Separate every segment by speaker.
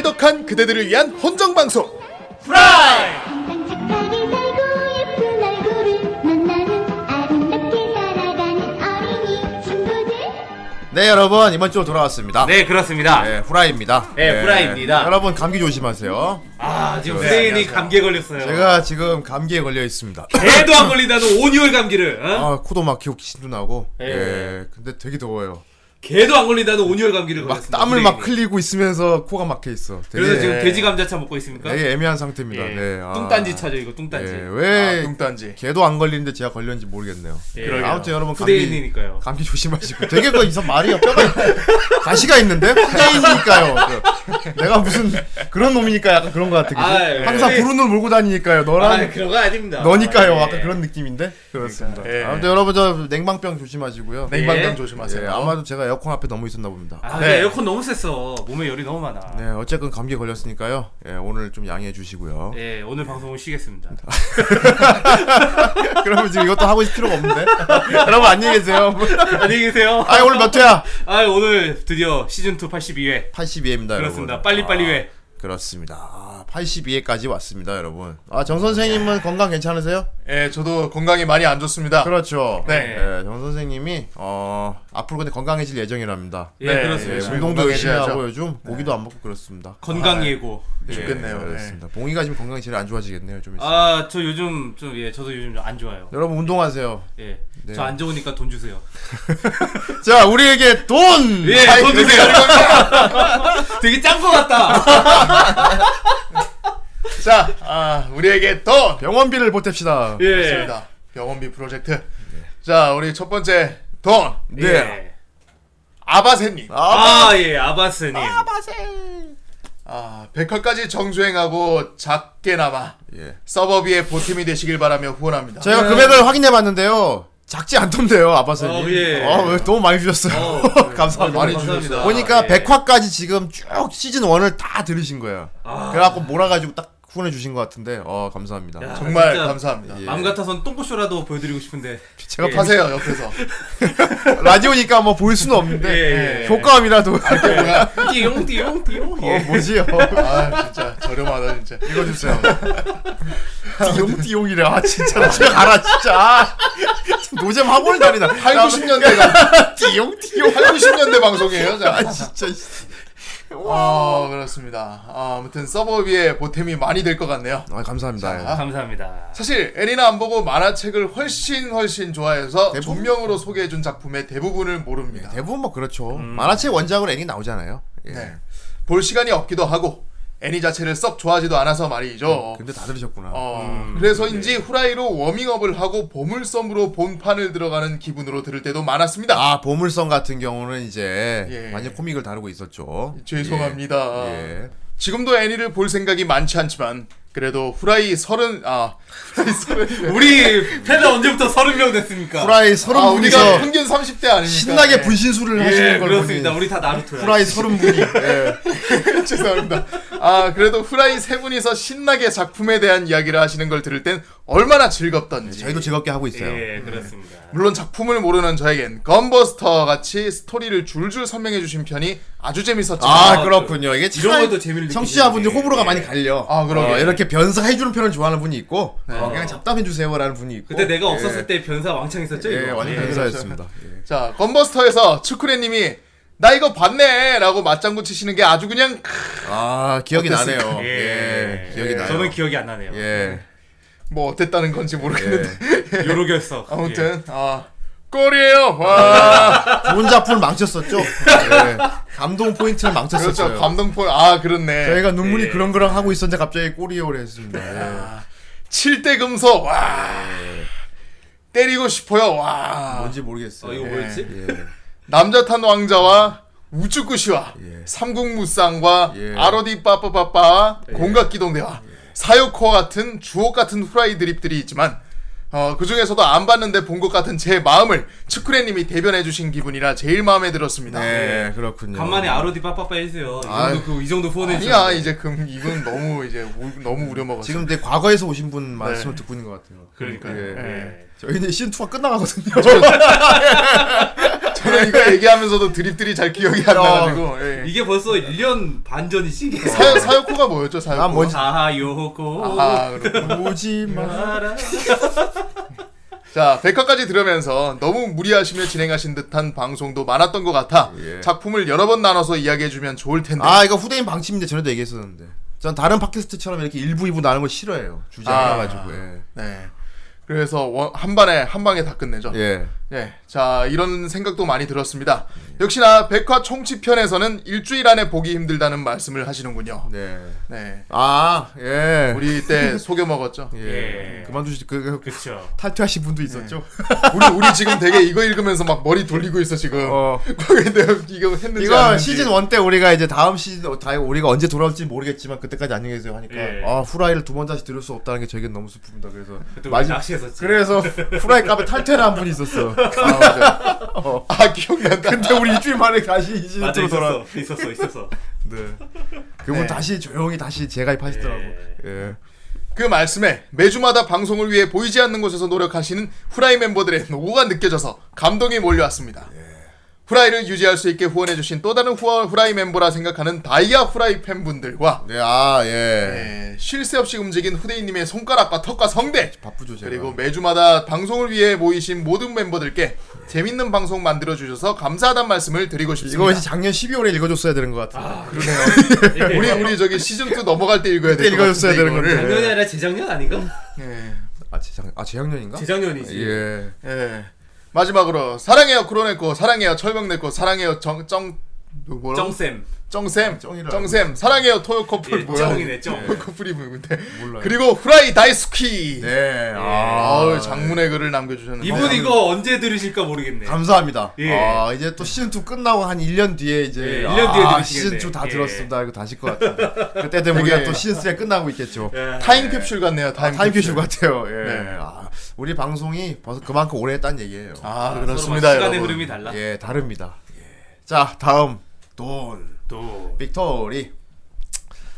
Speaker 1: 그대들을 위한 헌정 방송.
Speaker 2: 프라이!
Speaker 3: 항상 착하게 살고 예쁜 얼굴을 만나는 아름답게 살아가는 어린이 친구들
Speaker 4: 네 여러분 이번 주로 돌아왔습니다.
Speaker 2: 네, 그렇습니다.
Speaker 4: 네, 후라이입니다.
Speaker 2: 네, 후라이입니다.
Speaker 4: 여러분 감기 조심하세요.
Speaker 2: 아, 지금
Speaker 4: 네,
Speaker 2: 후대인이
Speaker 4: 안녕하세요.
Speaker 2: 감기에 걸렸어요.
Speaker 4: 제가 지금 감기에 걸려 있습니다.
Speaker 2: 배도 안 걸린다는 온열 감기를, 어?
Speaker 4: 아 코도 막히고 기침도 나고.
Speaker 2: 예.
Speaker 4: 예. 근데 되게 더워요.
Speaker 2: 개도 안 걸린다는 온열 감기를
Speaker 4: 막
Speaker 2: 걸렸습니다.
Speaker 4: 땀을 막
Speaker 2: 아, 후대인이.
Speaker 4: 흘리고 있으면서 코가 막혀 있어. 되게,
Speaker 2: 그래서 지금 돼지 감자차 먹고 있습니까?
Speaker 4: 되게 애매한 상태입니다.
Speaker 2: 예.
Speaker 4: 네. 아.
Speaker 2: 뚱딴지 차죠, 이거 뚱딴지.
Speaker 4: 예. 왜
Speaker 1: 아, 뚱딴지.
Speaker 4: 걔도 안 걸리는데 제가 걸렸는지 모르겠네요.
Speaker 2: 예.
Speaker 4: 그러게요. 아무튼 여러분 감기
Speaker 2: 후대인이니까요.
Speaker 4: 감기 조심하시고 되게 그 이상 말이야 뼈가 가시가 있는데 혼자이니까요. 그 내가 무슨 그런 놈이니까 약간 그런 것 같아. 그지?
Speaker 2: 아, 예.
Speaker 4: 항상
Speaker 2: 예.
Speaker 4: 부른 놈 몰고 다니니까요. 너랑
Speaker 2: 아, 그런 거 아닙니다.
Speaker 4: 너니까요.
Speaker 2: 예.
Speaker 4: 아까 그런 느낌인데 그렇습니다.
Speaker 1: 그러니까요. 예.
Speaker 4: 아무튼 여러분 저 냉방병 조심하시고요.
Speaker 1: 냉방병
Speaker 2: 예.
Speaker 1: 조심하세요.
Speaker 4: 예, 아마도 제가 에어컨 앞에 너무 있었나 봅니다.
Speaker 2: 아,
Speaker 1: 네.
Speaker 2: 근데 에어컨 너무 셌어. 몸에 열이 너무 많아.
Speaker 4: 네, 어쨌든 감기 걸렸으니까요. 예, 오늘 좀 양해해 주시고요.
Speaker 2: 예, 오늘 방송은 쉬겠습니다.
Speaker 4: 아. 그러면 지금 이것도 하고 있을 필요가 없는데. 여러분 안녕히 계세요.
Speaker 2: 안녕히 계세요.
Speaker 4: 아, 오늘 몇 회야?
Speaker 2: 아, 오늘 드디어 시즌 2 82회.
Speaker 4: 82회입니다, 여러분.
Speaker 2: 그렇습니다.
Speaker 4: 네,
Speaker 2: 빨리빨리
Speaker 4: 아,
Speaker 2: 회.
Speaker 4: 그렇습니다. 아, 82회까지 왔습니다, 여러분. 아, 정 선생님은 건강 괜찮으세요?
Speaker 1: 예, 저도 건강이 많이 안
Speaker 2: 아,
Speaker 1: 좋습니다.
Speaker 4: 그렇죠.
Speaker 1: 네.
Speaker 4: 예, 정 선생님이 어, 앞으로 근데 건강해질 예정이랍니다.
Speaker 2: 예,
Speaker 1: 네,
Speaker 4: 예,
Speaker 2: 그렇습니다.
Speaker 1: 열심히
Speaker 4: 운동도 열심히
Speaker 1: 건강해져야죠. 네.
Speaker 4: 하고 요즘 고기도 안 먹고 그렇습니다.
Speaker 2: 건강 예고.
Speaker 1: 좋겠네요.
Speaker 4: 그렇습니다. 봉이가 지금 건강이 제일 안 좋아지겠네요. 좀 있으면.
Speaker 2: 아, 저 요즘 좀 예, 저도 요즘 좀안 좋아요.
Speaker 4: 여러분 운동하세요.
Speaker 2: 예.
Speaker 4: 네.
Speaker 2: 저 안 좋으니까 돈 주세요.
Speaker 4: 자, 우리에게 돈.
Speaker 2: 예,
Speaker 4: 아이,
Speaker 2: 돈
Speaker 4: 그-
Speaker 2: 주세요. 되게 짠 거 같다.
Speaker 1: 예. 자, 아, 우리에게 돈.
Speaker 4: 병원비를 보탭시다.
Speaker 2: 예.
Speaker 1: 좋습니다. 병원비 프로젝트. 자, 우리 첫 번째 돈.
Speaker 2: 예.
Speaker 4: 네.
Speaker 1: 아바세님.
Speaker 2: 아, 예, 아바스님.
Speaker 1: 아, 100화까지 정주행하고 작게나마
Speaker 4: 예.
Speaker 1: 서버비의 보탬이 되시길 바라며 후원합니다.
Speaker 4: 제가 금액을 확인해 봤는데요. 작지 않던데요, 아바스님.
Speaker 2: 어, 예.
Speaker 4: 아, 왜 너무 많이 주셨어요.
Speaker 2: 어,
Speaker 4: 감사합니다.
Speaker 1: 많이
Speaker 2: 감사합니다.
Speaker 4: 보니까
Speaker 2: 예.
Speaker 4: 100화까지 지금 쭉 시즌 1을 다 들으신 거예요.
Speaker 2: 아.
Speaker 4: 그래갖고 몰아가지고 딱 후원해 주신 것 같은데, 어 감사합니다.
Speaker 2: 야.
Speaker 1: 정말
Speaker 2: 진짜.
Speaker 1: 감사합니다.
Speaker 4: 예.
Speaker 2: 마음 같아선 똥꼬쇼라도 보여드리고 싶은데.
Speaker 4: 제가
Speaker 2: 예.
Speaker 4: 파-
Speaker 1: 파세요 옆에서.
Speaker 4: 라디오니까 뭐 볼 수는 없는데
Speaker 2: 예, 네. 예.
Speaker 4: 효과음이라도 어,
Speaker 1: 뭐야?
Speaker 2: 띠용, 띠용, 띠용. 예.
Speaker 4: 뭐지요?
Speaker 1: 아 진짜 저렴하다 진짜.
Speaker 4: 읽어주세요. 띠용 띠용이래. 아 진짜 나 진짜 알아 진짜. 아, 노잼 학원을 다니다.
Speaker 1: 8, 90년대가
Speaker 4: 띠용 띠용.
Speaker 1: 8, 90년대 방송이에요. 자.
Speaker 4: 아 진짜.
Speaker 1: 아 그렇습니다. 아, 아무튼 서버비의 보탬이 많이 될 것 같네요.
Speaker 4: 아 감사합니다.
Speaker 1: 자,
Speaker 2: 감사합니다.
Speaker 1: 사실 에리나 안 보고 만화책을 훨씬 훨씬 좋아해서
Speaker 4: 대부분?
Speaker 1: 존명으로 소개해준 작품의 대부분을 모릅니다.
Speaker 4: 대부분 뭐 그렇죠.
Speaker 2: 음.
Speaker 4: 만화책 원작으로 애니 나오잖아요. 예.
Speaker 1: 네. 볼 시간이 없기도 하고 애니 자체를 썩 좋아하지도 않아서 말이죠.
Speaker 4: 근데 다 들으셨구나.
Speaker 1: 어,
Speaker 4: 음, 네.
Speaker 1: 그래서인지 후라이로 워밍업을 하고 보물섬으로 본판을 들어가는 기분으로 들을 때도 많았습니다.
Speaker 4: 아 보물성 같은 경우는 이제
Speaker 1: 예.
Speaker 4: 완전 코믹을 다루고 있었죠.
Speaker 2: 예,
Speaker 1: 죄송합니다.
Speaker 4: 예. 예.
Speaker 1: 지금도 애니를 볼 생각이 많지 않지만 그래도 후라이 서른 아 후라이 서른
Speaker 2: 우리 패널 언제부터 서른 명 됐습니까?
Speaker 4: 예. 후라이 서른
Speaker 1: 아
Speaker 4: 분이서
Speaker 1: 우리가 평균 30대 아닙니까? 네.
Speaker 4: 신나게 분신술을
Speaker 2: 예,
Speaker 4: 하시는 걸
Speaker 2: 그렇습니다.
Speaker 4: 보니
Speaker 2: 우리 다 나루토야.
Speaker 4: 후라이 서른 분이 예.
Speaker 1: 네, 죄송합니다. 아 그래도 후라이 세 분이서 신나게 작품에 대한 이야기를 하시는 걸 들을 땐 얼마나 즐겁던지.
Speaker 4: 저희도 즐겁게 하고 있어요. 음.
Speaker 2: 예, 그렇습니다.
Speaker 1: 물론 작품을 모르는 저에겐 건버스터 같이 스토리를 줄줄 설명해 주신 편이 아주 재밌었지만
Speaker 4: 아, 그렇군요. 이게 참
Speaker 2: 이런 것도 재미를
Speaker 4: 청취자분들
Speaker 2: 느끼시네.
Speaker 4: 호불호가
Speaker 2: 예.
Speaker 4: 많이 갈려. 어,
Speaker 1: 아, 그러게.
Speaker 4: 이렇게 변사해주는 편을 좋아하는 분이 있고 어,
Speaker 2: 어.
Speaker 4: 그냥 잡담해주세요라는 분이 있고.
Speaker 2: 그때 내가
Speaker 4: 예.
Speaker 2: 없었을 때 변사 왕창 있었죠?
Speaker 4: 예,
Speaker 2: 이거?
Speaker 4: 완전
Speaker 2: 예.
Speaker 4: 변사였습니다. 예.
Speaker 1: 자, 건버스터에서 츠쿠레님이 나 이거 봤네 라고 맞장구 치시는 게 아주 그냥
Speaker 4: 아 기억이
Speaker 1: 어땠습니까?
Speaker 4: 나네요. 예, 기억이 나요.
Speaker 2: 저는 기억이 안 나네요.
Speaker 4: 예.
Speaker 1: 뭐 어땠다는 건지 모르겠는데
Speaker 2: 요로 결석. 예.
Speaker 1: 아무튼 아 꼴이에요 와
Speaker 4: 아, 좋은 작품을 망쳤었죠. 예. 감동 포인트를 망쳤었어요.
Speaker 1: 그렇죠 감동포 아 그렇네
Speaker 4: 아, 저희가 눈물이
Speaker 2: 예.
Speaker 4: 그렁그렁 하고 있었는데 갑자기 꼬리에 오래 했습니다. 예.
Speaker 1: 7대 금소 와
Speaker 4: 네.
Speaker 1: 때리고 싶어요 와
Speaker 4: 뭔지 모르겠어요.
Speaker 2: 어, 이거 뭐였지?
Speaker 4: 예.
Speaker 1: 남자탄 왕자와 우쭈꾸시와
Speaker 4: 예.
Speaker 1: 삼국무쌍과
Speaker 4: 예.
Speaker 1: 아로디 빠빠빠빠와 공각기동대와 사요코 같은 주옥 같은 후라이 드립들이 있지만 어, 그 중에서도 안 봤는데 본 것 같은 제 마음을 츠쿠레님이 대변해주신 기분이라 제일 마음에 들었습니다.
Speaker 4: 네, 그렇군요.
Speaker 2: 간만에 아로디 빠빠빠 해주세요. 이
Speaker 4: 아유.
Speaker 2: 정도, 그, 이 정도 후원해 주세요.
Speaker 1: 아니야 이제 금 이분 너무 이제 우, 너무 우려 먹었어.
Speaker 4: 지금 내 과거에서 오신 분 말씀을 듣고 있는 것 같아요.
Speaker 2: 그러니까요.
Speaker 4: 예.
Speaker 2: 예.
Speaker 4: 저희는 시즌 2가 끝나가거든요.
Speaker 1: 저는 이거 얘기하면서도 드립들이 잘 기억이
Speaker 4: 어.
Speaker 1: 안 나가지고 예.
Speaker 2: 이게 벌써 1년 반 전이신 게.
Speaker 1: 사요 사요코가 뭐였죠 사요코?
Speaker 4: 아, 뭔지-
Speaker 2: 아하 요호코.
Speaker 1: 아 그렇군.
Speaker 4: 오지 마.
Speaker 2: 알아.
Speaker 1: 자, 100화까지 들으면서 너무 무리하시며 진행하신 듯한 방송도 많았던 것 같아 작품을 여러 번 나눠서 이야기해주면 좋을 텐데
Speaker 4: 예. 아 이거 후대인 방침인데 전에도 얘기했었는데. 전 다른 팟캐스트처럼 이렇게 일부 일부 나는 걸 싫어해요. 주제
Speaker 1: 아.
Speaker 4: 하나 가지고. 예.
Speaker 1: 네. 그래서 원- 한 번에 한 방에 다 끝내죠. 예.
Speaker 4: 예.
Speaker 1: 자, 이런 생각도 많이 들었습니다. 역시나 100화 총치편에서는 일주일 안에 보기 힘들다는 말씀을 하시는군요.
Speaker 4: 네.
Speaker 1: 네.
Speaker 4: 아, 예.
Speaker 1: 우리 때 속여 먹었죠.
Speaker 4: 예.
Speaker 2: 예.
Speaker 4: 그만두시 그, 그
Speaker 2: 그쵸.
Speaker 4: 탈퇴하신
Speaker 2: 네.
Speaker 4: 분도 있었죠.
Speaker 1: 우리 우리 지금 되게 이거 읽으면서 막 머리 돌리고 있어 지금.
Speaker 4: 어.
Speaker 1: 근데 이거 했는지 안
Speaker 4: 이거
Speaker 1: 했는지.
Speaker 4: 시즌 1 때 우리가 이제 다음 시즌 다 우리가 언제 돌아올지 모르겠지만 그때까지 안녕히 계세요 하니까
Speaker 2: 예.
Speaker 4: 아 후라이를 두 번 다시 들을 수 없다는 게 저에겐 너무 슬픕니다. 그래서
Speaker 2: 그때 우리
Speaker 4: 마지-
Speaker 2: 낚시했었지.
Speaker 4: 그래서 후라이 카페 탈퇴를 한 분이 있었어.
Speaker 1: 아, 맞아. 아 기억난다.
Speaker 4: 근데 우리 일주일 만에 다시 이 시즌
Speaker 2: 맞아
Speaker 4: 으로 돌아.
Speaker 2: 있었어. 있었어 있었어.
Speaker 4: 네. 그분
Speaker 1: 네.
Speaker 4: 다시 조용히 다시 재가입하시더라고. 예.
Speaker 1: 그 말씀에 매주마다 방송을 위해 보이지 않는 곳에서 노력하시는 후라이 멤버들의 노고가 느껴져서 감동이 몰려왔습니다.
Speaker 4: 예.
Speaker 1: 후라이를 유지할 수 있게 후원해주신 또 다른 후원 후라이 멤버라 생각하는 다이아 후라이 팬분들과
Speaker 4: 네, 아 예.
Speaker 1: 예, 쉴 새 없이 움직인 후대인님의 손가락과 턱과 성대
Speaker 4: 바쁘죠 제가.
Speaker 1: 그리고 매주마다 방송을 위해 모이신 모든 멤버들께 재밌는 방송 만들어 주셔서 감사하단 말씀을 드리고
Speaker 4: 이거
Speaker 1: 싶습니다.
Speaker 4: 이제 작년 12월에 읽어줬어야 되는 것 같은데.
Speaker 2: 아.
Speaker 1: 그러네요. 우리 우리 저기 시즌 2 넘어갈 때 읽어야
Speaker 4: 그때
Speaker 1: 될것
Speaker 4: 읽어줬어야
Speaker 1: 같은데,
Speaker 4: 되는 건데.
Speaker 1: 이거를.
Speaker 2: 작년이 아니라 재작년 아닌가?
Speaker 1: 예.
Speaker 4: 아 재작 아 재작년인가?
Speaker 2: 재작년이지.
Speaker 4: 예.
Speaker 1: 예. 마지막으로 사랑해요 크로네코 사랑해요 철벽네코 사랑해요 정정 뭐라
Speaker 2: 정쌤.
Speaker 1: 예. 정쌤
Speaker 4: 정이라.
Speaker 1: 정쌤 사랑해요 토요 커플
Speaker 2: 예,
Speaker 1: 뭐야
Speaker 2: 정이네, 정.
Speaker 1: 토요 커플이 누군데
Speaker 4: 몰라요.
Speaker 1: 그리고 후라이 다이스키
Speaker 4: 네.
Speaker 1: 아우 장문의 글을 남겨주셨는데
Speaker 2: 이분 이거 언제 들으실까 모르겠네.
Speaker 4: 감사합니다.
Speaker 2: 예.
Speaker 4: 아, 이제 또 시즌 2 끝나고 한 1년 뒤에 이제
Speaker 2: 예, 1년 뒤에
Speaker 4: 아,
Speaker 2: 들으시겠네.
Speaker 4: 시즌 2 다
Speaker 2: 예.
Speaker 4: 들었습니다. 이거 다실 것 같은데. 그때 되면
Speaker 1: 되게-
Speaker 4: 우리가 또 시즌 3가 끝나고 있겠죠. 아,
Speaker 2: 예.
Speaker 1: 아. 타임캡슐 같네요 타임
Speaker 4: 타임캡슐 같아요. 예.
Speaker 1: 네.
Speaker 4: 아, 우리 방송이 벌써 그만큼 오래 했다는 얘기예요.
Speaker 1: 아
Speaker 2: 서로
Speaker 1: 그렇습니다
Speaker 2: 막 시간의
Speaker 1: 여러분
Speaker 2: 흐름이 달라.
Speaker 4: 예, 다릅니다. 예. 자, 다음 돈
Speaker 2: 또
Speaker 4: 빅토리.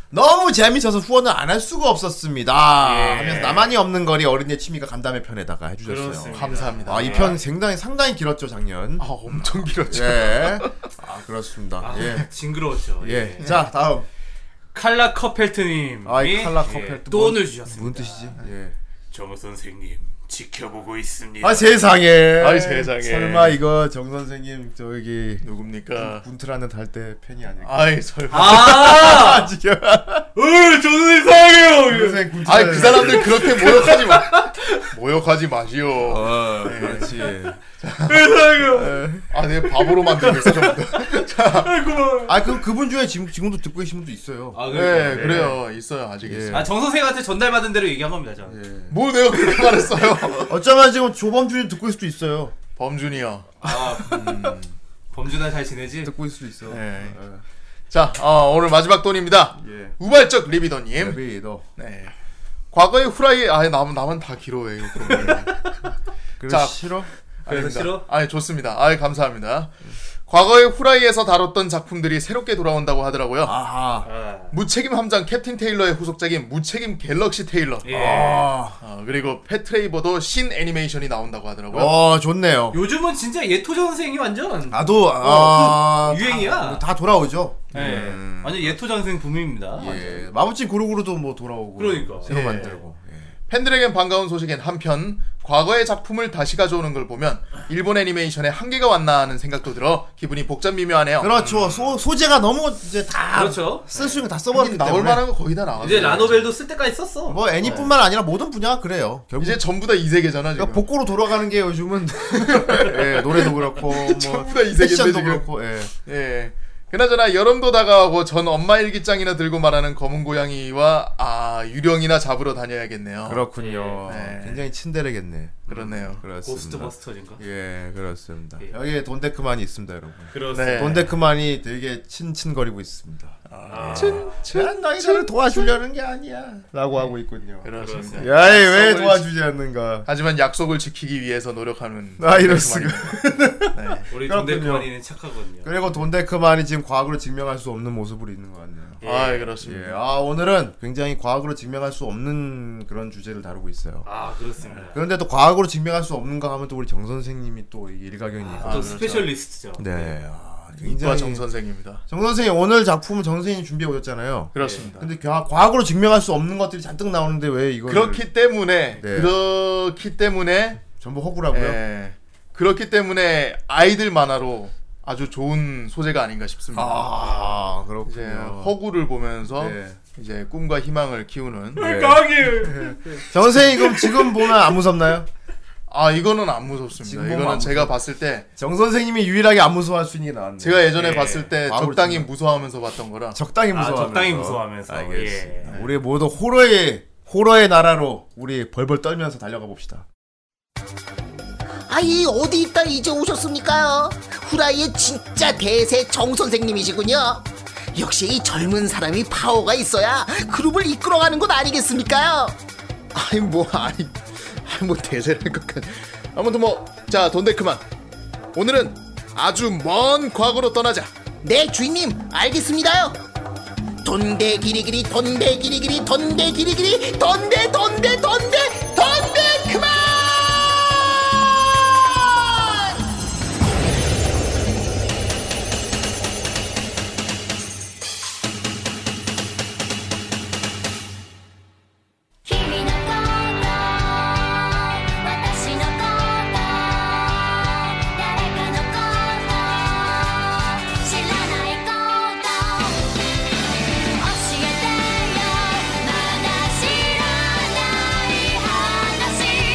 Speaker 4: 너무 재미있어서 후원을 안 할 수가 없었습니다.
Speaker 2: 예.
Speaker 4: 하면서 나만이 없는 거리 어린이의 취미가 간담회 편에다가 해주셨어요.
Speaker 2: 그렇습니다. 예.
Speaker 1: 감사합니다
Speaker 4: 아, 이 편 상당히 상당히 길었죠 작년.
Speaker 1: 아, 엄청 길었죠
Speaker 4: 예. 아 그렇습니다.
Speaker 2: 아,
Speaker 4: 예.
Speaker 2: 징그러웠죠.
Speaker 4: 예. 자 다음.
Speaker 2: 칼라 커펠트님.
Speaker 4: 아이 칼라 커펠 또
Speaker 2: 돈을
Speaker 4: 뭔-
Speaker 2: 주셨습니다.
Speaker 4: 무슨 뜻이지? 예.
Speaker 2: 정 선생님 지켜보고 있습니다.
Speaker 4: 아 세상에.
Speaker 1: 아이, 세상에.
Speaker 4: 설마 이거 정 선생님 저기
Speaker 1: 누굽니까
Speaker 4: 분트라는 달때 팬이 아닐까?
Speaker 1: 아이 설마
Speaker 2: 아,
Speaker 4: 아 지겨.
Speaker 2: 으, 저는 이상해요.
Speaker 4: 선생 분트.
Speaker 1: 아이 그 사람들 그렇게 모욕하지 마 모욕하지 마시오
Speaker 4: 어 그렇지.
Speaker 2: 예, 이상해요.
Speaker 1: 아 내가 바보로 만들겠어 전부
Speaker 2: 아,
Speaker 1: 다.
Speaker 2: 예, 고마워.
Speaker 4: 아 그럼 그분 중에 지금 지금도 듣고 계신 분도 있어요.
Speaker 2: 아,
Speaker 1: 네,
Speaker 2: 그래요. 네.
Speaker 1: 그래요 있어요 아직
Speaker 4: 예.
Speaker 1: 있어요
Speaker 2: 아, 정 선생한테 전달받은 대로 얘기한 겁니다, 저는.
Speaker 4: 예.
Speaker 1: 뭘뭐 내가 그렇게 말했어요?
Speaker 4: 어쩌면 지금 조범준이 듣고 있을 수도 있어요.
Speaker 1: 범준이요.
Speaker 2: 아, 범준아 잘 지내지?
Speaker 4: 듣고 있을 수도 있어.
Speaker 2: 예.
Speaker 1: 네. 자, 어, 오늘 마지막 돈입니다.
Speaker 4: 예.
Speaker 1: 우발적 리비더님.
Speaker 4: 비 너.
Speaker 1: 네. 과거의 후라이, 아니, 남, 남은 다 길어요, 이거.
Speaker 4: 그래
Speaker 1: 자.
Speaker 4: 싫어?
Speaker 2: 그래서 아, 싫어?
Speaker 1: 아니, 좋습니다. 아이, 감사합니다. 과거의 후라이에서 다뤘던 작품들이 새롭게 돌아온다고 하더라고요.
Speaker 4: 아하.
Speaker 2: 아,
Speaker 1: 무책임 함장 캡틴 테일러의 후속작인 무책임 갤럭시 테일러.
Speaker 2: 예.
Speaker 4: 아.
Speaker 1: 어, 그리고 패트레이버도 신 애니메이션이 나온다고 하더라고요.
Speaker 4: 어 좋네요.
Speaker 2: 요즘은 진짜 예토 전생이 완전
Speaker 4: 나도 아,
Speaker 2: 어, 그 유행이야.
Speaker 4: 다, 다 돌아오죠.
Speaker 2: 예. 완전 예토 전생 붐입니다.
Speaker 4: 음. 예. 마법진 고루고루도 뭐 돌아오고.
Speaker 2: 그러니까.
Speaker 4: 새로
Speaker 1: 예.
Speaker 4: 만들고. 예.
Speaker 1: 팬들에겐 반가운 소식인 한편 과거의 작품을 다시 가져오는 걸 보면 일본 애니메이션에 한계가 왔나 하는 생각도 들어 기분이 복잡 미묘하네요.
Speaker 4: 그렇죠. 소, 소재가 너무 이제 다.
Speaker 2: 그렇죠.
Speaker 4: 쓸 수 있는 거 다
Speaker 1: 하긴
Speaker 4: 써버렸기
Speaker 1: 나올
Speaker 4: 때문에.
Speaker 1: 만한 거 거의 다 나왔어.
Speaker 2: 이제 라노벨도 쓸 때까지 썼어.
Speaker 4: 아, 네. 뭐 애니뿐만 아니라 모든 분야가 그래요. 결국.
Speaker 1: 이제 전부 다 이 세계잖아 지금.
Speaker 4: 그러니까 복고로 돌아가는 게 요즘은 예, 노래도 그렇고 뭐
Speaker 1: 전부 다이 세계인데,
Speaker 4: 패션도
Speaker 1: 지금.
Speaker 4: 그렇고 예.
Speaker 1: 예. 그나저나 여름도 다가오고 전 엄마 일기장이나 들고 말하는 검은 고양이와 아 유령이나 잡으러 다녀야겠네요.
Speaker 4: 그렇군요.
Speaker 1: 네.
Speaker 4: 아, 굉장히 친데레겠네.
Speaker 1: 그러네요.
Speaker 4: 그렇습니다.
Speaker 2: 고스트버스터즈인가?
Speaker 4: 예, 그렇습니다.
Speaker 2: 예.
Speaker 4: 여기에 돈데크만이 있습니다, 여러분.
Speaker 2: 그렇습니다.
Speaker 1: 네.
Speaker 4: 돈데크만이 되게 친친거리고 있습니다.
Speaker 2: 아,
Speaker 4: 아, 난 너희들을 도와주려는 게 아니야. 라고 하고 있군요.
Speaker 1: 그렇습니다.
Speaker 4: 야이, 왜
Speaker 1: 약속을
Speaker 4: 도와주지 않는가.
Speaker 1: 하지만 약속을 지키기 위해서 노력하는
Speaker 4: 아, 이럴 수가.
Speaker 1: 네.
Speaker 2: 우리
Speaker 4: 그렇군요.
Speaker 2: 돈데크만이는 착하거든요.
Speaker 4: 그리고 돈데크만이 지금 과거로 증명할 수 없는 모습으로 있는 것 같네요.
Speaker 1: 아
Speaker 4: 예,
Speaker 1: 그렇습니다.
Speaker 4: 아, 오늘은 굉장히 과거로 증명할 수 없는 그런 주제를 다루고 있어요.
Speaker 2: 아 그렇습니다.
Speaker 4: 그런데 또 과거로 증명할 수 없는 거 하면 또 우리 정 선생님이 또 일가견이니까.
Speaker 2: 아, 또 스페셜리스트죠.
Speaker 4: 아, 그렇죠. 네. 아,
Speaker 1: 아, 이과
Speaker 4: 굉장히
Speaker 1: 정 선생입니다.
Speaker 4: 정 선생님 오늘 작품은 정 선생님 준비해 오셨잖아요.
Speaker 1: 그렇습니다.
Speaker 4: 근데 과, 과거로 증명할 수 없는 것들이 잔뜩 나오는데 왜 이거
Speaker 1: 그렇기
Speaker 4: 네.
Speaker 1: 때문에 그렇기 때문에
Speaker 4: 전부 허구라고요?
Speaker 1: 예, 그렇기 때문에 아이들 만화로 아주 좋은 소재가 아닌가 싶습니다.
Speaker 4: 아, 그렇군요.
Speaker 1: 이제 허구를 보면서
Speaker 4: 네.
Speaker 1: 이제 꿈과 희망을 키우는
Speaker 2: 거기
Speaker 4: 정 선생님 그럼 지금 보면 안 무섭나요?
Speaker 1: 아 이거는 안
Speaker 4: 지금
Speaker 1: 무섭습니다.
Speaker 4: 보면
Speaker 1: 이거는
Speaker 4: 안
Speaker 1: 제가 봤을 때
Speaker 4: 정 선생님이 유일하게 안 무서워할 수 있는 게 나왔네.
Speaker 1: 제가 예전에
Speaker 2: 예.
Speaker 1: 봤을 때
Speaker 4: 마음으로
Speaker 1: 적당히
Speaker 4: 찍는.
Speaker 1: 무서워하면서 봤던 거라
Speaker 4: 적당히
Speaker 2: 아,
Speaker 4: 무서워하면서.
Speaker 2: 적당히 무서워하면서.
Speaker 4: 알겠습니다.
Speaker 2: 예.
Speaker 4: 우리 모두 호러의 호러의 나라로 우리 벌벌 떨면서 달려가 봅시다.
Speaker 5: 아이 어디 있다 이제 오셨습니까요? 후라이의 진짜 대세 정 선생님이시군요. 역시 이 젊은 사람이 파워가 있어야 그룹을 이끌어가는 것 아니겠습니까요?
Speaker 1: 아니 뭐 아니 아니 뭐 대세랄 것 같. 아무튼 뭐자 돈데크만 오늘은 아주 먼 과거로 떠나자.
Speaker 5: 네 주인님 알겠습니다요. 돈대 기리기리 돈대 기리기리 돈대 기리기리 돈대 돈대 돈대 돈대 그만!
Speaker 3: 君のこと私のこと誰かのこと知らないこと教えてよまだ知らない話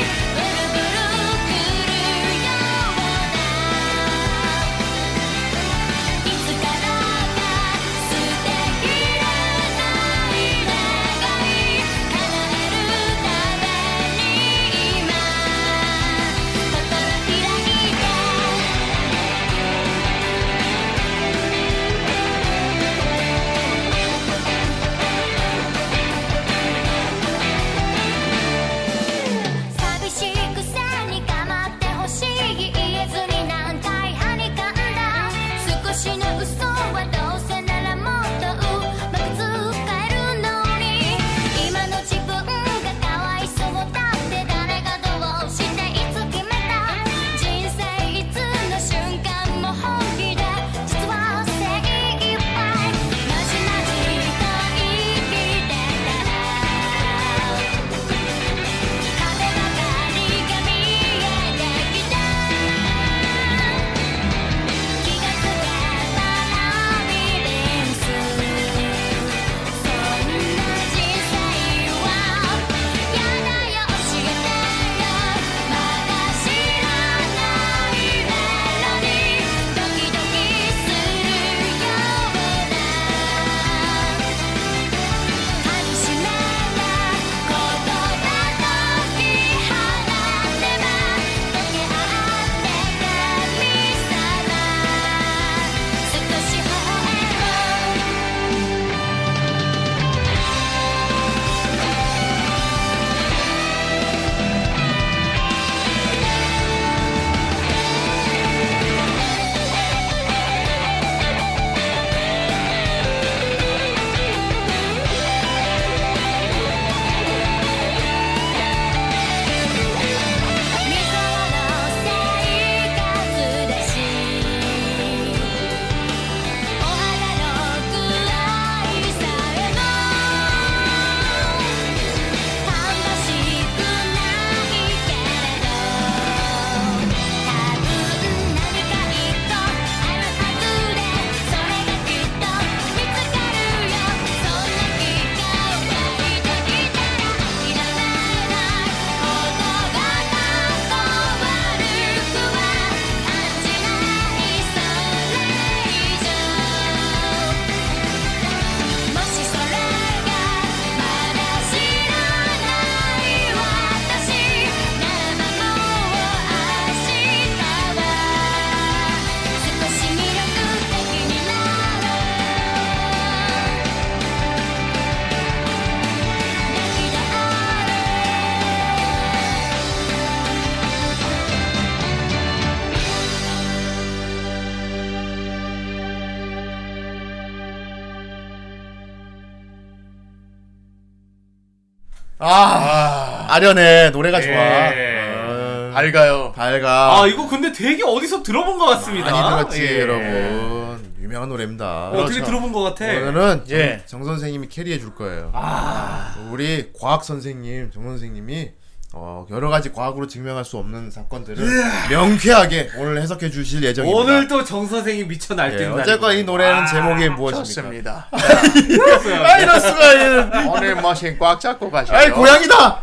Speaker 1: 아,
Speaker 4: 아련해 노래가 좋아.
Speaker 2: 예.
Speaker 4: 어,
Speaker 1: 밝아요.
Speaker 4: 밝아.
Speaker 2: 아 이거 근데 되게 어디서 들어본 것 같습니다.
Speaker 4: 많이 들었지
Speaker 2: 예.
Speaker 4: 여러분. 유명한 노래입니다. 그렇죠.
Speaker 2: 어, 어떻게 들어본 것 같아?
Speaker 4: 오늘은
Speaker 1: 예.
Speaker 4: 정, 정 선생님이 캐리해 줄 거예요.
Speaker 2: 아.
Speaker 4: 아, 우리 과학 선생님 정 선생님이 어, 여러 가지 과학으로 증명할 수 없는 사건들을 명쾌하게 오늘 해석해 주실 예정입니다.
Speaker 2: 예. 오늘 또 정 선생이 미쳐 날뛴다.
Speaker 4: 예, 어쨌건 이 노래는
Speaker 2: 아,
Speaker 4: 제목이 무엇입니까?
Speaker 1: 좋습니다.
Speaker 4: 아 이럴 수가 이런.
Speaker 1: 오늘 머신 꽉 잡고 가시죠.
Speaker 4: 아이 고양이다.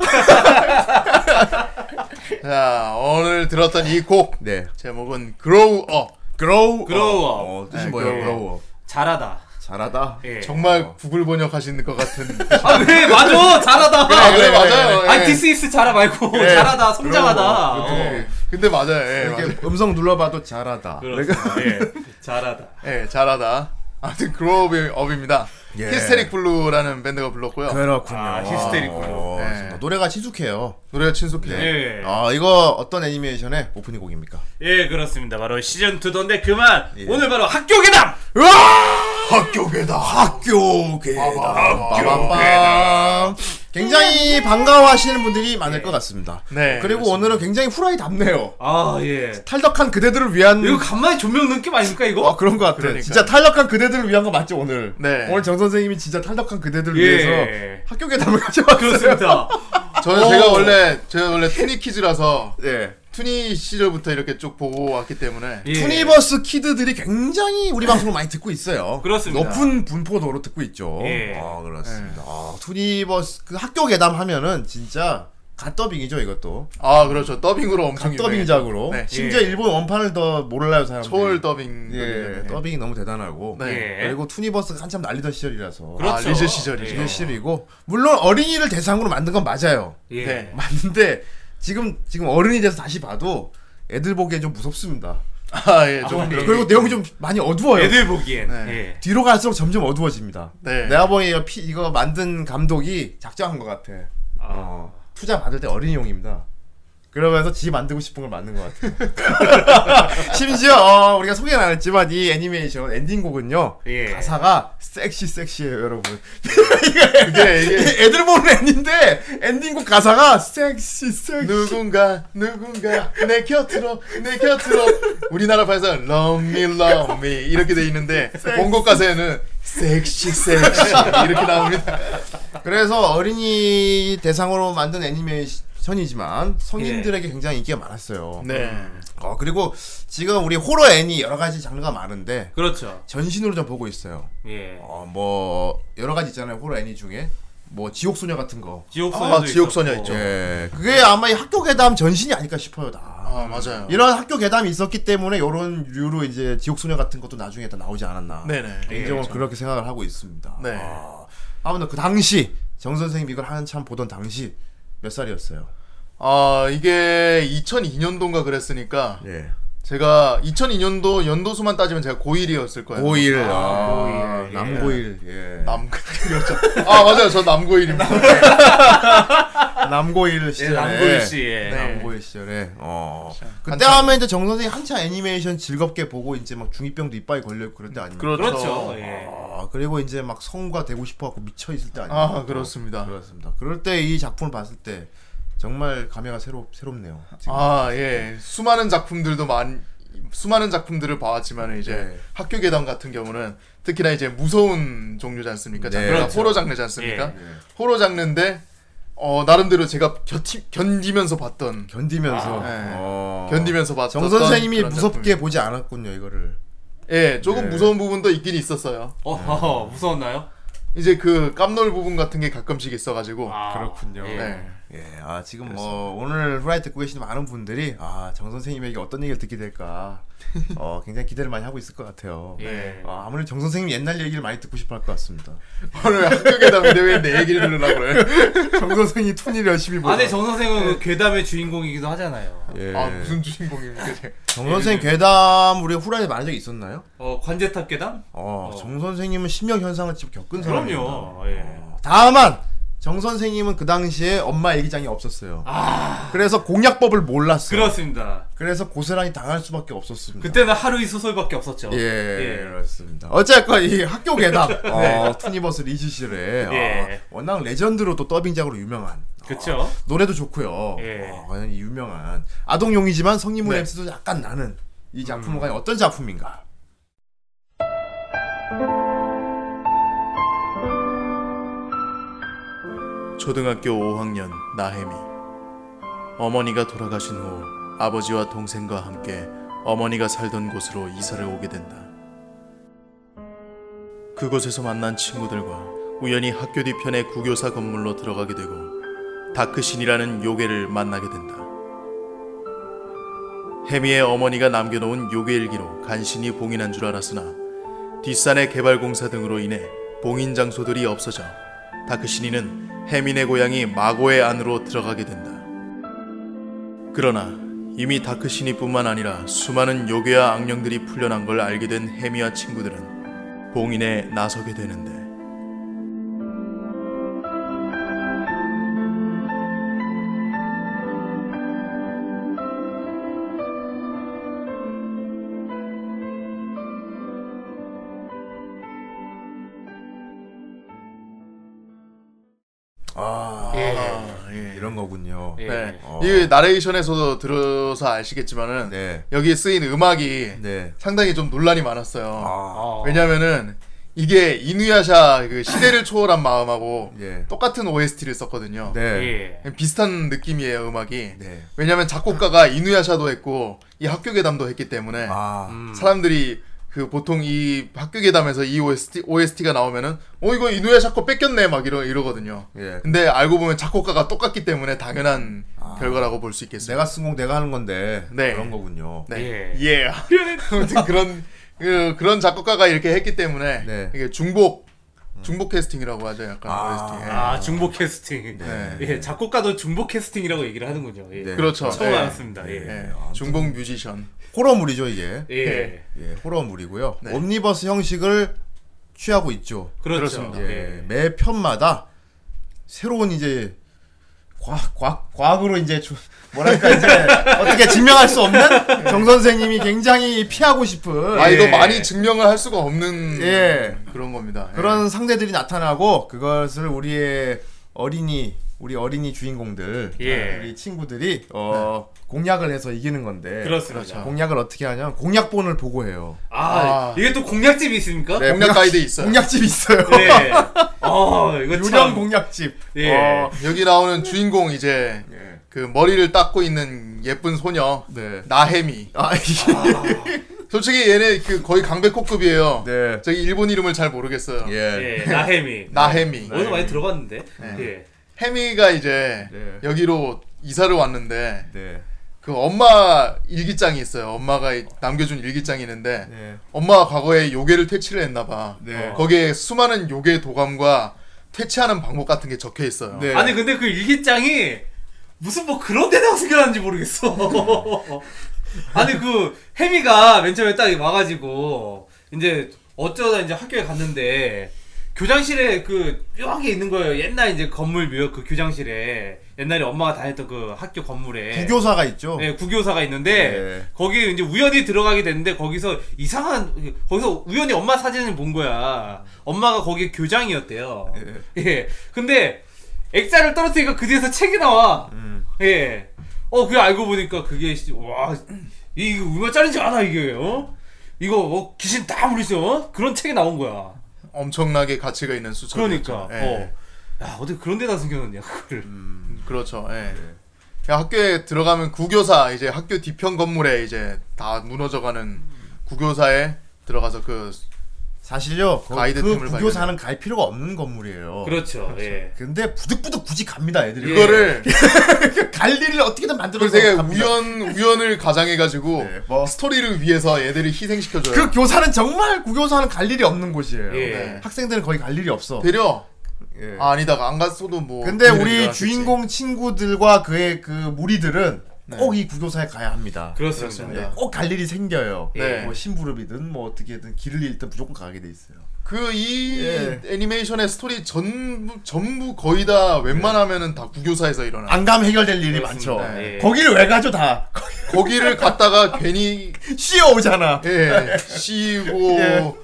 Speaker 1: 자, 오늘 들었던 이 곡
Speaker 4: 네.
Speaker 1: 제목은 Grow Up.
Speaker 4: grow
Speaker 2: grow up.
Speaker 4: 어, 뜻이
Speaker 1: 네,
Speaker 4: 뭐예요?
Speaker 1: grow
Speaker 4: grow up.
Speaker 2: 잘하다.
Speaker 4: 잘하다.
Speaker 2: 예.
Speaker 4: 어.
Speaker 1: 정말 구글 번역하신 것 같은.
Speaker 2: 아왜 맞아 잘하다.
Speaker 1: 아, 그래
Speaker 4: 그래, 예,
Speaker 1: 맞아요.
Speaker 2: 아
Speaker 1: 예.
Speaker 2: this is 잘하 말고
Speaker 1: 그래.
Speaker 2: 잘하다 성장하다.
Speaker 1: 예.
Speaker 2: 어.
Speaker 1: 근데 맞아요.
Speaker 4: 네,
Speaker 1: 예, 맞아요.
Speaker 4: 이렇게 음성 눌러봐도 잘하다.
Speaker 2: 그렇습니다. 예. 잘하다.
Speaker 1: 예, 잘하다. 아무튼 Grow Up입니다.
Speaker 4: 예.
Speaker 1: 히스테릭 블루라는 밴드가 불렀고요.
Speaker 4: 그렇군요.
Speaker 2: 아, 히스테릭군요.
Speaker 4: 어,
Speaker 1: 네.
Speaker 4: 정말 노래가 친숙해요.
Speaker 1: 노래가 친숙해요.
Speaker 2: 예.
Speaker 4: 아 이거 어떤 애니메이션의 오프닝 곡입니까?
Speaker 2: 예 그렇습니다. 바로 시즌 2던데 그만.
Speaker 4: 예.
Speaker 2: 오늘 바로 학교 괴담.
Speaker 1: 학교 괴다.
Speaker 4: 학교 괴담
Speaker 1: 괴담.
Speaker 4: 굉장히 반가워하시는 분들이 많을 것 같습니다.
Speaker 1: 네,
Speaker 4: 그리고 오늘은 굉장히 후라이답네요.
Speaker 2: 아 예.
Speaker 4: 탈덕한 그대들을 위한
Speaker 2: 이거 간만에 조명 넣은 게 아닙니까 이거?
Speaker 4: 아 그런 것 같아요.
Speaker 1: 그러니까요.
Speaker 4: 진짜 탈덕한 그대들을 위한 거 맞죠 오늘?
Speaker 1: 네.
Speaker 4: 오늘 정 선생님이 진짜 탈덕한 그대들을
Speaker 2: 예.
Speaker 4: 위해서 학교 괴담을 가져왔어요.
Speaker 2: 그렇습니다.
Speaker 1: 저는
Speaker 4: 오.
Speaker 1: 제가 원래 제가 원래 투니 키즈라서
Speaker 4: 예.
Speaker 1: 투니 시절부터 이렇게 쭉 보고 왔기 때문에
Speaker 2: 예.
Speaker 4: 투니버스 키드들이 굉장히 우리 방송을 많이 듣고 있어요.
Speaker 2: 그렇습니다.
Speaker 4: 높은 분포도로 듣고 있죠.
Speaker 2: 예.
Speaker 4: 아 그렇습니다. 아, 투니버스 그 학교 괴담 하면은 진짜 갓더빙이죠 이것도.
Speaker 1: 아 그렇죠 더빙으로 엄청 유명해요.
Speaker 4: 갓더빙작으로.
Speaker 1: 네.
Speaker 4: 심지어
Speaker 2: 예.
Speaker 4: 일본 원판을 더 몰라요 사람들이.
Speaker 1: 초월 더빙
Speaker 2: 네.
Speaker 4: 예. 더빙이 너무 대단하고.
Speaker 1: 네.
Speaker 2: 예.
Speaker 4: 그리고 투니버스가 한참 날리던 시절이라서.
Speaker 1: 아,
Speaker 2: 그렇죠.
Speaker 1: 리즈 시절이죠.
Speaker 4: 이게 실이고 예. 물론 어린이를 대상으로 만든 건 맞아요.
Speaker 2: 예.
Speaker 1: 네.
Speaker 4: 맞는데 지금 지금 어른이 돼서 다시 봐도 애들 보기엔 좀 무섭습니다.
Speaker 1: 아예좀
Speaker 2: 예.
Speaker 4: 그리고 내용이 좀 많이 어두워요.
Speaker 2: 애들 보기엔.
Speaker 1: 네.
Speaker 2: 예.
Speaker 4: 뒤로 갈수록 점점 어두워집니다.
Speaker 1: 네.
Speaker 4: 내가 보기에 피- 이거 만든 감독이 작정한 것 같아. 어, 투자 받을 때 어린이용입니다. 그러면서 지 만들고 싶은 걸 만든 것 같아요. 심지어 어, 우리가 소개는 안 했지만 이 애니메이션 엔딩곡은요
Speaker 2: 예.
Speaker 4: 가사가 섹시 섹시해요 여러분.
Speaker 1: 그게 이게
Speaker 4: 애들 보는 애니인데 엔딩곡 가사가 섹시 섹시.
Speaker 1: 누군가 누군가 내 곁으로 내 곁으로 우리나라 발사 Love Me Love Me 이렇게 돼 있는데 본국 가사에는 섹시 섹시 이렇게 나옵니다.
Speaker 4: 그래서 어린이 대상으로 만든 애니메이션이지만 성인들에게 굉장히 인기가 많았어요.
Speaker 1: 예. 네.
Speaker 2: 음.
Speaker 4: 어 그리고 지금 우리 호러 애니 여러 가지 장르가 많은데
Speaker 2: 그렇죠.
Speaker 4: 전신으로 좀 보고 있어요.
Speaker 2: 예.
Speaker 4: 어 뭐 여러 가지 있잖아요 호러 애니 중에 뭐 지옥 소녀 같은 거.
Speaker 2: 지옥소녀도
Speaker 1: 아, 지옥소녀
Speaker 2: 있었고.
Speaker 1: 있죠.
Speaker 4: 예, 그게 아마 이 학교 괴담 전신이 아닐까 싶어요 다.
Speaker 1: 아 맞아요.
Speaker 4: 이런 학교 괴담이 있었기 때문에 이런 류로 이제 지옥 소녀 같은 것도 나중에 다 나오지 않았나.
Speaker 1: 네네.
Speaker 4: 개인적으로 그렇게 생각을 하고 있습니다.
Speaker 1: 네.
Speaker 4: 아, 아무튼 그 당시 정 선생님 이걸 한참 보던 당시 몇 살이었어요?
Speaker 1: 아 이게 2002년도인가 그랬으니까
Speaker 4: 예.
Speaker 1: 제가 2002년도 연도수만 따지면 제가 고1이었을 거예요.
Speaker 4: 고일. 아,
Speaker 2: 고일, 예.
Speaker 4: 남고일. 예.
Speaker 1: 남 그렇죠. 아 맞아요. 저 남고일입니다.
Speaker 4: 남고일
Speaker 2: 예,
Speaker 4: 시절에.
Speaker 2: 남고일 씨. 예.
Speaker 1: 네. 그렇죠.
Speaker 4: 남고일 시절에. 어. 그때
Speaker 1: 한참-
Speaker 4: 하면 이제 정 선생님 한참 애니메이션 즐겁게 보고 이제 막 중이병도 이빨에 걸려 있고 그럴 때 아닙니까?
Speaker 2: 그렇죠. 예.
Speaker 4: 아, 그리고 이제 막 성우가 되고 싶어 갖고 미쳐 있을 때 아닙니까?
Speaker 1: 아 그렇습니다.
Speaker 4: 그렇습니다. 그럴 때 이 작품을 봤을 때 정말 감회가 새롭 새롭네요. 지금.
Speaker 1: 아 예. 수많은 작품들도 많 수많은 작품들을 봐왔지만 이제
Speaker 4: 네.
Speaker 1: 학교 괴담 같은 경우는 특히나 이제 무서운 종류지 않습니까?
Speaker 4: 네.
Speaker 1: 장르가
Speaker 2: 그렇죠.
Speaker 1: 호러 장르지 않습니까?
Speaker 2: 예.
Speaker 1: 호러 장르인데 어 나름대로 제가 견디, 견디면서 봤던
Speaker 4: 견디면서
Speaker 1: 아, 예.
Speaker 4: 어.
Speaker 1: 견디면서 봤던
Speaker 4: 정 선생님이
Speaker 1: 그런
Speaker 4: 무섭게
Speaker 1: 작품이-
Speaker 4: 보지 않았군요 이거를
Speaker 1: 예 조금
Speaker 4: 네.
Speaker 1: 무서운 부분도 있긴 있었어요.
Speaker 2: 어, 허허, 무서웠나요?
Speaker 1: 이제 그 깜놀 부분 같은 게 가끔씩 있어가지고
Speaker 2: 아,
Speaker 4: 그렇군요.
Speaker 2: 예.
Speaker 1: 네.
Speaker 4: 예, 아 지금 뭐 오늘 후라이 듣고 계시는 많은 분들이 아정 선생님에게 어떤 얘기를 듣게 될까 어 굉장히 기대를 많이 하고 있을 것 같아요
Speaker 2: 예.
Speaker 4: 아, 아무래도 정 선생님 옛날 얘기를 많이 듣고 싶어 할 것 같습니다
Speaker 1: 오늘 학교 괴담인데 아, 왜 내 얘기를 들으려고 그래? 네,
Speaker 4: 정 선생이 툰일 열심히 보고
Speaker 2: 안에 정 선생은 그 괴담의 주인공이기도 하잖아요.
Speaker 4: 예.
Speaker 1: 아 무슨 예, 주인공입니까? 제가.
Speaker 4: 정 선생 괴담 우리 후라이 많은 적 있었나요?
Speaker 2: 어, 관제탑 괴담?
Speaker 4: 어,
Speaker 2: 어.
Speaker 4: 정 선생님은 심령 현상을 직접 겪은 사람이에요 아.
Speaker 2: 그럼요. 예.
Speaker 4: 어, 다만 정 선생님은 그 당시에 엄마 일기장이 없었어요.
Speaker 1: 아.
Speaker 4: 그래서 공약법을 몰랐어요.
Speaker 2: 그렇습니다.
Speaker 4: 그래서 고스란히 당할 수밖에 없었습니다.
Speaker 2: 그때는 하루 이 소설밖에 없었죠.
Speaker 4: 예, 그렇습니다. 어쨌건 이 학교 괴담 어, 투니버스 리즈실에
Speaker 2: 네. 예.
Speaker 4: 어, 워낙 레전드로 또 더빙작으로 유명한 어,
Speaker 2: 그쵸?
Speaker 4: 노래도 좋고요.
Speaker 2: 예.
Speaker 4: 어, 그냥 이 유명한 아동용이지만 성인물
Speaker 2: 네. 음.
Speaker 4: 냄새도 약간 나는 이 작품은 과연 어떤 작품인가?
Speaker 1: 초등학교 5학년 나혜미 어머니가 돌아가신 후 아버지와 동생과 함께 어머니가 살던 곳으로 이사를 오게 된다. 그곳에서 만난 친구들과 우연히 학교 뒤편의 구교사 건물로 들어가게 되고 다크신이라는 요괴를 만나게 된다. 혜미의 어머니가 남겨놓은 요괴 일기로 간신히 봉인한 줄 알았으나 뒷산의 개발공사 등으로 인해 봉인 장소들이 없어져 다크시니는 해민의 고향이 마고의 안으로 들어가게 된다. 그러나 이미 다크시니뿐만 아니라 수많은 요괴와 악령들이 풀려난 걸 알게 된 해미와 친구들은 봉인에 나서게 되는데
Speaker 4: 아,
Speaker 1: 예.
Speaker 4: 이런 거군요.
Speaker 2: 예.
Speaker 1: 네.
Speaker 4: 어.
Speaker 1: 이 나레이션에서도 들어서 아시겠지만은
Speaker 4: 네.
Speaker 1: 여기 쓰인 음악이
Speaker 4: 네.
Speaker 1: 상당히 좀 논란이 많았어요.
Speaker 4: 아,
Speaker 2: 어.
Speaker 1: 왜냐면은 이게 이누야샤 그 시대를 초월한 마음하고
Speaker 4: 예.
Speaker 1: 똑같은 OST를 썼거든요.
Speaker 4: 네.
Speaker 2: 예.
Speaker 1: 비슷한 느낌이에요 음악이.
Speaker 4: 네.
Speaker 1: 왜냐면 작곡가가 이누야샤도 했고 이 학교 괴담도 했기 때문에
Speaker 4: 아,
Speaker 2: 음.
Speaker 1: 사람들이 그 보통 이 학교 괴담에서 이 OST OST가 나오면은 어 이거 이누야샤 거 뺏겼네 막 이러 이러거든요.
Speaker 4: 예. 아.
Speaker 1: 근데 알고 보면 작곡가가 똑같기 때문에 당연한 결과라고 볼 수 있겠어요.
Speaker 4: 내가 쓴 곡 내가 하는 건데
Speaker 1: 네.
Speaker 4: 그런 거군요.
Speaker 1: 네.
Speaker 2: 예.
Speaker 1: 예. 아무튼 그런 그, 그런 작곡가가 이렇게 했기 때문에
Speaker 4: 네.
Speaker 1: 이게 중복 중복 캐스팅이라고 하죠. 약간 OST. 예.
Speaker 2: 아, 중복 캐스팅.
Speaker 1: 네.
Speaker 2: 예, 작곡가도 중복 캐스팅이라고 얘기를 하는군요. 예.
Speaker 4: 네.
Speaker 1: 그렇죠.
Speaker 2: 처음
Speaker 1: 예.
Speaker 2: 알았습니다. 예.
Speaker 1: 예. 중복 뮤지션.
Speaker 4: 호러물이죠 이게.
Speaker 2: 네. 예.
Speaker 1: 예.
Speaker 4: 예, 호러물이고요.
Speaker 1: 네.
Speaker 4: 옴니버스 형식을 취하고 있죠.
Speaker 2: 그렇죠.
Speaker 1: 그렇습니다.
Speaker 4: 예,
Speaker 2: 예.
Speaker 4: 매 편마다 새로운 이제 과학, 과학, 과학으로 이제 조- 뭐랄까 이제 어떻게 증명할 수 없는 정 선생님이 굉장히 피하고 싶은
Speaker 1: 아 이거
Speaker 2: 예.
Speaker 1: 많이 증명을 할 수가 없는
Speaker 4: 예.
Speaker 1: 그런 겁니다. 예.
Speaker 4: 그런 상대들이 나타나고 그것을 우리의 어린이 우리 어린이 주인공들
Speaker 2: 예.
Speaker 4: 우리 친구들이 어, 공략을 해서 이기는 건데 그렇죠.
Speaker 2: 그렇습니다.
Speaker 4: 공략을 어떻게 하냐면 공략본을 보고해요.
Speaker 2: 아,
Speaker 1: 아.
Speaker 2: 이게 또 아, 공략집이 있습니까?
Speaker 1: 네, 공략 가이드 있어요.
Speaker 4: 공략집 있어요.
Speaker 2: 네. 어, 이거
Speaker 4: 유령
Speaker 2: 참.
Speaker 4: 공략집.
Speaker 2: 예.
Speaker 4: 어,
Speaker 1: 여기 나오는 주인공 이제
Speaker 4: 예.
Speaker 1: 그 머리를 닦고 있는 예쁜 소녀
Speaker 4: 네.
Speaker 1: 나혜미.
Speaker 4: 아, 예.
Speaker 1: 솔직히 얘네 그 거의 강백호급이에요.
Speaker 4: 네.
Speaker 1: 저기 일본 이름을 잘 모르겠어요.
Speaker 4: 예.
Speaker 2: 예, 나혜미.
Speaker 1: 나혜미.
Speaker 2: 어디서 많이 들어봤는데. 예.
Speaker 1: 혜미가 이제
Speaker 4: 네.
Speaker 1: 여기로 이사를 왔는데
Speaker 4: 네.
Speaker 1: 그 엄마 일기장이 있어요. 엄마가 이- 남겨준 일기장이 있는데
Speaker 4: 네.
Speaker 1: 엄마가 과거에 요괴를 퇴치를 했나봐.
Speaker 4: 네.
Speaker 1: 거기에 수많은 요괴 도감과 퇴치하는 방법 같은 게 적혀 있어요.
Speaker 4: 네.
Speaker 2: 아니, 근데 그 일기장이 무슨 뭐 그런 데다가 숨겨놨는지 모르겠어. 아니, 그, 혜미가 맨 처음에 딱 와가지고, 이제 어쩌다 이제 학교에 갔는데, 교장실에 그, 묘하게 있는 거예요. 옛날 이제 건물 묘, 그 교장실에. 옛날에 엄마가 다녔던 그 학교 건물에.
Speaker 4: 부교사가 있죠.
Speaker 2: 네, 구교사가 있는데
Speaker 4: 네.
Speaker 2: 거기에 이제 우연히 들어가게 됐는데 거기서 이상한 거기서 우연히 엄마 사진을 본 거야. 엄마가 거기 교장이었대요. 예. 근데 액자를 떨어뜨리니까 그 뒤에서 책이 나와. 예. 어, 그게 알고 보니까 그게 씨, 와 이- 이거 얼마 짜리인지 알아 이게. 어? 이거 어, 귀신 다 물리죠. 어? 그런 책이 나온 거야.
Speaker 1: 엄청나게 가치가 있는 수첩.
Speaker 2: 그러니까.
Speaker 1: 예.
Speaker 2: 어. 야, 어떻게 그런 데다 숨겨놨냐 그걸.
Speaker 1: 그렇죠. 예.
Speaker 4: 네.
Speaker 1: 야, 학교에 들어가면 구교사 이제 학교 뒤편 건물에 이제 다 무너져가는 구교사에 들어가서 그
Speaker 4: 사실요. 그,
Speaker 1: 가이드
Speaker 4: 그
Speaker 1: 틈을
Speaker 4: 부교사는 갈 필요가 없는 건물이에요.
Speaker 2: 그렇죠. 예.
Speaker 4: 근데 부득부득 굳이 갑니다, 애들이.
Speaker 2: 예.
Speaker 1: 그거를
Speaker 4: 갈 일을 어떻게든
Speaker 1: 그
Speaker 4: 만들어서
Speaker 1: 되게
Speaker 4: 갑니다.
Speaker 1: 우연 우연을 가장해가지고
Speaker 4: 네, 뭐.
Speaker 1: 스토리를 위해서 얘들을 희생시켜줘요.
Speaker 4: 그 교사는 정말 구교사는 갈 일이 없는 곳이에요.
Speaker 2: 예.
Speaker 1: 네.
Speaker 4: 학생들은 거의 갈 일이 없어.
Speaker 1: 되려
Speaker 4: 예.
Speaker 1: 아, 아니다가 아, 안 갔어도 뭐.
Speaker 4: 근데
Speaker 1: 큰일이
Speaker 4: 우리
Speaker 1: 일어났겠지.
Speaker 4: 주인공 친구들과 그의 그 무리들은 꼭 이 구교사에 가야 합니다.
Speaker 2: 그렇죠. 그렇습니다.
Speaker 4: 네, 꼭갈 일이 생겨요.
Speaker 1: 네.
Speaker 4: 뭐 신부름이든 뭐 어떻게든 길을 잃든 무조건 가게 돼 있어요.
Speaker 1: 그 이
Speaker 4: 예.
Speaker 1: 애니메이션의 스토리 전부 전부 거의 다 웬만하면은 다 구교사에서 일어나.
Speaker 4: 안 가면 해결될 일이
Speaker 2: 그렇습니다.
Speaker 4: 많죠.
Speaker 2: 예.
Speaker 4: 거기를 왜 가죠 다?
Speaker 1: 거기를 갔다가 괜히
Speaker 4: 쉬어오잖아.
Speaker 1: 예 씌고
Speaker 4: 예.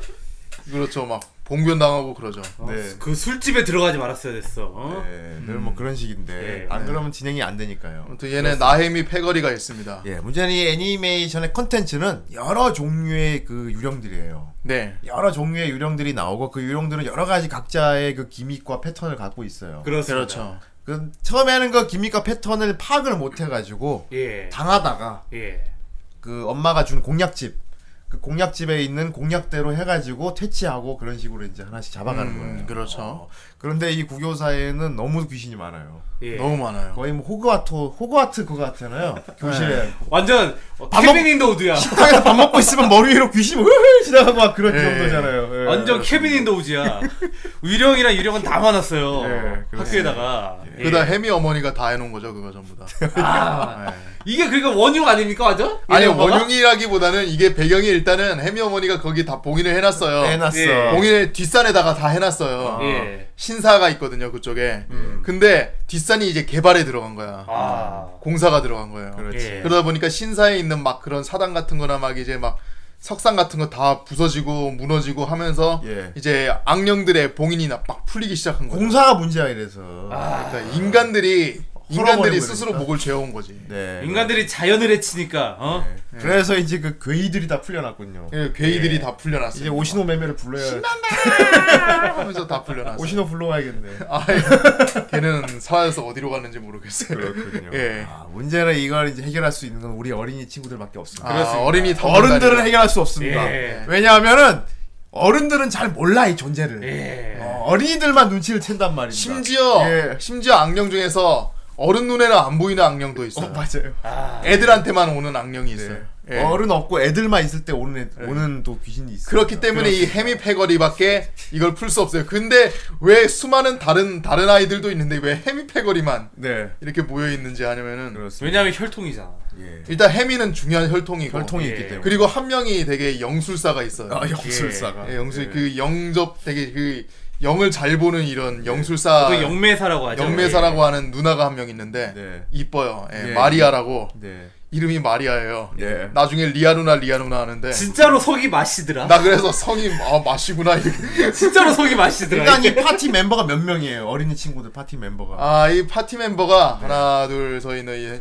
Speaker 1: 그렇죠 막 봉변 당하고 그러죠.
Speaker 4: 네.
Speaker 2: 그 술집에 들어가지 말았어야 됐어. 어?
Speaker 4: 네, 늘뭐 그런 식인데
Speaker 2: 예.
Speaker 4: 안 그러면 진행이 안 되니까요.
Speaker 1: 아무튼 얘네 나혜미 패거리가 있습니다.
Speaker 4: 예, 문제는 이 애니메이션의 컨텐츠는 여러 종류의 그 유령들이에요.
Speaker 1: 네.
Speaker 4: 여러 종류의 유령들이 나오고 그 유령들은 여러 가지 각자의 그 기믹과 패턴을 갖고 있어요.
Speaker 2: 그렇습니다.
Speaker 1: 그렇죠.
Speaker 4: 그 처음에는 그 기믹과 패턴을 파악을 못 해가지고
Speaker 2: 예.
Speaker 4: 당하다가
Speaker 2: 예.
Speaker 4: 그 엄마가 준 공약집 그 공약집에 있는 공약대로 해가지고 퇴치하고 그런 식으로 이제 하나씩 잡아가는
Speaker 1: 음,
Speaker 4: 거예요.
Speaker 1: 그렇죠.
Speaker 4: 어, 그런데 이 구교사에는 너무 귀신이 많아요.
Speaker 2: 예.
Speaker 1: 너무 많아요.
Speaker 4: 거의 뭐 호그와트 호그와트 그거 같잖아요.
Speaker 2: 네.
Speaker 4: 교실에
Speaker 2: 완전 어,
Speaker 4: 밥
Speaker 2: 케빈 인더우드야.
Speaker 4: 식당에서 밥 먹고 있으면 머리 위로 귀신 으흐 지나가고 막 그런
Speaker 1: 예.
Speaker 4: 정도잖아요. 예.
Speaker 2: 네. 완전 케빈 인더우즈야. 유령이랑 유령은 다 많았어요.
Speaker 4: 예, 그렇습니다.
Speaker 2: 학교에다가. 예.
Speaker 1: 그다 해미 어머니가 다 해놓은 거죠 그거 전부 다.
Speaker 2: 아,
Speaker 1: 예.
Speaker 2: 이게 그러니까 원흉 아닙니까 완전?
Speaker 1: 아니
Speaker 2: 얘네 엄마가?
Speaker 1: 원흉이라기보다는 이게 배경이 일단은 해미 어머니가 거기 다 봉인을 해놨어요.
Speaker 4: 해놨어.
Speaker 2: 예.
Speaker 1: 봉인을 뒷산에다가 다
Speaker 4: 아.
Speaker 1: 해놨어요. 음.
Speaker 2: 예.
Speaker 1: 신사가 있거든요 그쪽에.
Speaker 4: 음.
Speaker 1: 근데 뒷산이 이제 개발에 들어간 거야.
Speaker 2: 아.
Speaker 1: 공사가 들어간 거예요.
Speaker 4: 그렇지.
Speaker 2: 예.
Speaker 1: 그러다 보니까 신사에 있는 막 그런 사당 같은 거나 막 이제 막 석상 같은 거 다 부서지고 무너지고 하면서
Speaker 4: 예.
Speaker 1: 이제 악령들의 봉인이 나- 막 풀리기 시작한 거예요.
Speaker 4: 공사가 아. 문제야 이래서.
Speaker 2: 아,
Speaker 1: 그러니까 인간들이 인간들이
Speaker 4: 헐어버리고
Speaker 1: 스스로
Speaker 4: 그러니까.
Speaker 1: 목을 죄어온 거지.
Speaker 4: 네.
Speaker 2: 인간들이 자연을 해치니까 어?
Speaker 4: 그래서 이제 그 괴이들이 다 풀려났군요.
Speaker 1: 예, 괴이들이 다 풀려났어요.
Speaker 4: 네. 이제 오신호 매매를 불러야
Speaker 1: 하면서 다 풀려났어요.
Speaker 4: 오신호 불러와야겠네.
Speaker 1: 아, 예. 걔는 살아서 어디로 갔는지 모르겠어요.
Speaker 4: 그렇군요.
Speaker 1: 예.
Speaker 4: 아, 문제는 이걸 이제 해결할 수 있는 건 우리 어린이 친구들밖에 없습니다.
Speaker 1: 아, 어린이
Speaker 4: 어른들은
Speaker 1: 탐험단이다.
Speaker 4: 해결할 수 없습니다.
Speaker 2: 예.
Speaker 4: 왜냐하면은 어른들은 잘 몰라 이 존재를.
Speaker 2: 예.
Speaker 4: 어, 어린이들만 눈치를 챈단 말입니다.
Speaker 1: 심지어
Speaker 4: 예.
Speaker 1: 심지어 악령 중에서 어른 눈에는 안 보이는 악령도
Speaker 4: 어,
Speaker 1: 있어요.
Speaker 4: 맞아요. 네.
Speaker 1: 애들한테만 오는 악령이 있어요. 예. 네.
Speaker 4: 어른 없고 애들만 있을 때 오는 애, 오는 또 귀신이 있어요.
Speaker 1: 그렇기 때문에 이 해미 패거리밖에 이걸 풀 수 없어요. 근데 왜 수많은 다른 다른 아이들도 있는데 왜 해미 패거리만
Speaker 4: 네
Speaker 1: 이렇게 모여 있는지 하냐면은
Speaker 4: 그렇습니다.
Speaker 2: 왜냐면 혈통이잖아.
Speaker 4: 예.
Speaker 1: 일단 해미는 중요한 혈통이고
Speaker 4: 혈통이 있기
Speaker 2: 예.
Speaker 4: 때문에.
Speaker 1: 어, 그리고 한 명이 되게 영술사가 있어요.
Speaker 4: 아, 영술사가.
Speaker 1: 예, 영술 그 영접 되게 그 영을 잘 보는
Speaker 4: 예.
Speaker 1: 이런 영술사
Speaker 2: 그 영매사라고 하죠.
Speaker 1: 아. 영매사라고 하는 누나가 한 명 있는데
Speaker 4: 네.
Speaker 1: 이뻐요. 예,
Speaker 4: 예.
Speaker 1: 마리아라고
Speaker 4: 네.
Speaker 1: 이름이 마리아예요.
Speaker 4: 예.
Speaker 1: 나중에 리아 누나 리아 누나 하는데
Speaker 2: 예. 진짜로 속이 마시더라.
Speaker 1: 나 그래서 성이 아 마시구나 이렇게.
Speaker 2: 진짜로 속이 마시더라.
Speaker 4: 일단 이 파티 멤버가 몇 명이에요? 어린이 친구들 파티 멤버가.
Speaker 1: 아이 파티 멤버가 하나 둘서 있는 이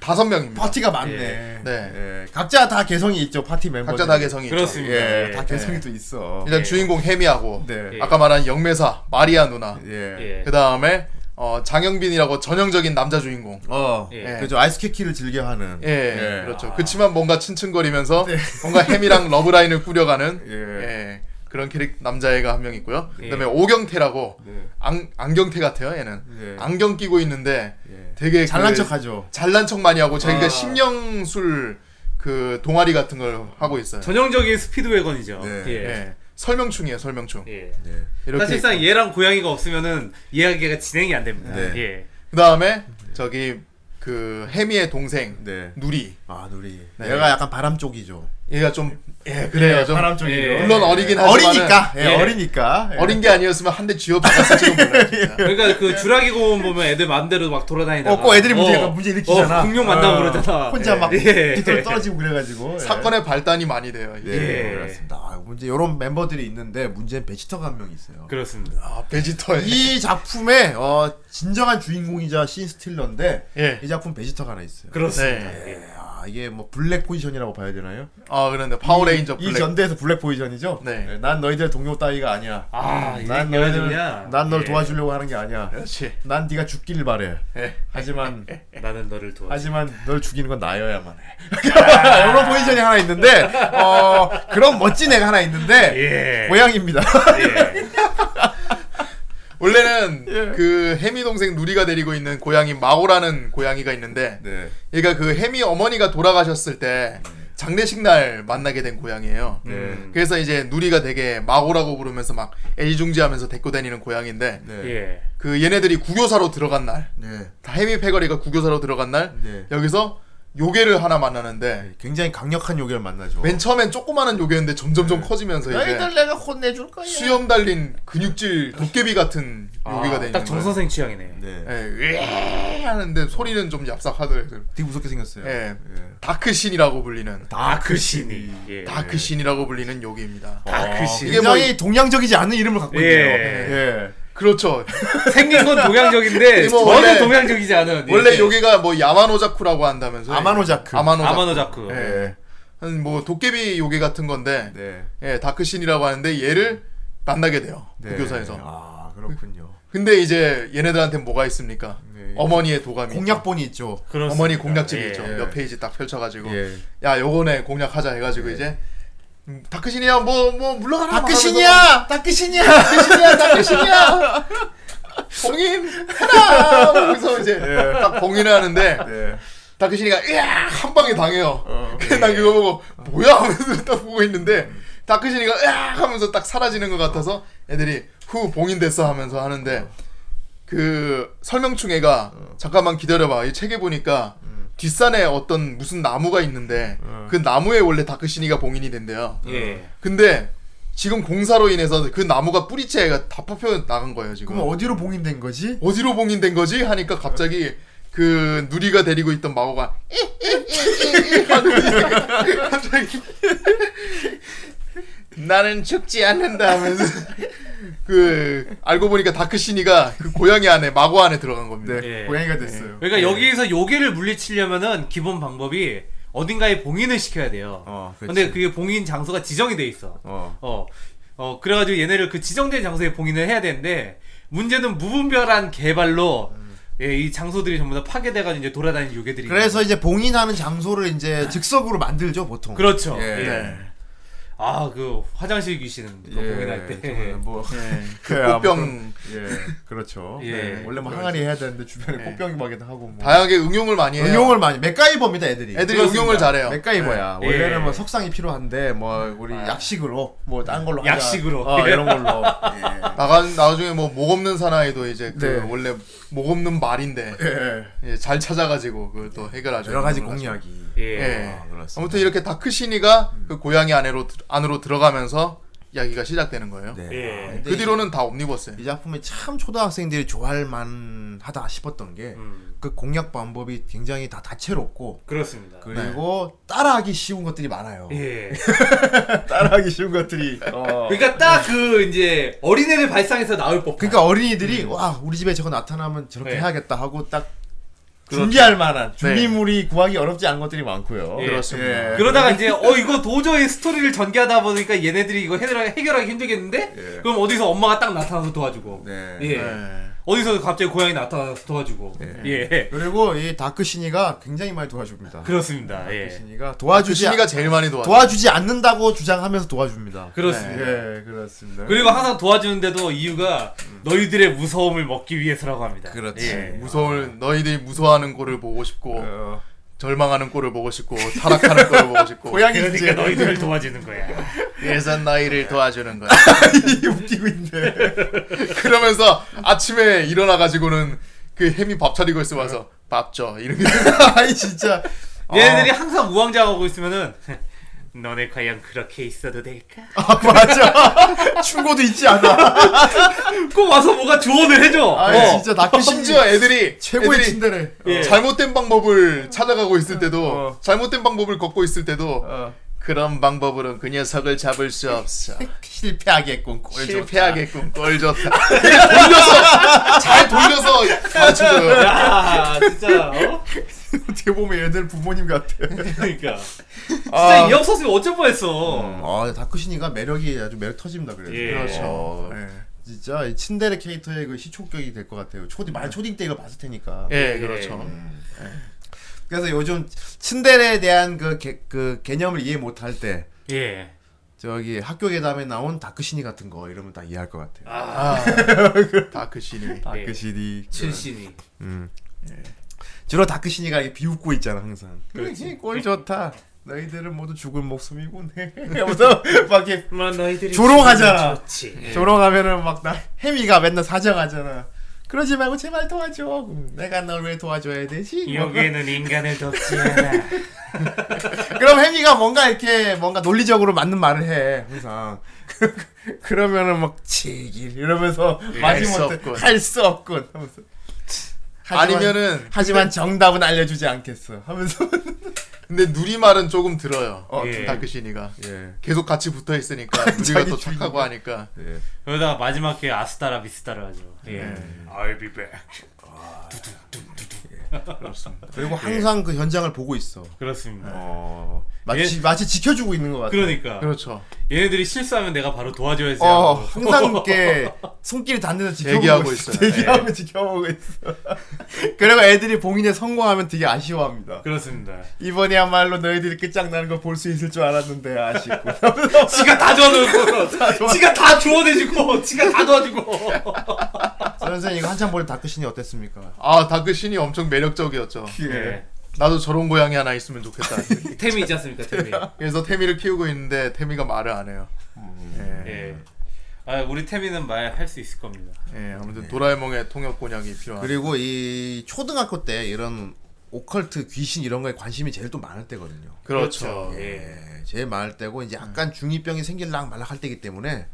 Speaker 1: 다섯 명입니다.
Speaker 4: 파티가 많네.
Speaker 2: 예.
Speaker 1: 네.
Speaker 4: 예. 각자 다 개성이 있죠. 파티 멤버.
Speaker 1: 각자 다 개성이 네. 있죠.
Speaker 2: 그렇습니다.
Speaker 4: 예.
Speaker 2: 예.
Speaker 4: 다 개성이 또 있어.
Speaker 1: 일단
Speaker 2: 예.
Speaker 1: 주인공 해미하고
Speaker 4: 네.
Speaker 1: 아까 말한 영매사 마리아 누나
Speaker 4: 예.
Speaker 2: 예.
Speaker 1: 그 다음에 어, 장영빈이라고 전형적인 남자 주인공.
Speaker 4: 어.
Speaker 2: 예.
Speaker 4: 그죠. 아이스케키를 즐겨 하는.
Speaker 1: 예, 그렇죠. 그치만 뭔가 친층거리면서 뭔가 햄이랑 러브라인을 꾸려가는
Speaker 4: 예.
Speaker 1: 예. 그런 캐릭 남자애가 한 명 있고요.
Speaker 2: 예.
Speaker 1: 그다음에 오경태라고
Speaker 4: 네.
Speaker 1: 안, 안경태 같아요. 얘는
Speaker 4: 예.
Speaker 1: 안경 끼고 있는데
Speaker 4: 예.
Speaker 1: 되게
Speaker 4: 잘난
Speaker 1: 그
Speaker 4: 척하죠.
Speaker 1: 잘난 척 많이 하고 자기가
Speaker 2: 아.
Speaker 1: 심령술 그 동아리 같은 걸 하고 있어요.
Speaker 2: 전형적인 스피드웨건이죠.
Speaker 4: 네.
Speaker 2: 예.
Speaker 1: 예. 설명충이에요, 설명충.
Speaker 2: 예.
Speaker 4: 네.
Speaker 1: 이렇게
Speaker 2: 사실상 얘랑 고양이가 없으면은 이야기가 진행이 안 됩니다.
Speaker 4: 네.
Speaker 2: 예.
Speaker 1: 그다음에 저기 그 해미의 동생
Speaker 4: 네.
Speaker 1: 누리
Speaker 4: 아 누리.
Speaker 1: 네.
Speaker 4: 얘가 약간 바람 쪽이죠.
Speaker 1: 얘가 좀 예 그래요 좀
Speaker 4: 바람 쪽이죠.
Speaker 2: 예.
Speaker 1: 물론 어리긴 하지만
Speaker 4: 어리니까. 예.
Speaker 2: 예.
Speaker 4: 어리니까. 예.
Speaker 1: 어린 게 아니었으면 한 대 쥐어박았을지도 몰라요. 진짜.
Speaker 2: 그러니까 그 주라기 고문 보면 애들 마음대로 막 돌아다니다가
Speaker 4: 어, 꼭 애들이 문제, 문제 일으키잖아.
Speaker 2: 어, 공룡 만나고
Speaker 4: 어,
Speaker 2: 그러잖아.
Speaker 4: 혼자 막
Speaker 2: 예.
Speaker 4: 뒤로 떨어지고 그래가지고. 예.
Speaker 1: 사건의 발단이 많이 돼요.
Speaker 4: 네,
Speaker 1: 이게.
Speaker 2: 예.
Speaker 4: 그렇습니다. 아, 문제 이런 멤버들이 있는데 문제는 베지터가 한 명 있어요.
Speaker 2: 그렇습니다.
Speaker 1: 아 베지터의
Speaker 4: 이 작품의 어, 진정한 주인공이자 신 스틸러인데
Speaker 1: 예.
Speaker 4: 이 작품 베지터가 하나 있어요.
Speaker 2: 그렇습니다.
Speaker 1: 네.
Speaker 2: 예.
Speaker 4: 예, 아, 이게 뭐 블랙 포지션이라고 봐야 되나요?
Speaker 1: 아 그런데 파워레인저 블랙
Speaker 4: 이 전대에서 블랙 포지션이죠.
Speaker 1: 네.
Speaker 4: 예, 난 너희들 동료 따위가 아니야.
Speaker 2: 아,
Speaker 4: 난
Speaker 2: 이게
Speaker 4: 너희들
Speaker 2: 여자냐?
Speaker 4: 난널
Speaker 2: 예.
Speaker 4: 도와주려고 하는 게 아니야.
Speaker 1: 그렇지.
Speaker 4: 난 네가 죽길 바래.
Speaker 1: 예.
Speaker 4: 하지만
Speaker 2: 나는 너를 도와.
Speaker 4: 하지만 널 죽이는 건 나여야만 해.
Speaker 2: 아.
Speaker 4: 이런 포지션이 하나 있는데 어, 그런 멋진 애가 하나 있는데
Speaker 2: 예.
Speaker 4: 고양입니다.
Speaker 2: 예.
Speaker 1: 원래는
Speaker 4: 예.
Speaker 1: 그 해미 동생 누리가 데리고 있는 고양이 마오라는 고양이가 있는데
Speaker 4: 네.
Speaker 1: 얘가 그 해미 어머니가 돌아가셨을 때 장례식 날 만나게 된 고양이에요.
Speaker 4: 네.
Speaker 1: 그래서 이제 누리가 되게 마고라고 부르면서 막 애지중지하면서 데리고 다니는 고양인데
Speaker 4: 네.
Speaker 2: 예.
Speaker 1: 그 얘네들이 구교사로 들어간 날,
Speaker 4: 네.
Speaker 1: 다 해미 패거리가 구교사로 들어간 날
Speaker 4: 네.
Speaker 1: 여기서 요괴를 하나 만나는데
Speaker 4: 굉장히 강력한 요괴를 만나죠. 네.
Speaker 1: 맨 처음엔 조그마한 요괴인데 점점점 커지면서 이제
Speaker 4: 내가 혼내줄 거야.
Speaker 1: 수염 달린 근육질 도깨비 같은 요괴가 되는
Speaker 2: 아, 딱
Speaker 1: 거예요.
Speaker 2: 정선생 취향이네.
Speaker 4: 네.
Speaker 1: 예, 으에 하는데 소리는 좀 얍삭하더라고요.
Speaker 4: 되게 무섭게 생겼어요.
Speaker 1: 예.
Speaker 4: 예.
Speaker 1: 다크신이라고 불리는
Speaker 2: 다크신이. 아, 예.
Speaker 1: 다크신이라고 불리는 요괴입니다.
Speaker 4: 어.
Speaker 2: 다크신.
Speaker 1: 이게 뭐
Speaker 4: 굉장히 동양적이지 않은 이름을 갖고
Speaker 2: 예.
Speaker 4: 있네요. 예.
Speaker 1: 그렇죠.
Speaker 2: 생긴 건 동양적인데
Speaker 1: 이게 뭐
Speaker 2: 전혀
Speaker 1: 원래-
Speaker 2: 동양적이지 않은. 예.
Speaker 1: 원래 요괴가 뭐 야마노자쿠라고 한다면서
Speaker 4: 예. 아마노자쿠.
Speaker 1: 아마노자쿠.
Speaker 2: 아마노자쿠.
Speaker 1: 예.
Speaker 4: 예.
Speaker 1: 한 뭐 도깨비 요괴 같은 건데
Speaker 4: 네.
Speaker 1: 예, 다크신이라고 하는데 얘를 만나게 돼요.
Speaker 4: 네.
Speaker 1: 부교사에서.
Speaker 4: 아 그렇군요.
Speaker 1: 근데 이제 얘네들한테 뭐가 있습니까?
Speaker 4: 네.
Speaker 1: 어머니의 도감이.
Speaker 4: 공략본이 있죠.
Speaker 2: 그렇습니다.
Speaker 1: 어머니 공략집이
Speaker 2: 예.
Speaker 1: 있죠.
Speaker 4: 예.
Speaker 1: 몇 페이지 딱 펼쳐가지고
Speaker 4: 예.
Speaker 1: 야 요거네 공략하자 해가지고 이제 음, 다크신이야 뭐 뭐 물러가라
Speaker 2: 아,
Speaker 4: 다크신이야, 다크신이야.
Speaker 1: 다크신이야 다크신이야 봉인 해라 그래서 이제 딱 봉인을 하는데
Speaker 4: 네.
Speaker 1: 다크신이가 으악 한 방에 당해요.
Speaker 4: 어.
Speaker 1: 그래서 난 그거 보고 뭐야 하면서 딱 보고 있는데 다크신이가 으악 하면서 딱 사라지는 것 같아서 애들이 후 봉인됐어 하면서 하는데 그 설명충 애가 잠깐만 기다려봐 이 책에 보니까 뒷산에 어떤 무슨 나무가 있는데 그 나무에 원래 다크신이가 봉인이 된대요.
Speaker 2: 예.
Speaker 1: 근데 지금 공사로 인해서 그 나무가 뿌리채가 다 뽑혀 나간 거예요 지금.
Speaker 4: 그럼 어디로 봉인된 거지?
Speaker 1: 어디로 봉인된 거지? 하니까 갑자기 그 누리가 데리고 있던 마고가 이이이이이 하는 갑자기 나는 죽지 않는다 하면서 그 알고 보니까 다크시니가 그 고양이 안에 마고 안에 들어간 겁니다.
Speaker 4: 네.
Speaker 2: 예.
Speaker 4: 고양이가 됐어요.
Speaker 2: 그러니까 여기에서 요괴를 물리치려면은 기본 방법이 어딘가에 봉인을 시켜야 돼요.
Speaker 4: 어, 그렇지.
Speaker 2: 근데 그게 봉인 장소가 지정이 돼 있어.
Speaker 4: 어.
Speaker 2: 어. 어, 그래가지고 얘네를 그 지정된 장소에 봉인을 해야 되는데, 문제는 무분별한 개발로, 예, 이 장소들이 전부 다 파괴돼가지고 이제 돌아다니는 요괴들이.
Speaker 4: 음. 그래서 이제 봉인하는 장소를 이제 즉석으로 만들죠 보통.
Speaker 2: 그렇죠.
Speaker 4: 예.
Speaker 2: 예. 아, 그, 화장실 귀신, 그거 봉인할 때.
Speaker 4: 예, 저는 뭐 그야,
Speaker 1: 꽃병
Speaker 4: 예, 그렇죠.
Speaker 2: 예.
Speaker 4: 네, 원래 뭐 항아리 해야 되는데 주변에 꽃병이 막 이렇게 하고 뭐.
Speaker 1: 다양하게 응용을 많이 해요.
Speaker 4: 응용을 많이 맥가이버입니다 애들이.
Speaker 1: 애들이 응용을 잘해요.
Speaker 4: 맥가이버야.
Speaker 2: 네.
Speaker 4: 원래는
Speaker 2: 예.
Speaker 4: 뭐 석상이 필요한데 뭐 우리 약식으로 뭐 딴 걸로 하자.
Speaker 2: 약식으로.
Speaker 4: 어, 이런 걸로.
Speaker 1: 나가 나중에 뭐 목 없는 사나이도 이제 그
Speaker 4: 네.
Speaker 1: 원래 목 없는 말인데
Speaker 4: 예. 예.
Speaker 1: 예, 잘 찾아가지고 그걸 또 해결하죠.
Speaker 4: 여러 가지
Speaker 1: 응용을 하죠.
Speaker 4: 공략이.
Speaker 2: 예.
Speaker 1: 예.
Speaker 4: 아, 그렇습니다. 음.
Speaker 1: 아무튼 이렇게 다크시니가 그 고양이 안으로 들- 안으로 들어가면서 이야기가 시작되는 거예요.
Speaker 4: 네.
Speaker 2: 예.
Speaker 4: 근데
Speaker 1: 그 뒤로는 다 옴니버스예요.
Speaker 4: 이 작품이 참 초등학생들이 좋아할 만하다 싶었던 게 그
Speaker 2: 음,
Speaker 4: 공략 방법이 굉장히 다 다채롭고
Speaker 2: 그렇습니다.
Speaker 4: 그리고 따라하기 쉬운 것들이 많아요.
Speaker 2: 예.
Speaker 4: 따라하기 쉬운 것들이.
Speaker 2: 그러니까 딱 그 이제 어린애를 발상해서 나올 법.
Speaker 4: 어. 그러니까 어린이들이 와 우리 집에 저거 나타나면 저렇게
Speaker 2: 네.
Speaker 4: 해야겠다 하고 딱 준비할 만한
Speaker 1: 네.
Speaker 4: 준비물이 구하기 어렵지 않은 것들이 많고요.
Speaker 2: 예.
Speaker 1: 그렇습니다.
Speaker 2: 그러다가 이제 어 이거 도저히 스토리를 전개하다 보니까 얘네들이 이거 해결하, 해결하기 힘들겠는데
Speaker 4: 예.
Speaker 2: 그럼 어디서 엄마가 딱 나타나서 도와주고
Speaker 4: 네.
Speaker 2: 예
Speaker 1: 네.
Speaker 2: 어디서 갑자기 고양이 나타나서 도와주고 예
Speaker 4: 그리고 이 다크 신이가 굉장히 많이 도와줍니다.
Speaker 2: 그렇습니다
Speaker 4: 다크
Speaker 2: 예
Speaker 4: 신이가 도와주지
Speaker 1: 아, 주신이가 제일 많이 도와줘.
Speaker 4: 도와주지 않는다고 주장하면서 도와줍니다.
Speaker 2: 그렇습니다
Speaker 4: 예, 그렇습니다.
Speaker 2: 그리고 항상 도와주는데도 이유가 너희들의 무서움을 먹기 위해서라고 합니다
Speaker 4: 그렇지.
Speaker 2: 예.
Speaker 4: 아.
Speaker 1: 무서울 너희들이 무서워하는 꼴을 보고 싶고
Speaker 4: 어,
Speaker 1: 절망하는 꼴을 보고 싶고 타락하는 꼴을 보고 싶고
Speaker 4: 고양이
Speaker 2: 그러니까
Speaker 4: 주제
Speaker 2: 너희들을 도와주는 거야
Speaker 1: 예산 나이를 도와주는 거야.
Speaker 4: 웃기고 있네.
Speaker 1: 그러면서 아침에 일어나 가지고는 그 햄이 밥 차리고 있어 와서
Speaker 4: 예.
Speaker 1: 밥 줘. 이렇게
Speaker 4: 아이 진짜.
Speaker 2: 얘네들이 항상 우왕좌왕하고 있으면은 너네 과연 그렇게 있어도 될까
Speaker 4: 아 맞아. 충고도 있지 않아.
Speaker 2: 꼭 와서 뭐가 조언을 해줘
Speaker 4: 아
Speaker 2: 어.
Speaker 4: 진짜 다크 신이
Speaker 1: 심지어 애들이
Speaker 4: 최고의
Speaker 1: 애들이
Speaker 4: 친데레.
Speaker 2: 예.
Speaker 1: 어, 잘못된 방법을 찾아가고 있을 때도
Speaker 4: 어.
Speaker 1: 잘못된 방법을 걷고 있을 때도
Speaker 4: 어.
Speaker 1: 그런 방법으로는 그 녀석을 잡을 수 없어.
Speaker 4: 실패하겠군. 꼴 좋다.
Speaker 1: 실패하겠군. 꼴 좋다. 돌려서 잘 돌려서 가르쳐줘요.
Speaker 2: 야 진짜 어?
Speaker 4: 어떻게 보면 얘들 부모님 같아.
Speaker 2: 그러니까 진짜
Speaker 4: 아.
Speaker 2: 이 없었으면 어쩔 뻔했어
Speaker 4: 아 다크신이가 매력이 아주 매력 터집니다. 그래서
Speaker 2: 예.
Speaker 1: 그렇죠.
Speaker 4: 어,
Speaker 1: 예.
Speaker 4: 진짜 이 친데레 캐릭터의 그 시초격이 될 것 같아요. 초딩 말 초딩 때 이걸 봤을 테니까. 음. 예.
Speaker 1: 예, 그렇죠.
Speaker 4: 그래서 요즘 친데레에 대한 그, 개, 그 개념을 이해 못할 때
Speaker 2: 예.
Speaker 4: 저기 학교 괴담에 나온 다크신이 같은 거 이러면 딱 이해할 것 같아요. 네.
Speaker 2: 아, 네.
Speaker 1: 아, 다크신이.
Speaker 4: 다크신이
Speaker 2: 춘신이.
Speaker 4: 주로 다크신이가 이렇게 비웃고 있잖아 항상. 그렇지. 꼴 좋다. 너희들은 모두 죽을 네. 목숨이군. 하면서 막 이렇게
Speaker 2: 만 너희들이
Speaker 4: 네. 조롱하잖아.
Speaker 2: 좋지. 예.
Speaker 4: 조롱하면은 막 나 해미가 맨날 사정하잖아. 그러지 말고 제발 도와줘. 음, 내가 널 왜 도와줘야 되지?
Speaker 2: 여기에는 인간을 덮지 않아.
Speaker 4: 그럼 해미가 뭔가 이렇게 뭔가 논리적으로 맞는 말을 해 항상. 그러면은 막 치길 이러면서
Speaker 1: 수
Speaker 4: 마지못해
Speaker 1: 없군.
Speaker 4: 할 수 없군 하면서. 하지만-
Speaker 1: 아니면은-
Speaker 4: 하지만 정답은 알려주지 않겠어 하면서
Speaker 1: 근데 누리말은 조금 들어요. 그
Speaker 4: 어,
Speaker 2: 예.
Speaker 1: 다크시니가
Speaker 4: 예.
Speaker 1: 계속 같이 붙어 있으니까 우리가 또
Speaker 4: 자기
Speaker 1: 착하고
Speaker 4: 주인공.
Speaker 1: 하니까
Speaker 4: 예.
Speaker 2: 그러다가 마지막 기회에 아스타라 비스타를 하죠. 예. I'll be back.
Speaker 1: 그렇습니다.
Speaker 4: 그리고 항상 그 현장을 보고 있어.
Speaker 2: 그렇습니다.
Speaker 4: 어. 마치 마치 지켜주고 있는 것 같아.
Speaker 2: 그러니까
Speaker 1: 그렇죠.
Speaker 2: 얘네들이 실수하면 내가 바로 도와줘야지.
Speaker 4: 어,
Speaker 2: 하고.
Speaker 4: 항상 이렇게 손길이 닿는데 지켜보고
Speaker 1: 대기하고
Speaker 4: 있어. 예.
Speaker 1: 있어요.
Speaker 4: 대기하고 지켜보고 있어. 그리고 애들이 봉인에 성공하면 되게 아쉬워합니다.
Speaker 2: 그렇습니다.
Speaker 4: 이번이야말로 너희들이 끝장나는 걸 볼 수 있을 줄 알았는데 아쉽고.
Speaker 2: 지가 다 도와주고, 지가 다 조언해주고, 지가 다 도와주고.
Speaker 4: 선생님 이거 한참 볼때 다크신이 어땠습니까? 네.
Speaker 1: 아 다크신이 엄청 매력적이었죠.
Speaker 2: 예.
Speaker 1: 나도 저런 고양이 하나 있으면 좋겠다.
Speaker 2: 템이 있지 않습니까, 템이.
Speaker 1: 그래서 태미를 키우고 있는데 태미가 말을 안 해요. 예.
Speaker 2: 예. 아, 우리 템이는 말 할 수 있을 겁니다.
Speaker 1: 예, 아무튼 도라에몽의 통역 곤약이 필요한.
Speaker 4: 그리고 이 초등학교 때 이런 오컬트 귀신 이런 거에 관심이 제일 또 많을 때거든요.
Speaker 1: 그렇죠.
Speaker 2: 예.
Speaker 4: 예, 제일 많을 때고 이제 약간 중이병이 생길랑 말락할 때기 때문에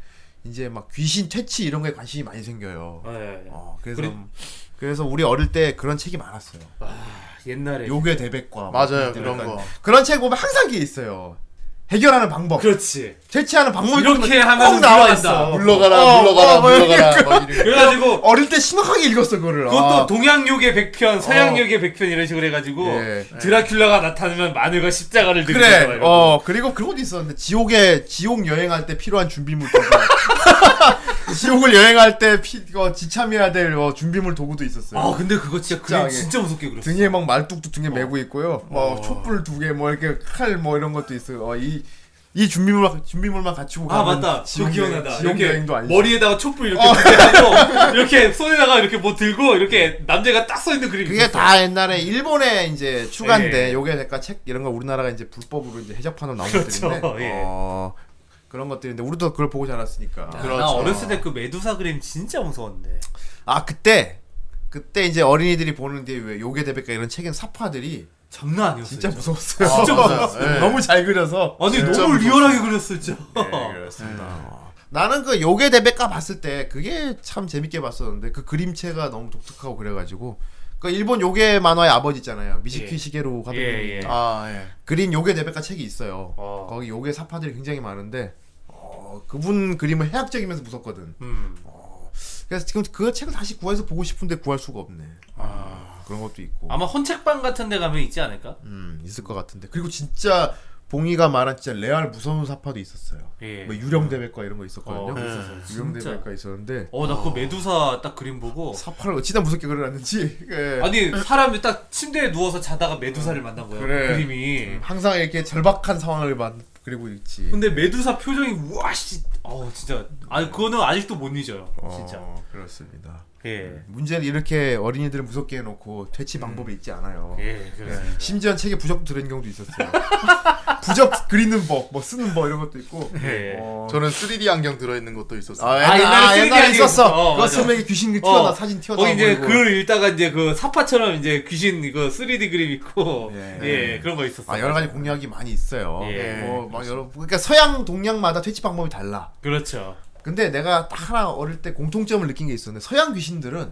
Speaker 4: 이제 막 귀신 퇴치 이런 거에 관심이 많이 생겨요.
Speaker 2: 아, 예.
Speaker 4: 어, 그래서
Speaker 2: 우리-
Speaker 4: 그래서 우리 어릴 때 그런 책이 많았어요.
Speaker 2: 아, 옛날에.
Speaker 4: 요괴 대백과
Speaker 1: 맞아요,
Speaker 4: 뭐
Speaker 1: 그런
Speaker 4: 약간
Speaker 1: 거.
Speaker 4: 네. 그런 책 보면 항상 그게 있어요. 해결하는 방법,
Speaker 2: 그렇지.
Speaker 4: 퇴치하는 방법이
Speaker 2: 이렇게
Speaker 4: 꼭
Speaker 2: 하면은
Speaker 4: 나와
Speaker 2: 물러간다.
Speaker 4: 있어.
Speaker 1: 물러가라,
Speaker 4: 어,
Speaker 1: 물러가라,
Speaker 4: 어, 뭐 이렇게
Speaker 1: 물러가라. 막 이런.
Speaker 2: 그래가지고,
Speaker 4: 어릴 때 심각하게 읽었어 그거를.
Speaker 2: 그것도
Speaker 4: 아, 어.
Speaker 2: 동양욕의 백편, 서양욕의 백편 이런 식으로 해가지고,
Speaker 4: 예.
Speaker 2: 드라큘라가 나타나면 마늘과 십자가를 들고
Speaker 4: 그래. 어 그리고 그런 것도 있었는데 지옥에 지옥 여행할 때 필요한 준비물 도구. 지옥을 여행할 때 피, 어, 지참해야 될 어, 준비물 도구도 있었어요.
Speaker 2: 아, 근데 그거 진짜,
Speaker 4: 진짜,
Speaker 2: 그게
Speaker 4: 예.
Speaker 2: 진짜 무섭게 그렸어.
Speaker 4: 등에 막 말뚝도 등에 메고 있고요. 뭐
Speaker 1: 어.
Speaker 4: 촛불 두 개, 뭐 이렇게 칼 뭐 이런 것도 있어요. 어, 이, 이 준비물만 준비물만 갖추고
Speaker 2: 아
Speaker 4: 가면
Speaker 2: 맞다. 저
Speaker 4: 지옥
Speaker 2: 기억나다.
Speaker 4: 여행- 지옥 어.
Speaker 2: 이렇게
Speaker 4: 여행도 아니죠.
Speaker 2: 머리에다가 촛불 이렇게 두개 하고 이렇게 손에다가 이렇게 뭐 들고 이렇게 남자가 딱 서 있는 그림.
Speaker 4: 그게 다 옛날에 일본에 이제 추가인데
Speaker 2: 예.
Speaker 4: 요괴 대가 책 이런 거 우리나라가 이제 불법으로 이제 해적판으로 나온
Speaker 2: 그렇죠.
Speaker 4: 것들인데
Speaker 2: 예.
Speaker 4: 어, 그런 것들인데 우리도 그걸 보고 자랐으니까.
Speaker 2: 아,
Speaker 1: 그렇죠.
Speaker 2: 나 어렸을 때 그 메두사 그림 진짜 무서웠는데.
Speaker 4: 아 그때 그때 이제 어린이들이 보는 게왜 요괴 대백과 이런 책엔 사파들이
Speaker 2: 장난 아니었어.
Speaker 4: 진짜 무서웠어요.
Speaker 1: 진짜 무서웠어요. 예.
Speaker 4: 너무 잘 그려서.
Speaker 2: 아니
Speaker 1: 진짜
Speaker 2: 너무
Speaker 1: 무서웠어.
Speaker 2: 리얼하게 그렸어 진짜.
Speaker 4: 네, 그렇습니다. 어. 나는 그 요괴 대백과 봤을 때 그게 참 재밌게 봤었는데 그 그림체가 너무 독특하고 그래가지고 그 일본 요괴 만화의 아버지 있잖아요 미시키
Speaker 2: 예.
Speaker 4: 시게로
Speaker 2: 예,
Speaker 4: 감독님
Speaker 2: 예.
Speaker 1: 아 예.
Speaker 4: 그린 요괴 대백과 책이 있어요.
Speaker 2: 어.
Speaker 4: 거기 요괴 사파들이 굉장히 많은데 어, 그분 그림은 해학적이면서 무섭거든.
Speaker 2: 음.
Speaker 4: 그래서 지금 그 책을 다시 구해서 보고 싶은데 구할 수가 없네. 그런 것도 있고.
Speaker 2: 아. 아마 헌책방 같은 데 가면 있지 않을까?
Speaker 4: 음 있을 것 같은데 그리고 진짜 봉이가 말한 진짜 레알 무서운 사파도 있었어요.
Speaker 2: 예.
Speaker 4: 뭐 유령 대백과 이런 거 있었거든요.
Speaker 2: 어,
Speaker 4: 예.
Speaker 2: 있었어요.
Speaker 4: 유령
Speaker 2: 진짜.
Speaker 4: 대백과 있었는데
Speaker 2: 어 나 그 메두사 딱 그림 보고
Speaker 4: 사파를 어찌나 무섭게 그려놨는지 예.
Speaker 2: 아니 사람이 딱 침대에 누워서 자다가 메두사를 만난 거야.
Speaker 4: 그래. 음.
Speaker 2: 그 그림이.
Speaker 4: 항상 이렇게 절박한 상황을 만 그리고 있지.
Speaker 2: 근데 메두사 표정이 와씨. 어 진짜. 아니 그거는 아직도 못 잊어요.
Speaker 4: 어,
Speaker 2: 진짜.
Speaker 4: 그렇습니다.
Speaker 2: 예.
Speaker 4: 문제는 이렇게 어린이들을 무섭게 해놓고 퇴치 방법이 있지 않아요.
Speaker 2: 음. 예. 그렇습니다.
Speaker 4: 심지어 책에 부적도 들은 경우도 있었어요. 부적 그리는 법, 뭐 쓰는 법 이런 것도 있고.
Speaker 2: 예.
Speaker 4: 어,
Speaker 1: 저는 3D 안경 들어있는 것도 있었어요.
Speaker 4: 아,
Speaker 2: 옛날에
Speaker 4: 옛날, 아,
Speaker 2: 쓰레기
Speaker 4: 옛날에
Speaker 2: 아니에요.
Speaker 4: 있었어.
Speaker 2: 어,
Speaker 4: 그거
Speaker 2: 맞아.
Speaker 4: 쓰면 귀신 튀어나
Speaker 2: 어,
Speaker 4: 사진 튀어나오고.
Speaker 2: 거기 이제
Speaker 4: 이거.
Speaker 2: 글을 읽다가 이제 그 사파처럼 이제 귀신 그 3D 그림 있고
Speaker 4: 예.
Speaker 2: 예, 그런 거 있었어.
Speaker 4: 아, 여러 가지 공략이 많이 있어요.
Speaker 2: 예.
Speaker 4: 뭐막 여러 그러니까 서양 동양마다 퇴치 방법이 달라.
Speaker 2: 그렇죠.
Speaker 4: 근데 내가 딱 하나 어릴 때 공통점을 느낀 게 있었는데 서양 귀신들은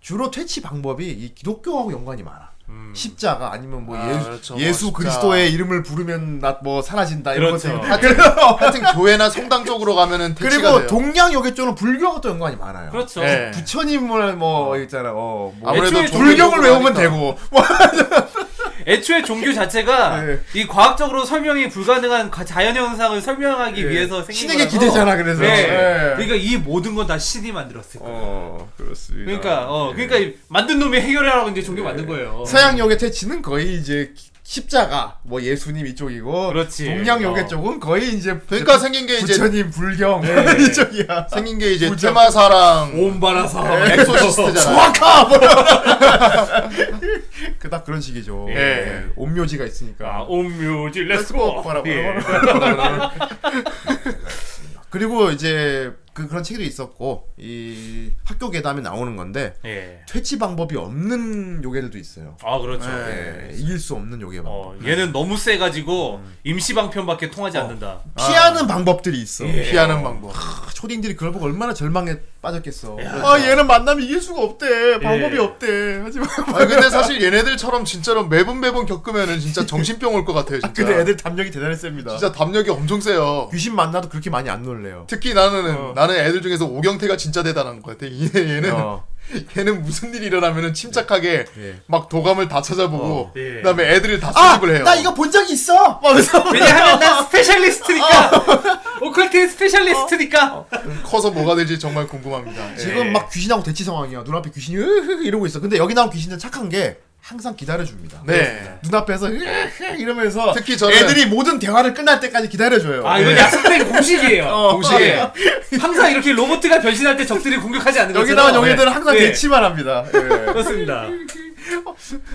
Speaker 4: 주로 퇴치 방법이 이 기독교하고 연관이 많아. 십자가 아니면 뭐
Speaker 1: 아,
Speaker 4: 예수,
Speaker 1: 그렇죠.
Speaker 4: 예수
Speaker 1: 십자.
Speaker 4: 그리스도의 이름을 부르면 나 뭐 사라진다 이런
Speaker 2: 그렇죠.
Speaker 4: 것들.
Speaker 1: 하여튼, 하여튼 교회나 성당 쪽으로 가면은 퇴치가
Speaker 4: 그리고
Speaker 1: 돼요.
Speaker 4: 동양 여기 쪽은 불교하고 또 연관이 많아요.
Speaker 2: 그렇죠.
Speaker 1: 예.
Speaker 4: 부처님을 뭐 있잖아. 어, 뭐
Speaker 2: 아무래도 애초에
Speaker 1: 종교
Speaker 4: 불경을
Speaker 1: 쪽으로
Speaker 4: 외우면
Speaker 1: 가니까.
Speaker 4: 되고.
Speaker 2: 애초에 종교 자체가
Speaker 4: 예.
Speaker 2: 이 과학적으로 설명이 불가능한 가- 자연 현상을 설명하기
Speaker 4: 예.
Speaker 2: 위해서 생긴
Speaker 4: 신에게
Speaker 2: 거라서.
Speaker 4: 기대잖아, 그래서.
Speaker 2: 예.
Speaker 4: 예.
Speaker 2: 그러니까 이 모든 건 다 신이 만들었을 거예요.
Speaker 4: 어, 그렇습니다.
Speaker 2: 그러니까 어 그러니까 이 만든 놈이 해결하라고 이제 종교 만든 거예요.
Speaker 4: 서양 역의 퇴치는 거의 이제 기- 십자가 뭐 예수님 이쪽이고
Speaker 2: 그렇지.
Speaker 4: 동양 역의
Speaker 2: 어.
Speaker 4: 쪽은 거의 이제
Speaker 1: 그러니까 생긴 게 이제
Speaker 4: 부처님 불경
Speaker 2: 네.
Speaker 4: 이쪽이야.
Speaker 1: 생긴 게 이제
Speaker 4: 부처-
Speaker 1: 테마사랑 음.
Speaker 2: 옴바라사. 뭐
Speaker 1: 엑소시스트잖아요.
Speaker 4: 소아카 뭐야. 그 딱 그런 식이죠.
Speaker 2: 예.
Speaker 4: 예. 옴묘지가 있으니까.
Speaker 2: 아, 옴묘지
Speaker 4: 렛츠고
Speaker 2: 렛츠고
Speaker 4: 봐라, 봐라,
Speaker 2: 예.
Speaker 4: 그리고 이제 그 그런 책도 있었고 이 학교 괴담에 나오는 건데
Speaker 2: 예.
Speaker 4: 퇴치 방법이 없는 요괴들도 있어요.
Speaker 2: 아 그렇죠
Speaker 4: 예, 이길 수 없는 요괴 방법.
Speaker 2: 어, 얘는 너무 세가지고
Speaker 4: 음.
Speaker 2: 임시방편밖에 통하지
Speaker 4: 어.
Speaker 2: 않는다 아.
Speaker 4: 피하는 방법들이 있어.
Speaker 2: 예.
Speaker 1: 피하는 방법.
Speaker 4: 아, 초딩들이 그걸 보고 얼마나 절망에 빠졌겠어. 아 얘는 만나면 이길 수가 없대. 방법이
Speaker 2: 예.
Speaker 4: 없대. 하지만
Speaker 1: 아 근데 사실 얘네들처럼 진짜로 매번 매번 겪으면은 진짜 정신병 올 것 같아요 진짜.
Speaker 4: 근데 애들 담력이 대단히 셉니다.
Speaker 1: 진짜 담력이 엄청 세요.
Speaker 4: 귀신 만나도 그렇게 많이 안 놀래요.
Speaker 1: 특히 나는 나는 애들 중에서 오경태가 진짜 대단한 것 같아. 얘, 얘는
Speaker 4: 어.
Speaker 1: 얘는 무슨 일이 일어나면은 침착하게
Speaker 4: 예. 어.
Speaker 1: 막 도감을 다 찾아보고
Speaker 2: 예.
Speaker 1: 그다음에 애들을 다
Speaker 4: 아,
Speaker 1: 수집을 해요.
Speaker 4: 나 이거 본 적이 있어. 막면서
Speaker 2: 왜냐하면 난 스페셜리스트니까
Speaker 4: 어.
Speaker 2: 오컬트의 스페셜리스트니까
Speaker 1: 커서 뭐가 될지 정말 궁금합니다. 예.
Speaker 4: 지금 막 귀신하고 대치 상황이야. 눈앞에 귀신이 으흐흐 이러고 있어. 근데 여기 나온 귀신은 착한 게 항상 기다려줍니다.
Speaker 1: 네.
Speaker 4: 눈앞에서 으흐흐 이러면서
Speaker 1: 특히 저는-
Speaker 4: 애들이 모든 대화를 끝날 때까지 기다려줘요. 네.
Speaker 2: 아 이건 약속된 공식이에요
Speaker 4: 어,
Speaker 1: 공식이에요.
Speaker 2: 예. 항상 이렇게 로봇가 변신할 때 적들이 공격하지 않는 거죠
Speaker 4: 여기 나온 영예들은 항상
Speaker 2: 예.
Speaker 4: 대치만 합니다. 예.
Speaker 2: 그렇습니다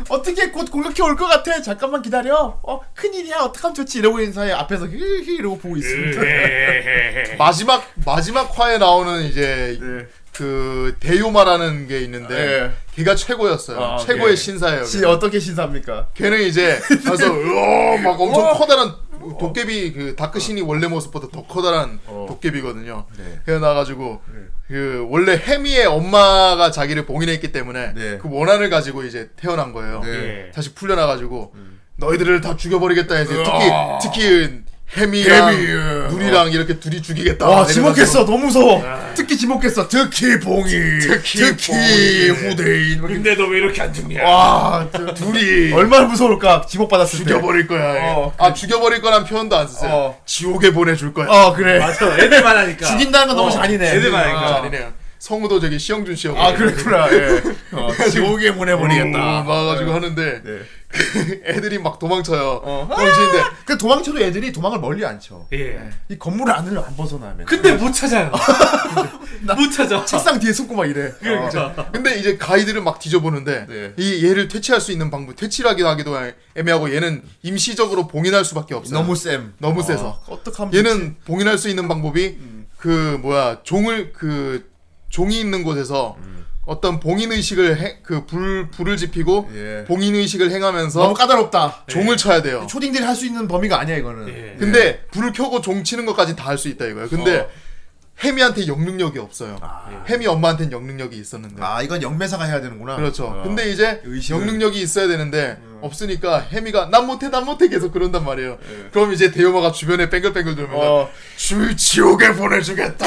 Speaker 4: 어떻게 곧 공격해 올 것 같아. 잠깐만 기다려. 어, 큰일이야. 어떡하면 좋지. 이러고 있는 사이에 앞에서 히히 이러고 보고 있습니다.
Speaker 2: 네.
Speaker 1: 마지막 마지막 화에 나오는 이제
Speaker 4: 예.
Speaker 1: 그 대요마라는 게 있는데
Speaker 4: 네.
Speaker 1: 걔가 최고였어요.
Speaker 4: 아,
Speaker 1: 최고의
Speaker 4: 예.
Speaker 1: 신사예요.
Speaker 4: 시, 어떻게 신사입니까?
Speaker 1: 걔는 이제 가서 으어 막 엄청 커다란
Speaker 4: 어.
Speaker 1: 도깨비 그 다크신이 원래 모습보다 더 커다란 도깨비거든요.
Speaker 4: 네.
Speaker 1: 그래 나가지고 그 원래 해미의 엄마가 자기를 봉인했기 때문에
Speaker 4: 네.
Speaker 1: 그 원한을 가지고 이제 태어난 거예요.
Speaker 2: 네.
Speaker 1: 다시 풀려나가지고
Speaker 4: 음.
Speaker 1: 너희들을 다 죽여버리겠다 해서 특히 특히 해미랑
Speaker 4: 해미, 예.
Speaker 1: 누리랑 이렇게 둘이 죽이겠다.
Speaker 4: 와,
Speaker 1: 이래가지고
Speaker 4: 지목했어. 너무 무서워. 특히 지목했어. 아. 특히 네. 봉이.
Speaker 1: 특히
Speaker 4: 특히
Speaker 1: 봉이.
Speaker 4: 후대인. 아, 막 이렇게
Speaker 2: 근데 너 왜 이렇게 안 죽냐
Speaker 4: 어. 와, 저-
Speaker 1: 둘이
Speaker 4: 얼마나 무서울까? 지목 받았을 때.
Speaker 1: 죽여버릴 거야.
Speaker 4: 어,
Speaker 1: 아 죽여버릴 거란 표현도 안 쓰세요.
Speaker 4: 어.
Speaker 1: 지옥에 보내줄 거야.
Speaker 4: 어, 그래.
Speaker 2: 맞아 애들만 하니까 어,
Speaker 4: 죽인다는 건 너무 잔인해.
Speaker 2: 애들만
Speaker 4: 아.
Speaker 2: 하니까
Speaker 1: 아니네요. 그 성우도 저기 시영준 씨하고
Speaker 4: 아, 그랬구나. 예. 어, 지옥에 보내버리겠다.
Speaker 1: 막아가지고 하는데 그
Speaker 4: 네.
Speaker 1: 애들이 막 도망쳐요.
Speaker 4: 어.
Speaker 1: 도망치는데
Speaker 4: 그 도망쳐도 애들이 도망을 멀리 안 쳐.
Speaker 2: 예
Speaker 4: 이 건물 안을 안 벗어나면.
Speaker 2: 근데 못 찾아요 못 찾아
Speaker 4: 책상 뒤에 숨고 막 이래. 어,
Speaker 2: 그러니까
Speaker 1: 근데 이제 가이드를 막 뒤져보는데
Speaker 4: 네.
Speaker 1: 이 얘를 퇴치할 수 있는 방법 퇴치하기도 하기도 애매하고 얘는 임시적으로 봉인할 수밖에 없어요.
Speaker 4: 너무 쌤. 아,
Speaker 1: 너무 세서.
Speaker 4: 어떡하면
Speaker 1: 얘는 봉인할 수 있는 방법이
Speaker 4: 음.
Speaker 1: 그 뭐야 종을 그 종이 있는 곳에서
Speaker 4: 음.
Speaker 1: 어떤 봉인 의식을 해- 그 불, 불을 지피고
Speaker 4: 예.
Speaker 1: 봉인 의식을
Speaker 4: 좋지? 너무 네.
Speaker 1: 행하면서
Speaker 4: 까다롭다.
Speaker 1: 종을 쳐야 돼요.
Speaker 4: 초딩들이 할 수 있는 범위가 아니야 이거는. 그-
Speaker 2: 예.
Speaker 1: 근데 불을 켜고 종 치는 것까지 다 할 수 있다 이거예요. 근데
Speaker 4: 어.
Speaker 1: 해미한테 영능력이 없어요.
Speaker 4: 아.
Speaker 1: 해미 엄마한테는 영능력이 있었는데.
Speaker 4: 아 이건 영매사가 해야 되는구나.
Speaker 1: 그렇죠.
Speaker 4: 어.
Speaker 1: 근데 이제
Speaker 4: 의식을.
Speaker 1: 영능력이 있어야 되는데 없으니까 해미가 난 못해 난 못해 계속 그런단 말이에요. 그럼 이제 대요마가 주변에 뺑글뺑글 돌면서
Speaker 4: 예. 어.
Speaker 1: 주 지옥에 보내주겠다.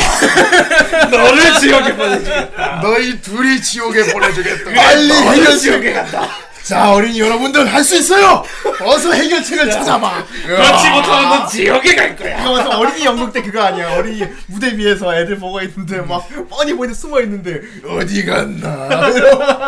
Speaker 2: 너를 지옥에 보내주겠다
Speaker 4: 어.
Speaker 1: 너희 둘이 지옥에 보내주겠다.
Speaker 4: 빨리 해결책.
Speaker 2: 지옥에 간다
Speaker 4: 자 어린이 여러분들 할 수 있어요. 어서 해결책을 찾아봐.
Speaker 2: 그렇지 못하면 넌 지옥에 갈 거야
Speaker 4: 이거 완전 어린이 연극 때 그거 아니야. 어린이 무대 위에서 애들 보고 있는데 막 뻔히 보이는데 숨어 있는데 어디 갔나.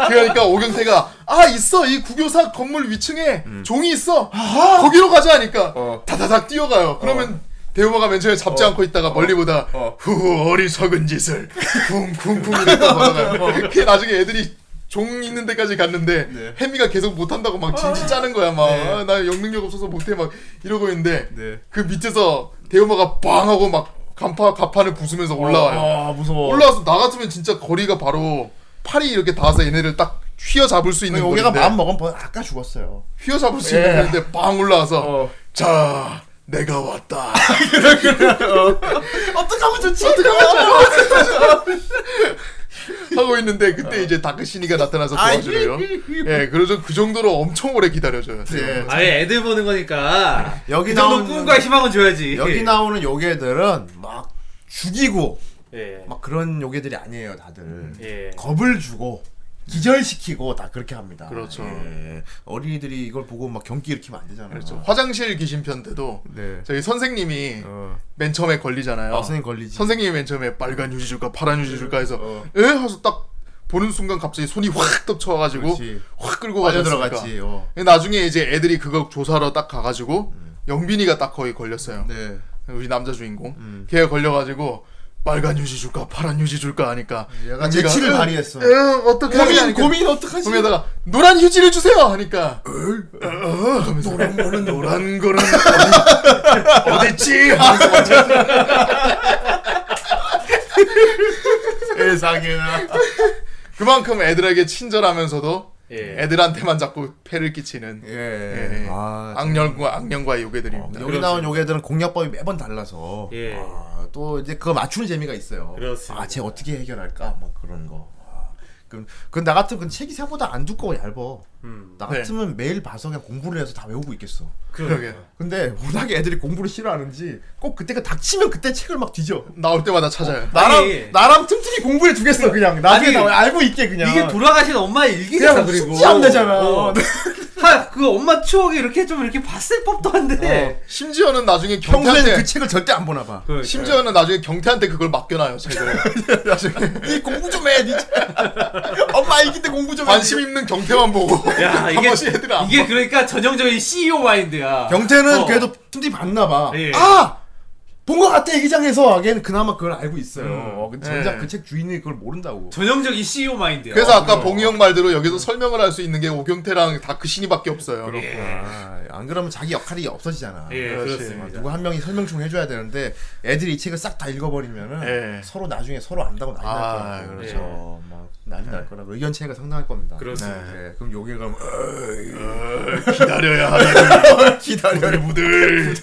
Speaker 1: 그러니까 오경태가 아 있어 이 구교사 건물 위층에 종이 있어 거기로 가자 하니까
Speaker 4: 음. 어.
Speaker 1: 다다닥 뛰어가요 그러면 대우마가 맨 처음에 잡지 않고 있다가 멀리 보다
Speaker 4: 어.
Speaker 1: 후후 어리석은 짓을 쿵쿵쿵 이렇게 걸어가요 그 나중에 애들이 종 있는 데까지 갔는데
Speaker 4: 네. 어.
Speaker 1: 해미가 계속 못한다고 막 진지 짜는 거야 막 아, 나 영능력 없어서 못해 막 이러고 있는데
Speaker 4: 네.
Speaker 1: 그 밑에서 대우마가 빵 하고 막 간파 가판을 부수면서 올라와요
Speaker 4: 아 무서워.
Speaker 1: 올라와서 나 같으면 진짜 거리가 바로 팔이 이렇게 닿아서 얘네를 딱 휘어 잡을 수 있는
Speaker 4: 여기가
Speaker 1: 거리인데
Speaker 4: 마음 먹으면 벌- 아까 죽었어요.
Speaker 1: 휘어 잡을 수
Speaker 4: 예.
Speaker 1: 있는 거리인데 빵 올라와서
Speaker 4: 어.
Speaker 1: 자 내가 왔다
Speaker 4: 어떡하면 좋지?
Speaker 1: 하고 있는데
Speaker 4: 어.
Speaker 1: 그때 이제 다크시니가 나타나서 도와주래요. 예, 그래서 그 정도로 엄청 오래 기다려줘요.
Speaker 4: 네.
Speaker 2: 아예 애들 보는 거니까
Speaker 4: 여기
Speaker 2: 그 정도
Speaker 4: 나오는-
Speaker 2: 꿈과 희망은 줘야지
Speaker 4: 여기 나오는 요괴들은 막 죽이고
Speaker 2: 예.
Speaker 4: 막 그런 요괴들이 아니에요 다들
Speaker 2: 예.
Speaker 4: 겁을 주고 기절시키고 다 그렇게 합니다
Speaker 1: 그렇죠.
Speaker 4: 예. 어린이들이 이걸 보고 막 경기 일으키면 안 되잖아요
Speaker 1: 그렇죠. 화장실 귀신 편 때도
Speaker 4: 네.
Speaker 1: 저희 선생님이
Speaker 4: 어.
Speaker 1: 맨 처음에 걸리잖아요.
Speaker 4: 아, 선생님 걸리지
Speaker 1: 선생님이 맨 처음에 빨간 휴지 줄까 파란 휴지 줄까 해서
Speaker 4: 어.
Speaker 1: 에? 하면서 딱 보는 순간 갑자기 손이 확 덮쳐와가지고
Speaker 4: 그렇지.
Speaker 1: 확 끌고 가지
Speaker 4: 빠져
Speaker 1: 않습니까?
Speaker 4: 아, 들어갔지 어.
Speaker 1: 나중에 이제 애들이 그거 조사하러 딱 가가지고 영빈이가 딱 거의 걸렸어요.
Speaker 4: 음. 네.
Speaker 1: 우리 남자 주인공
Speaker 4: 음.
Speaker 1: 걔가 걸려가지고 빨간 휴지 줄까 파란 휴지 줄까 하니까
Speaker 4: 얘가
Speaker 1: 은비가,
Speaker 4: 재치를
Speaker 1: 응,
Speaker 4: 발휘했어.
Speaker 1: 응, 어떻게
Speaker 4: 고민,
Speaker 1: 하니까
Speaker 4: 고민 어떡하지?
Speaker 1: 고민하다가 노란 휴지를 주세요 하니까 어, 어, 하면서 노란 거는 노란 거는 어디- 어딨지 하면서
Speaker 4: 세상에나.
Speaker 1: 그만큼 애들에게 친절하면서도
Speaker 2: 예.
Speaker 1: 애들한테만 자꾸 폐를 끼치는
Speaker 4: 예.
Speaker 1: 예. 네,
Speaker 4: 아,
Speaker 1: 어, 악령과 악령과 요괴들입니다.
Speaker 4: 여기 나온 요괴들은 공략법이 매번 달라서
Speaker 2: 예.
Speaker 4: 아, 또 이제 그거 맞추는 재미가 있어요.
Speaker 2: 그렇습니다.
Speaker 4: 아, 쟤 어떻게 해결할까? 막 그런 거. 아, 그럼 그나 같은 그 책이 생각보다 안 두꺼워 얇어.
Speaker 2: 음.
Speaker 1: 네.
Speaker 4: 나 같으면 매일 봐서 그냥 공부를 해서 다 외우고 있겠어.
Speaker 1: 그러게
Speaker 4: 근데 워낙에 애들이 공부를 싫어하는지 꼭 그때가 닥치면 그때 책을 막 뒤져.
Speaker 1: 나올 때마다 찾아요.
Speaker 4: 나랑
Speaker 2: 아니.
Speaker 4: 나랑 틈틈이 공부해 주겠어 그냥. 나중에
Speaker 2: 아니,
Speaker 4: 나 알고 있게 그냥.
Speaker 2: 이게 돌아가신 엄마의 일기잖아
Speaker 4: 그냥
Speaker 2: 그리고
Speaker 4: 숙지하면 되잖아.
Speaker 2: 어. 하, 그 엄마 추억이 이렇게 좀 이렇게 봤을 법도 한데
Speaker 1: 심지어는 나중에
Speaker 4: 평소에는
Speaker 1: 경태한테
Speaker 4: 그 책을 절대 안 보나 봐.
Speaker 2: 그,
Speaker 1: 심지어는 나중에 경태한테 그걸 맡겨놔요. 책을 나중에
Speaker 4: 니 공부 좀 해. 니 엄마 이기때 공부 좀 해.
Speaker 1: 관심 있는 경태만 보고
Speaker 2: 야
Speaker 1: 한
Speaker 2: 이게
Speaker 1: 번씩 애들 안
Speaker 2: 이게 그러니까 전형적인 CEO 마인드야
Speaker 4: 경태는
Speaker 2: 어.
Speaker 4: 그래도 틈틈이 봤나 봐.
Speaker 2: 예.
Speaker 4: 아! 본 것 같아 애기장에서 걔는 그나마 그걸 알고 있어요. 어, 근데 정작
Speaker 1: 예.
Speaker 4: 그 책 주인이 그걸 모른다고.
Speaker 2: 전형적인 CEO 마인드야 어.
Speaker 1: 그래서 아까 봉이 형 말대로 여기서 설명을 할 수 있는 게 오경태랑 다크신이밖에 없어요.
Speaker 4: 아, 안 그러면 자기 역할이 없어지잖아.
Speaker 2: 예
Speaker 1: 그렇지.
Speaker 2: 그렇습니다
Speaker 4: 누구 한 명이 설명 좀 해줘야 되는데 애들이 이 책을 싹 다 읽어버리면은
Speaker 1: 예.
Speaker 4: 서로 나중에 서로 안다고 난리 날
Speaker 1: 아,
Speaker 4: 거라고
Speaker 1: 그렇죠. 네.
Speaker 4: 어, 막 난리 날 거라고 의견 차이가 상당할 겁니다.
Speaker 2: 그렇습니다.
Speaker 4: 네. 그럼 요게 그럼
Speaker 1: 기다려야 한다.
Speaker 2: 아.
Speaker 4: 기다려.
Speaker 1: 부들부들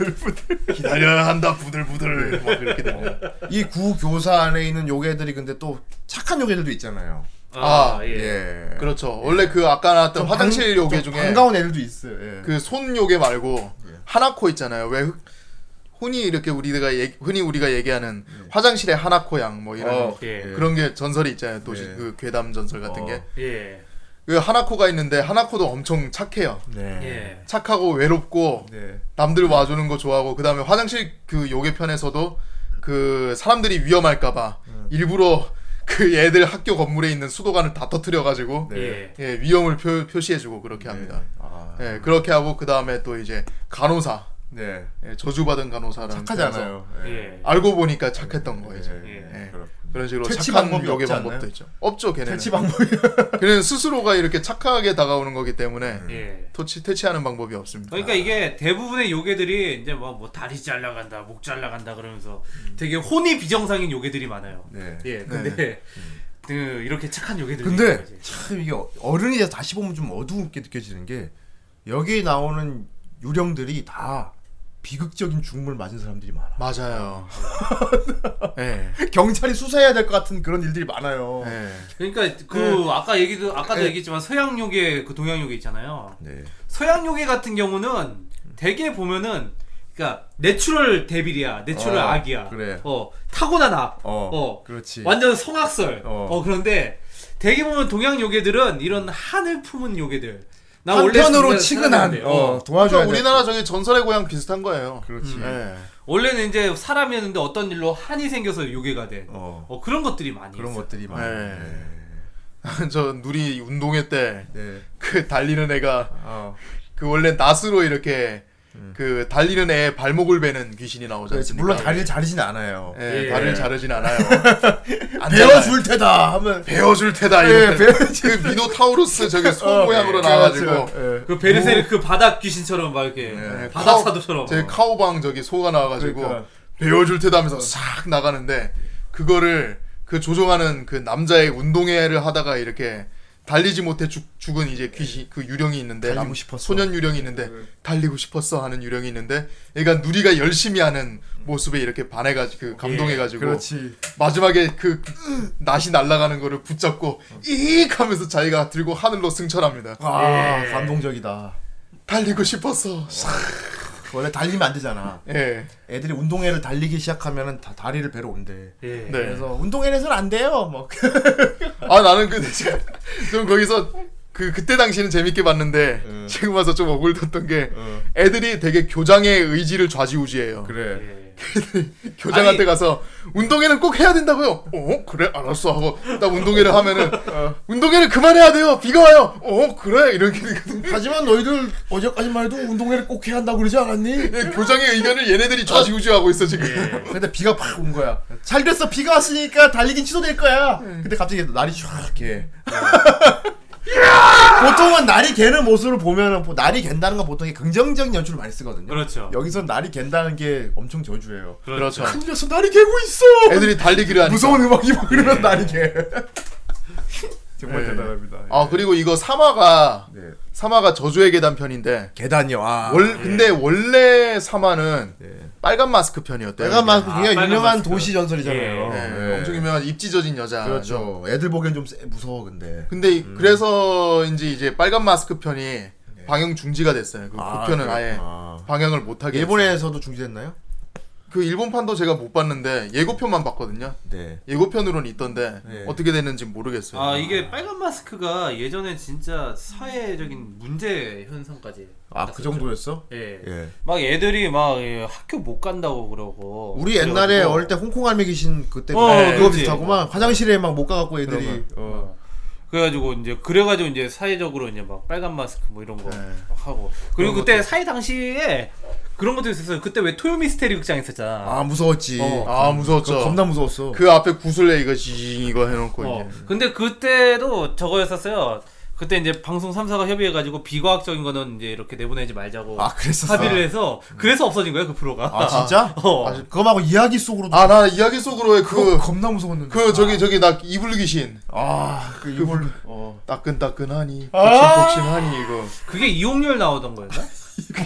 Speaker 1: 기다려야 한다. 부들부들 막 이렇게 되네요.
Speaker 4: 이 구교사 안에 있는 요괴들이 근데 또 착한 요괴들도 있잖아요.
Speaker 1: 아,
Speaker 2: 아, 예.
Speaker 4: 예.
Speaker 1: 그렇죠. 원래 그 아까 나왔던
Speaker 4: 좀
Speaker 1: 화장실
Speaker 4: 반-
Speaker 1: 요괴
Speaker 4: 좀
Speaker 1: 중에
Speaker 4: 반가운 예. 애들도 있어요. 예.
Speaker 1: 그 손 요괴 말고 하나코 있잖아요. 왜 흔- 흔히 이렇게 우리가 얘기, 흔히 우리가 얘기하는
Speaker 4: 예.
Speaker 1: 화장실의 하나코 양 뭐 이런
Speaker 4: 어,
Speaker 2: 예.
Speaker 1: 그런 게 전설이 있잖아요. 도시
Speaker 4: 예.
Speaker 1: 그 괴담 전설 같은
Speaker 4: 어.
Speaker 1: 게.
Speaker 2: 예.
Speaker 1: 그 하나코가 있는데 하나코도 엄청 착해요.
Speaker 4: 네.
Speaker 2: 예.
Speaker 1: 착하고 외롭고
Speaker 4: 네.
Speaker 1: 남들 와주는 거 좋아하고 그다음에 화장실 그 요괴 편에서도 그 사람들이 위험할까봐
Speaker 4: 음.
Speaker 1: 일부러 그 애들 학교 건물에 있는 수도관을 다 터트려 가지고
Speaker 4: 네.
Speaker 2: 예.
Speaker 1: 예, 위험을 표, 표시해주고 그렇게 합니다.
Speaker 4: 아,
Speaker 1: 예, 그렇게 하고 그 다음에 또 이제 간호사
Speaker 4: 네.
Speaker 1: 예, 저주받은 간호사라는 편에서
Speaker 4: 착하잖아요. 예.
Speaker 2: 예.
Speaker 1: 알고 보니까 착했던 거예요. 이제.
Speaker 4: 예.
Speaker 1: 예.
Speaker 4: 그렇군요.
Speaker 1: 그런 식으로
Speaker 4: 퇴치
Speaker 1: 착한
Speaker 4: 방법이
Speaker 1: 요괴
Speaker 4: 없지 않나요?
Speaker 1: 방법도 있죠. 없죠, 걔네는.
Speaker 4: 퇴치 방법이
Speaker 1: 걔네는 스스로가 이렇게 착하게 다가오는 거기 때문에
Speaker 4: 네.
Speaker 2: 예.
Speaker 1: 퇴치, 퇴치하는 방법이 없습니다.
Speaker 2: 그러니까 이게 대부분의 요괴들이 이제 뭐, 뭐 다리 잘라간다, 목 잘라간다 그러면서 되게 혼이 비정상인 요괴들이 많아요.
Speaker 4: 음. 네.
Speaker 2: 예, 근데 그 이렇게 착한 요괴들이 있는
Speaker 4: 근데
Speaker 2: 거지.
Speaker 4: 참 이게 어른이 돼서 다시 보면 좀 어두운게 느껴지는 게 여기 나오는 유령들이 다 비극적인 죽음을 맞은 사람들이 많아.
Speaker 1: 맞아요. 예.
Speaker 4: 경찰이 수사해야 될 것 같은 그런 일들이 많아요.
Speaker 1: 예.
Speaker 2: 그러니까 그 아까 얘기도 아까도
Speaker 4: 네.
Speaker 2: 얘기했지만 서양 요괴 그 동양 요괴 있잖아요.
Speaker 4: 네.
Speaker 2: 서양 요괴 같은 경우는 대개 보면은 그러니까 내추럴 데빌이야, 내추럴
Speaker 4: 어,
Speaker 2: 악이야.
Speaker 4: 그래.
Speaker 2: 어 타고난 악.
Speaker 4: 어,
Speaker 2: 어.
Speaker 4: 그렇지.
Speaker 2: 완전 성악설. 어.
Speaker 4: 어.
Speaker 2: 그런데 대개 보면 동양 요괴들은 이런 한을 품은 요괴들. 나 원래
Speaker 4: 한편으로
Speaker 2: 진짜
Speaker 4: 치근한
Speaker 2: 사람인데, 어.
Speaker 4: 어, 도와줘야
Speaker 1: 그러니까
Speaker 4: 돼.
Speaker 1: 우리나라 저기 전설의 고향 비슷한 거예요.
Speaker 4: 그렇지.
Speaker 1: 예.
Speaker 2: 원래는 이제 사람이었는데 어떤 일로 한이 생겨서 요괴가 된. 어.
Speaker 4: 어.
Speaker 2: 그런 것들이 많이
Speaker 4: 그런
Speaker 2: 있어.
Speaker 4: 것들이 많아.
Speaker 1: 예. 저 누리 운동회 때
Speaker 4: 네.
Speaker 1: 그 달리는 애가
Speaker 4: 어.
Speaker 1: 그 원래 낫으로 이렇게 그 달리는 애의 발목을 베는 귀신이 나오지
Speaker 4: 음. 그렇지.
Speaker 1: 않습니까?
Speaker 4: 물론 다리를 자르진 않아요. 네.
Speaker 1: 예,
Speaker 2: 예.
Speaker 1: 다리를 자르진 않아요.
Speaker 4: 배워줄 테다 하면
Speaker 1: 배워줄
Speaker 4: 예,
Speaker 1: 테다. 이렇게
Speaker 4: 배워줄
Speaker 1: 그 미노타우루스 저기 손
Speaker 4: 어,
Speaker 1: 모양으로
Speaker 4: 그렇죠.
Speaker 1: 나와가지고
Speaker 4: 예.
Speaker 2: 그 베르세르 그 바닥 귀신처럼 막 이렇게
Speaker 4: 네.
Speaker 1: 예,
Speaker 2: 바닥
Speaker 1: 카오-
Speaker 2: 사도처럼.
Speaker 1: 제 카오방 저기 소가 나와가지고
Speaker 4: 그러니까. 어.
Speaker 1: 배워줄 테다 하면서 싹 나가는데 그거를 그 조종하는 그 남자의 운동회를 하다가 이렇게 달리지 못해 죽, 죽은 이제 귀신 그 유령이 있는데
Speaker 4: 달리고 싶었어. 네,
Speaker 1: 소년 유령이 있는데 달리고 싶었어 하는 유령이 있는데 얘가 누리가 열심히 하는 모습에 이렇게 반해가지고 그 감동해가지고
Speaker 4: 그렇지.
Speaker 1: 마지막에 그 낫이 날아가는 거를 붙잡고
Speaker 4: 어.
Speaker 1: 이익 하면서 자기가 들고 하늘로 승천합니다.
Speaker 4: 아 감동적이다.
Speaker 1: 달리고 싶었어. 싹.
Speaker 4: 원래 달리면 안 되잖아.
Speaker 1: 예.
Speaker 4: 애들이 운동회를 달리기 시작하면은 다 다리를 베러 온대.
Speaker 2: 예.
Speaker 1: 네.
Speaker 4: 그래서 운동회에서는 안 돼요. 뭐
Speaker 1: 아 나는 근데 지금 좀 거기서 그 그때 당시는 재밌게 봤는데
Speaker 4: 음.
Speaker 1: 지금 와서 좀 억울했던 게
Speaker 4: 음.
Speaker 1: 애들이 되게 교장의 의지를 좌지우지해요.
Speaker 4: 그래.
Speaker 2: 예.
Speaker 1: 교장한테
Speaker 2: 아니-
Speaker 1: 가서 운동회는 꼭 해야 된다고요. 어 그래 알았어 하고 딱 운동회를 하면은
Speaker 4: 어.
Speaker 1: 운동회를 그만해야 돼요. 비가 와요. 어 그래 이렇게 되거든.
Speaker 4: 하지만 너희들 어제까지만 해도 운동회를 꼭 해야 한다고 그러지 않았니?
Speaker 1: 예, 교장의 의견을 얘네들이 좌지우지하고 있어 지금.
Speaker 4: 근데 비가 팍 온 거야. 잘 됐어. 비가 왔으니까 달리긴 취소될 거야. 근데 갑자기 날이 쫙 개. 보통은 날이 개는 모습을 보면은 뭐 날이 갠다는 건 보통의 긍정적인 연출을 많이 쓰거든요.
Speaker 2: 그렇죠.
Speaker 4: 여기선 날이 갠다는 게 엄청 저주예요.
Speaker 1: 그렇죠.
Speaker 4: 큰 녀석 날이 개고 있어.
Speaker 1: 애들이 달리기를 하니까.
Speaker 4: 무서운 음악이 막 흐르면 날이 개. 정말
Speaker 1: 예.
Speaker 4: 대단합니다.
Speaker 1: 아 그리고 이거 3화가
Speaker 4: 네.
Speaker 1: 삼화가 저주의 계단 편인데
Speaker 4: 계단이요. 아.
Speaker 1: 월 근데 원래 3화는
Speaker 4: 예.
Speaker 1: 빨간 마스크 편이었대요.
Speaker 4: 빨간 마스크
Speaker 2: 아,
Speaker 4: 굉장히
Speaker 2: 빨간
Speaker 4: 유명한
Speaker 2: 마스크.
Speaker 4: 도시 전설이잖아요.
Speaker 1: 네,
Speaker 4: 예.
Speaker 1: 엄청 유명한 입 찢어진 여자.
Speaker 4: 그렇죠. 음. 애들 보기엔 좀 세- 무서워 근데.
Speaker 1: 근데 이- 그래서인지 이제 빨간 마스크 편이 방영 중지가 됐어요. 그,
Speaker 4: 네. 아,
Speaker 1: 편은 아예
Speaker 4: 그렇구나.
Speaker 1: 방영을 못 하게.
Speaker 4: 일본에서도 중지됐나요?
Speaker 1: 그 일본판도 제가 못 봤는데 예고편만 봤거든요.
Speaker 4: 네.
Speaker 1: 예고편으로는 있던데
Speaker 4: 네.
Speaker 1: 어떻게 됐는지 모르겠어요.
Speaker 2: 아 이게 빨간 마스크가 예전에 진짜 사회적인 문제 현상까지.
Speaker 4: 아 그 정도였어?
Speaker 2: 예.
Speaker 4: 예.
Speaker 2: 막 애들이 막 예, 학교 못 간다고 그러고.
Speaker 4: 우리 옛날에
Speaker 2: 그래가지고.
Speaker 4: 어릴 때 홍콩 알미 귀신 그때
Speaker 2: 어,
Speaker 4: 그거
Speaker 2: 그렇지.
Speaker 4: 비슷하고만 화장실에 막 못 가갖고 애들이
Speaker 1: 그러면.
Speaker 4: 어.
Speaker 2: 그래가지고 이제 그래가지고 이제 사회적으로 이제 막 빨간 마스크 뭐 이런 거
Speaker 1: 네.
Speaker 2: 막 하고 그리고 그때 사회 당시에 그런 것도 있었어요. 그때 왜 토요 미스테리 극장 있었잖아.
Speaker 4: 아 무서웠지.
Speaker 2: 어.
Speaker 1: 아 무서웠죠.
Speaker 4: 그거 겁나 무서웠어.
Speaker 1: 그 앞에 구슬레 이거 징 이거 해놓고
Speaker 2: 어.
Speaker 4: 그렇죠.
Speaker 1: 이제
Speaker 2: 근데 그때도 저거였었어요. 그때 이제 방송 3사가 협의해가지고 비과학적인 거는 이제 이렇게 내보내지 말자고
Speaker 4: 아 그랬었어.
Speaker 2: 합의를 해서 그래서 없어진 거야 그 프로가.
Speaker 4: 아 진짜?
Speaker 2: 어.
Speaker 4: 아, 그거 말고 이야기 속으로도
Speaker 1: 아 나 이야기 속으로의
Speaker 4: 그거
Speaker 1: 그 그
Speaker 4: 겁나 무서웠는데.
Speaker 1: 저기 저기 나 이불 귀신
Speaker 4: 아그 이걸 어.
Speaker 1: 따끈따끈하니
Speaker 4: 아!
Speaker 1: 복신복신하니 이거
Speaker 2: 그게 이용렬 나오던 거였나?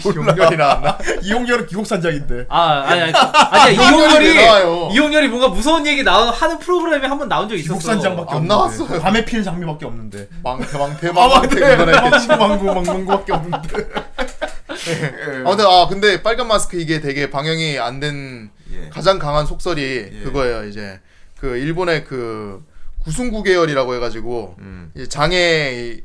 Speaker 1: 기억력이 나왔나?
Speaker 4: 이용렬은 기곡산장인데.
Speaker 2: 아 아니 아니 아니
Speaker 1: 이용렬이 왜 나와요?
Speaker 2: 이용렬이 이용렬이 뭔가 무서운 얘기 나오는 하는 프로그램에 한번 나온 적 있었어.
Speaker 4: 기곡산장밖에
Speaker 1: 안
Speaker 4: 없는데.
Speaker 1: 나왔어요.
Speaker 4: 밤에 피는 장미밖에 없는데.
Speaker 1: 망태 망태
Speaker 4: 아
Speaker 1: 망태
Speaker 4: 맞네.
Speaker 1: 그만해.
Speaker 4: 망고 망고 망고밖에 없는데. 예.
Speaker 1: 아 근데 아 근데 빨간 마스크 이게 되게 방영이 안 된
Speaker 4: 예.
Speaker 1: 가장 강한 속설이
Speaker 4: 예.
Speaker 1: 그거예요 이제 그 일본의 그 구순구 계열이라고 해가지고
Speaker 4: 음.
Speaker 1: 이제 장애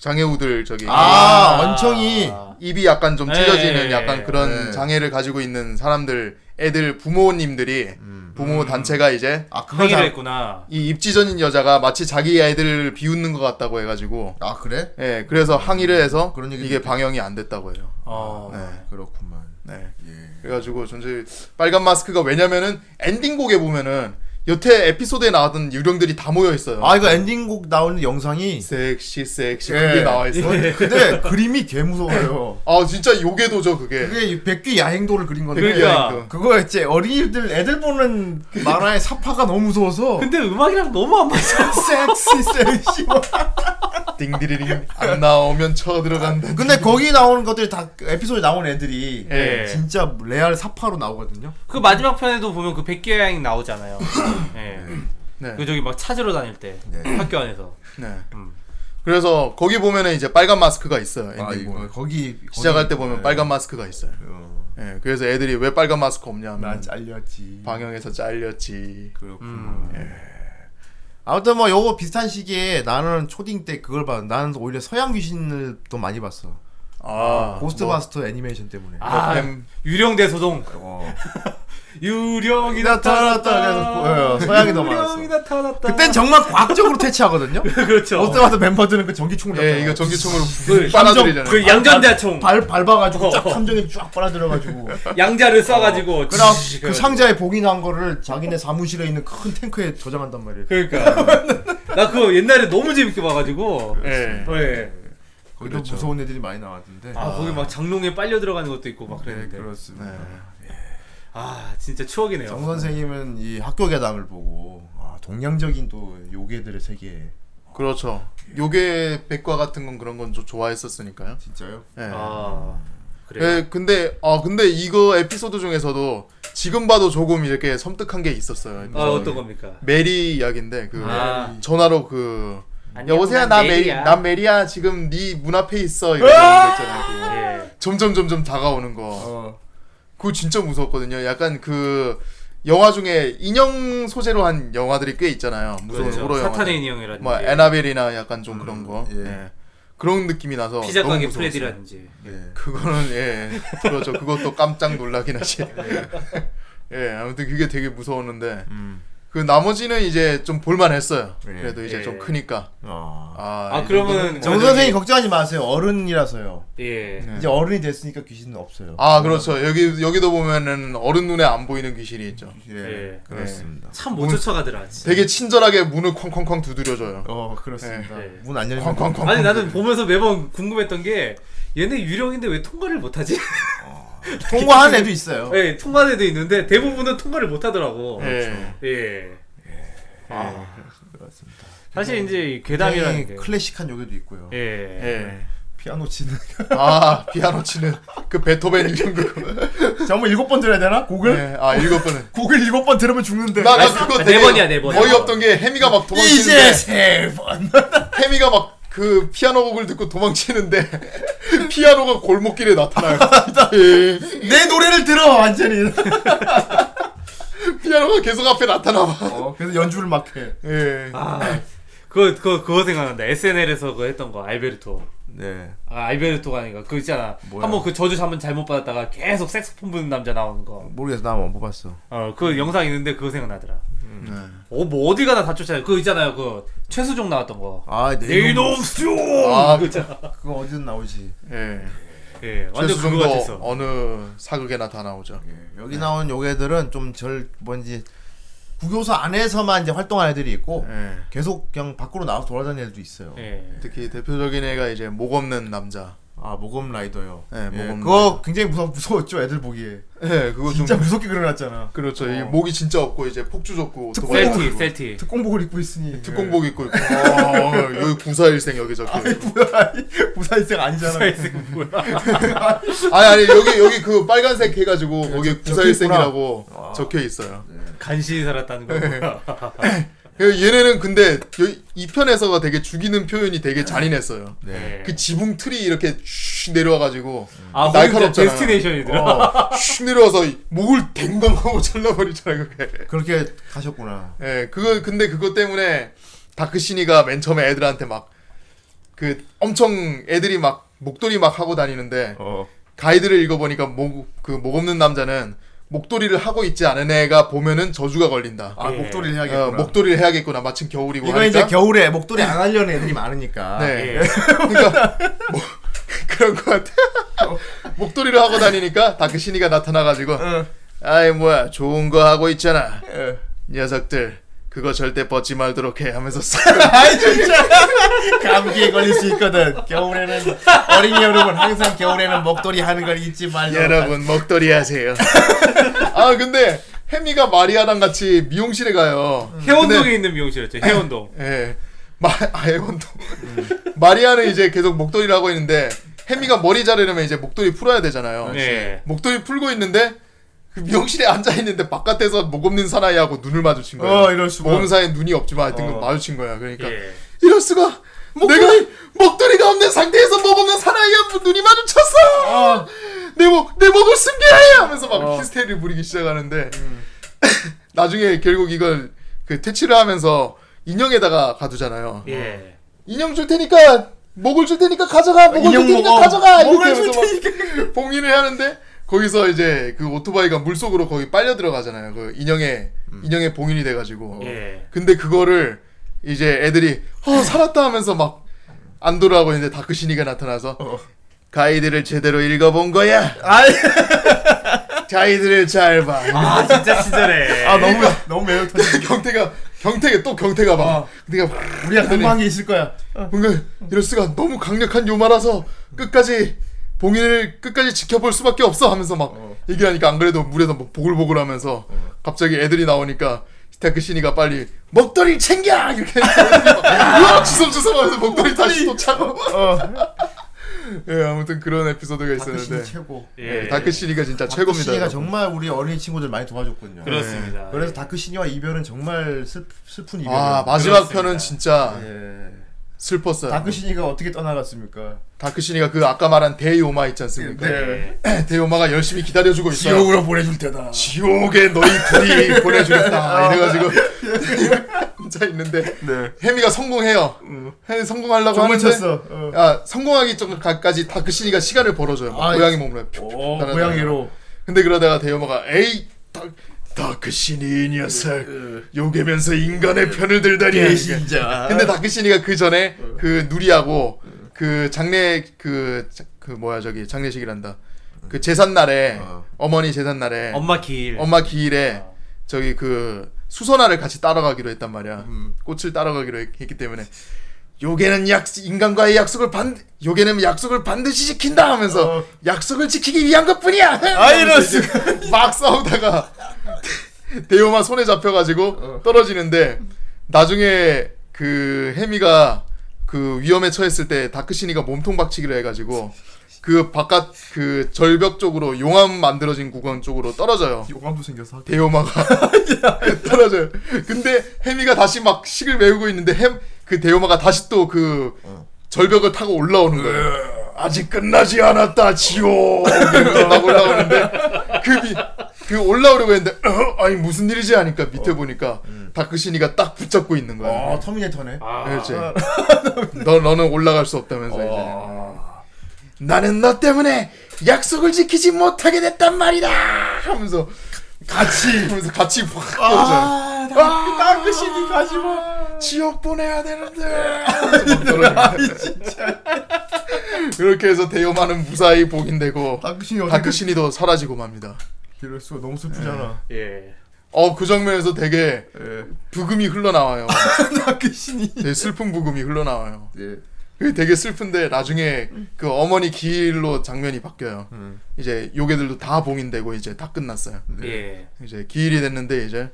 Speaker 1: 장애우들 저기
Speaker 4: 아, 원청이.
Speaker 1: 입이 약간 좀 찢어지는
Speaker 2: 예.
Speaker 1: 약간 그런
Speaker 4: 예.
Speaker 1: 장애를 가지고 있는 사람들 애들 부모님들이 부모 단체가
Speaker 4: 음.
Speaker 1: 이제
Speaker 4: 아 그걸
Speaker 2: 항의를
Speaker 4: 잘-
Speaker 2: 했구나.
Speaker 1: 이 입 찢어진 여자가 마치 자기 아이들을 비웃는 것 같다고 해가지고
Speaker 4: 아 그래?
Speaker 1: 예 그래서 항의를 해서
Speaker 4: 음, 그런 얘기도
Speaker 1: 이게
Speaker 4: 있겠다.
Speaker 1: 방영이 안 됐다고 해요.
Speaker 2: 어.
Speaker 4: 아,
Speaker 1: 네.
Speaker 4: 그렇구만.
Speaker 1: 네.
Speaker 4: 예.
Speaker 1: 그래가지고 전체 빨간 마스크가 왜냐면은 엔딩곡에 보면은 여태 에피소드에 나왔던 유령들이 다 모여 있어요.
Speaker 4: 아 이거 엔딩곡 나오는 영상이
Speaker 1: 섹시 섹시
Speaker 4: 예.
Speaker 1: 그게 나와 있어.
Speaker 4: 어, 근데 그림이 개 무서워요.
Speaker 1: 아 진짜 요괴도죠 그게.
Speaker 4: 그게 이 백귀 야행도를 그린 건데.
Speaker 1: 백귀
Speaker 2: 그러니까.
Speaker 1: 야행도.
Speaker 4: 그거 이제 어린이들 애들 보는 만화의 사파가 너무 무서워서
Speaker 2: 근데 음악이랑 너무 안 맞아.
Speaker 4: 섹시 섹시 뭐.
Speaker 1: 딩디리링 안 나오면 쳐 들어간다.
Speaker 4: 근데 거기 나오는 것들이 다그 에피소드에 나오는 애들이
Speaker 2: 예.
Speaker 4: 진짜 레알 사파로 나오거든요
Speaker 2: 그 마지막 편에도 보면 그 백기 여행 나오잖아요. 예.
Speaker 1: 네.
Speaker 2: 그 저기 막 찾으러 다닐 때 학교 안에서.
Speaker 1: 네.
Speaker 2: 음.
Speaker 1: 그래서 거기 보면은 이제 빨간 마스크가 있어요.
Speaker 4: 아,
Speaker 1: 엔딩곡.
Speaker 4: 이거 거기 거기-
Speaker 1: 시작할 때 보면
Speaker 4: 예.
Speaker 1: 빨간 마스크가 있어요.
Speaker 4: 어,
Speaker 1: 예. 그래서 애들이 왜 빨간 마스크 없냐
Speaker 4: 난
Speaker 1: 하면
Speaker 4: 잘렸지
Speaker 1: 방영에서 잘렸지.
Speaker 4: 그렇구나
Speaker 2: 음.
Speaker 4: 아무튼 뭐 요거 비슷한 시기에 나는 초딩 때 그걸 봤 나는 오히려 서양 귀신을 더 많이 봤어
Speaker 1: 아.
Speaker 4: 고스트바스터 애니메이션 때문에
Speaker 2: 아
Speaker 4: 네.
Speaker 1: 뱀.
Speaker 2: 유령대 소동.
Speaker 4: 어.
Speaker 2: 유령이
Speaker 4: 나타났다.
Speaker 2: 나타났다.
Speaker 4: 그래서, 예, 서양이 더
Speaker 2: 유령이
Speaker 4: 많았어.
Speaker 2: 나타났다.
Speaker 4: 그땐 정말 과학적으로 퇴치하거든요
Speaker 2: 그렇죠.
Speaker 4: 고스트바스터 멤버들은 그 전기총을
Speaker 1: 예, 이거 전기총으로 푹
Speaker 2: 그
Speaker 1: 빨아들이잖아요.
Speaker 2: 양전자총
Speaker 4: 발 밟아가지고 쫙
Speaker 2: 어.
Speaker 4: 함정에 쫙 빨아들여가지고
Speaker 1: 어.
Speaker 2: 양자를 쏴가지고
Speaker 4: 그다음
Speaker 2: 치-
Speaker 4: 그 상자에 봉인한 거를 자기네 사무실에 있는 큰 탱크에 저장한단 말이에요.
Speaker 2: 그러니까 나 그거 옛날에 너무 재밌게 봐가지고
Speaker 1: 예.
Speaker 2: 예.
Speaker 4: 거기도
Speaker 1: 그렇죠.
Speaker 4: 무서운 애들이 많이 나왔는데.
Speaker 2: 아 거기 막 장롱에 빨려 들어가는 것도 있고 막
Speaker 4: 네,
Speaker 2: 그랬는데
Speaker 4: 그렇습니다.
Speaker 2: 아 진짜 추억이네요
Speaker 4: 정 선생님은 이 학교 괴담을 보고 아, 동양적인 또 요괴들의 세계에
Speaker 1: 그렇죠. 요괴 백과 같은 건 그런 건 조, 좋아했었으니까요.
Speaker 4: 진짜요?
Speaker 1: 예.
Speaker 2: 아 그래
Speaker 1: 예, 근데 아 근데 이거 에피소드 중에서도 지금 봐도 조금 이렇게 섬뜩한 게 있었어요.
Speaker 2: 아 어떤 겁니까
Speaker 1: 메리 이야기인데 그
Speaker 2: 아.
Speaker 1: 전화로 그
Speaker 2: 안녕,
Speaker 1: 여보세요
Speaker 2: 난
Speaker 1: 나 메리
Speaker 2: 메리야.
Speaker 1: 나 메리야 지금 네 문 앞에
Speaker 2: 아!
Speaker 1: 있어 이런 거 있잖아요. 그
Speaker 2: 예.
Speaker 1: 점점 점점 다가오는
Speaker 2: 아.
Speaker 1: 거.
Speaker 4: 어.
Speaker 1: 그거 진짜 무섭거든요. 약간 그 영화 중에 인형 소재로 한 영화들이 꽤 있잖아요. 무서운
Speaker 2: 그렇죠.
Speaker 1: 호러 영화.
Speaker 2: 사탄의 인형이라든지
Speaker 1: 뭐 애나벨이나 약간 좀 그런 거.
Speaker 4: 예.
Speaker 1: 예. 그런 느낌이 나서
Speaker 2: 음, 피자
Speaker 1: 너무
Speaker 2: 가게
Speaker 1: 무서웠어요.
Speaker 2: 프레디라든지
Speaker 4: 예.
Speaker 1: 그거는 예 그렇죠 그것도 깜짝 놀라긴 하지 예, 아무튼 그게 되게 무서웠는데 그 나머지는 이제 좀 볼만했어요.
Speaker 4: 예.
Speaker 1: 그래도 이제
Speaker 2: 음. 예.
Speaker 1: 좀 크니까.
Speaker 4: 어.
Speaker 1: 아,
Speaker 2: 아
Speaker 1: 이
Speaker 2: 그러면
Speaker 4: 정
Speaker 2: 완전히-
Speaker 4: 선생님 걱정하지 마세요. 어른이라서요.
Speaker 2: 예.
Speaker 1: 네.
Speaker 4: 이제 어른이 됐으니까 귀신은 없어요.
Speaker 1: 아 그렇죠. 여기 여기도 보면은 어른 눈에 안 보이는 귀신이 있죠.
Speaker 4: 예,
Speaker 2: 예.
Speaker 4: 그렇습니다.
Speaker 2: 참 못 쫓아가더라. 진짜.
Speaker 1: 되게 친절하게 문을 쾅쾅쾅 두드려줘요.
Speaker 4: 어 그렇습니다.
Speaker 2: 예.
Speaker 4: 문 안 열리면
Speaker 1: 쾅쾅쾅.
Speaker 2: 아니 나는 보면서 매번 궁금했던 게 얘네 유령인데 왜 통과를 못하지?
Speaker 4: 통과한 애도 있어요.
Speaker 2: 예, 통과한 애도 있는데 대부분은 통과를 못하더라고.
Speaker 1: 예.
Speaker 2: 예. 아.
Speaker 4: 그렇습니다.
Speaker 2: 사실 이제 이 괴담이라는 게
Speaker 4: 굉장히 네. 클래식한 요괴도 있고요.
Speaker 2: 예.
Speaker 1: 예.
Speaker 4: 피아노 치는
Speaker 1: 아 피아노 치는 그 베토벤 이런 거.
Speaker 4: 잠깐만 일곱 번 들어야 되나? 곡을
Speaker 1: 예. 아 일곱 번은.
Speaker 4: 곡을 일곱 번 들으면 죽는데.
Speaker 1: 나, 나
Speaker 2: 아,
Speaker 1: 그거
Speaker 2: 네
Speaker 1: 되게
Speaker 2: 번이야, 네 번.
Speaker 1: 어이없던 게 해미가 막 도망치는데
Speaker 4: 이제 세 번.
Speaker 1: 해미가 막 그 피아노 곡을 듣고 도망치는데 피아노가 골목길에 나타나요. 예.
Speaker 4: 내 노래를 들어 완전히.
Speaker 1: 피아노가 계속 앞에 나타나봐.
Speaker 4: 어, 그래서 연주를 막 해.
Speaker 1: 예.
Speaker 2: 아. 그거 그거 그거 생각난다. SNL에서 그거 했던 거 알베르토.
Speaker 4: 네.
Speaker 2: 아, 알베르토가 아닌가. 그거 있잖아.
Speaker 4: 뭐야?
Speaker 2: 한번 그 저주 한번 잘못 받았다가 계속 색소폰 부는 남자 나오는 거.
Speaker 4: 모르겠어. 나안 뽑았어.
Speaker 2: 어,
Speaker 4: 음.
Speaker 2: 그 영상 있는데 그거 생각나더라.
Speaker 4: 네.
Speaker 2: 어, 뭐 어디 가나 다 쫓아요. 그거 있잖아요. 그 최수종 나왔던 거.
Speaker 4: 아, 내
Speaker 2: 네이놈 수종!
Speaker 1: 아,
Speaker 2: 그거 있잖아.
Speaker 4: 그거 어디든 나오지.
Speaker 1: 예.
Speaker 2: 예, 완전 그거 같았어.
Speaker 1: 최수종도 어느 사극에나 다 나오죠.
Speaker 4: 예, 여기 나오는 요괴들은 좀 절 뭔지 구교소 안에서만 이제 활동하는 애들이 있고
Speaker 1: 예.
Speaker 4: 계속 그냥 밖으로 나와서 돌아다니는 애들도 있어요.
Speaker 2: 예.
Speaker 1: 특히 대표적인 애가 이제 목 없는 남자.
Speaker 4: 아 네, 모검 라이더요. 음.
Speaker 1: 예, 모검
Speaker 4: 그거 굉장히 무서 무서웠죠 애들 보기에.
Speaker 1: 예, 그거 좀
Speaker 4: 진짜 무섭게 그려놨잖아.
Speaker 1: 그렇죠. 이 목이 진짜 없고 이제 폭주 좁고
Speaker 4: 특-
Speaker 1: 도망-
Speaker 2: 어. 셀티, 네.
Speaker 4: 공복.
Speaker 2: 셀티.
Speaker 4: 네, 특공복을 입고 있으니.
Speaker 1: 특공복 입고 있고. 아, 여기 구사일생 여기 적혀.
Speaker 4: 아이 뭐야 이 부사일생 아니잖아.
Speaker 2: 셀티 뭐야?
Speaker 1: 아니 아니 여기 여기 그 빨간색 해가지고 거기에
Speaker 4: 네, 적- 적혀 네.
Speaker 1: 구사일생이라고 적혀 있어요.
Speaker 2: 간신히 살았다는 거 뭐야?
Speaker 1: 예, 얘네는 근데 여- 이 편에서가 되게 죽이는 표현이 되게 잔인했어요.
Speaker 2: 예.
Speaker 4: 네.
Speaker 1: 그 지붕 틀이 이렇게 슉 내려와가지고
Speaker 4: 음.
Speaker 2: 아, 거기 진짜
Speaker 1: 날카롭잖아.
Speaker 2: 데스티네이션이더라.
Speaker 1: 어, 슉 내려와서 이 목을 댕강하고 잘라버리잖아 그게.
Speaker 4: 그렇게 가셨구나.
Speaker 1: 예, 그거 근데 그것 때문에 다크시니가 맨 처음에 애들한테 막 그 엄청 애들이 막 목도리 막 하고 다니는데
Speaker 4: 어.
Speaker 1: 가이드를 읽어보니까 목그목 없는 남자는 목도리를 하고 있지 않은 애가 보면은 저주가 걸린다.
Speaker 4: 아
Speaker 2: 예.
Speaker 4: 목도리를
Speaker 1: 어,
Speaker 4: 해야겠구나.
Speaker 1: 목도리를 해야겠구나. 마침 겨울이고
Speaker 4: 이거 이제 겨울에 아, 목도리 안 하려는 애들이 많으니까.
Speaker 1: 네.
Speaker 2: 예.
Speaker 1: 그러니까 뭐, 그런 것 같아. 목도리를 하고 다니니까 다크시니가 나타나가지고
Speaker 4: 응.
Speaker 1: 아이 뭐야 좋은 거 하고 있잖아.
Speaker 4: 예.
Speaker 1: 녀석들 그거 절대 벗지 말도록 해 하면서 싹
Speaker 4: 아이 진짜 감기에 걸릴 수 있거든. 겨울에는 어린이 여러분 항상 겨울에는 목도리 하는 걸 잊지 말라.
Speaker 1: 여러분 목도리 하세요. 아 근데 해미가 마리아랑 같이 미용실에 가요.
Speaker 2: 해운동에
Speaker 1: 근데-
Speaker 2: 있는 미용실이었죠. 해운동.
Speaker 1: 예. 마 아, 해운동. 마리아는 이제 계속 목도리를 하고 있는데 해미가 머리 자르려면 이제 목도리 풀어야 되잖아요.
Speaker 2: 예.
Speaker 1: 목도리 풀고 있는데 그 미용실에 앉아 있는데 바깥에서 목 없는 사나이하고 눈을 마주친 거예요.
Speaker 4: 어, 이럴 수가.
Speaker 1: 목 없는 사나이 눈이 없지만 하여튼
Speaker 4: 어.
Speaker 1: 그 마주친 거야. 그러니까
Speaker 2: 예.
Speaker 1: 이럴 수가. 내가 목도리가 없는 상태에서 목 없는 사나이하고 눈이 마주쳤어.
Speaker 4: 아,
Speaker 1: 내 목, 내 목을 숨겨야 해! 하면서 막
Speaker 4: 어. 음.
Speaker 1: 히스테리를 부리기 시작하는데, 나중에 결국 이걸 그 퇴치를 하면서 인형에다가 가두잖아요.
Speaker 2: 예.
Speaker 1: 인형 줄 테니까, 목을 줄 테니까 가져가! 목을
Speaker 4: 인형
Speaker 1: 줄 테니까
Speaker 4: 먹어.
Speaker 1: 가져가! 이렇게
Speaker 4: 목을 줄
Speaker 1: 하면서 막 봉인을 하는데, 거기서 이제 그 오토바이가 물속으로 거기 빨려 들어가잖아요. 그 인형에,
Speaker 4: 음.
Speaker 1: 인형에 봉인이 돼가지고.
Speaker 2: 예.
Speaker 1: 근데 그거를 이제 애들이, 어, 살았다 하면서 막, 안 돌아오고 있는데 다크시니가 나타나서,
Speaker 4: 어.
Speaker 1: 가이드를 제대로 읽어본 거야!
Speaker 4: 아이,
Speaker 1: 자이들을 잘 봐.
Speaker 2: 아, 진짜 친절해.
Speaker 1: 네.
Speaker 4: 아 너무 너무 매우 터지.
Speaker 1: 경태가 경태가 또 경태가
Speaker 4: 어.
Speaker 1: 봐. 내가
Speaker 4: 우리가 금방이 있을 거야.
Speaker 1: 뭔가 이럴 수가 너무 강력한 요마라서 끝까지 봉인을 끝까지 지켜볼 수밖에 없어 어. 하면서 막
Speaker 4: 어.
Speaker 1: 얘기하니까 안 그래도 물에서 막 보글보글하면서 갑자기 애들이 나오니까 스테크 신이가 빨리 목도리 챙겨 이렇게 으악 주섬주섬하면서 목도리 다시 또 차고
Speaker 4: 어,
Speaker 1: 예 아무튼 그런 에피소드가
Speaker 4: 다크신이
Speaker 1: 있었는데
Speaker 4: 최고.
Speaker 1: 예, 다크 신이가 진짜
Speaker 4: 다크신이가
Speaker 1: 최고입니다.
Speaker 4: 정말 우리 어린이 친구들 많이 도와줬군요. 네.
Speaker 2: 그렇습니다. 예.
Speaker 4: 그래서 다크신이와 이별은 정말 슬, 슬픈 이별.
Speaker 1: 아 마지막
Speaker 2: 그렇습니다.
Speaker 1: 편은 진짜
Speaker 4: 예.
Speaker 1: 슬펐어요.
Speaker 4: 다크신이가 어떻게 떠나갔습니까? 네.
Speaker 1: 다크신이가 그 아까 말한 대요마 있지 않습니까?
Speaker 2: 예.
Speaker 1: 대요마가 열심히
Speaker 4: 예,
Speaker 1: 기다려주고 있어요.
Speaker 4: 보내줄 테다.
Speaker 1: 지옥에 너희
Speaker 4: 예.
Speaker 1: 둘이
Speaker 4: 아.
Speaker 1: 보내주겠다. 이래가지고 혼자 있는데
Speaker 4: 네.
Speaker 1: 해미가 성공해요. 해미 성공하려고
Speaker 4: 음. 정말
Speaker 1: 하는데
Speaker 4: 쳤어. 어.
Speaker 1: 야, 성공하기 좀까지 다크신이가 시간을 벌어줘요. 막
Speaker 4: 아,
Speaker 1: 고양이 몸으로. 푹
Speaker 4: 오,
Speaker 1: 따라다녀요.
Speaker 4: 고양이로.
Speaker 1: 근데 그러다가 대요마가 에이 다, 다크신이 이 녀석
Speaker 4: 예.
Speaker 1: 요괴면서 인간의 편을 들다니
Speaker 4: 배신자.
Speaker 1: 네. 근데 다크신이가 그
Speaker 4: 예.
Speaker 1: 전에 그 누리하고 그 장례 그, 자- 그 뭐야 저기 장례식이란다 그 제삿날에
Speaker 4: 어.
Speaker 1: 어. 머니 제삿날에 엄마,
Speaker 2: 엄마 길.
Speaker 1: 기일에 저기 그 수선화를 같이 따라가기로 했단 말이야
Speaker 4: 음.
Speaker 1: 꽃을 따라가기로 했, 기 때문에 요괴는 약 인간과의 약속을 반 요괴는 약속을 반드시 지킨다 하면서
Speaker 4: 어.
Speaker 1: 약속을 지키기 위한 것뿐이야
Speaker 4: 아, 이럴 수가.
Speaker 1: 막 싸우다가 대요마 손에 잡혀가지고 떨어지는데 나중에 그 해미가 그 위험에 처했을 때 다크시니가 몸통 박치기를 해가지고 그 바깥 그 절벽 쪽으로 용암 만들어진 구간 쪽으로 떨어져요.
Speaker 4: 요감도 생겨서 학교
Speaker 1: 대요마가 떨어져요. 근데 해미가 다시 막 식을 메우고 있는데 햄그 대요마가 다시 또 그 절벽을 타고 올라오는 거예요. 아직 끝나지 않았다 지옥 이렇게 막 올라오는데 그그 그 올라오려고 했는데 어? 아니 무슨 일이지 하니까 밑에 보니까 다크신이가 딱 붙잡고 있는 거야.
Speaker 4: 아 터미네이터네.
Speaker 1: 그렇지. 너 너는 올라갈 수 없다면서
Speaker 4: 어.
Speaker 1: 이제. 나는 너 때문에 약속을 지키지 못하게 됐단 말이다. 하면서 같이 하면서 같이 확 떨어져.
Speaker 4: 아, 땅끝이니 가지마.
Speaker 1: 지옥 보내야 되는데. 하면서 막 떨어져.
Speaker 4: 아니 진짜.
Speaker 1: 이렇게 해서 대요마는 무사히 복인되고
Speaker 4: 땅끝이니 어디
Speaker 1: 다크신이도 사라지고 맙니다.
Speaker 4: 이럴 수가 너무 슬프잖아.
Speaker 2: 예.
Speaker 1: 어, 그 장면에서 되게
Speaker 4: 예.
Speaker 1: 부금이 흘러나와요.
Speaker 4: 땅끝이니.
Speaker 1: 되게 슬픈 부금이 흘러나와요.
Speaker 4: 예.
Speaker 1: 그게 되게 슬픈데 나중에 그 어머니 길로 장면이 바뀌어요.
Speaker 4: 음.
Speaker 1: 이제 요괴들도 다 봉인되고 이제 다 끝났어요.
Speaker 2: 예.
Speaker 1: 이제 기일이 됐는데 이제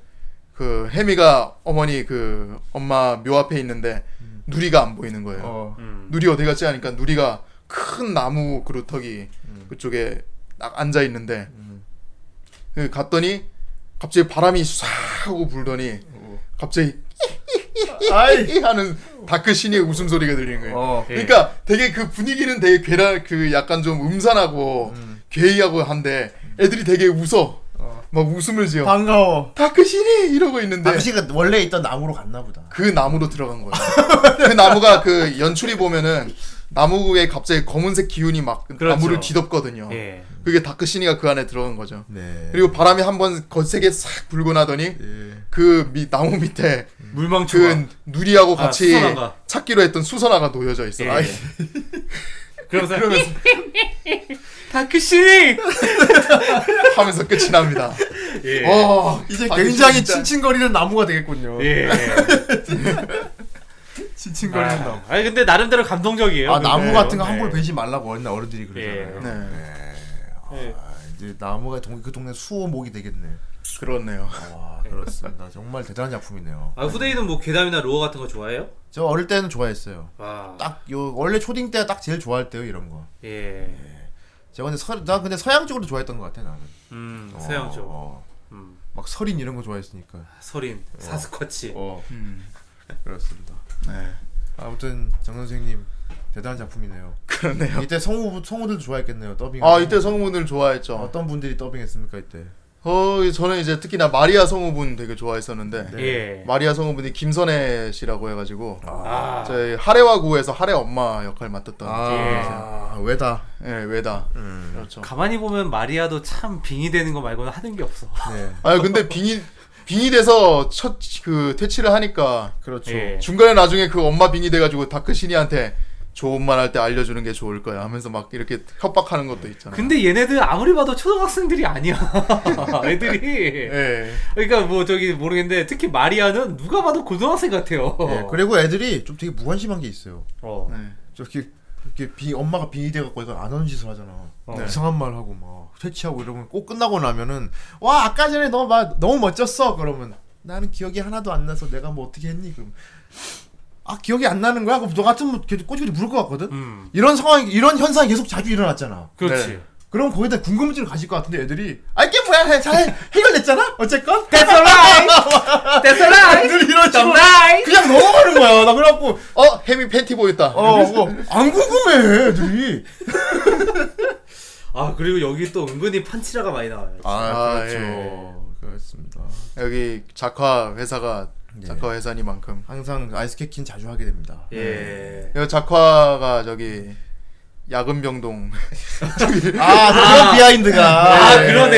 Speaker 1: 그 해미가 어머니 그 엄마 묘 앞에 있는데 누리가 안 보이는 거예요.
Speaker 4: 어.
Speaker 2: 음.
Speaker 1: 누리 어디 갔지 하니까 누리가 큰 나무 그루터기
Speaker 4: 음.
Speaker 1: 그쪽에 딱 앉아 있는데 그 갔더니 갑자기 바람이 쏴 하고 불더니 갑자기
Speaker 4: 아이.
Speaker 1: 이 하는 다크 신이의 웃음소리가 들리는 거예요.
Speaker 4: 어.
Speaker 2: 예.
Speaker 1: 그러니까 되게 그 분위기는 되게 괴랄 그 약간 좀 음산하고 괴이하고 한데 애들이 되게 웃어
Speaker 4: 어.
Speaker 1: 막 웃음을 지어
Speaker 4: 반가워.
Speaker 1: 다크신이 이러고 있는데
Speaker 4: 당신가 네. 원래 있던 나무로 갔나 보다.
Speaker 1: 그 나무로 들어간 거예요. 그 나무가 그 연출이 보면은 나무에 갑자기 검은색 기운이 막
Speaker 2: 그렇죠.
Speaker 1: 나무를 뒤덮거든요.
Speaker 2: 예.
Speaker 1: 그게 다크신이가 그 안에 들어간 거죠.
Speaker 4: 네.
Speaker 1: 그리고 바람이 한번 거세게 싹 불고 나더니
Speaker 4: 예.
Speaker 1: 그 미, 나무 밑에
Speaker 2: 물망초가.
Speaker 1: 그 누리하고
Speaker 2: 아,
Speaker 1: 같이
Speaker 2: 수선화가.
Speaker 1: 찾기로 했던 수선화가 놓여져 있어.
Speaker 2: 예.
Speaker 1: 요 아,
Speaker 2: 그러면서 다크씨.
Speaker 1: 하면서 끝이 납니다.
Speaker 2: 예.
Speaker 1: 어,
Speaker 4: 이제
Speaker 1: 다크신
Speaker 4: 굉장히
Speaker 1: 진짜-
Speaker 4: 칭칭거리는 나무가 되겠군요.
Speaker 2: 예.
Speaker 4: 칭칭거리는
Speaker 2: 아,
Speaker 4: 나무.
Speaker 2: 아니 근데 나름대로 감동적이에요.
Speaker 4: 아 나무
Speaker 2: 근데.
Speaker 4: 같은 거 함부로
Speaker 2: 네.
Speaker 4: 베지 말라고 옛날 어른들이 그러잖아요.
Speaker 1: 네.
Speaker 2: 예.
Speaker 4: 아, 이제 나무가 동, 그 동네 수호목이 되겠네.
Speaker 1: 그렇네요.
Speaker 4: 와 그렇습니다. 정말 대단한 작품이네요.
Speaker 2: 아 후대인은 뭐 괴담이나 로어 같은 거 좋아해요?
Speaker 4: 저 어릴 때는 좋아했어요.
Speaker 2: 아.
Speaker 4: 딱 요 원래 초딩 때가 딱 제일 좋아할 때요 이런 거.
Speaker 2: 예.
Speaker 4: 제가 근데 서, 나 근데 서양 쪽으로 좋아했던 것 같아 나는.
Speaker 2: 음.
Speaker 4: 어,
Speaker 2: 서양 쪽.
Speaker 4: 어.
Speaker 2: 음.
Speaker 4: 막 서린 이런 거 좋아했으니까.
Speaker 2: 서린, 사스쿼치.
Speaker 4: 어
Speaker 1: 음,
Speaker 4: 그렇습니다.
Speaker 1: 네,
Speaker 4: 아무튼 정 선생님 대단한 작품이네요.
Speaker 1: 그렇네요.
Speaker 4: 이때 성우 성우들도 좋아했겠네요 더빙.
Speaker 1: 아 이때 성우분을 좋아했죠.
Speaker 4: 어떤 분들이 더빙했습니까 이때?
Speaker 1: 어, 저는 이제 특히나 마리아 성우분 되게
Speaker 4: 네.
Speaker 1: 좋아했었는데
Speaker 2: 예.
Speaker 1: 네. 마리아 성우분이 김선혜 씨라고 해가지고
Speaker 2: 아.
Speaker 1: 저희 하레와구에서 하레 엄마 역할 맡았던
Speaker 4: 아 왜다?
Speaker 1: 예 외다
Speaker 4: 음.
Speaker 1: 그렇죠.
Speaker 2: 가만히 보면 마리아도 참 빙이 되는 거 말고는 하는 게 없어.
Speaker 4: 네
Speaker 1: 아 근데 빙이 빙이 돼서 첫 그 퇴치를 하니까
Speaker 4: 그렇죠.
Speaker 2: 예.
Speaker 1: 중간에 나중에 그 엄마 빙이 돼가지고 다크신이한테 좋은 말 할 때 알려주는 게 좋을 거야 하면서 막 이렇게 협박하는 것도 있잖아.
Speaker 2: 근데 얘네들 아무리 봐도 초등학생들이 아니야. 애들이.
Speaker 1: 예.
Speaker 2: 그러니까 뭐 저기 모르겠는데 특히 마리아는 누가 봐도 고등학생 같아요.
Speaker 1: 어.
Speaker 4: 예, 그리고 애들이 좀 되게 무관심한 게 있어요.
Speaker 2: 어.
Speaker 1: 네.
Speaker 4: 저렇게 이렇게 비 엄마가 빙이 돼갖고 애가 안 하는 짓을 하잖아.
Speaker 2: 네.
Speaker 4: 이상한 말 하고 막 퇴치하고 이러면 꼭 끝나고 나면은 와 아까 전에 너 막 너무 멋졌어 그러면 나는 기억이 하나도 안 나서 내가 뭐 어떻게 했니 그럼 아 기억이 안 나는 거야 그럼 너 같으면 계속 꼬집이 물을 것 같거든.
Speaker 2: 음.
Speaker 4: 이런 상황 이런 현상이 계속 자주 일어났잖아.
Speaker 2: 그렇지.
Speaker 1: 네.
Speaker 4: 그럼 거기다 궁금증을 가질 것 같은데 애들이 아 이게 뭐야 해- 잘 해결됐잖아 어쨌건
Speaker 2: That's alright. That's alright.
Speaker 4: 늘 이런 식으로
Speaker 2: 아, 정말.
Speaker 4: 그냥 넘어가는 거야 나 그래갖고
Speaker 1: 어 해미 팬티 보였다.
Speaker 4: 어, 뭐, 안 궁금해, 애들이.
Speaker 2: 아 그리고 여기 또 은근히 판치라가 많이 나와요.
Speaker 1: 아,
Speaker 4: 예. 그렇습니다.
Speaker 1: 여기 작화 회사가
Speaker 4: 네.
Speaker 1: 작화 회사니만큼
Speaker 4: 항상 아이스케이킹 자주 하게 됩니다.
Speaker 2: 예.
Speaker 1: 여기 작화가 저기 야근병동
Speaker 4: 아, 그런 비하인드가.
Speaker 2: 아
Speaker 4: 예.
Speaker 2: 그러네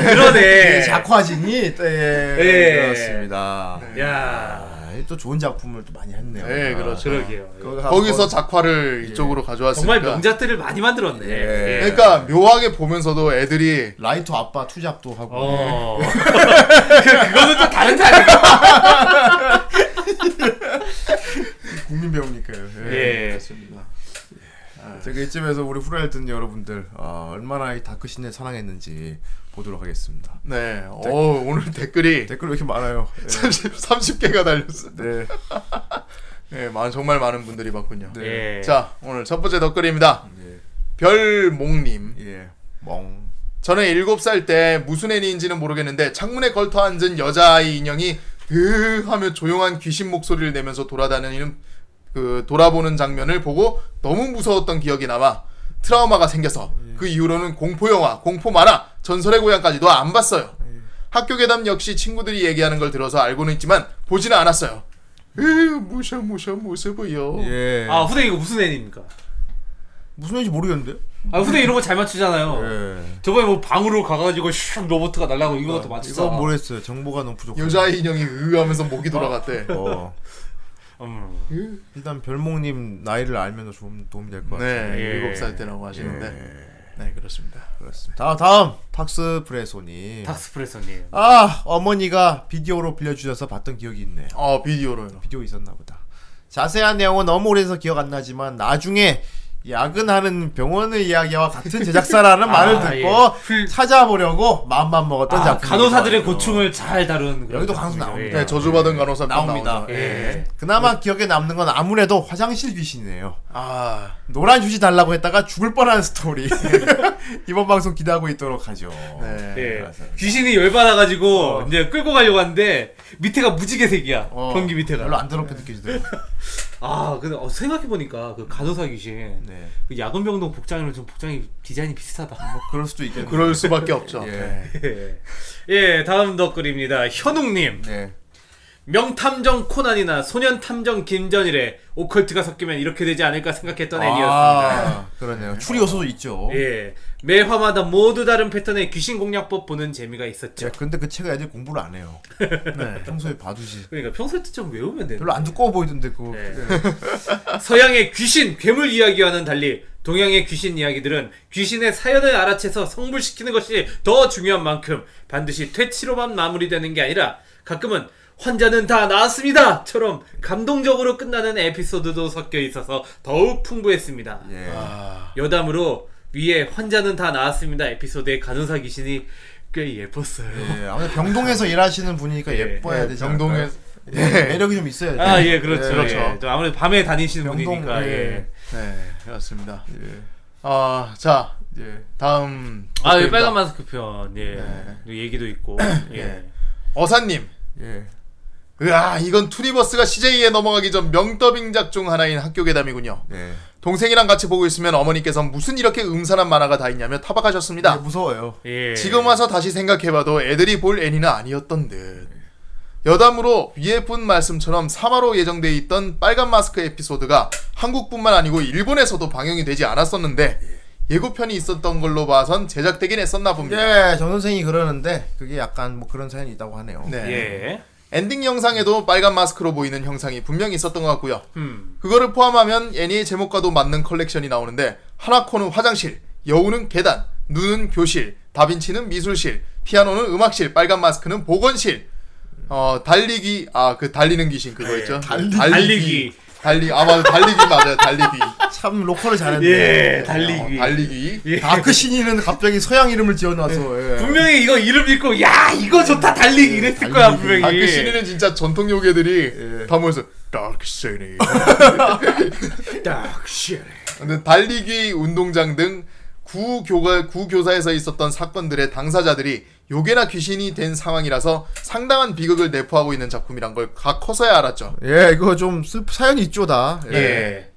Speaker 4: 예,
Speaker 2: 그러네
Speaker 4: 작화진이 또, 예,
Speaker 2: 예.
Speaker 4: 그렇습니다.
Speaker 2: 야
Speaker 4: 아, 또 좋은 작품을 또 많이 했네요. 아,
Speaker 1: 예, 그렇죠.
Speaker 2: 그러게요 예.
Speaker 4: 그거
Speaker 1: 거기서
Speaker 4: 한번-
Speaker 1: 작화를 이쪽으로 가져왔으니까
Speaker 2: 정말 명작들을 많이 만들었네
Speaker 4: 예.
Speaker 2: 예.
Speaker 1: 그러니까 묘하게 보면서도 애들이
Speaker 4: 라이터 아빠 투잡도 하고
Speaker 2: 어 그- 그거는 또 다른 거 아니에요
Speaker 4: 국민 배우니까요.
Speaker 2: 예
Speaker 4: 제가 이쯤에서 우리 후라이 듣는 여러분들 아, 얼마나 이 다크 신을 사랑했는지 보도록 하겠습니다.
Speaker 1: 네, 어우, 오늘 댓글이
Speaker 4: 댓글 왜 이렇게 많아요?
Speaker 1: 30, 30개가 달렸어.
Speaker 4: 예. 네.
Speaker 1: 네, 많- 정말 많은 분들이 봤군요.
Speaker 4: 네.
Speaker 2: 예.
Speaker 1: 자, 오늘 첫 번째 댓글입니다.
Speaker 4: 예.
Speaker 1: 별몽님.
Speaker 4: 예. 멍.
Speaker 1: 저는 7살 때 무슨 애니인지는 모르겠는데 창문에 걸터 앉은 여자아이 인형이 으 하며 조용한 귀신 목소리를 내면서 돌아다니는 그 돌아보는 장면을 보고 너무 무서웠던 기억이 남아 트라우마가 생겨서 그 이후로는 공포 영화, 공포 만화, 전설의 고향까지도 안 봤어요. 학교 괴담 역시 친구들이 얘기하는 걸 들어서 알고는 있지만 보지는 않았어요. 으 무셔 무셔 무서워요.
Speaker 4: 예.
Speaker 2: 아 후대 이거 무슨 애니입니까
Speaker 4: 무슨 얘기인지 모르겠는데?
Speaker 2: 아 후대 이런 거 잘 맞추잖아요
Speaker 4: 예.
Speaker 2: 저번에 뭐 방으로 가가지고 슉 로봇가 날라고 이것도 맞추잖아
Speaker 4: 이건 모르겠어요. 정보가 너무 부족해요.
Speaker 1: 여자아이 인형이 으 하면서 목이 돌아갔대.
Speaker 4: 어.
Speaker 2: 음.
Speaker 1: 으.
Speaker 4: 일단 별몽님 나이를 알면 좀 도움이 될 것 같아요.
Speaker 1: 네,
Speaker 2: 예.
Speaker 1: 일곱 살 때라고 하시는데. 네, 그렇습니다.
Speaker 4: 그렇습니다. 다, 다음 탁스 프레소님.
Speaker 2: 닥스프레소님
Speaker 4: 아 어머니가 비디오로 빌려주셔서 봤던 기억이 있네요.
Speaker 2: 아,
Speaker 1: 어, 비디오로요.
Speaker 4: 비디오 있었나 보다. 자세한 내용은 너무 오래돼서 기억 안 나지만 나중에 야근하는 병원의 이야기와 같은 제작사라는 말을 듣고
Speaker 2: 아, 예. 훌-
Speaker 4: 찾아보려고 마음만 먹었던
Speaker 2: 아,
Speaker 4: 작품.
Speaker 2: 간호사들의 고충을 잘 다룬 그런
Speaker 4: 여기도 간호사
Speaker 2: 작품이죠.
Speaker 4: 나옵니다.
Speaker 1: 네, 저주받은 간호사
Speaker 4: 나옵니다.
Speaker 1: 나오죠.
Speaker 2: 예.
Speaker 4: 그나마 기억에 남는 건 아무래도 화장실 귀신이에요.
Speaker 1: 아,
Speaker 4: 노란 휴지 달라고 했다가 죽을 뻔한 스토리. 이번 방송 기대하고 있도록 하죠.
Speaker 1: 네.
Speaker 2: 예.
Speaker 4: 알았어요.
Speaker 2: 귀신이 열받아가지고 이제 끌고 가려고 하는데 밑에가 무지개색이야
Speaker 4: 어,
Speaker 2: 변기 밑에가 네.
Speaker 4: 별로 안 더럽게 느껴지더라고요.
Speaker 2: 아 근데 어, 생각해보니까 그 간호사 귀신
Speaker 4: 네.
Speaker 2: 그 야근병동 복장이랑 좀 복장이 디자인이 비슷하다
Speaker 4: 뭐 그럴 수도 있겠네요.
Speaker 1: 예. 그럴 수밖에 없죠.
Speaker 4: 예.
Speaker 1: 네.
Speaker 2: 예. 예 다음 덧글입니다 현웅님
Speaker 4: 네.
Speaker 2: 명탐정 코난이나 소년탐정 김전일에 오컬트가 섞이면 이렇게 되지 않을까 생각했던 애니였습니다
Speaker 4: 아, 그러네요. 추리 요소도 있죠. 네.
Speaker 2: 예. 매 화마다 모두 다른 패턴의 귀신 공략법 보는 재미가 있었죠.
Speaker 4: 야, 근데 그 책을 애들이 공부를 안 해요.
Speaker 1: 네.
Speaker 4: 평소에 봐두지.
Speaker 2: 그러니까 평소에 좀 외우면 되는
Speaker 4: 별로 안 두꺼워 보이던데 그거.
Speaker 2: 네. 서양의 귀신, 괴물 이야기와는 달리 동양의 귀신 이야기들은 귀신의 사연을 알아채서 성불시키는 것이 더 중요한 만큼 반드시 퇴치로만 마무리되는 게 아니라 가끔은 환자는 다 나았습니다!처럼 감동적으로 끝나는 에피소드도 섞여 있어서 더욱 풍부했습니다.
Speaker 4: 예.
Speaker 1: 아,
Speaker 2: 여담으로 위에 환자는 다 나았습니다 에피소드의 간호사 귀신이 꽤 예뻤어요.
Speaker 4: 예. 아무래도 병동에서 일하시는 분이니까 예뻐야
Speaker 1: 네,
Speaker 4: 되지
Speaker 1: 병동에
Speaker 4: 않을까요? 예. 매력이 좀 있어야 돼.
Speaker 2: 아, 예, 그렇죠.
Speaker 4: 네,
Speaker 1: 예, 그렇죠.
Speaker 2: 예. 또 아무래도 밤에 다니시는
Speaker 4: 병동,
Speaker 2: 분이니까.
Speaker 4: 예.
Speaker 2: 예.
Speaker 1: 네, 그렇습니다.
Speaker 4: 예.
Speaker 1: 아, 자,
Speaker 4: 예.
Speaker 1: 다음.
Speaker 2: 아, 여기
Speaker 1: 댓글입니다.
Speaker 2: 빨간 마스크 편. 예. 또 얘기도 있고. 예.
Speaker 1: 어사님.
Speaker 4: 예.
Speaker 1: 으아, 이건 투니버스가 CJ에 넘어가기 전 명더빙작 중 하나인 학교 괴담이군요.
Speaker 4: 예.
Speaker 1: 동생이랑 같이 보고 있으면 어머니께서 무슨 이렇게 음산한 만화가 다 있냐며
Speaker 4: 나
Speaker 1: 타박하셨습니다.
Speaker 4: 무서워요.
Speaker 2: 예.
Speaker 1: 지금 와서 다시 생각해봐도 애들이 볼 애니는 아니었던 듯. 여담으로 위에 분 말씀처럼 3화로 예정돼 있던 빨간 마스크 에피소드가 한국뿐만 아니고 일본에서도 방영이 되지 않았었는데 예고편이 있었던 걸로 봐선 제작되긴 했었나 봅니다.
Speaker 4: 예, 전 선생이 그러는데 그게 약간 뭐 그런 사연이 있다고 하네요.
Speaker 1: 네.
Speaker 2: 예.
Speaker 1: 엔딩 영상에도 빨간 마스크로 보이는 형상이 분명히 있었던 것 같고요.
Speaker 2: 음.
Speaker 1: 그거를 포함하면 애니의 제목과도 맞는 컬렉션이 나오는데 하나코는 화장실, 여우는 계단, 눈은 교실, 다빈치는 미술실, 피아노는 음악실, 빨간 마스크는 보건실. 어 달리기 아 그 달리는 귀신 그거 있죠? 네,
Speaker 4: 달리-
Speaker 2: 네, 달리기.
Speaker 1: 달리 아 맞아 달리기 맞아요 달리기
Speaker 4: 참 로컬을 잘했네.
Speaker 2: 예,
Speaker 1: 어,
Speaker 2: 달리기.
Speaker 1: 달리기
Speaker 2: 예.
Speaker 4: 다크 신이는 갑자기 서양 이름을 지어놔서 예.
Speaker 2: 분명히 이거 이름 읽고, 야, 이거 좋다, 달리기 이랬을
Speaker 4: 달리기.
Speaker 2: 거야, 분명히.
Speaker 1: 아그 신이는 진짜 전통 요괴들이
Speaker 4: 예.
Speaker 1: 다 모여서 닥시니
Speaker 2: 딱, 씨.
Speaker 1: 근데 달리기 운동장 등 구교가 구교사에서 있었던 사건들의 당사자들이 요괴나 귀신이 된 상황이라서 상당한 비극을 내포하고 있는 작품이란 걸 각 커서야 알았죠.
Speaker 4: 예, 이거 좀 슬, 사연이 있죠다. 예.
Speaker 2: 예.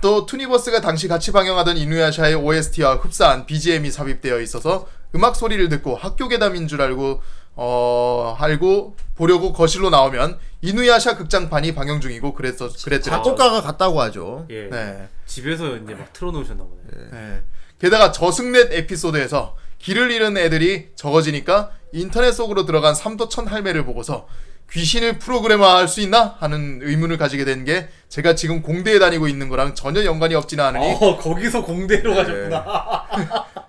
Speaker 1: 또 투니버스가 당시 같이 방영하던 이누야샤의 OST와 흡사한 BGM이 삽입되어 있어서 음악 소리를 듣고 학교 괴담인 줄 알고 어 알고 보려고 거실로 나오면 이누야샤 극장판이 방영 중이고 그랬어 그랬더라.
Speaker 4: 작곡가가 갔다고 하죠.
Speaker 2: 예.
Speaker 1: 네.
Speaker 2: 집에서 이제 막 틀어놓으셨나 보네.
Speaker 1: 네. 게다가 저승넷 에피소드에서 길을 잃은 애들이 적어지니까 인터넷 속으로 들어간 삼도천 할매를 보고서 귀신을 프로그래머할 수 있나 하는 의문을 가지게 된 게 제가 지금 공대에 다니고 있는 거랑 전혀 연관이 없지는 않으니
Speaker 2: 어, 거기서 공대로 가셨구나.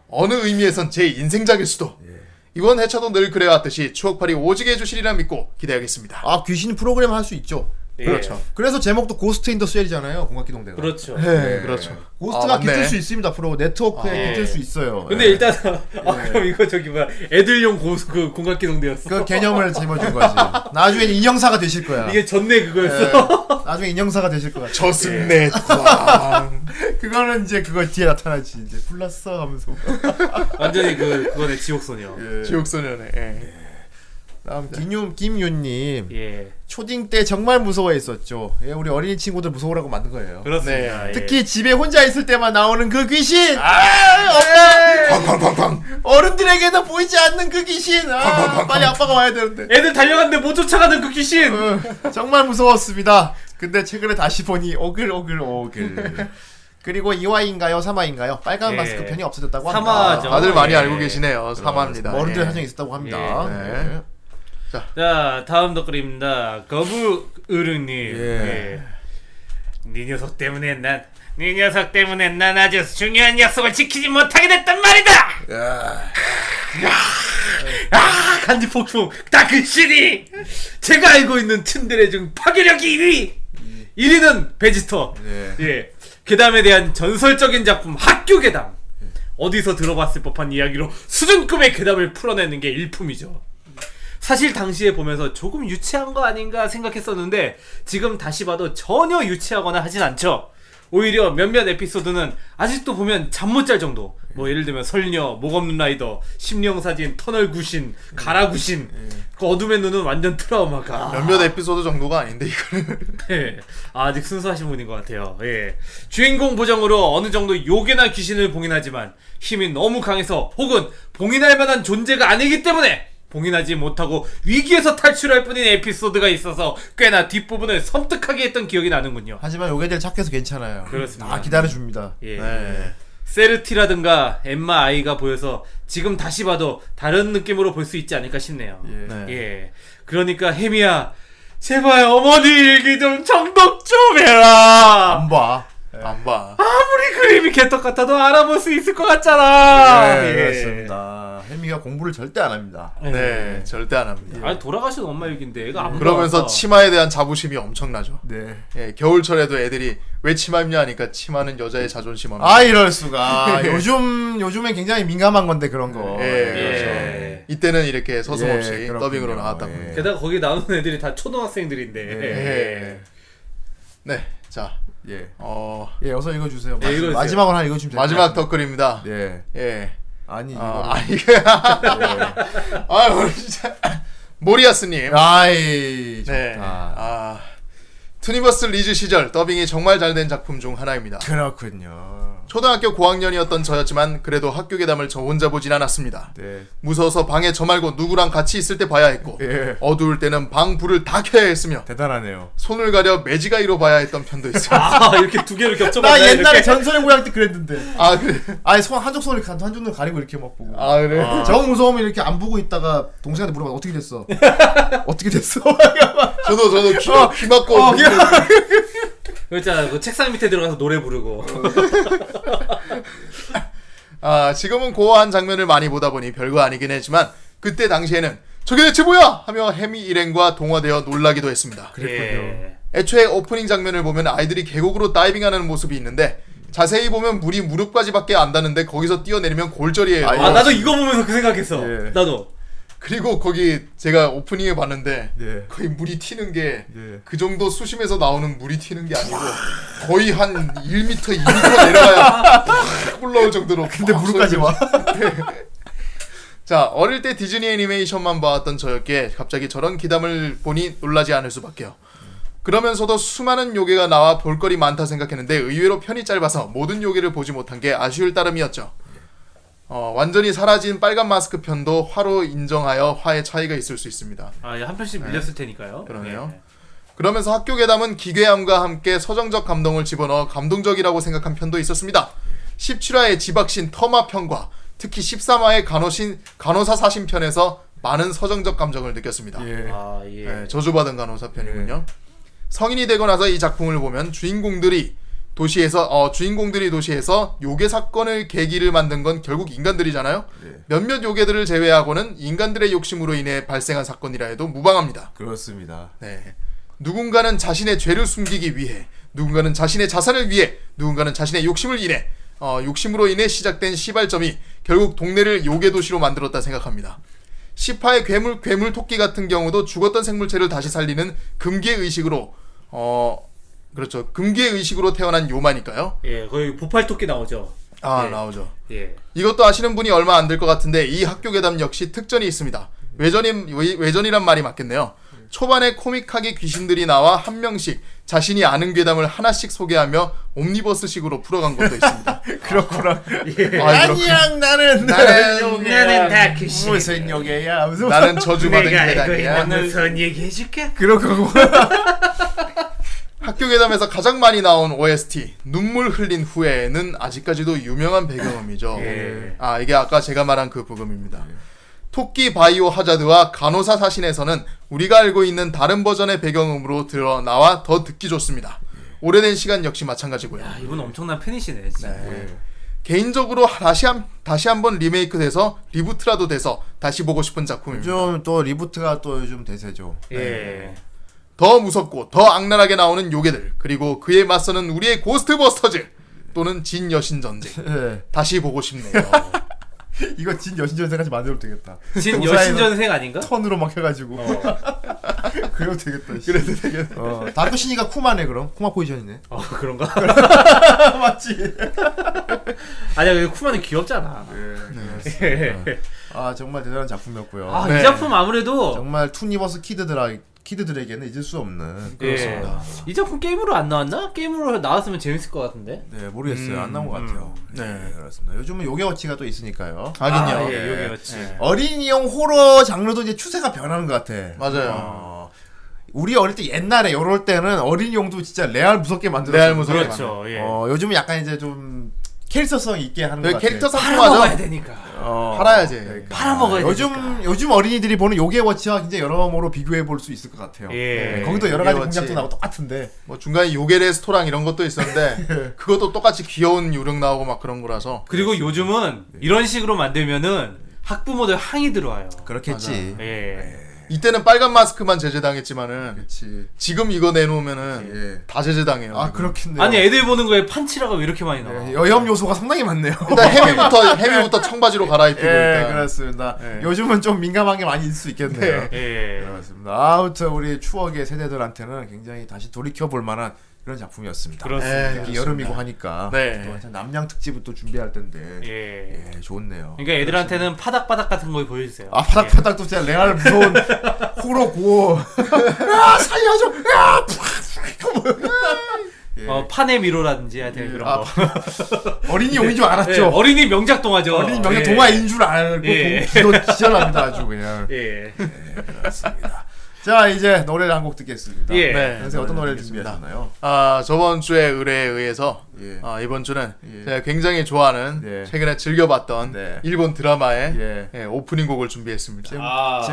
Speaker 1: 어느 의미에선 제 인생작일 수도.
Speaker 4: 예.
Speaker 1: 이번 해차도 늘 그래왔듯이 추억팔이 오지게 해주시리라 믿고 기대하겠습니다.
Speaker 4: 아 귀신 프로그램 할 수 있죠.
Speaker 2: 예.
Speaker 1: 그렇죠.
Speaker 4: 그래서 제목도 고스트 인더 셀이잖아요. 공각기동대가. 예.
Speaker 2: 그렇죠.
Speaker 1: 네, 그렇죠.
Speaker 4: 고스트가
Speaker 1: 아, 맞네.
Speaker 4: 깃들 수 있습니다. 프로 네트워크에
Speaker 2: 예.
Speaker 4: 깃들 수 있어요.
Speaker 2: 근데
Speaker 4: 예.
Speaker 2: 일단 아 그럼 이거 저기 뭐야 애들용 고수 그 공각기동대였어.
Speaker 4: 그 개념을 짊어준 거지.
Speaker 1: 아.
Speaker 4: 나중에 인형사가 되실 거야.
Speaker 2: 이게 전내 그거였어.
Speaker 4: 예. 나중에 인형사가 되실 거야. 예.
Speaker 1: 저승넷.
Speaker 4: 그거는 이제 그거 뒤에 나타나지. 이제 불났어 하면서.
Speaker 2: 완전히 그 그거네 지옥소녀.
Speaker 1: 지옥소년의. 예.
Speaker 4: 다음 네, 김윤 김윤님
Speaker 2: 예.
Speaker 4: 초딩 때 정말 무서워했었죠. 예, 우리 어린이 친구들 무서우라고 만든 거예요.
Speaker 2: 그렇습니다. 예.
Speaker 4: 특히 집에 혼자 있을 때만 나오는 그 귀신. 아, 엄마!
Speaker 1: 쾅쾅쾅쾅.
Speaker 4: 어른들에게는 보이지 않는 그 귀신. 아, 빨리 아빠가 와야 되는데.
Speaker 2: 애들 달려갔는데 못 쫓아가는 그 귀신.
Speaker 4: 어, 정말 무서웠습니다. 근데 최근에 다시 보니 오글오글 오글. 그리고 2화인가요? 3화인가요? 빨간
Speaker 2: 예.
Speaker 4: 마스크 편이 없어졌다고 합니다.
Speaker 2: 삼화죠.
Speaker 1: 다들 많이
Speaker 2: 예.
Speaker 1: 알고 계시네요. 사마입니다.
Speaker 4: 어른들
Speaker 1: 예.
Speaker 4: 사정이 있었다고 합니다.
Speaker 1: 예.
Speaker 4: 네.
Speaker 2: 자 다음 댓글입니다. 거부 으르님.
Speaker 4: 예.
Speaker 2: 예. 네 녀석 때문에 난. 네 녀석 때문에 난 아주 중요한 약속을 지키지 못하게 됐단 말이다. 아 간지 폭풍 그 다크시디. 제가 알고 있는 츤데레 중 파괴력이 1위. 1위는 베지터.
Speaker 4: 예.
Speaker 2: 예. 괴담에 대한 전설적인 작품 학교 괴담.
Speaker 4: 예.
Speaker 2: 어디서 들어봤을 법한 이야기로 수준급의 괴담을 풀어내는 게 일품이죠. 사실 당시에 보면서 조금 유치한 거 아닌가 생각했었는데 지금 다시 봐도 전혀 유치하거나 하진 않죠. 오히려 몇몇 에피소드는 아직도 보면 잠 못 잘 정도. 뭐 예를 들면 설녀, 목 없는 라이더, 심령 사진, 터널 구신, 가라 구신. 그 어둠의 눈은 완전 트라우마가.
Speaker 4: 아.
Speaker 1: 몇몇 에피소드 정도가 아닌데 이거는
Speaker 2: 예. 아, 아직 순수하신 분인 것 같아요. 예. 주인공 보정으로 어느 정도 요괴나 귀신을 봉인하지만 힘이 너무 강해서 혹은 봉인할 만한 존재가 아니기 때문에 봉인하지 못하고 위기에서 탈출할 뿐인 에피소드가 있어서 꽤나 뒷부분을 섬뜩하게 했던 기억이 나는군요.
Speaker 4: 하지만 요게들 착해서 괜찮아요.
Speaker 2: 그렇습니다.
Speaker 4: 다 기다려줍니다.
Speaker 2: 예.
Speaker 1: 네.
Speaker 2: 세르티라든가 엠마 아이가 보여서 지금 다시 봐도 다른 느낌으로 볼 수 있지 않을까 싶네요.
Speaker 4: 네.
Speaker 2: 예. 그러니까 혜미야, 제발 어머니 일기 좀 정독 좀 해라.
Speaker 4: 안 봐. 예.
Speaker 1: 안 봐.
Speaker 2: 아무리 그림이 개떡 같아도 알아볼 수 있을 것 같잖아.
Speaker 4: 예,
Speaker 2: 예.
Speaker 4: 그렇습니다. 혜미가 공부를 절대 안 합니다.
Speaker 2: 예.
Speaker 1: 네, 절대 안 합니다.
Speaker 2: 아니 돌아가신 엄마 얘긴데 애가
Speaker 4: 예.
Speaker 2: 안
Speaker 4: 아.
Speaker 1: 그러면서
Speaker 2: 보았다.
Speaker 1: 치마에 대한 자부심이 엄청나죠.
Speaker 4: 네.
Speaker 1: 예, 겨울철에도 애들이 왜 치마 입냐 하니까 치마는 여자의 자존심 없는.
Speaker 4: 아 이럴 수가. 요즘 요즘엔 굉장히 민감한 건데 그런 거.
Speaker 1: 예,
Speaker 2: 예.
Speaker 1: 그렇죠. 이때는 이렇게 서슴없이
Speaker 4: 어, 예, 그렇군요.
Speaker 1: 더빙으로 나왔답니다.
Speaker 4: 예.
Speaker 2: 게다가 거기 나오는 애들이 다 초등학생들인데.
Speaker 1: 예. 네, 자,
Speaker 4: 예.
Speaker 1: 어,
Speaker 4: 예, 어서 읽어주세요.
Speaker 2: 예, 읽어주세요.
Speaker 4: 마지막으로 하나 읽어주면 돼요.
Speaker 1: 마지막 덧글입니다.
Speaker 4: 예.
Speaker 1: 예.
Speaker 4: 아니 네. 이거.
Speaker 1: 아,
Speaker 4: 아,
Speaker 1: 아, 이게. 아, 오늘 진짜. 모리아스님.
Speaker 4: 아이.
Speaker 1: 네.
Speaker 4: 좋다.
Speaker 1: 아. 투니버스 리즈 시절 더빙이 정말 잘 된 작품 중 하나입니다.
Speaker 4: 그렇군요.
Speaker 1: 초등학교 고학년이었던 저였지만 그래도 학교 괴담을 저 혼자 보진 않았습니다.
Speaker 4: 네.
Speaker 1: 무서워서 방에 저 말고 누구랑 같이 있을 때 봐야 했고
Speaker 4: 예.
Speaker 1: 어두울 때는 방 불을 다 켜야 했으며
Speaker 4: 대단하네요.
Speaker 1: 손을 가려 매지가이로 봐야 했던 편도 있어요.
Speaker 2: 아 이렇게 두 개를 겹쳐봤나
Speaker 4: 나 옛날에
Speaker 2: 이렇게?
Speaker 4: 전설의 고향 때 그랬는데.
Speaker 1: 아 그래.
Speaker 4: 아니 손 한쪽 손을 가- 한쪽 눈 가리고 이렇게 막 보고.
Speaker 1: 아 그래.
Speaker 4: 정 무서우면 이렇게 안 보고 있다가 동생한테 물어봐 어떻게 됐어? 어떻게 됐어?
Speaker 1: 저도 저도 귀,
Speaker 2: 아.
Speaker 1: 귀 막고
Speaker 4: 어, 귀
Speaker 2: 그 있잖아 그 책상 밑에 들어가서 노래 부르고. 예.
Speaker 1: 아 지금은 고어한 장면을 많이 보다 보니 별거 아니긴 했지만 그때 당시에는 저게 대체 뭐야 하며 해미 일행과 동화되어 놀라기도 했습니다.
Speaker 2: 그랬군요.
Speaker 1: 애초에 오프닝 장면을 보면 아이들이 계곡으로 다이빙하는 모습이 있는데 자세히 보면 물이 무릎까지밖에 안 닿는데 거기서 뛰어내리면 골절이에요.
Speaker 2: 아 나도 이거 보면서 그 생각했어.
Speaker 4: 예.
Speaker 2: 나도.
Speaker 1: 그리고 거기 제가 오프닝에
Speaker 2: 네.
Speaker 1: 봤는데
Speaker 4: 예.
Speaker 1: 거의 물이 튀는 게 그
Speaker 4: 예.
Speaker 1: 정도 수심에서 나오는 물이 튀는 게 아니고 거의 한 1m, 2m 내려가야 확 올라올 정도로
Speaker 4: 근데
Speaker 1: 막
Speaker 4: 무릎까지
Speaker 1: 쏠리는
Speaker 4: 와.
Speaker 1: 자, 어릴 때 디즈니 애니메이션만 봐왔던 저였기에 갑자기 저런 기담을 보니 놀라지 않을 수밖에요. 그러면서도 수많은 요괴가 나와 볼거리 많다 생각했는데 의외로 편이 짧아서 모든 요괴를 보지 못한 게 아쉬울 따름이었죠. 어, 완전히 사라진 빨간 마스크 편도 화로 인정하여 화의 차이가 있을 수 있습니다.
Speaker 2: 아한 아, 예, 편씩 밀렸을 테니까요.
Speaker 1: 그러네요.
Speaker 2: 예.
Speaker 1: 그러면서 학교 괴담은 기괴함과 함께 서정적 감동을 집어넣어 감동적이라고 생각한 편도 있었습니다. 17화의 지박신 터마편과 특히 13화의 간호신, 간호사 사신편에서 많은 서정적 감정을 느꼈습니다.
Speaker 4: 예.
Speaker 2: 아, 예.
Speaker 1: 네, 저주받은 간호사 편이군요. 성인이 되고 나서 이 작품을 보면 주인공들이 도시에서 어, 주인공들이 도시에서 요괴 사건을 계기를 만든 건 결국 인간들이잖아요. 몇몇 요괴들을 제외하고는 인간들의 욕심으로 인해 발생한 사건이라 해도 무방합니다.
Speaker 4: 그렇습니다.
Speaker 1: 네. 누군가는 자신의 죄를 숨기기 위해, 누군가는 자신의 자산을 위해, 누군가는 자신의 욕심을 인해, 어, 욕심으로 인해 시작된 시발점이 결국 동네를 요괴 도시로 만들었다 생각합니다. 시파의 괴물 괴물 토끼 같은 경우도 죽었던 생물체를 다시 살리는 금기의 의식으로 어 그렇죠 금기의 의식으로 태어난 요마니까요.
Speaker 2: 예, 거의 보팔 토끼 나오죠.
Speaker 1: 아
Speaker 2: 네.
Speaker 1: 나오죠.
Speaker 2: 예.
Speaker 1: 이것도 아시는 분이 얼마 안 될 것 같은데 이 학교 괴담 역시 특전이 있습니다. 외전임 외- 외전이란 말이 맞겠네요. 초반에 코믹하게 귀신들이 나와 한 명씩 자신이 아는 괴담을 하나씩 소개하며 옴니버스식으로 풀어간 것도 있습니다.
Speaker 4: 그렇구나.
Speaker 2: 예.
Speaker 1: 아, 이렇군.
Speaker 4: 아니야 나는
Speaker 1: 나는-
Speaker 2: 나는 다 귀신.
Speaker 4: 무슨 요괴야 무슨
Speaker 1: 나는 저주받은
Speaker 2: 그러니까 이거
Speaker 1: 괴담이야.
Speaker 2: 있는 선 얘기해줄게.
Speaker 4: 그런 거고.
Speaker 1: 학교 괴담에서 가장 많이 나온 OST 눈물 흘린 후에는 아직까지도 유명한 배경음이죠.
Speaker 2: 예.
Speaker 1: 아 이게 아까 제가 말한 그 부금입니다. 토끼 바이오 하자드와 간호사 사신에서는 우리가 알고 있는 다른 버전의 배경음으로 들어 나와 더 듣기 좋습니다. 오래된 시간 역시 마찬가지고요.
Speaker 2: 아, 이분 엄청난 팬이시네, 진짜.
Speaker 1: 개인적으로 다시 한 다시 한번 리메이크돼서 리부트라도 돼서 다시 보고 싶은 작품입니다.
Speaker 4: 요즘 또 리부트가 또 요즘 대세죠.
Speaker 2: 예.
Speaker 1: 더 무섭고 더 악랄하게 나오는 요괴들 그리고 그에 맞서는 우리의 고스트버스터즈 또는 진 여신 전쟁.
Speaker 4: 예.
Speaker 1: 다시 보고 싶네요.
Speaker 4: 이거 진 여신전생까지 만들어도 되겠다.
Speaker 2: 진
Speaker 4: 동사에서
Speaker 2: 여신전생 아닌가?
Speaker 4: 턴으로 막 해가지고. 그래도 되겠다. 그래도 되겠다. 어. 다크시니가 쿠마네 그럼. 쿠마 포지션이네.
Speaker 2: 어, 그런가?
Speaker 4: 맞지.
Speaker 2: 아니야, 근데 쿠마는 귀엽잖아. 예.
Speaker 4: 아 정말 대단한 작품이었고요.
Speaker 2: 아,
Speaker 1: 네.
Speaker 2: 이 작품 아무래도.
Speaker 4: 정말 투니버스 키드들아 키드들에게는 잊을 수 없는.
Speaker 2: 예. 이 작품 게임으로 안 나왔나? 게임으로 나왔으면 재밌을 것 같은데.
Speaker 4: 네 모르겠어요. 안 나온 것 같아요. 네 그렇습니다. 요즘은 요괴워치가 또 있으니까요. 네.
Speaker 1: 하긴요.
Speaker 2: 아, 예, 여기 맞지.
Speaker 4: 어린이용 호러 장르도 이제 추세가 변하는 것 같아.
Speaker 1: 맞아요.
Speaker 4: 어, 우리 어릴 때 옛날에 요럴 때는 어린이용도 진짜 레알 무섭게 만들었어.
Speaker 1: 레알 무섭게
Speaker 2: 그렇죠, 예.
Speaker 4: 어, 요즘은 약간 이제 좀 캐릭터성 있게 하는 것
Speaker 1: 네,
Speaker 4: 같아.
Speaker 1: 캐릭터
Speaker 2: 팔아먹어야
Speaker 1: 상품화죠.
Speaker 2: 되니까.
Speaker 4: 어,
Speaker 1: 팔아야지.
Speaker 2: 팔아먹어야
Speaker 4: 요즘
Speaker 2: 되니까.
Speaker 4: 요즘 어린이들이 보는 요괴워치와 굉장히 여러모로 비교해 볼 수 있을 것 같아요.
Speaker 2: 예.
Speaker 4: 네, 거기도 여러 가지
Speaker 1: 요괴워치.
Speaker 4: 공략도 나오고 똑같은데.
Speaker 1: 뭐 중간에 요괴 레스토랑 이런 것도
Speaker 4: 네.
Speaker 1: 있었는데 그것도 똑같이 귀여운 요령 나오고 막 그런 거라서
Speaker 2: 그리고 요즘은 이런 식으로 만들면은 학부모들 항의 들어와요.
Speaker 4: 그렇겠지.
Speaker 2: 예.
Speaker 1: 이때는 빨간 마스크만 제재당했지만은
Speaker 4: 네. 그렇지.
Speaker 1: 지금 이거 내놓으면은
Speaker 4: 예.
Speaker 1: 다 제재당해요.
Speaker 4: 아
Speaker 1: 지금.
Speaker 4: 그렇겠네요.
Speaker 2: 아니 애들 보는 거에 판치라가 왜 이렇게 많이 나와?
Speaker 4: 네, 여염 요소가 상당히 많네요.
Speaker 1: 일단 해미부터 해미부터 청바지로 갈아입히고
Speaker 4: 예,
Speaker 1: 일단
Speaker 4: 그렇습니다.
Speaker 1: 예.
Speaker 4: 요즘은 좀 민감한 게 많이 있을 수 있겠네요.
Speaker 2: 예.
Speaker 4: 그렇습니다. 아무튼 우리 추억의 세대들한테는 굉장히 다시 돌이켜 볼 만한 그런 작품이었습니다.
Speaker 2: 그렇습니다.
Speaker 1: 예,
Speaker 4: 특히 여름이고 하니까
Speaker 1: 네.
Speaker 4: 또 한참 남양 특집을 또 준비할 텐데 예,
Speaker 2: 예.
Speaker 4: 좋네요.
Speaker 2: 그러니까 애들한테는 파닥파닥 같은 거 보여주세요.
Speaker 4: 아 파닥파닥 또 진짜 레알 무서운 호로고 야 살려줘 야 푸악, 푸악.
Speaker 2: 예. 어, 판의 미로라든지 하여튼 그런
Speaker 4: 아,
Speaker 2: 거.
Speaker 4: 어린이 용인 줄 알았죠.
Speaker 2: 예, 어린이 명작 동화죠.
Speaker 4: 어린이 명예
Speaker 2: 예.
Speaker 4: 동화인 줄 알고
Speaker 2: 예.
Speaker 4: 기도 기절합니다 아주 그냥.
Speaker 2: 예.
Speaker 4: 자 이제 노래를 한 곡 듣겠습니다.
Speaker 2: 예.
Speaker 1: 네.
Speaker 4: 선생 어떤 노래를 준비하셨나요?
Speaker 1: 아 저번 주에 의뢰에 의해서
Speaker 4: 예.
Speaker 1: 아, 이번 주는
Speaker 4: 예.
Speaker 1: 제가 굉장히 좋아하는
Speaker 4: 예.
Speaker 1: 최근에 즐겨봤던
Speaker 4: 네.
Speaker 1: 일본 드라마의
Speaker 4: 예.
Speaker 1: 예, 오프닝 곡을 준비했습니다.
Speaker 4: 잼,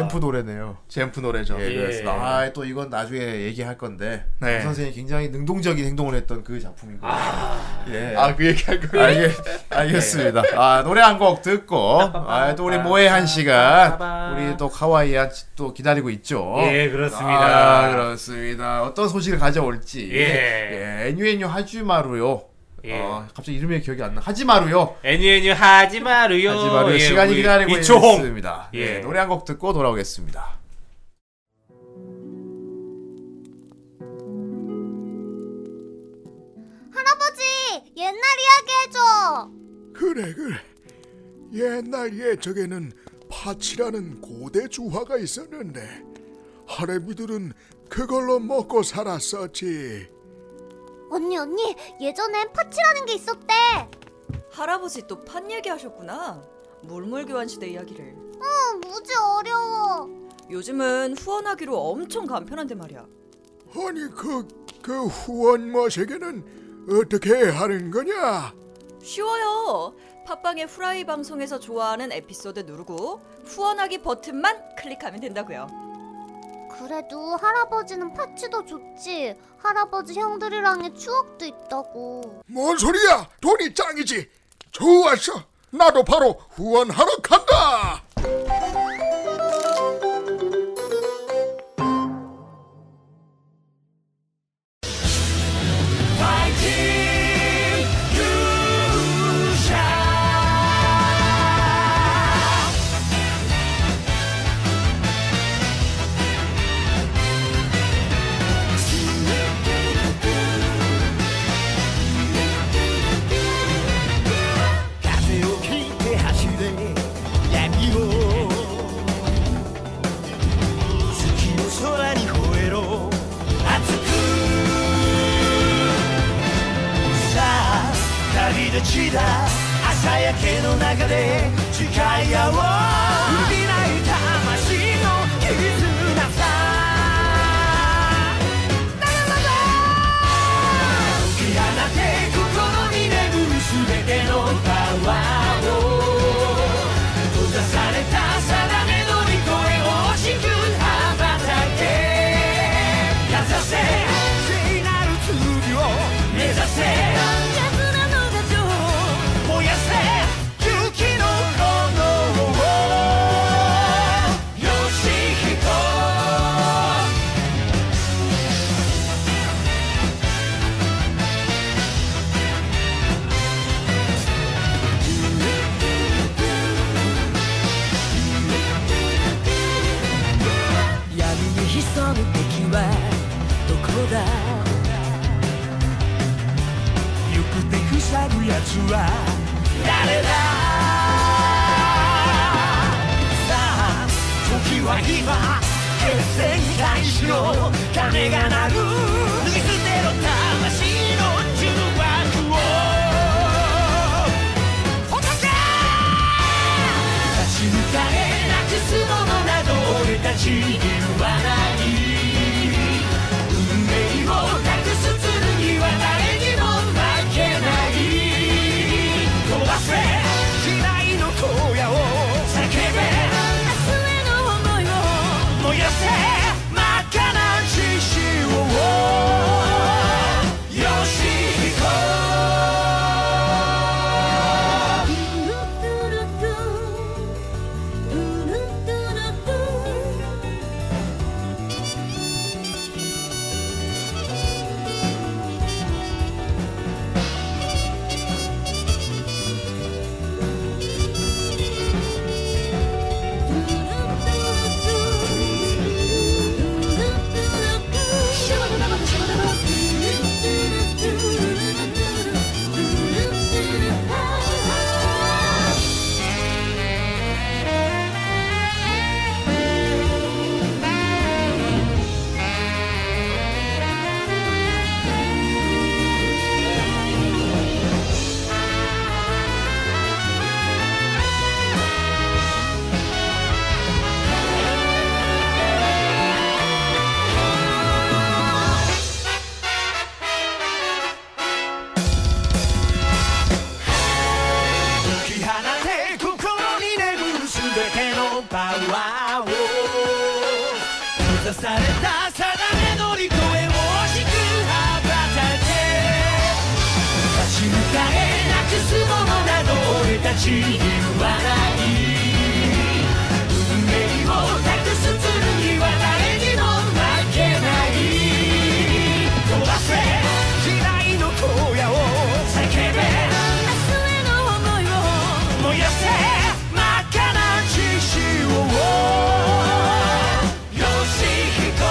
Speaker 2: 아.
Speaker 4: 프 노래네요.
Speaker 1: 젠프 노래죠.
Speaker 4: 예,
Speaker 2: 예.
Speaker 4: 그렇습니다. 아, 또 이건 나중에 얘기할 건데
Speaker 1: 네.
Speaker 4: 그 선생이 굉장히 능동적인 행동을 했던 그 작품이고. 아, 예.
Speaker 1: 아 그 얘기할 거예요.
Speaker 4: 알겠, 알겠습니다. 아, 노래 한 곡 듣고, 아, 또 우리 모의 한 시간, 우리 또 카와이야 또 기다리고 있죠.
Speaker 2: 예, 그렇습니다.
Speaker 4: 아, 그렇습니다. 어떤 소식을 가져올지.
Speaker 2: 예.
Speaker 4: 예, NUNU 하지마루요.
Speaker 2: 예.
Speaker 4: 어, 갑자기 이름이 기억이 안 나. 하지마루요.
Speaker 2: 애니애니 하지 마루요.
Speaker 4: 하지마루
Speaker 2: 예,
Speaker 4: 시간이
Speaker 2: 우리
Speaker 4: 기다리고
Speaker 2: 이초홍.
Speaker 4: 있습니다.
Speaker 2: 예. 어,
Speaker 4: 예, 노래 한 곡 듣고 돌아오겠습니다.
Speaker 3: 할아버지, 옛날 이야기 해줘.
Speaker 6: 그래 그래 옛날 예적에는 파치라는 고대 주화가 있었는데 하레비들은 그걸로 먹고 살았었지
Speaker 3: 언니, 언니, 예전엔 파치라는 게 있었대.
Speaker 7: 할아버지 또 판 얘기하셨구나. 물물교환 시대 이야기를.
Speaker 8: 어,
Speaker 3: 응, 무지 어려워.
Speaker 7: 요즘은 후원하기로 엄청 간편한데 말이야.
Speaker 6: 아니 그 그 후원 머시기는 어떻게 하는 거냐?
Speaker 7: 쉬워요. 팟빵의 후라이 방송에서 좋아하는 에피소드 누르고 후원하기 버튼만 클릭하면 된다고요.
Speaker 4: 네,
Speaker 8: 그래도 할아버지는 파츠도 좋지. 할아버지 형들이랑의 추억도 있다고.
Speaker 6: 뭔 소리야? 돈이 짱이지. 좋았어. 나도 바로 후원하러 간다.
Speaker 9: 闇に潜む敵はどこだ行く手くさぐやつは誰ださあ時は今決戦開始の鐘が鳴る脱ぎ捨てろ魂の重枠を落とせ立ち向かえなくすものなど俺たちにはない運命を託す剣は誰にも負けない壊せ時代の荒野を叫べ明日への想いを燃やせ真っ赤な血潮をよし行こ突き放て心に眠る全てのパワーを閉ざされた定め乗り越えを惜しく羽ばたけ立ち向かえなくすものなど俺たちにはない運命を託す剣は誰にも負けない壊せ時代の荒野を叫べ燃やせ真っ赤な血潮をよしひこう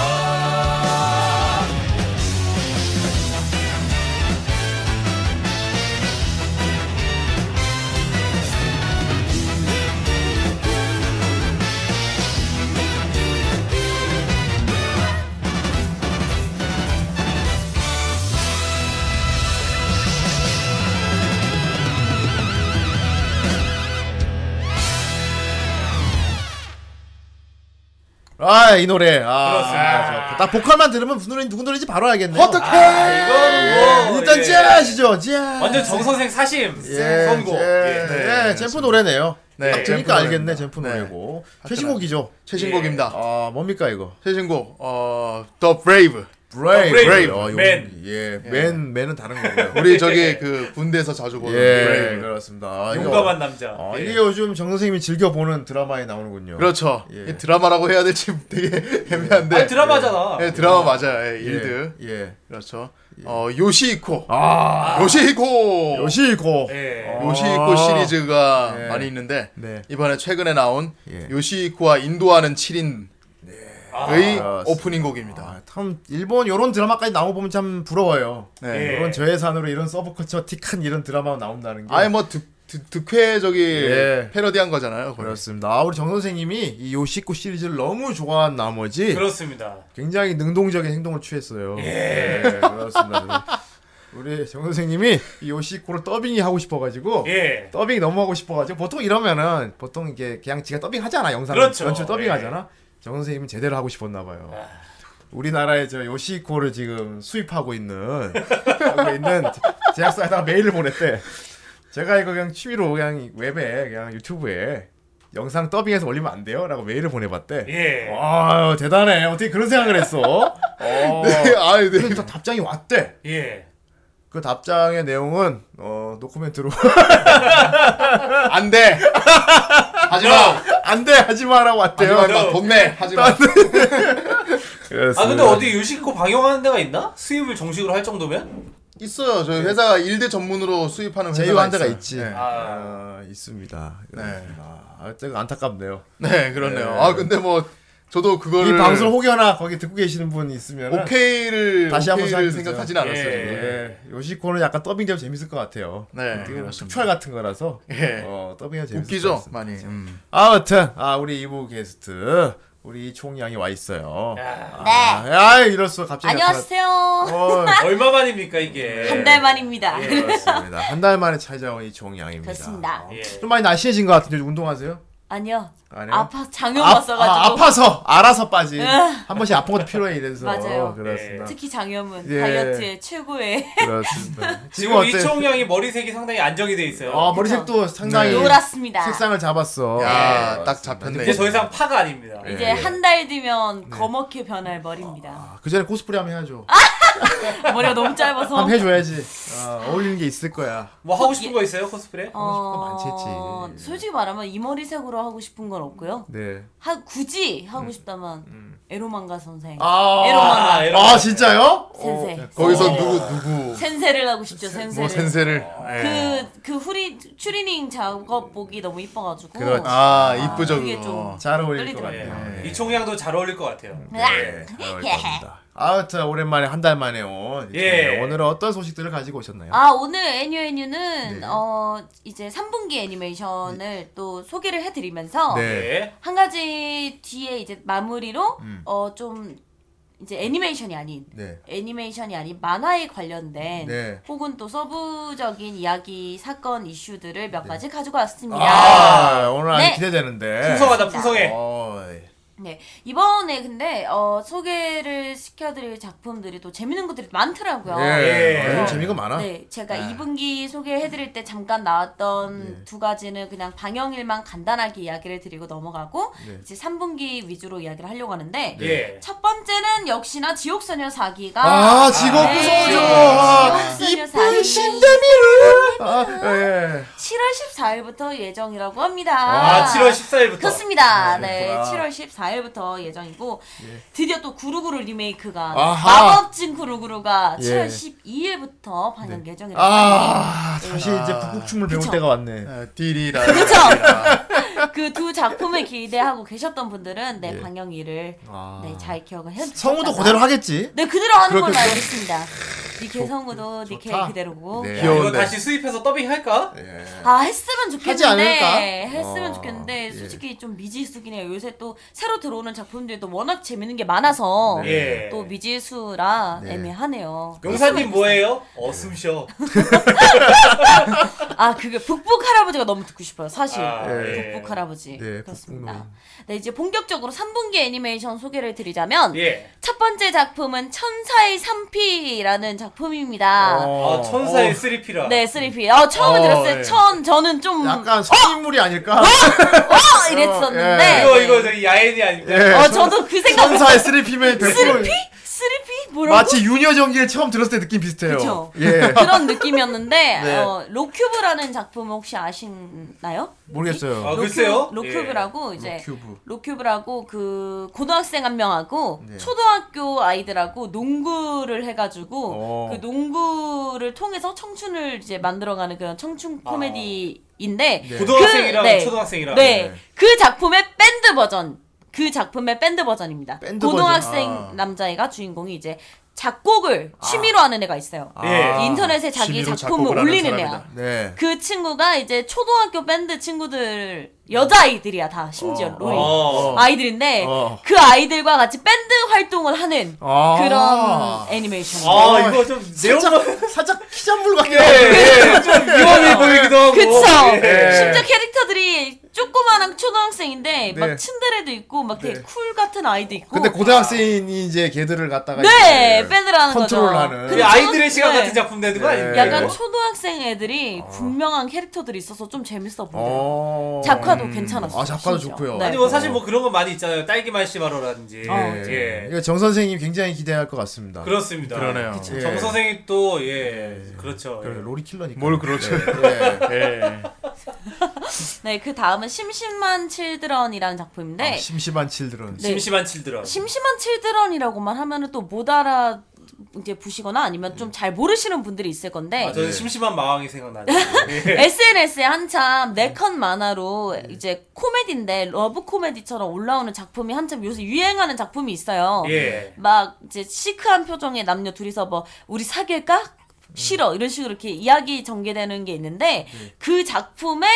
Speaker 4: 아 이 노래 아,
Speaker 2: 그렇습니다.
Speaker 4: 좋고. 딱 보컬만 들으면 무슨 노래 누구 노래인지 바로 알겠네요 아,
Speaker 1: 어떡해!
Speaker 2: 이건 뭐
Speaker 4: 그 일단
Speaker 2: 예.
Speaker 4: 찌아시죠 찌아
Speaker 1: 어,
Speaker 2: 완전 정 선생 사심
Speaker 4: 예,
Speaker 2: 선고.
Speaker 4: 예,
Speaker 2: 예.
Speaker 4: 예, 젠프 노래네요
Speaker 1: 네,
Speaker 4: 딱
Speaker 1: 젠프
Speaker 4: 들으니까
Speaker 1: 노래입니다.
Speaker 4: 알겠네 젠프
Speaker 1: 네. 예.
Speaker 4: 노래고 최신곡이죠
Speaker 1: 최신곡입니다.
Speaker 4: 아 뭡니까 이거
Speaker 1: 최신곡 어 The Brave.
Speaker 4: 브레이브
Speaker 2: 브레이브.
Speaker 4: 어, 이건-
Speaker 2: 맨.
Speaker 4: 예, 맨 맨은 다른 거고요
Speaker 1: 우리 저기 그 군대에서 자주 보는
Speaker 4: 예
Speaker 1: Brave.
Speaker 4: 그렇습니다 아, 이거-
Speaker 2: 용감한 남자.
Speaker 4: 아,
Speaker 2: 예.
Speaker 4: 이게 요즘 정 선생님이 즐겨 보는 드라마에 나오는군요
Speaker 1: 그렇죠.
Speaker 4: 예.
Speaker 1: 이 드라마라고 해야 될지 되게 애매한데.
Speaker 4: 네.
Speaker 2: 아니, 드라마잖아.
Speaker 1: 예, 드라마 맞아요. 예,
Speaker 4: 예,
Speaker 1: 일드.
Speaker 4: 예.
Speaker 1: 그렇죠. 어 요시히코.
Speaker 4: 아
Speaker 1: 요시히코.
Speaker 4: 요시고
Speaker 2: 예.
Speaker 1: 요시히코 시리즈가
Speaker 4: 예.
Speaker 1: 많이 있는데
Speaker 4: 아. 네.
Speaker 1: 이번에 최근에 나온
Speaker 4: 예.
Speaker 1: 요시히코와 인도하는 7인의
Speaker 4: 아,
Speaker 1: 오프닝 곡입니다.
Speaker 4: 아, 참 일본 요런 드라마까지 나오보면 참 부러워요
Speaker 1: 네.
Speaker 2: 예.
Speaker 4: 이런 저예산으로 이런 서브컬처 틱한 이런 드라마가 나온다는 게
Speaker 1: 아예 뭐 득, 득, 득회적인
Speaker 4: 예.
Speaker 1: 패러디한 거잖아요. 거의.
Speaker 4: 그렇습니다. 아, 우리 정 선생님이 이 요시코 시리즈를 너무 좋아한 나머지
Speaker 2: 그렇습니다.
Speaker 4: 굉장히 능동적인 행동을 취했어요. 예, 그렇습니다. 우리 정 선생님이 이 요시코를 더빙이 하고 싶어가지고
Speaker 2: 예.
Speaker 4: 더빙 너무 하고 싶어가지고 보통 이러면은 보통 이게 그냥 지가 더빙 하잖아 영상
Speaker 2: 그렇죠.
Speaker 4: 연출 더빙
Speaker 2: 예. 아.
Speaker 4: 하잖아. 정 선생님은 제대로 하고 싶었나 봐요. 우리나라에 저 요시코를 지금 수입하고 있는 하고 있는 제작사에다가 메일을 보냈대. 제가 이거 그냥 취미로 그냥 웹에 그냥 유튜브에 영상 더빙해서 올리면 안 돼요?라고 메일을 보내봤대.
Speaker 2: 예.
Speaker 4: 어. 와 대단해. 어떻게 그런 생각을 했어? 어.
Speaker 1: 네, 아유, 네.
Speaker 2: 음.
Speaker 4: 근데 또 답장이 왔대.
Speaker 2: 예.
Speaker 4: 그 답장의 내용은 어 노코멘트로
Speaker 1: 안 돼. 하지
Speaker 4: 어.
Speaker 1: 마.
Speaker 4: 안돼 하지 마라고
Speaker 1: 하지
Speaker 4: 왔대요.
Speaker 1: 마. 하지 마. 돈내. 하지
Speaker 4: 어.
Speaker 1: 마.
Speaker 2: 아 근데 어디 요시코 방영하는 데가 있나? 수입을 정식으로 할 정도면?
Speaker 1: 있어요. 저희 회사가 일대 전문으로 수입하는 회사가
Speaker 4: 예. 제휴한 데가
Speaker 1: 있어요.
Speaker 4: 있지.
Speaker 1: 네.
Speaker 4: 아, 있습니다. 네. 아, 되게 안타깝네요.
Speaker 1: 네, 그렇네요. 아, 근데 뭐 저도 그거를
Speaker 4: 예. 이 방송 혹여나 거기 듣고 계시는 분 있으면
Speaker 1: 오케이를
Speaker 4: 다시 한번
Speaker 1: 오케이를
Speaker 4: 생각해보세요.
Speaker 1: 생각하진 않았어요.
Speaker 2: 예.
Speaker 1: 저는.
Speaker 4: 예, 요시코는 약간 더빙되면 재밌을 것 같아요.
Speaker 1: 네,
Speaker 4: 어떻게 보면
Speaker 1: 그렇습니다.
Speaker 4: 특촬 같은 거라서
Speaker 1: 예.
Speaker 4: 어, 더빙이 재밌을 것
Speaker 1: 웃기죠,
Speaker 4: 같습니다.
Speaker 1: 많이. 음.
Speaker 4: 아무튼 아 우리 이부 게스트 우리 총양이 와 있어요. 아, 아 이럴 수가 갑자기
Speaker 7: 안녕하세요.
Speaker 4: 나타나-
Speaker 2: 얼마 만입니까
Speaker 4: 네.
Speaker 2: 이게?
Speaker 7: 한 달 만입니다.
Speaker 4: 어, 그렇습니다. 한 달 만에 찾아온 이 총양입니다.
Speaker 7: 그렇습니다.
Speaker 2: 예.
Speaker 4: 좀 많이 날씬해진 것 같은데 요즘 운동하세요?
Speaker 7: 아니요.
Speaker 4: 안 해요?
Speaker 7: 아파 장염
Speaker 4: 아,
Speaker 7: 왔어가지고.
Speaker 4: 파서 알아서 빠지. 한 번씩 아픈 것도 필요해 이래서. 어,
Speaker 7: 맞아요. 네.
Speaker 4: 그렇습니다.
Speaker 7: 특히 장염은
Speaker 4: 예.
Speaker 7: 다이어트의 최고의
Speaker 4: 그렇습니다.
Speaker 2: 지금 이청 형이 머리색이 상당히 안정이 돼 있어요.
Speaker 4: 아 머리색도
Speaker 7: 그러니까.
Speaker 4: 상당히
Speaker 7: 네, 놀았습니다.
Speaker 4: 색상을 잡았어. 네,
Speaker 1: 야, 딱
Speaker 2: 이제
Speaker 1: 잡혔네.
Speaker 2: 더 이상 파가 아닙니다.
Speaker 4: 예.
Speaker 7: 이제 한 달
Speaker 4: 네.
Speaker 7: 뒤면 검어게 변할 머리입니다.
Speaker 4: 그 전에 코스프레 한번 해야죠.
Speaker 7: 아, 머리가 너무 짧아서.
Speaker 4: 한번 해줘야지. 어, 어울리는 게 있을 거야.
Speaker 2: 뭐 하고 싶은 거 있어요 코스프레?
Speaker 4: 하고 싶은 거 많지 했지.
Speaker 7: 어, 솔직히 말하면 이 머리색으로 하고 싶은 건 없고요.
Speaker 4: 네.
Speaker 7: 하, 굳이 하고 싶다면 에로망가 선생.
Speaker 4: 음. 아,
Speaker 7: 에로망가.
Speaker 2: 아, 에로망가.
Speaker 4: 아 진짜요?
Speaker 7: 센세.
Speaker 1: 거기서 누구 누구
Speaker 7: 센세를 하고 싶죠. 어. 센세를.
Speaker 1: 뭐 센세를.
Speaker 4: 네,
Speaker 7: 그, 그 후리, 추리닝 작업복이 너무 이뻐가지고.
Speaker 4: 그렇지.
Speaker 1: 아, 이쁘죠
Speaker 7: 그게
Speaker 1: 그거.
Speaker 7: 좀-
Speaker 4: 잘 어울릴 것
Speaker 7: 떨리더라고요.
Speaker 4: 같네요.
Speaker 2: 예. 이청 형도 잘 어울릴 것 같아요.
Speaker 4: 네, 잘
Speaker 7: 예.
Speaker 4: 어울릴 겁니다. 아무튼 오랜만에 한 달 만에 온.
Speaker 2: 예.
Speaker 4: 예. 오늘은 어떤 소식들을 가지고 오셨나요?
Speaker 7: 아 오늘 애뉴 애뉴는
Speaker 4: 네.
Speaker 7: 어 이제 3분기 애니메이션을 또 소개를 해드리면서
Speaker 4: 네.
Speaker 2: 예.
Speaker 7: 한 가지 뒤에 이제 마무리로 어 좀 이제 애니메이션이 아닌
Speaker 4: 음. 네.
Speaker 7: 애니메이션이 아닌 만화에 관련된
Speaker 4: 네.
Speaker 7: 혹은 또 서부적인 이야기 사건 이슈들을 몇 가지 가지고 왔습니다.
Speaker 4: 네. 아, 오늘 아주
Speaker 7: 네.
Speaker 4: 기대되는데.
Speaker 2: 풍성하다 풍성해.
Speaker 4: 어이.
Speaker 7: 네 이번에 근데 어 소개를 시켜드릴 작품들이 또 재밌는 것들이 많더라고요.
Speaker 4: 예.
Speaker 2: 예.
Speaker 4: 아, 요즘 재미가 많아.
Speaker 7: 네, 제가 2분기 소개해드릴 때 잠깐 나왔던
Speaker 4: 네.
Speaker 7: 두 가지는 그냥 방영일만 간단하게 이야기를 드리고 넘어가고
Speaker 4: 네.
Speaker 7: 이제 3분기 위주로 이야기를 하려고 하는데
Speaker 2: 예.
Speaker 7: 네. 첫 번째는 역시나 지옥소녀 사기가
Speaker 4: 아, 지옥
Speaker 7: 네,
Speaker 4: 구성이죠. 아,
Speaker 7: 지옥소녀 사기
Speaker 4: 신데미를. 아, 예.
Speaker 7: 7월 14일부터 예정이라고 합니다.
Speaker 2: 아 7월 14일부터.
Speaker 7: 그렇습니다. 네,
Speaker 4: 아, 그렇구나.
Speaker 7: 7월 14일부터 예정이고 드디어 또 구루구루 리메이크가
Speaker 4: 아하.
Speaker 7: 마법진 구루구루가
Speaker 4: 예. 네.
Speaker 7: 7월 12일부터 방영 예정이라고 합니다.
Speaker 4: 아, 다시 이제 북극춤을 배울
Speaker 7: 그쵸.
Speaker 4: 때가 왔네. 아,
Speaker 1: 아, 디리라.
Speaker 7: 그쵸?
Speaker 1: 디리라.
Speaker 7: 그 두 작품을 기대하고 계셨던 분들은 네 방영일을
Speaker 4: 아.
Speaker 7: 네 잘 기억을 해.
Speaker 4: 성우도 그대로 하겠지?
Speaker 7: 네 그대로 하는 걸로
Speaker 1: 그렇겠죠.
Speaker 7: 알고 있습니다. 네 개성으로 니케
Speaker 4: 좋다.
Speaker 7: 그대로고.
Speaker 4: 네.
Speaker 2: 야, 아, 이거
Speaker 1: 귀여운데.
Speaker 2: 다시 수입해서 더빙 할까?
Speaker 4: 예.
Speaker 7: 아 했으면 좋겠는데
Speaker 4: 않을까?
Speaker 7: 했으면
Speaker 4: 어,
Speaker 7: 좋겠는데
Speaker 4: 예.
Speaker 7: 솔직히 좀 미지수긴 해요 요새 또 새로 들어오는 작품들도 워낙 재밌는 게 많아서
Speaker 2: 예.
Speaker 7: 또 미지수라
Speaker 4: 네.
Speaker 7: 애매하네요
Speaker 2: 용사님 뭐예요? 어숨 쉬어.
Speaker 7: 아 그게 북북 할아버지가 너무 듣고 싶어요 사실
Speaker 2: 아, 예.
Speaker 7: 북북 할아버지
Speaker 4: 네,
Speaker 7: 그렇습니다
Speaker 4: 북북놈.
Speaker 7: 네 이제 본격적으로 3분기 애니메이션 소개를 드리자면
Speaker 2: 예.
Speaker 7: 첫 번째 작품은 천사의 3피라는 작품입니다
Speaker 2: 아, 천사의 쓰리피라.
Speaker 7: 네, 3P. 아, 처음에
Speaker 4: 어,
Speaker 7: 들었을 때
Speaker 4: 예.
Speaker 7: 천, 저는 좀,
Speaker 4: 약간 성인물이 아닐까?
Speaker 7: 어! 이랬었는데.
Speaker 4: 예.
Speaker 2: 이거 이거 저기 야인이 아닙니까?
Speaker 4: 예.
Speaker 7: 어, 저도 그 생각
Speaker 4: 천사의 아, 쓰리핌을
Speaker 7: 쓰리피?
Speaker 4: 100%
Speaker 7: 쓰리피? 뭐라고?
Speaker 4: 마치 유니어 전기를 처음 들었을 때 느낌 비슷해요.
Speaker 7: 그쵸.
Speaker 4: 예.
Speaker 7: 그런 느낌이었는데
Speaker 4: 네.
Speaker 7: 어, 로큐브라는 작품 혹시 아시나요?
Speaker 4: 모르겠어요.
Speaker 2: 아, 글쎄요.
Speaker 7: 로큐브라고 이제
Speaker 4: 로큐브.
Speaker 7: 로큐브. 라고그 고등학생 한 명하고
Speaker 4: 네.
Speaker 7: 초등학교 아이들하고 농구를 해가지고
Speaker 4: 오.
Speaker 7: 그 농구를 통해서 청춘을 이제 만들어가는 그런 청춘
Speaker 2: 아.
Speaker 7: 코미디인데
Speaker 4: 네.
Speaker 2: 고등학생이랑
Speaker 7: 그, 네.
Speaker 2: 초등학생이랑.
Speaker 7: 네.
Speaker 4: 네.
Speaker 7: 그 작품의 밴드 버전. 그 작품의 밴드 버전입니다.
Speaker 4: 밴드
Speaker 7: 고등학생
Speaker 4: 버전, 아.
Speaker 7: 남자애가 주인공이 이제 작곡을 취미로 하는 애가 있어요.
Speaker 4: 아.
Speaker 2: 예.
Speaker 7: 인터넷에 자기
Speaker 1: 취미로
Speaker 7: 작품을
Speaker 1: 작곡을 하는
Speaker 7: 올리는 애야.
Speaker 1: 사람이다.
Speaker 4: 네.
Speaker 7: 그 친구가 이제 초등학교 밴드 친구들 여자아이들이야 다 심지어
Speaker 4: 어,
Speaker 7: 로이
Speaker 2: 어.
Speaker 7: 아이들인데
Speaker 4: 어.
Speaker 7: 그 아이들과 같이 밴드 활동을 하는
Speaker 4: 아.
Speaker 7: 그런 애니메이션
Speaker 2: 아, 이거 좀 내용만
Speaker 4: 살짝 살짝 키잔불 같긴
Speaker 2: 예,
Speaker 4: 해.
Speaker 2: 예, 좀 위험해 보이기도 하고.
Speaker 7: 그쵸
Speaker 2: 예.
Speaker 7: 심지어 캐릭터들이 조그마한
Speaker 4: 네.
Speaker 7: 초등학생인데 막 츤데레도 있고 막 되게
Speaker 4: 네.
Speaker 7: 쿨 같은 아이도 있고
Speaker 4: 근데 고등학생이 이제 걔들을 갖다가
Speaker 7: 네
Speaker 4: 이제
Speaker 7: 밴드를 하는 거죠
Speaker 4: 컨트롤을 하는. 네.
Speaker 2: 그
Speaker 7: 근데
Speaker 2: 아이들의
Speaker 7: 저는-
Speaker 2: 시간
Speaker 7: 네.
Speaker 2: 같은 작품 되는 거 아닙니까?
Speaker 7: 약간
Speaker 2: 이거?
Speaker 7: 초등학생 애들이 분명한 캐릭터들이 있어서 좀 재밌어 보여요
Speaker 4: 아. 어.
Speaker 7: 작화도 괜찮았어요
Speaker 4: 아, 작화도
Speaker 7: 심지어.
Speaker 4: 좋고요.
Speaker 7: 네.
Speaker 2: 아니 뭐 사실 뭐 그런 거 많이 있잖아요. 딸기 말시마로라든지.
Speaker 7: 어,
Speaker 4: 예.
Speaker 2: 예.
Speaker 4: 이거 정 선생님 굉장히 기대할 것 같습니다.
Speaker 2: 그렇습니다.
Speaker 1: 그러네요.
Speaker 4: 예.
Speaker 2: 정 선생이 또 예. 그렇죠.
Speaker 4: 그래, 로리 킬러니까.
Speaker 1: 뭘 그렇죠.
Speaker 4: 예.
Speaker 1: 예.
Speaker 7: 네, 그 다음은 심심한 칠드런이라는 작품인데
Speaker 4: 아, 심심한 칠드런.
Speaker 7: 네.
Speaker 2: 심심한 칠드런.
Speaker 7: 심심한 칠드런이라고만 하면은 또 못 알아 이제 보시거나 아니면 좀 잘 모르시는 분들이 있을 건데
Speaker 2: 아, 저는 심심한 마왕이 생각나네요. 예.
Speaker 7: SNS에 한참 네컷 만화로 이제 코미디인데 러브 코미디처럼 올라오는 작품이 한참 요새 유행하는 작품이 있어요.
Speaker 2: 예.
Speaker 7: 막 이제 시크한 표정의 남녀 둘이서 뭐 우리 사귈까? 싫어 이런 식으로 이렇게 이야기 전개되는 게 있는데 그 작품의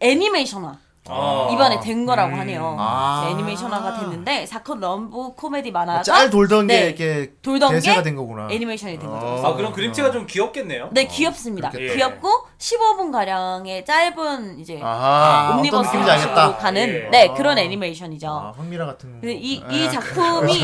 Speaker 7: 애니메이션화
Speaker 2: 아.
Speaker 7: 이번에 된 거라고 하네요.
Speaker 4: 아.
Speaker 7: 이제 애니메이션화가 됐는데 사컷 러브 코미디
Speaker 4: 아,
Speaker 7: 만화가
Speaker 4: 짤 돌던
Speaker 7: 네.
Speaker 4: 게 이렇게
Speaker 7: 돌던
Speaker 4: 대세가
Speaker 7: 게
Speaker 4: 된 거구나. 어.
Speaker 7: 애니메이션이 된 거죠.
Speaker 2: 아, 그럼 그림체가 좀 귀엽겠네요.
Speaker 7: 네 귀엽습니다.
Speaker 2: 그렇겠다.
Speaker 7: 귀엽고 15분 가량의 짧은 이제
Speaker 1: 아하.
Speaker 4: 아, 어떤
Speaker 7: 옴니버스
Speaker 4: 느낌인지 알겠다.
Speaker 7: 형식으로 가는
Speaker 2: 예.
Speaker 7: 네 그런 애니메이션이죠.
Speaker 4: 아, 예. 황미라 같은 거.
Speaker 7: 근데 이, 이 작품이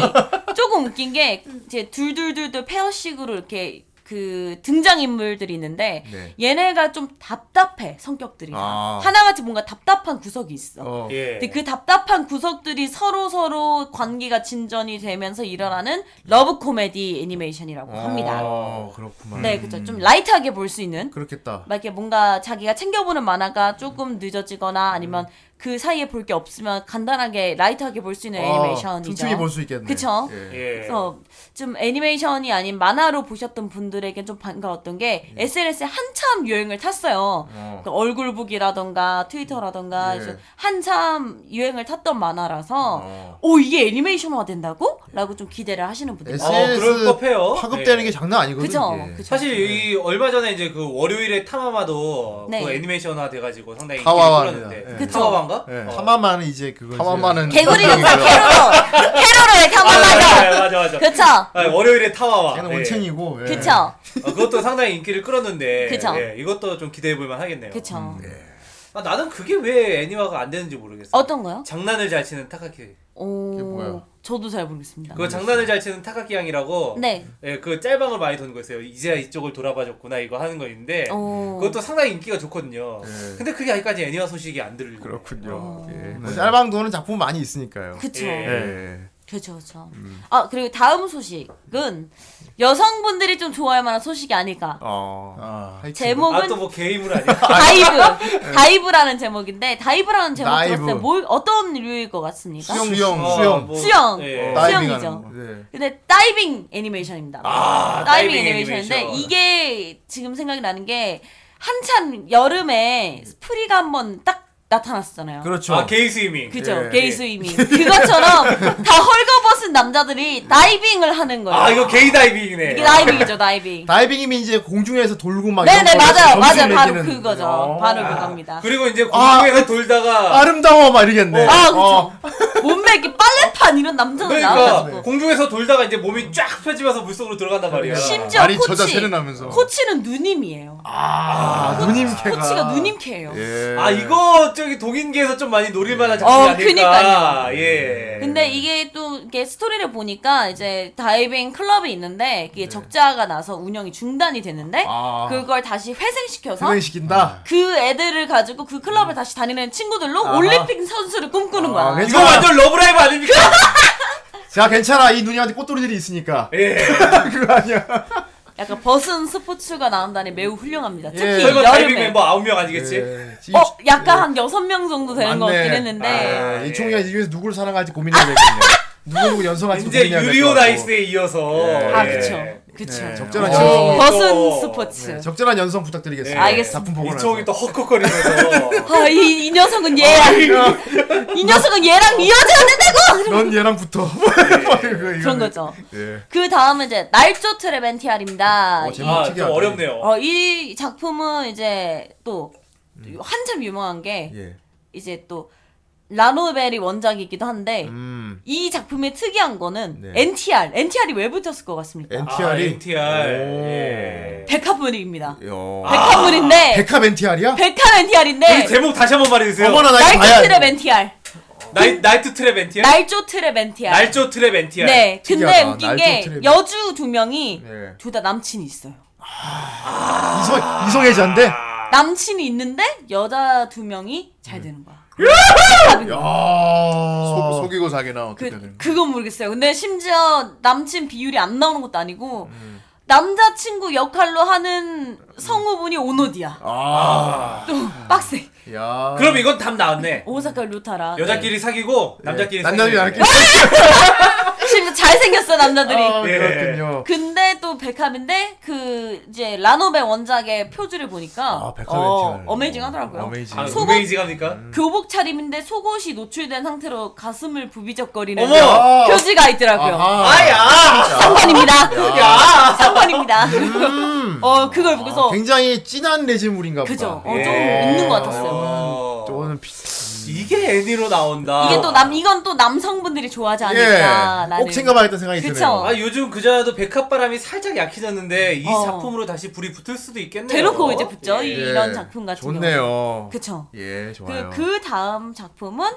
Speaker 7: 조금 웃긴 게 이제 둘둘둘둘 페어식으로 이렇게 그 등장 인물들이 있는데
Speaker 4: 네.
Speaker 7: 얘네가 좀 답답해 성격들이
Speaker 4: 아.
Speaker 7: 하나같이 뭔가 답답한 구석이 있어.
Speaker 4: 어.
Speaker 2: 예.
Speaker 7: 근데 그 답답한 구석들이 서로 서로 관계가 진전이 되면서 일어나는 러브 코미디 애니메이션이라고 합니다.
Speaker 4: 아, 그렇구만.
Speaker 7: 네, 그렇죠. 좀 라이트하게 볼 수 있는
Speaker 4: 그렇겠다.
Speaker 7: 막 이렇게 뭔가 자기가 챙겨보는 만화가 조금 늦어지거나
Speaker 4: 음.
Speaker 7: 아니면 그 사이에 볼 게 없으면 간단하게 라이트하게 볼 수 있는
Speaker 4: 아,
Speaker 7: 애니메이션이죠.
Speaker 4: 틈틈이 볼 수 있겠네.
Speaker 7: 그쵸?
Speaker 4: 예.
Speaker 2: 예.
Speaker 7: 그래서 좀 애니메이션이 아닌 만화로 보셨던 분들에겐 좀 반가웠던 게
Speaker 2: 예.
Speaker 7: SNS에 한참 유행을 탔어요.
Speaker 4: 어.
Speaker 7: 그 얼굴북이라던가 트위터라던가
Speaker 4: 예.
Speaker 7: 이제 한참 유행을 탔던 만화라서
Speaker 4: 어.
Speaker 7: 오 이게 애니메이션화 된다고? 라고 좀 기대를 하시는 분들.
Speaker 4: SNS
Speaker 7: 많아요.
Speaker 2: 그럴 법해요.
Speaker 4: 파급되는
Speaker 2: 예.
Speaker 4: 게 장난 아니거든.
Speaker 7: 그쵸?
Speaker 4: 이게.
Speaker 7: 그쵸?
Speaker 2: 사실 이 얼마 전에 이제 그 월요일에 타마마도
Speaker 7: 네.
Speaker 2: 그 애니메이션화 돼가지고 상당히
Speaker 1: 타와와입니다.
Speaker 2: 인기를
Speaker 7: 그쵸.
Speaker 2: 끌었는데 타와와인가?
Speaker 4: 예.
Speaker 2: 어.
Speaker 4: 타마마는 이제 그거.
Speaker 1: 타마마는
Speaker 7: 개구리
Speaker 1: 는
Speaker 7: 용사 캐롤로 캐롤로의
Speaker 2: 아, 맞아,
Speaker 7: 타마마죠.
Speaker 2: 맞아, 맞아.
Speaker 7: 그쵸?
Speaker 2: 아, 월요일에 타와와.
Speaker 4: 걔는
Speaker 2: 예.
Speaker 4: 원챙이고. 예.
Speaker 7: 그쵸?
Speaker 2: 어, 그것도 상당히 인기를 끌었는데
Speaker 7: 그쵸.
Speaker 2: 예, 이것도 좀 기대해볼만 하겠네요.
Speaker 7: 그쵸?
Speaker 2: 아, 나는 그게 왜 애니화가 안 되는지 모르겠어.
Speaker 7: 어떤 거요?
Speaker 2: 장난을 잘 치는 타카키.
Speaker 7: 오,
Speaker 4: 뭐야?
Speaker 7: 저도 잘 모르겠습니다.
Speaker 2: 그거 장난을 잘 치는 타카키 양이라고.
Speaker 7: 네.
Speaker 2: 예, 그 짤방을 많이 도는 거였어요. 이제야 이쪽을 돌아봐줬구나 이거 하는 거 있는데
Speaker 7: 오.
Speaker 2: 그것도 상당히 인기가 좋거든요.
Speaker 4: 예.
Speaker 2: 근데 그게 아직까지 애니화 소식이 안 들리고.
Speaker 4: 그렇군요. 예.
Speaker 1: 네.
Speaker 4: 짤방도는 작품 많이 있으니까요.
Speaker 7: 그쵸.
Speaker 2: 예.
Speaker 4: 예.
Speaker 7: 그렇죠, 그렇죠. 아 그리고 다음 소식은 여성분들이 좀 좋아할 만한 소식이 아닐까.
Speaker 4: 어.
Speaker 1: 아.
Speaker 4: 하이틴.
Speaker 7: 제목은
Speaker 2: 아 또 뭐 게임을 하냐?
Speaker 7: 다이브, 다이브라는 제목인데 다이브라는 제목
Speaker 4: 다이브.
Speaker 7: 들었을 때 뭘 어떤 류일 것 같습니까?
Speaker 1: 수영,
Speaker 2: 어,
Speaker 4: 수영.
Speaker 2: 뭐,
Speaker 7: 수영.
Speaker 2: 예.
Speaker 7: 어.
Speaker 1: 다이빙
Speaker 7: 수영이죠.
Speaker 1: 하는 거.
Speaker 4: 네.
Speaker 7: 근데 다이빙 애니메이션입니다.
Speaker 2: 아,
Speaker 7: 다이빙,
Speaker 2: 다이빙
Speaker 7: 애니메이션인데
Speaker 2: 애니메이션.
Speaker 7: 이게 지금 생각이 나는 게 한참 여름에 스프리가 한번 딱 나타났잖아요.
Speaker 4: 그렇죠.
Speaker 2: 아 게이 스위밍.
Speaker 7: 그죠
Speaker 4: 예.
Speaker 7: 게이 스위밍 그것처럼 다 헐거벗은 남자들이 다이빙을 하는 거예요.
Speaker 2: 아 이거 게이 다이빙이네.
Speaker 7: 이게 다이빙이죠 다이빙.
Speaker 4: 다이빙이면 이제 공중에서 돌고 막 이런
Speaker 7: 네네
Speaker 4: 거에서
Speaker 7: 맞아요
Speaker 4: 점수
Speaker 7: 맞아요 바로
Speaker 4: 매기는-
Speaker 7: 그거죠
Speaker 4: 어.
Speaker 7: 바로 그겁니다.
Speaker 2: 그리고 이제 공중에서 돌다가
Speaker 4: 아름다워 막 이러겠네.
Speaker 7: 그-
Speaker 4: 어,
Speaker 7: 아 그렇죠 몸매기 빨래판 이런 남자들
Speaker 2: 그러니까
Speaker 7: 나와가지고
Speaker 2: 공중에서 돌다가 이제 몸이 쫙 펴지면서 물속으로 들어간단 네. 말이야.
Speaker 7: 심지어
Speaker 1: 말이
Speaker 7: 코치
Speaker 1: 저자 세련하면서.
Speaker 7: 코치는 누님이에요.
Speaker 4: 아, 누님캐가.
Speaker 7: 코치가 누님캐예요.
Speaker 4: 예.
Speaker 2: 아 이거 저기 독일계에서 좀 많이 노릴만한 작품이
Speaker 7: 어,
Speaker 2: 아닐까.
Speaker 7: 그니까요.
Speaker 2: 예.
Speaker 7: 근데 이게 또 이게 스토리를 보니까 이제 다이빙 클럽이 있는데 이게 적자가 나서 운영이 중단이 됐는데
Speaker 4: 아.
Speaker 7: 그걸 다시 회생시켜서
Speaker 4: 진행시킨다.
Speaker 7: 그 애들을 가지고 그 클럽을 다시 다니는 친구들로
Speaker 4: 아하.
Speaker 7: 올림픽 선수를 꿈꾸는 거야.
Speaker 4: 아,
Speaker 2: 이거
Speaker 4: 괜찮아.
Speaker 2: 완전 러브라이브 아닙니까?
Speaker 4: 자, 괜찮아. 이 누님한테 꽃도리들이 있으니까.
Speaker 2: 예.
Speaker 4: 그거 아니야.
Speaker 7: 약간 벗은 스포츠가 나온다니 매우 훌륭합니다. 특히
Speaker 2: 설마 다이빙
Speaker 7: 여름에
Speaker 2: 멤버 아홉 명 아니겠지?
Speaker 4: 네, 이-
Speaker 7: 어 약간 한 여섯 명 정도 되는 것
Speaker 4: 맞네.
Speaker 7: 같긴 했는데
Speaker 4: 아,
Speaker 2: 예.
Speaker 4: 이 총이가 이 중에서 누구를 사랑할지 고민해야 되겠네요. 누구 누구 연성할지
Speaker 2: 이제
Speaker 4: 고민해야 될것
Speaker 2: 유리오
Speaker 4: 같고.
Speaker 2: 나이스에 이어서.
Speaker 4: 예.
Speaker 7: 아
Speaker 2: 예.
Speaker 7: 그쵸 그쵸
Speaker 4: 네, 적절한
Speaker 7: 그치.
Speaker 4: 연습.
Speaker 7: 벗은 스포츠
Speaker 4: 네, 적절한 연성 부탁드리겠습니다.
Speaker 7: 예. 알겠습니다.
Speaker 4: 작품 보고
Speaker 2: 이
Speaker 4: 나서.
Speaker 2: 총이 또 헉헉거리면서.
Speaker 7: 아, 이, 이 녀석은 얘랑 이 녀석은 얘랑 이어져야 된다고
Speaker 4: 넌 얘랑 붙어. 뭐 그런
Speaker 7: 그런 거죠.
Speaker 4: 예.
Speaker 7: 그 다음은 이제 날조 트레벤티알입니다.
Speaker 4: 어, 제목
Speaker 2: 아, 좀
Speaker 4: 특이하다.
Speaker 2: 어렵네요.
Speaker 7: 어, 이 작품은 이제 또 한참 유명한 게
Speaker 4: 음. 예.
Speaker 7: 이제 또 라노벨이 원작이기도 한데
Speaker 4: 음.
Speaker 7: 이 작품의 특이한 거는
Speaker 4: 네.
Speaker 7: NTR, NTR이 왜 붙였을 것 같습니까?
Speaker 2: 아,
Speaker 4: NTR이
Speaker 2: NTR.
Speaker 4: 오.
Speaker 2: 예.
Speaker 7: 백합물입니다.
Speaker 4: 야. 아,
Speaker 7: 백합물인데
Speaker 4: 백합 NTR이야?
Speaker 7: 백합
Speaker 2: 그
Speaker 7: NTR인데
Speaker 2: 제목 다시 한 번 말해주세요.
Speaker 4: 어머나 나 이거
Speaker 7: 날조
Speaker 4: 봐야. 돼.
Speaker 7: 트레벤티알,
Speaker 2: 나이, 나이트 트랩 엔티야?
Speaker 7: 날조 트레벤티알.
Speaker 2: 날조 트랩 엔티야?
Speaker 7: 네, 근데
Speaker 4: 특이하다.
Speaker 7: 웃긴
Speaker 4: 날조
Speaker 7: 게
Speaker 4: 트레벤-
Speaker 7: 여주 두 명이
Speaker 4: 네.
Speaker 7: 둘 다 남친이 있어요.
Speaker 4: 이성 이성애자인데.
Speaker 7: 남친이 있는데 여자 두 명이 잘 되는 거야.
Speaker 1: 속,
Speaker 4: 아.
Speaker 1: 속이고 사기나 어떻게
Speaker 7: 그
Speaker 1: 되는 거
Speaker 7: 그건 모르겠어요. 근데 심지어 남친 비율이 안 나오는 것도 아니고 남자친구 역할로 하는 성우분이 오노디야.
Speaker 4: 아.
Speaker 7: 또 빡세.
Speaker 4: 야.
Speaker 2: 그럼 이건 답 나왔네.
Speaker 7: 오사카 료타라.
Speaker 2: 여자끼리 사귀고, 남자끼리
Speaker 4: 네. 남자들이 알게.
Speaker 7: 네. 심지어 잘생겼어 남자들이.
Speaker 4: 아,
Speaker 2: 예.
Speaker 4: 그렇군요.
Speaker 7: 근데 또 백합인데 그 이제 라노베 원작의 표지를 보니까
Speaker 4: 아, 백합
Speaker 7: 어,
Speaker 4: NTR.
Speaker 7: 어메이징하더라고요.
Speaker 4: 어메이징.
Speaker 2: 아,
Speaker 7: 소금-
Speaker 2: 소메이지 갑니까?
Speaker 4: 음.
Speaker 7: 교복 차림인데 속옷이 노출된 상태로 가슴을 부비적거리는
Speaker 2: 어머!
Speaker 7: 표지가 있더라고요.
Speaker 2: 아야!
Speaker 7: 3번입니다.
Speaker 2: 야!
Speaker 4: 음.
Speaker 7: 3번입니다. 어, 그걸 보고서
Speaker 4: 굉장히 진한 레즈물인가 보다.
Speaker 7: 그죠. 어,
Speaker 2: 예.
Speaker 7: 좀 있는 것 같았어요.
Speaker 2: 어.
Speaker 4: 저는 비...
Speaker 2: 이게 애니로
Speaker 4: 아.
Speaker 2: 나온다.
Speaker 7: 이게 또 남, 이건 또 남성분들이 좋아하지 않을까. 라는
Speaker 4: 예. 꼭 챙겨봐야겠다는 생각이
Speaker 7: 그러니까 그쵸.
Speaker 4: 드네요.
Speaker 2: 아 요즘 그전에도 백합바람이 살짝 약해졌는데 이
Speaker 7: 어.
Speaker 2: 작품으로 다시 불이 붙을 수도 있겠네요.
Speaker 7: 대놓고 이제 붙죠.
Speaker 2: 예.
Speaker 7: 이- 이런 작품 같은 경우.
Speaker 4: 좋네요.
Speaker 7: 그쵸.
Speaker 4: 예, 좋아요.
Speaker 7: 그, 그 다음 작품은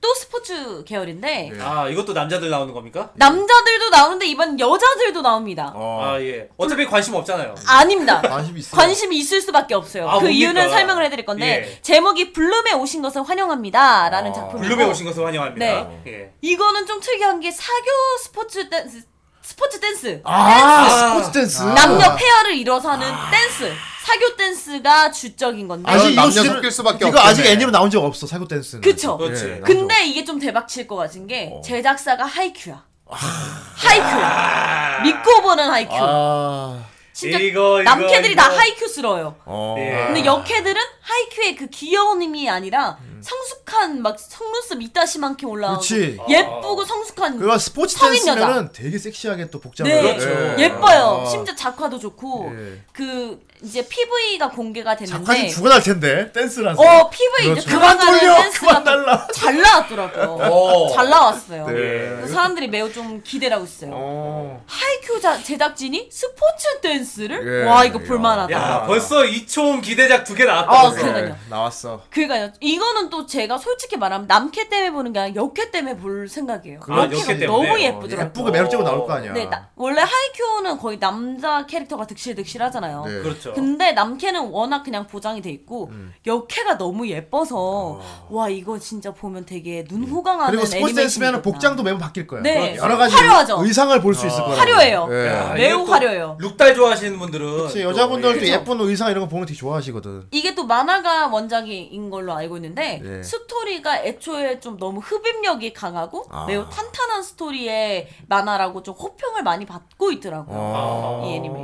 Speaker 7: 또 스포츠 계열인데
Speaker 4: 예.
Speaker 2: 아 이것도 남자들 나오는 겁니까?
Speaker 7: 남자들도 나오는데 이번 여자들도 나옵니다.
Speaker 4: 어.
Speaker 2: 아 예. 어차피 관심 없잖아요.
Speaker 7: 아닙니다.
Speaker 4: 관심이 있어요.
Speaker 7: 관심이 있을 수밖에 없어요.
Speaker 2: 아,
Speaker 7: 그
Speaker 2: 뭡니까?
Speaker 7: 이유는 설명을 해드릴 건데
Speaker 2: 예. 제목이
Speaker 7: 제목이 블룸에 오신 것을 환영합니다라는
Speaker 4: 아,
Speaker 7: 작품이고
Speaker 2: 블룸에 오신 것을 환영합니다.
Speaker 7: 네.
Speaker 2: 예.
Speaker 7: 이거는 좀 특이한 게 사교 스포츠 댄스 스포츠 댄스
Speaker 4: 아,
Speaker 2: 댄스.
Speaker 4: 스포츠 댄스. 아,
Speaker 7: 남녀 페어를 이뤄서 하는 댄스 사교 댄스가 주적인 건데
Speaker 4: 아직 이거
Speaker 1: 남녀
Speaker 4: 주제를-
Speaker 1: 섞일 수밖에
Speaker 4: 이거 아직
Speaker 1: 없겠네.
Speaker 4: 애니로 나온 적 없어. 사고 댄스는.
Speaker 7: 그쵸?
Speaker 2: 그렇지.
Speaker 4: 예,
Speaker 7: 근데 이게 좀 대박칠 것 같은 게
Speaker 4: 어.
Speaker 7: 제작사가 하이큐야 하이큐야 믿고 보는 하이큐
Speaker 4: 아.
Speaker 7: 진짜
Speaker 2: 이거, 이거,
Speaker 7: 남캐들이
Speaker 2: 이거.
Speaker 7: 다 하이큐스러워요
Speaker 4: 어.
Speaker 2: 예.
Speaker 7: 근데 여캐들은 하이큐의 그 귀여운 힘이 아니라
Speaker 4: 음.
Speaker 7: 성숙한 막 속눈썹 이따시만큼 올라오고
Speaker 4: 그렇지. 아.
Speaker 7: 예쁘고 성숙한
Speaker 4: 그거 스포츠
Speaker 7: 성인 여자.
Speaker 4: 댄스면은 되게 섹시하게 또 복장을
Speaker 7: 네
Speaker 2: 그렇죠.
Speaker 7: 예뻐요
Speaker 4: 아.
Speaker 7: 심지어 작화도 좋고
Speaker 4: 예.
Speaker 7: 그 이제 PV가 공개가
Speaker 4: 작화는
Speaker 7: 됐는데
Speaker 4: 죽어날 텐데 댄스라서.
Speaker 7: 어 PV
Speaker 4: 그렇죠.
Speaker 7: 이제 돌아가는
Speaker 4: 그만 돌려!
Speaker 7: 댄스가
Speaker 4: 그만 달라! 어.
Speaker 7: 또 잘 나왔더라고요
Speaker 2: 오.
Speaker 7: 잘 나왔어요
Speaker 4: 네.
Speaker 2: 예.
Speaker 7: 그래서 사람들이 매우 좀 기대를 하고 있어요
Speaker 4: 어.
Speaker 7: 하이큐 자, 제작진이 스포츠 댄스를
Speaker 4: 예.
Speaker 7: 와 이거
Speaker 4: 야.
Speaker 7: 볼만하다
Speaker 4: 아.
Speaker 2: 야 벌써 이초음 기대작 두 개 나왔다.
Speaker 7: 아,
Speaker 2: 벌써.
Speaker 7: 그러니까.
Speaker 4: 네, 나왔어.
Speaker 7: 그러니까요. 이거는 또 제가 솔직히 말하면 남캐 때문에 보는 게 아니라 역캐 때문에 볼 생각이에요.
Speaker 2: 아,
Speaker 7: 역캐가
Speaker 2: 역캐 때문에.
Speaker 4: 어,
Speaker 7: 너무
Speaker 2: 그렇죠.
Speaker 7: 예쁘더라고요.
Speaker 4: 예쁘고 매력적으로 나올 거 아니야.
Speaker 7: 네, 나- 원래 하이큐는 거의 남자 캐릭터가 득실득실하잖아요.
Speaker 4: 네.
Speaker 2: 그렇죠.
Speaker 7: 근데 남캐는 워낙 그냥 보장이 돼 있고
Speaker 4: 음.
Speaker 7: 역캐가 너무 예뻐서 와 이거 진짜 보면 되게 눈호강하는
Speaker 4: 어. 그리고 스포츠
Speaker 7: 아, 네, 애니메이션이구나.
Speaker 4: 댄스면은 복장도 매번 바뀔 거야.
Speaker 7: 네.
Speaker 4: 여러 가지
Speaker 7: 화려하죠. 어.
Speaker 4: 의상을 볼 수 있을 거라고.
Speaker 7: 화려해요.
Speaker 4: 예.
Speaker 2: 야,
Speaker 7: 매우
Speaker 2: 아, 이게 또
Speaker 7: 화려해요.
Speaker 2: 룩달 좋아하시는 분들은
Speaker 4: 그치,
Speaker 2: 또-
Speaker 4: 여자분들 또
Speaker 7: 그쵸.
Speaker 4: 예쁜 의상 이런 거 보면 되게 좋아하시거든.
Speaker 7: 이게 또 만화가 원작인 걸로 알고 있는데
Speaker 4: 네.
Speaker 7: 스토리가 애초에 좀 너무 흡입력이 강하고
Speaker 4: 아.
Speaker 7: 매우 탄탄한 스토리의 만화라고 좀 호평을 많이
Speaker 4: 아. 어,
Speaker 7: 받고 있더라고요. 이 애니메.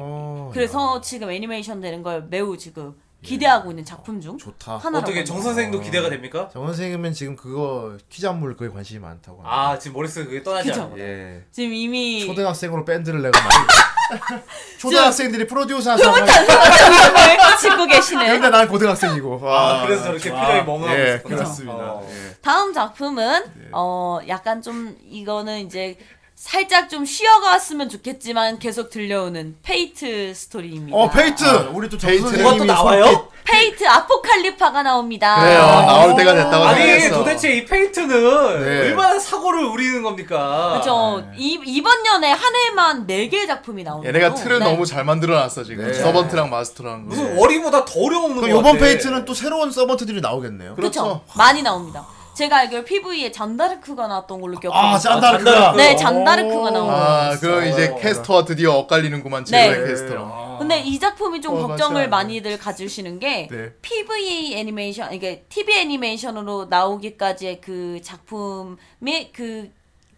Speaker 7: 그래서 지금 애니메이션 되는 걸 매우 지금 기대하고 있는 작품 중
Speaker 4: 예. 좋다.
Speaker 7: 하나라고.
Speaker 2: 어떻게 정 선생도 기대가 됩니까?
Speaker 4: 정 선생님은 지금 그거 퀴즈 안무를 그에 관심이 많다고. 합니다.
Speaker 2: 아 지금 머릿속에 그게 떠나지
Speaker 7: 그죠.
Speaker 2: 않아.
Speaker 4: 예.
Speaker 7: 지금 이미
Speaker 4: 초등학생으로 밴드를 내가 만 초등학생들이 프로듀서 하는 상황.
Speaker 7: 정말 꽂히고 계시는
Speaker 4: 근데 난 고등학생이고.
Speaker 2: 아, 그래서 저렇게 표정이 멍하고
Speaker 4: 예,
Speaker 2: 있었구나.
Speaker 4: 그렇습니다.
Speaker 2: 어.
Speaker 4: 예.
Speaker 7: 다음 작품은
Speaker 4: 네.
Speaker 7: 어 약간 좀 이거는 이제 살짝 좀 쉬어갔으면 좋겠지만 계속 들려오는 페이트 스토리입니다.
Speaker 4: 어, 페이트.
Speaker 1: 아,
Speaker 4: 우리 또
Speaker 1: 페이트.
Speaker 2: 뭐가 또 나와요?
Speaker 7: 페이트 아포칼리파가 나옵니다. 어,
Speaker 1: 그래요.
Speaker 4: 어.
Speaker 1: 나올 때가 됐다고
Speaker 2: 아니
Speaker 1: 생각했어.
Speaker 2: 도대체 이 페인트는
Speaker 4: 네.
Speaker 2: 얼마나 사고를 우리는 겁니까?
Speaker 7: 그죠. 그렇죠. 이 이번 연에 한 해만 4개의 작품이 나온다.
Speaker 1: 네.
Speaker 4: 어,
Speaker 1: 얘네가 틀을 너무 잘 만들어놨어 지금
Speaker 4: 네.
Speaker 1: 서번트랑 마스터랑 네.
Speaker 2: 무슨 월요보다 더 어려운 거
Speaker 4: 예. 그럼
Speaker 2: 같아.
Speaker 4: 요번 페이트는 또 새로운 서번트들이 나오겠네요.
Speaker 7: 그렇죠. 많이 나옵니다. 제가 알기로 PV에 잔다르크가 나왔던 걸로 기억합니다.
Speaker 4: 아, 잔다르크가.
Speaker 7: 네, 잔다르크가 나옵니다.
Speaker 1: 아 그럼 이제 캐스터와 드디어 엇갈리는구만 제로의
Speaker 7: 네.
Speaker 1: 캐스터랑
Speaker 7: 근데 이 작품이 좀
Speaker 1: 어,
Speaker 7: 걱정을
Speaker 1: 맞아.
Speaker 7: 많이들 가지시는 게
Speaker 4: 네.
Speaker 7: PV 애니메이션 이게 TV 애니메이션으로 나오기까지의 그 작품의 그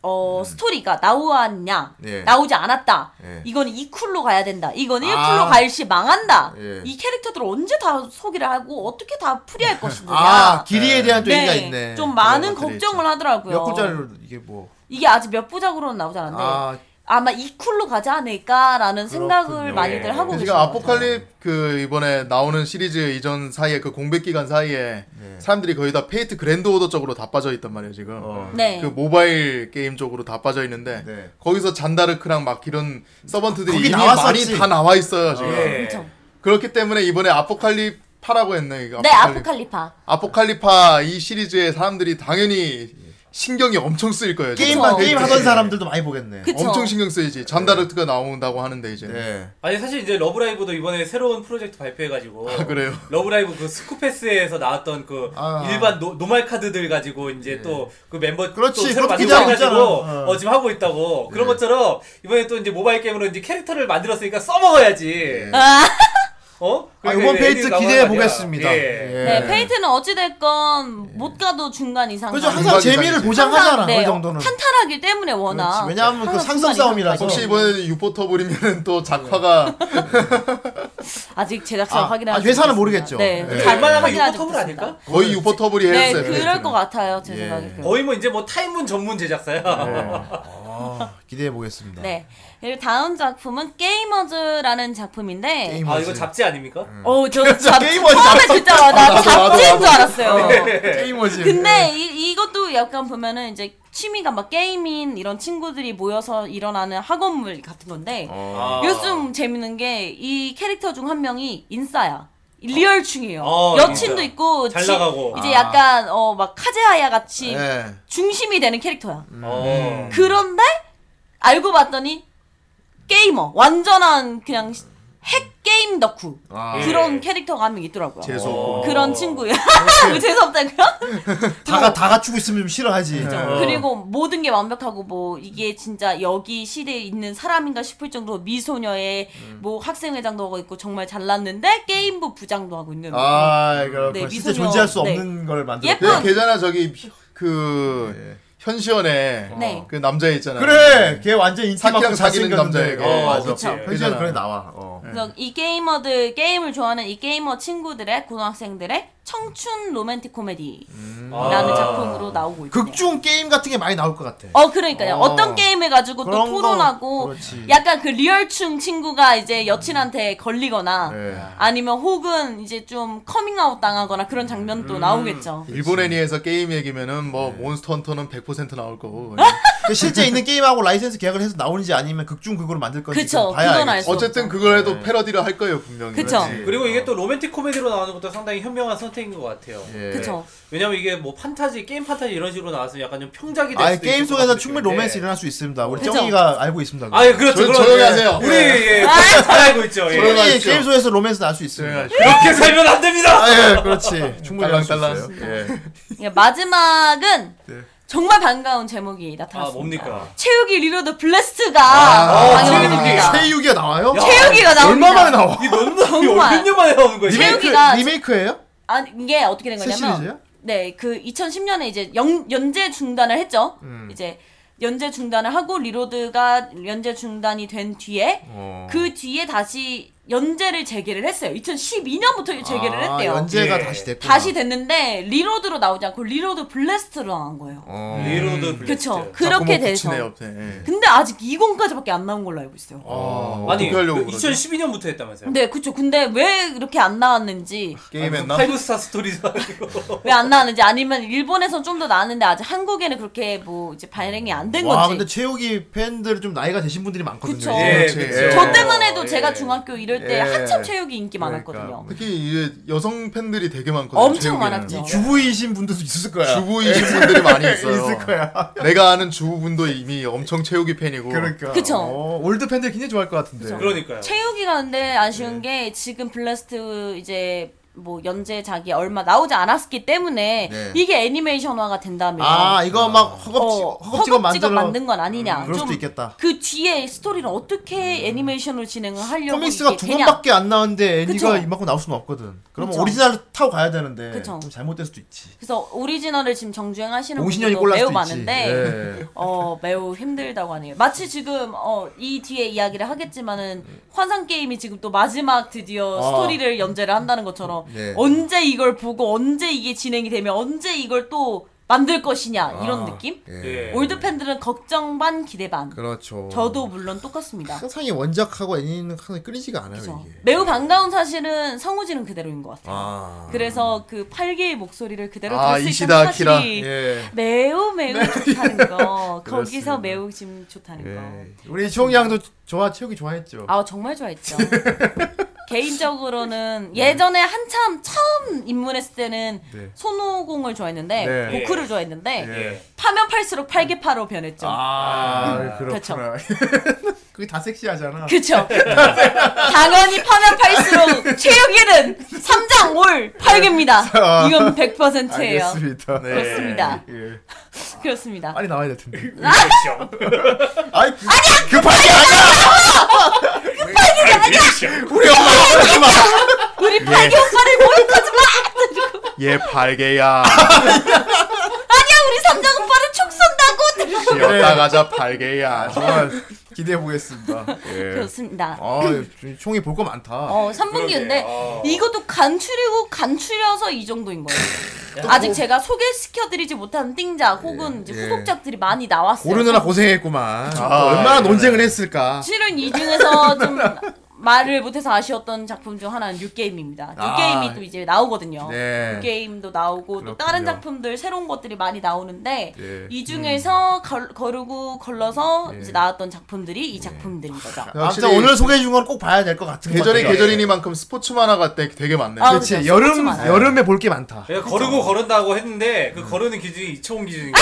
Speaker 7: 어, 스토리가 나오았냐,
Speaker 4: 음. 예.
Speaker 7: 나오지 않았다.
Speaker 4: 예.
Speaker 7: 이건 2쿨로 가야 된다. 이건 1쿨로
Speaker 4: 아.
Speaker 7: 갈시 망한다.
Speaker 4: 예.
Speaker 7: 이 캐릭터들 을 언제 다 소개를 하고 어떻게 다 풀이할 것이냐.
Speaker 4: 아, 길이에 대한 또 얘기가 있네.
Speaker 7: 좀
Speaker 4: 그런
Speaker 7: 많은
Speaker 4: 것들이
Speaker 7: 걱정을
Speaker 4: 있죠.
Speaker 7: 하더라고요.
Speaker 4: 몇 군자리로 이게 뭐.
Speaker 7: 이게 아직 몇 부작으로는 나오지 않았는데
Speaker 4: 아,
Speaker 7: 아마 2쿨로 가지 않을까라는 생각을
Speaker 4: 그렇군요. 예.
Speaker 7: 많이들 하고 계신
Speaker 1: 지금
Speaker 7: 것 같아요.
Speaker 1: 아포칼립 그 이번에 나오는 시리즈 이전 사이에 그 공백 기간 사이에 사람들이 거의 다 페이트 그랜드 오더 쪽으로 다 빠져 있단 말이에요 지금
Speaker 4: 어.
Speaker 7: 네.
Speaker 1: 그 모바일 게임 쪽으로 다 빠져 있는데
Speaker 4: 네.
Speaker 1: 거기서 잔다르크랑 막 이런 서번트들이
Speaker 4: 거기
Speaker 1: 이미
Speaker 4: 나왔었지.
Speaker 1: 많이 다 나와 있어요 지금
Speaker 2: 예.
Speaker 7: 그렇죠.
Speaker 1: 그렇기 때문에 이번에 아포칼립파라고 했네 이거
Speaker 7: 네, 아포칼리파.
Speaker 1: 아포칼리파 이 시리즈에 사람들이 당연히 신경이 엄청 쓰일 거예요. 지금.
Speaker 4: 게임만
Speaker 7: 그쵸.
Speaker 4: 게임 하던 사람들도 많이 보겠네.
Speaker 7: 그쵸.
Speaker 1: 엄청 신경 쓰이지. 잔다르트가 나온다고 하는데 이제.
Speaker 4: 네.
Speaker 2: 아니 사실 이제 러브라이브도 이번에 새로운 프로젝트 발표해가지고
Speaker 1: 아, 그래요.
Speaker 2: 러브라이브 그 스쿠패스에서 나왔던 그
Speaker 4: 아.
Speaker 2: 일반 노, 노말 카드들 가지고 이제
Speaker 7: 예.
Speaker 2: 또 그 멤버
Speaker 4: 그렇지,
Speaker 2: 또 새로
Speaker 4: 그렇게
Speaker 2: 만들어
Speaker 4: 기대하고
Speaker 2: 가지고
Speaker 4: 있잖아.
Speaker 2: 어.
Speaker 4: 어.
Speaker 2: 지금 하고 있다고 그런 것처럼 이번에 또 이제 모바일 게임으로 이제 캐릭터를 만들었으니까 써먹어야지. 어?
Speaker 4: 예. 아,
Speaker 2: 그러니까
Speaker 4: 이번
Speaker 2: 이제
Speaker 4: 페이트
Speaker 2: 애들이 나오는
Speaker 4: 기대해
Speaker 2: 거 아니야.
Speaker 4: 보겠습니다.
Speaker 2: 예.
Speaker 4: 예.
Speaker 7: 네, 페인트는 어찌됐건 못 가도 중간 이상.
Speaker 4: 네. 그죠
Speaker 7: 가는
Speaker 4: 항상
Speaker 1: 중간
Speaker 4: 재미를
Speaker 1: 기간이지.
Speaker 4: 보장하잖아.
Speaker 7: 네,
Speaker 4: 그 정도는.
Speaker 7: 탄탄하기 때문에 워낙. 네,
Speaker 4: 그렇지. 왜냐하면 그
Speaker 7: 항상
Speaker 4: 상성
Speaker 7: 중간
Speaker 4: 싸움이라서. 네.
Speaker 7: 이상까지.
Speaker 1: 혹시 이번에 유포터블이면 또 작화가
Speaker 7: 아직 제작사
Speaker 4: 아,
Speaker 7: 확인하지
Speaker 4: 아, 회사는 모르겠죠.
Speaker 7: 네,
Speaker 4: 네.
Speaker 2: 웬만하면
Speaker 7: 확인하지
Speaker 2: 유포터블
Speaker 7: 못했습니다.
Speaker 2: 아닐까?
Speaker 1: 거의 유포터블이
Speaker 7: 네,
Speaker 1: 해줬어요.
Speaker 7: 그럴 것 같아요, 제
Speaker 4: 예.
Speaker 7: 생각에.
Speaker 2: 거의 뭐 이제 뭐 타임문 전문 제작사야.
Speaker 4: 아, 기대해 보겠습니다.
Speaker 7: 네. 그리고 다음 작품은 게이머즈라는 작품인데,
Speaker 4: 게임
Speaker 2: 아
Speaker 4: 워즈.
Speaker 2: 이거 잡지 아닙니까?
Speaker 4: 음.
Speaker 7: 어, 저 잡,
Speaker 4: 게이머즈 아,
Speaker 7: 처음에 듣자마자 나
Speaker 1: 나도, 나도,
Speaker 7: 잡지인 줄
Speaker 1: 나도.
Speaker 7: 알았어요.
Speaker 4: 네. 게이머지.
Speaker 2: 네.
Speaker 7: 근데 이, 이것도 약간 보면은 이제 취미가 막 게임인 이런 친구들이 모여서 일어나는 학원물 같은 건데
Speaker 2: 아.
Speaker 7: 요즘 재밌는 게 이 캐릭터 중 한 명이 인싸야. 리얼충이에요.
Speaker 2: 어,
Speaker 7: 여친도
Speaker 2: 인싸.
Speaker 7: 있고
Speaker 2: 잘
Speaker 7: 지-
Speaker 2: 나가고. 아.
Speaker 7: 이제 약간 어 막 카제하야 같이
Speaker 4: 예.
Speaker 7: 중심이 되는 캐릭터야.
Speaker 2: 어.
Speaker 4: 음.
Speaker 7: 그런데 알고 봤더니 게이머 완전한 그냥 시- 핵 게임 덕후
Speaker 4: 아.
Speaker 7: 그런
Speaker 2: 예.
Speaker 7: 캐릭터가 한 명 있더라고요.
Speaker 1: 재수
Speaker 2: 어.
Speaker 1: 없고.
Speaker 7: 그런 친구야. 왜 재수없다고요?
Speaker 4: 다가 다 갖추고 있으면 좀 싫어하지. 어.
Speaker 7: 그리고 모든 게 완벽하고 뭐 이게 진짜 여기 시대에 있는 사람인가 싶을 정도로 미소녀의
Speaker 4: 음.
Speaker 7: 뭐 학생회장도 하고 있고 정말 잘났는데 게임부 부장도 하고 있는
Speaker 4: 아, 그렇군.
Speaker 7: 네,
Speaker 4: 실제
Speaker 7: 미소녀.
Speaker 4: 존재할 수
Speaker 7: 네.
Speaker 4: 없는 걸 만들어. 네,
Speaker 7: 예뻐.
Speaker 1: 그 계좌나 저기 그
Speaker 4: 예.
Speaker 1: 현시연에
Speaker 7: 네.
Speaker 1: 그 남자 있잖아.
Speaker 4: 그래, 걔 완전 인기 많고
Speaker 1: 사기랑 사귀는
Speaker 4: 잘생겼는데.
Speaker 2: 어,
Speaker 1: 남자예요.
Speaker 4: 맞아.
Speaker 2: 그쵸.
Speaker 4: 현실은 그래 나와. 어.
Speaker 7: 그래서 이 게이머들 게임을 좋아하는 이 게이머 친구들의 고등학생들의 청춘 로맨틱 코미디라는
Speaker 2: 아.
Speaker 7: 작품으로 나오고 있요
Speaker 4: 음. 극중 게임 같은 게 많이 나올 것 같아.
Speaker 7: 어 그러니까요.
Speaker 4: 어.
Speaker 7: 어. 떤 게임을 가지고 또
Speaker 4: 그런 거.
Speaker 7: 토론하고
Speaker 4: 그렇지.
Speaker 7: 약간 그 리얼충 친구가 이제 여친한테 걸리거나
Speaker 4: 네.
Speaker 7: 아니면 혹은 이제 좀 커밍아웃 당하거나 그런 장면도
Speaker 4: 음,
Speaker 7: 나오겠죠.
Speaker 1: 일본 애니에서 게임 얘기면은
Speaker 4: 네.
Speaker 1: 뭐 몬스터 헌터는 100% 나올
Speaker 7: 아,
Speaker 1: 거고.
Speaker 4: 그 실제 있는 게임하고 라이센스 계약을 해서 나오는지 아니면 극중 그걸 만들 건지
Speaker 7: 그쵸,
Speaker 4: 그건 봐야
Speaker 7: 그건
Speaker 4: 알겠지.
Speaker 7: 알 수-
Speaker 1: 어쨌든 그걸 해도
Speaker 4: 네.
Speaker 1: 패러디를 할 거예요 분명히.
Speaker 7: 그쵸.
Speaker 2: 그리고 이게 또 로맨틱 코미디로 나오는 것도 상당히 현명한 선택인 것 같아요.
Speaker 4: 예.
Speaker 7: 그쵸.
Speaker 2: 왜냐면 이게 뭐 판타지, 게임 판타지 이런 식으로 나왔으면 약간 좀 평작이 될
Speaker 4: 아,
Speaker 2: 수도
Speaker 4: 게임
Speaker 2: 있을 것
Speaker 4: 속에서
Speaker 2: 같은
Speaker 4: 충분히
Speaker 2: 느낌인데.
Speaker 4: 로맨스 일어날 수 있습니다. 우리
Speaker 7: 그쵸.
Speaker 4: 정이가 알고 있습니다.
Speaker 2: 아, 예, 그렇죠.
Speaker 1: 조-
Speaker 2: 그렇죠.
Speaker 1: 조용히
Speaker 2: 예.
Speaker 1: 하세요.
Speaker 2: 우리 예, 예, 잘 알고 있죠. 예.
Speaker 1: 조용히
Speaker 4: 충분히
Speaker 1: 하십시오.
Speaker 4: 게임 속에서 로맨스 날 수 있습니다.
Speaker 2: 그렇게 살면 안 됩니다.
Speaker 4: 아, 예, 그렇지. 충분히 날수
Speaker 1: 딸랑딸랑.
Speaker 4: 있어요. 예.
Speaker 7: 그러니까 마지막은
Speaker 4: 네.
Speaker 7: 정말 반가운 제목이
Speaker 2: 아,
Speaker 7: 나타났습니다.
Speaker 2: 뭡니까?
Speaker 7: 체육이 리로드 블레스트가
Speaker 2: 어,
Speaker 7: 방영됩니다. 네.
Speaker 4: 최유기가 나와요?
Speaker 7: 체육이가 나옵니다.
Speaker 4: 아, 얼마 만에 나와? 그
Speaker 2: 이 넘넘이
Speaker 7: 정말.
Speaker 2: 몇년 만에 나오는 거야? 이게?
Speaker 7: 체육- 체육이가-
Speaker 4: 리메이크예요?
Speaker 7: 아 이게 어떻게 된
Speaker 4: 새
Speaker 7: 거냐면
Speaker 4: 시리즈요?
Speaker 7: 네 그 2010년에 이제 연, 연재 중단을 했죠.
Speaker 4: 음.
Speaker 7: 이제 연재
Speaker 4: 어.
Speaker 7: 중단을 하고 리로드가 연재 중단이 된 뒤에 그 뒤에 다시 연재를 재개를 했어요. 2012년부터 재개를
Speaker 4: 아,
Speaker 7: 했대요.
Speaker 4: 연재가
Speaker 2: 예.
Speaker 4: 다시 됐구나.
Speaker 7: 다시 됐는데 리로드로 나오지 않고 리로드 블래스트로 나온 거예요.
Speaker 4: 어.
Speaker 2: 음. 리로드
Speaker 1: 음.
Speaker 2: 블랙.
Speaker 7: 그렇죠. 그렇게 돼서.
Speaker 1: 붙이네요. 네.
Speaker 7: 근데 아직 2권까지밖에 안 나온 걸로 알고 있어요.
Speaker 1: 어,
Speaker 2: 아니
Speaker 1: 어떻게 하려고 그러죠?
Speaker 2: 2012년부터 했다면서요?
Speaker 7: 네, 그쵸. 근데 왜 이렇게 안 나왔는지,
Speaker 1: 게임 했나?
Speaker 2: 그 파이브스타 스토리도 아니고
Speaker 7: 왜 안 나왔는지, 아니면 일본에선 좀 더 나왔는데 아직 한국에는 그렇게 뭐 이제 발행이 안 된
Speaker 4: 와
Speaker 7: 건지.
Speaker 4: 근데 최욱이 팬들 좀 나이가 되신 분들이 많거든요.
Speaker 7: 그쵸.
Speaker 1: 예,
Speaker 4: 이제.
Speaker 1: 그치.
Speaker 2: 그쵸.
Speaker 7: 저 때만 해도
Speaker 2: 예.
Speaker 7: 제가 중학교 이럴 때
Speaker 4: 예.
Speaker 7: 한참 체육이 인기
Speaker 4: 그러니까.
Speaker 7: 많았거든요.
Speaker 1: 특히 이제 여성 팬들이 되게 많거든요.
Speaker 7: 엄청
Speaker 1: 체육에는.
Speaker 7: 많았죠.
Speaker 4: 이 주부이신 분들도 있을 거야. 예,
Speaker 1: 주부이신 분들이 많이 있어요.
Speaker 4: 있을 거야.
Speaker 1: 내가 아는 주부분도 이미 엄청 체육이 팬이고.
Speaker 4: 그러니까.
Speaker 7: 그쵸.
Speaker 4: 어, 올드 팬들 굉장히 좋아할 것 같은데.
Speaker 2: 그러니까요.
Speaker 7: 체육이가 근데
Speaker 4: 예.
Speaker 7: 아쉬운 게 지금 블라스트 이제 뭐 연재 자기 얼마 나오지 않았기 때문에
Speaker 4: 네.
Speaker 7: 이게 애니메이션화가 된다면
Speaker 4: 아 이거 막 허겁지,
Speaker 7: 어,
Speaker 4: 허겁지겁 만들어.
Speaker 7: 만든 건 아니냐.
Speaker 4: 음, 그럴
Speaker 7: 좀
Speaker 4: 수도 있겠다.
Speaker 7: 그 뒤에 스토리를
Speaker 4: 음.
Speaker 7: 어떻게 애니메이션으로 진행을 하려고
Speaker 4: 코믹스가
Speaker 7: 이게
Speaker 4: 두
Speaker 7: 되냐.
Speaker 4: 권밖에 안 나왔는데 애니가
Speaker 7: 그쵸.
Speaker 4: 이만큼 나올 수는 없거든. 그러면
Speaker 7: 그쵸.
Speaker 4: 오리지널 타고 가야 되는데
Speaker 7: 그쵸.
Speaker 4: 좀 잘못될 수도 있지.
Speaker 7: 그래서 오리지널을 지금 정주행하시는
Speaker 4: 옹신년이 꼴날
Speaker 7: 분들도 음, 매우
Speaker 4: 수도
Speaker 7: 많은데
Speaker 4: 있지. 예.
Speaker 7: 어 매우 힘들다고 하네요. 마치 지금 어 이 뒤에 이야기를 하겠지만은 환상 게임이 지금 또 마지막 드디어
Speaker 4: 아.
Speaker 7: 스토리를 연재를 한다는 것처럼
Speaker 4: 네.
Speaker 7: 언제 이걸 보고 언제 이게 진행이 되면 언제 이걸 또 만들 것이냐 이런
Speaker 4: 아,
Speaker 7: 느낌?
Speaker 2: 예.
Speaker 7: 올드 팬들은 걱정 반 기대 반.
Speaker 4: 그렇죠.
Speaker 7: 저도 물론 똑같습니다.
Speaker 4: 항상 이 원작하고 애니는 항상 끊이지가 않아요
Speaker 7: 그래서
Speaker 4: 그렇죠, 이게.
Speaker 7: 매우 반가운 사실은 성우진은 그대로인 것 같아요.
Speaker 4: 아.
Speaker 7: 그래서 그 8개의 목소리를 그대로
Speaker 1: 아,
Speaker 7: 들을 수
Speaker 1: 이시다
Speaker 7: 있다는
Speaker 1: 아키라.
Speaker 7: 사실이
Speaker 4: 예.
Speaker 7: 매우 매우 좋다는 거
Speaker 4: 그렇습니다.
Speaker 7: 거기서 매우 지금 좋다는
Speaker 4: 예. 우리 추홍이 양도 좋아 체육이 좋아했죠.
Speaker 7: 거. 아 정말 좋아했죠. 개인적으로는 예전에 한참 처음 입문했을 때는
Speaker 4: 네.
Speaker 7: 손오공을 좋아했는데
Speaker 4: 네.
Speaker 7: 보크를 좋아했는데
Speaker 2: 예.
Speaker 7: 파면 팔수록 팔계파로 변했죠.
Speaker 4: 아,
Speaker 7: 그렇죠.
Speaker 4: 그렇구나. 그게 다 섹시하잖아.
Speaker 7: 그쵸. 당연히 파면 팔수록 최욱이는 3장 올 8개입니다. 이건 100%예요.
Speaker 4: 네. 알겠습니다. 네.
Speaker 7: 그렇습니다.
Speaker 4: 예.
Speaker 7: 그렇습니다.
Speaker 4: 빨리 나와야 될 텐데.
Speaker 2: 리액션.
Speaker 4: 아이, 그, 아니야! 급하게 하자!
Speaker 2: 리액션.
Speaker 4: 우리 엄마 하지 마!
Speaker 7: 우리
Speaker 4: 예.
Speaker 7: 팔계 오빠를 모욕하지 마!
Speaker 1: 얘 발개야.
Speaker 7: 아니야 우리 삼장 오빠를 촉 쏜다고!
Speaker 4: 네.
Speaker 1: 쉬었다 가자 발개야.
Speaker 4: 정말 기대해 보겠습니다. 예.
Speaker 7: 그렇습니다.
Speaker 4: 아, 총이 볼 거 많다.
Speaker 7: 어 3분기인데
Speaker 2: 그러게, 어.
Speaker 7: 이것도 간추리고 간추려서 이 정도인 거예요. 아직 제가 소개시켜드리지 못한 띵작 혹은 이제
Speaker 4: 예.
Speaker 7: 후속작들이 많이 나왔어요.
Speaker 4: 고르느라 고생했구만. 아,
Speaker 1: 아,
Speaker 4: 얼마나
Speaker 1: 그래.
Speaker 4: 논쟁을 했을까.
Speaker 7: 실은 이 중에서 좀 말을 못해서 아쉬웠던 작품 중 하나는 뉴게임입니다.
Speaker 4: 아.
Speaker 7: 뉴게임이 또 이제 나오거든요.
Speaker 4: 네.
Speaker 7: 뉴게임도 나오고
Speaker 4: 그렇군요.
Speaker 7: 또 다른 작품들 새로운 것들이 많이 나오는데
Speaker 4: 네.
Speaker 7: 이 중에서 걸, 거르고 걸러서
Speaker 4: 예.
Speaker 7: 이제 나왔던 작품들이 이 작품들인 거죠.
Speaker 4: 아무튼 오늘 소개해 준 건 꼭 봐야 될 것 같은
Speaker 1: 계절이
Speaker 4: 것 같아요.
Speaker 1: 계절이니만큼 스포츠 만화가 되- 되게 많네요.
Speaker 7: 아,
Speaker 4: 그렇지.
Speaker 7: 그렇죠.
Speaker 4: 여름,
Speaker 7: 소개만.
Speaker 4: 여름에 볼 게 많다.
Speaker 2: 내가 그러니까 거르고 거른다고 했는데
Speaker 4: 음.
Speaker 2: 그 거르는 기준이 이초원 기준인 거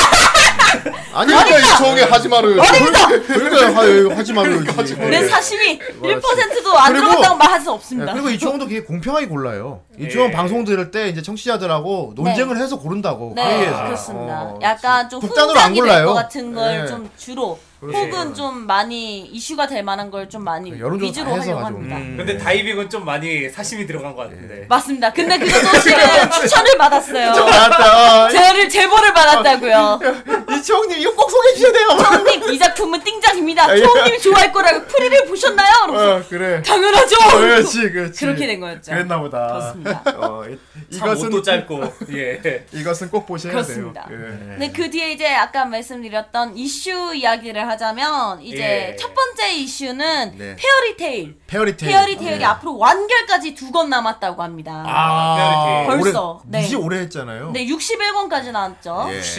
Speaker 4: 아니,
Speaker 1: 그러니까 이청에 하지 마요.
Speaker 7: 네.
Speaker 4: 그러니까 하- 하지 말고. 그러지.
Speaker 7: 내 사심이 1%도 안
Speaker 4: 네. 그리고- 네,
Speaker 7: 들어갔다고 말할 수 없습니다.
Speaker 4: 그리고 이주홍도 되게 공평하게 골라요. 이주홍
Speaker 7: 네.
Speaker 2: 예.
Speaker 4: 방송 들을 때 이제 청취자들하고 논쟁을 해서 고른다고.
Speaker 7: 네,
Speaker 4: 회의에서.
Speaker 7: 그렇습니다.
Speaker 4: 아, 예. 어,
Speaker 7: 약간 좀
Speaker 4: 극단으로 안
Speaker 7: 훈장이 될
Speaker 4: 골라요.
Speaker 7: 것 같은 걸
Speaker 4: 예.
Speaker 7: 좀 주로 혹은 좀 많이 이슈가 될 만한 걸 좀 많이
Speaker 4: 그 여론조사 다
Speaker 7: 위주로
Speaker 4: 해서
Speaker 7: 하려고
Speaker 4: 가지고.
Speaker 7: 합니다.
Speaker 2: 근데 다이빙은 좀 많이 사심이 들어간 것 같은데.
Speaker 4: 예.
Speaker 7: 맞습니다. 근데 그것도 실은 추천을 받았어요.
Speaker 4: 아, 맞다.
Speaker 7: 제를 제보를
Speaker 4: 아,
Speaker 7: 받았다고요.
Speaker 4: 예. 이주홍님 이거 꼭 소개해 주셔야 돼요.
Speaker 7: 초홍님 이 작품은 띵작입니다. 초홍님 좋아할 거라고 프리를 보셨나요? 아, 그러면서
Speaker 4: 예. 어, 그래.
Speaker 7: 당연하죠.
Speaker 4: 그렇지, 그렇지.
Speaker 7: 그렇게 된 거였죠.
Speaker 4: 그랬나 보다.
Speaker 7: 그렇습니다.
Speaker 4: 어, 이,
Speaker 2: 참 옷도
Speaker 4: 이것은
Speaker 2: 짧고. 예.
Speaker 4: 이것은 꼭 보셔야
Speaker 7: 그렇습니다.
Speaker 4: 돼요. 예.
Speaker 7: 근데 그 뒤에 이제 아까 말씀드렸던 이슈 이야기를 하자면 이제
Speaker 2: 예.
Speaker 7: 첫 번째 이슈는
Speaker 4: 네.
Speaker 7: 페어리테일.
Speaker 4: 페어리테일. 네.
Speaker 7: 페어리테일이 앞으로 완결까지 두 권 남았다고 합니다.
Speaker 4: 아,
Speaker 2: 페어리테일.
Speaker 7: 벌써,
Speaker 4: 올해,
Speaker 7: 네.
Speaker 4: 무지 오래 예. 했잖아요.
Speaker 7: 네, 61권까지 나왔죠.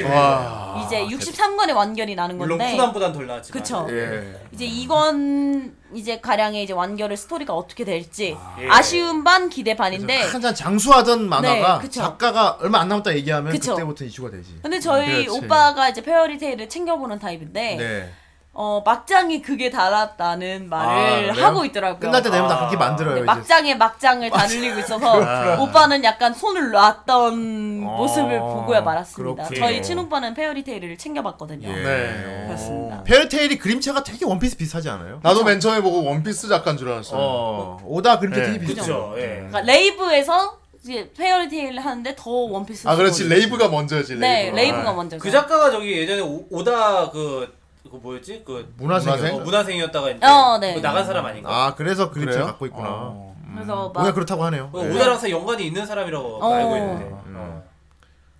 Speaker 2: 뭐
Speaker 1: 와.
Speaker 4: 아,
Speaker 7: 이제 63권의 완결이 나는 건데.
Speaker 2: 물론 쿠난보단 덜 나왔지만.
Speaker 7: 그쵸.
Speaker 4: 예.
Speaker 7: 이제 이건 이제 가량의 이제 완결의 스토리가 어떻게 될지
Speaker 2: 예.
Speaker 7: 아, 쉬움반 기대 반인데
Speaker 4: 한참 장수하던 만화가
Speaker 7: 네, 그쵸.
Speaker 4: 작가가 얼마 안 남았다 얘기하면 그
Speaker 7: 그쵸.
Speaker 4: 때부터 이슈가 되지.
Speaker 7: 근데 저희
Speaker 1: 그렇지.
Speaker 7: 오빠가 이제 페어리테일을 챙겨보는 타입인데
Speaker 4: 네.
Speaker 7: 어 막장에 그게 달았다는 말을
Speaker 4: 아, 그래요?
Speaker 7: 하고 있더라고요.
Speaker 4: 끝날 때 되면 다
Speaker 2: 아.
Speaker 4: 그렇게
Speaker 7: 네,
Speaker 4: 만들어요. 이제.
Speaker 7: 막장에 막장을 다 늘리고 있어서 오빠는 약간 손을 놨던 모습을 보고야 말았습니다.
Speaker 4: 어, 그렇군요.
Speaker 7: 저희 친오빠는 페어리테일을 챙겨봤거든요.
Speaker 4: 예.
Speaker 1: 네.
Speaker 7: 그렇습니다.
Speaker 4: 페어리테일이 그림체가 되게 원피스 비슷하지 않아요?
Speaker 1: 나도 맨 처음에 보고 원피스 작가인 줄 알았어요.
Speaker 4: 어, 오다 그림체
Speaker 1: 네.
Speaker 4: 되게 비슷해.
Speaker 2: 예. 그쵸. 예.
Speaker 7: 그러니까 레이브에서 이제 페어리테일을 하는데 더 원피스.
Speaker 4: 아,
Speaker 1: 아 그렇지 레이브가 먼저지 레이브.
Speaker 7: 네, 레이브가 먼저.
Speaker 2: 그 작가가 저기 예전에 오- 오다 그, 그 뭐였지? 그
Speaker 4: 문화생이요.
Speaker 1: 문화생?
Speaker 2: 어, 문화생이었다가 이제
Speaker 7: 어, 네.
Speaker 2: 그 나간 사람 아닌가?
Speaker 4: 아 그래서 그림체
Speaker 1: 그래요?
Speaker 4: 갖고 있구나.
Speaker 1: 어.
Speaker 7: 그래서 막
Speaker 4: 오늘 음. 그렇다고 하네요.
Speaker 2: 그
Speaker 4: 네. 음.
Speaker 2: 오다랑사 연관이 있는 사람이라고
Speaker 7: 어.
Speaker 2: 알고 있는데.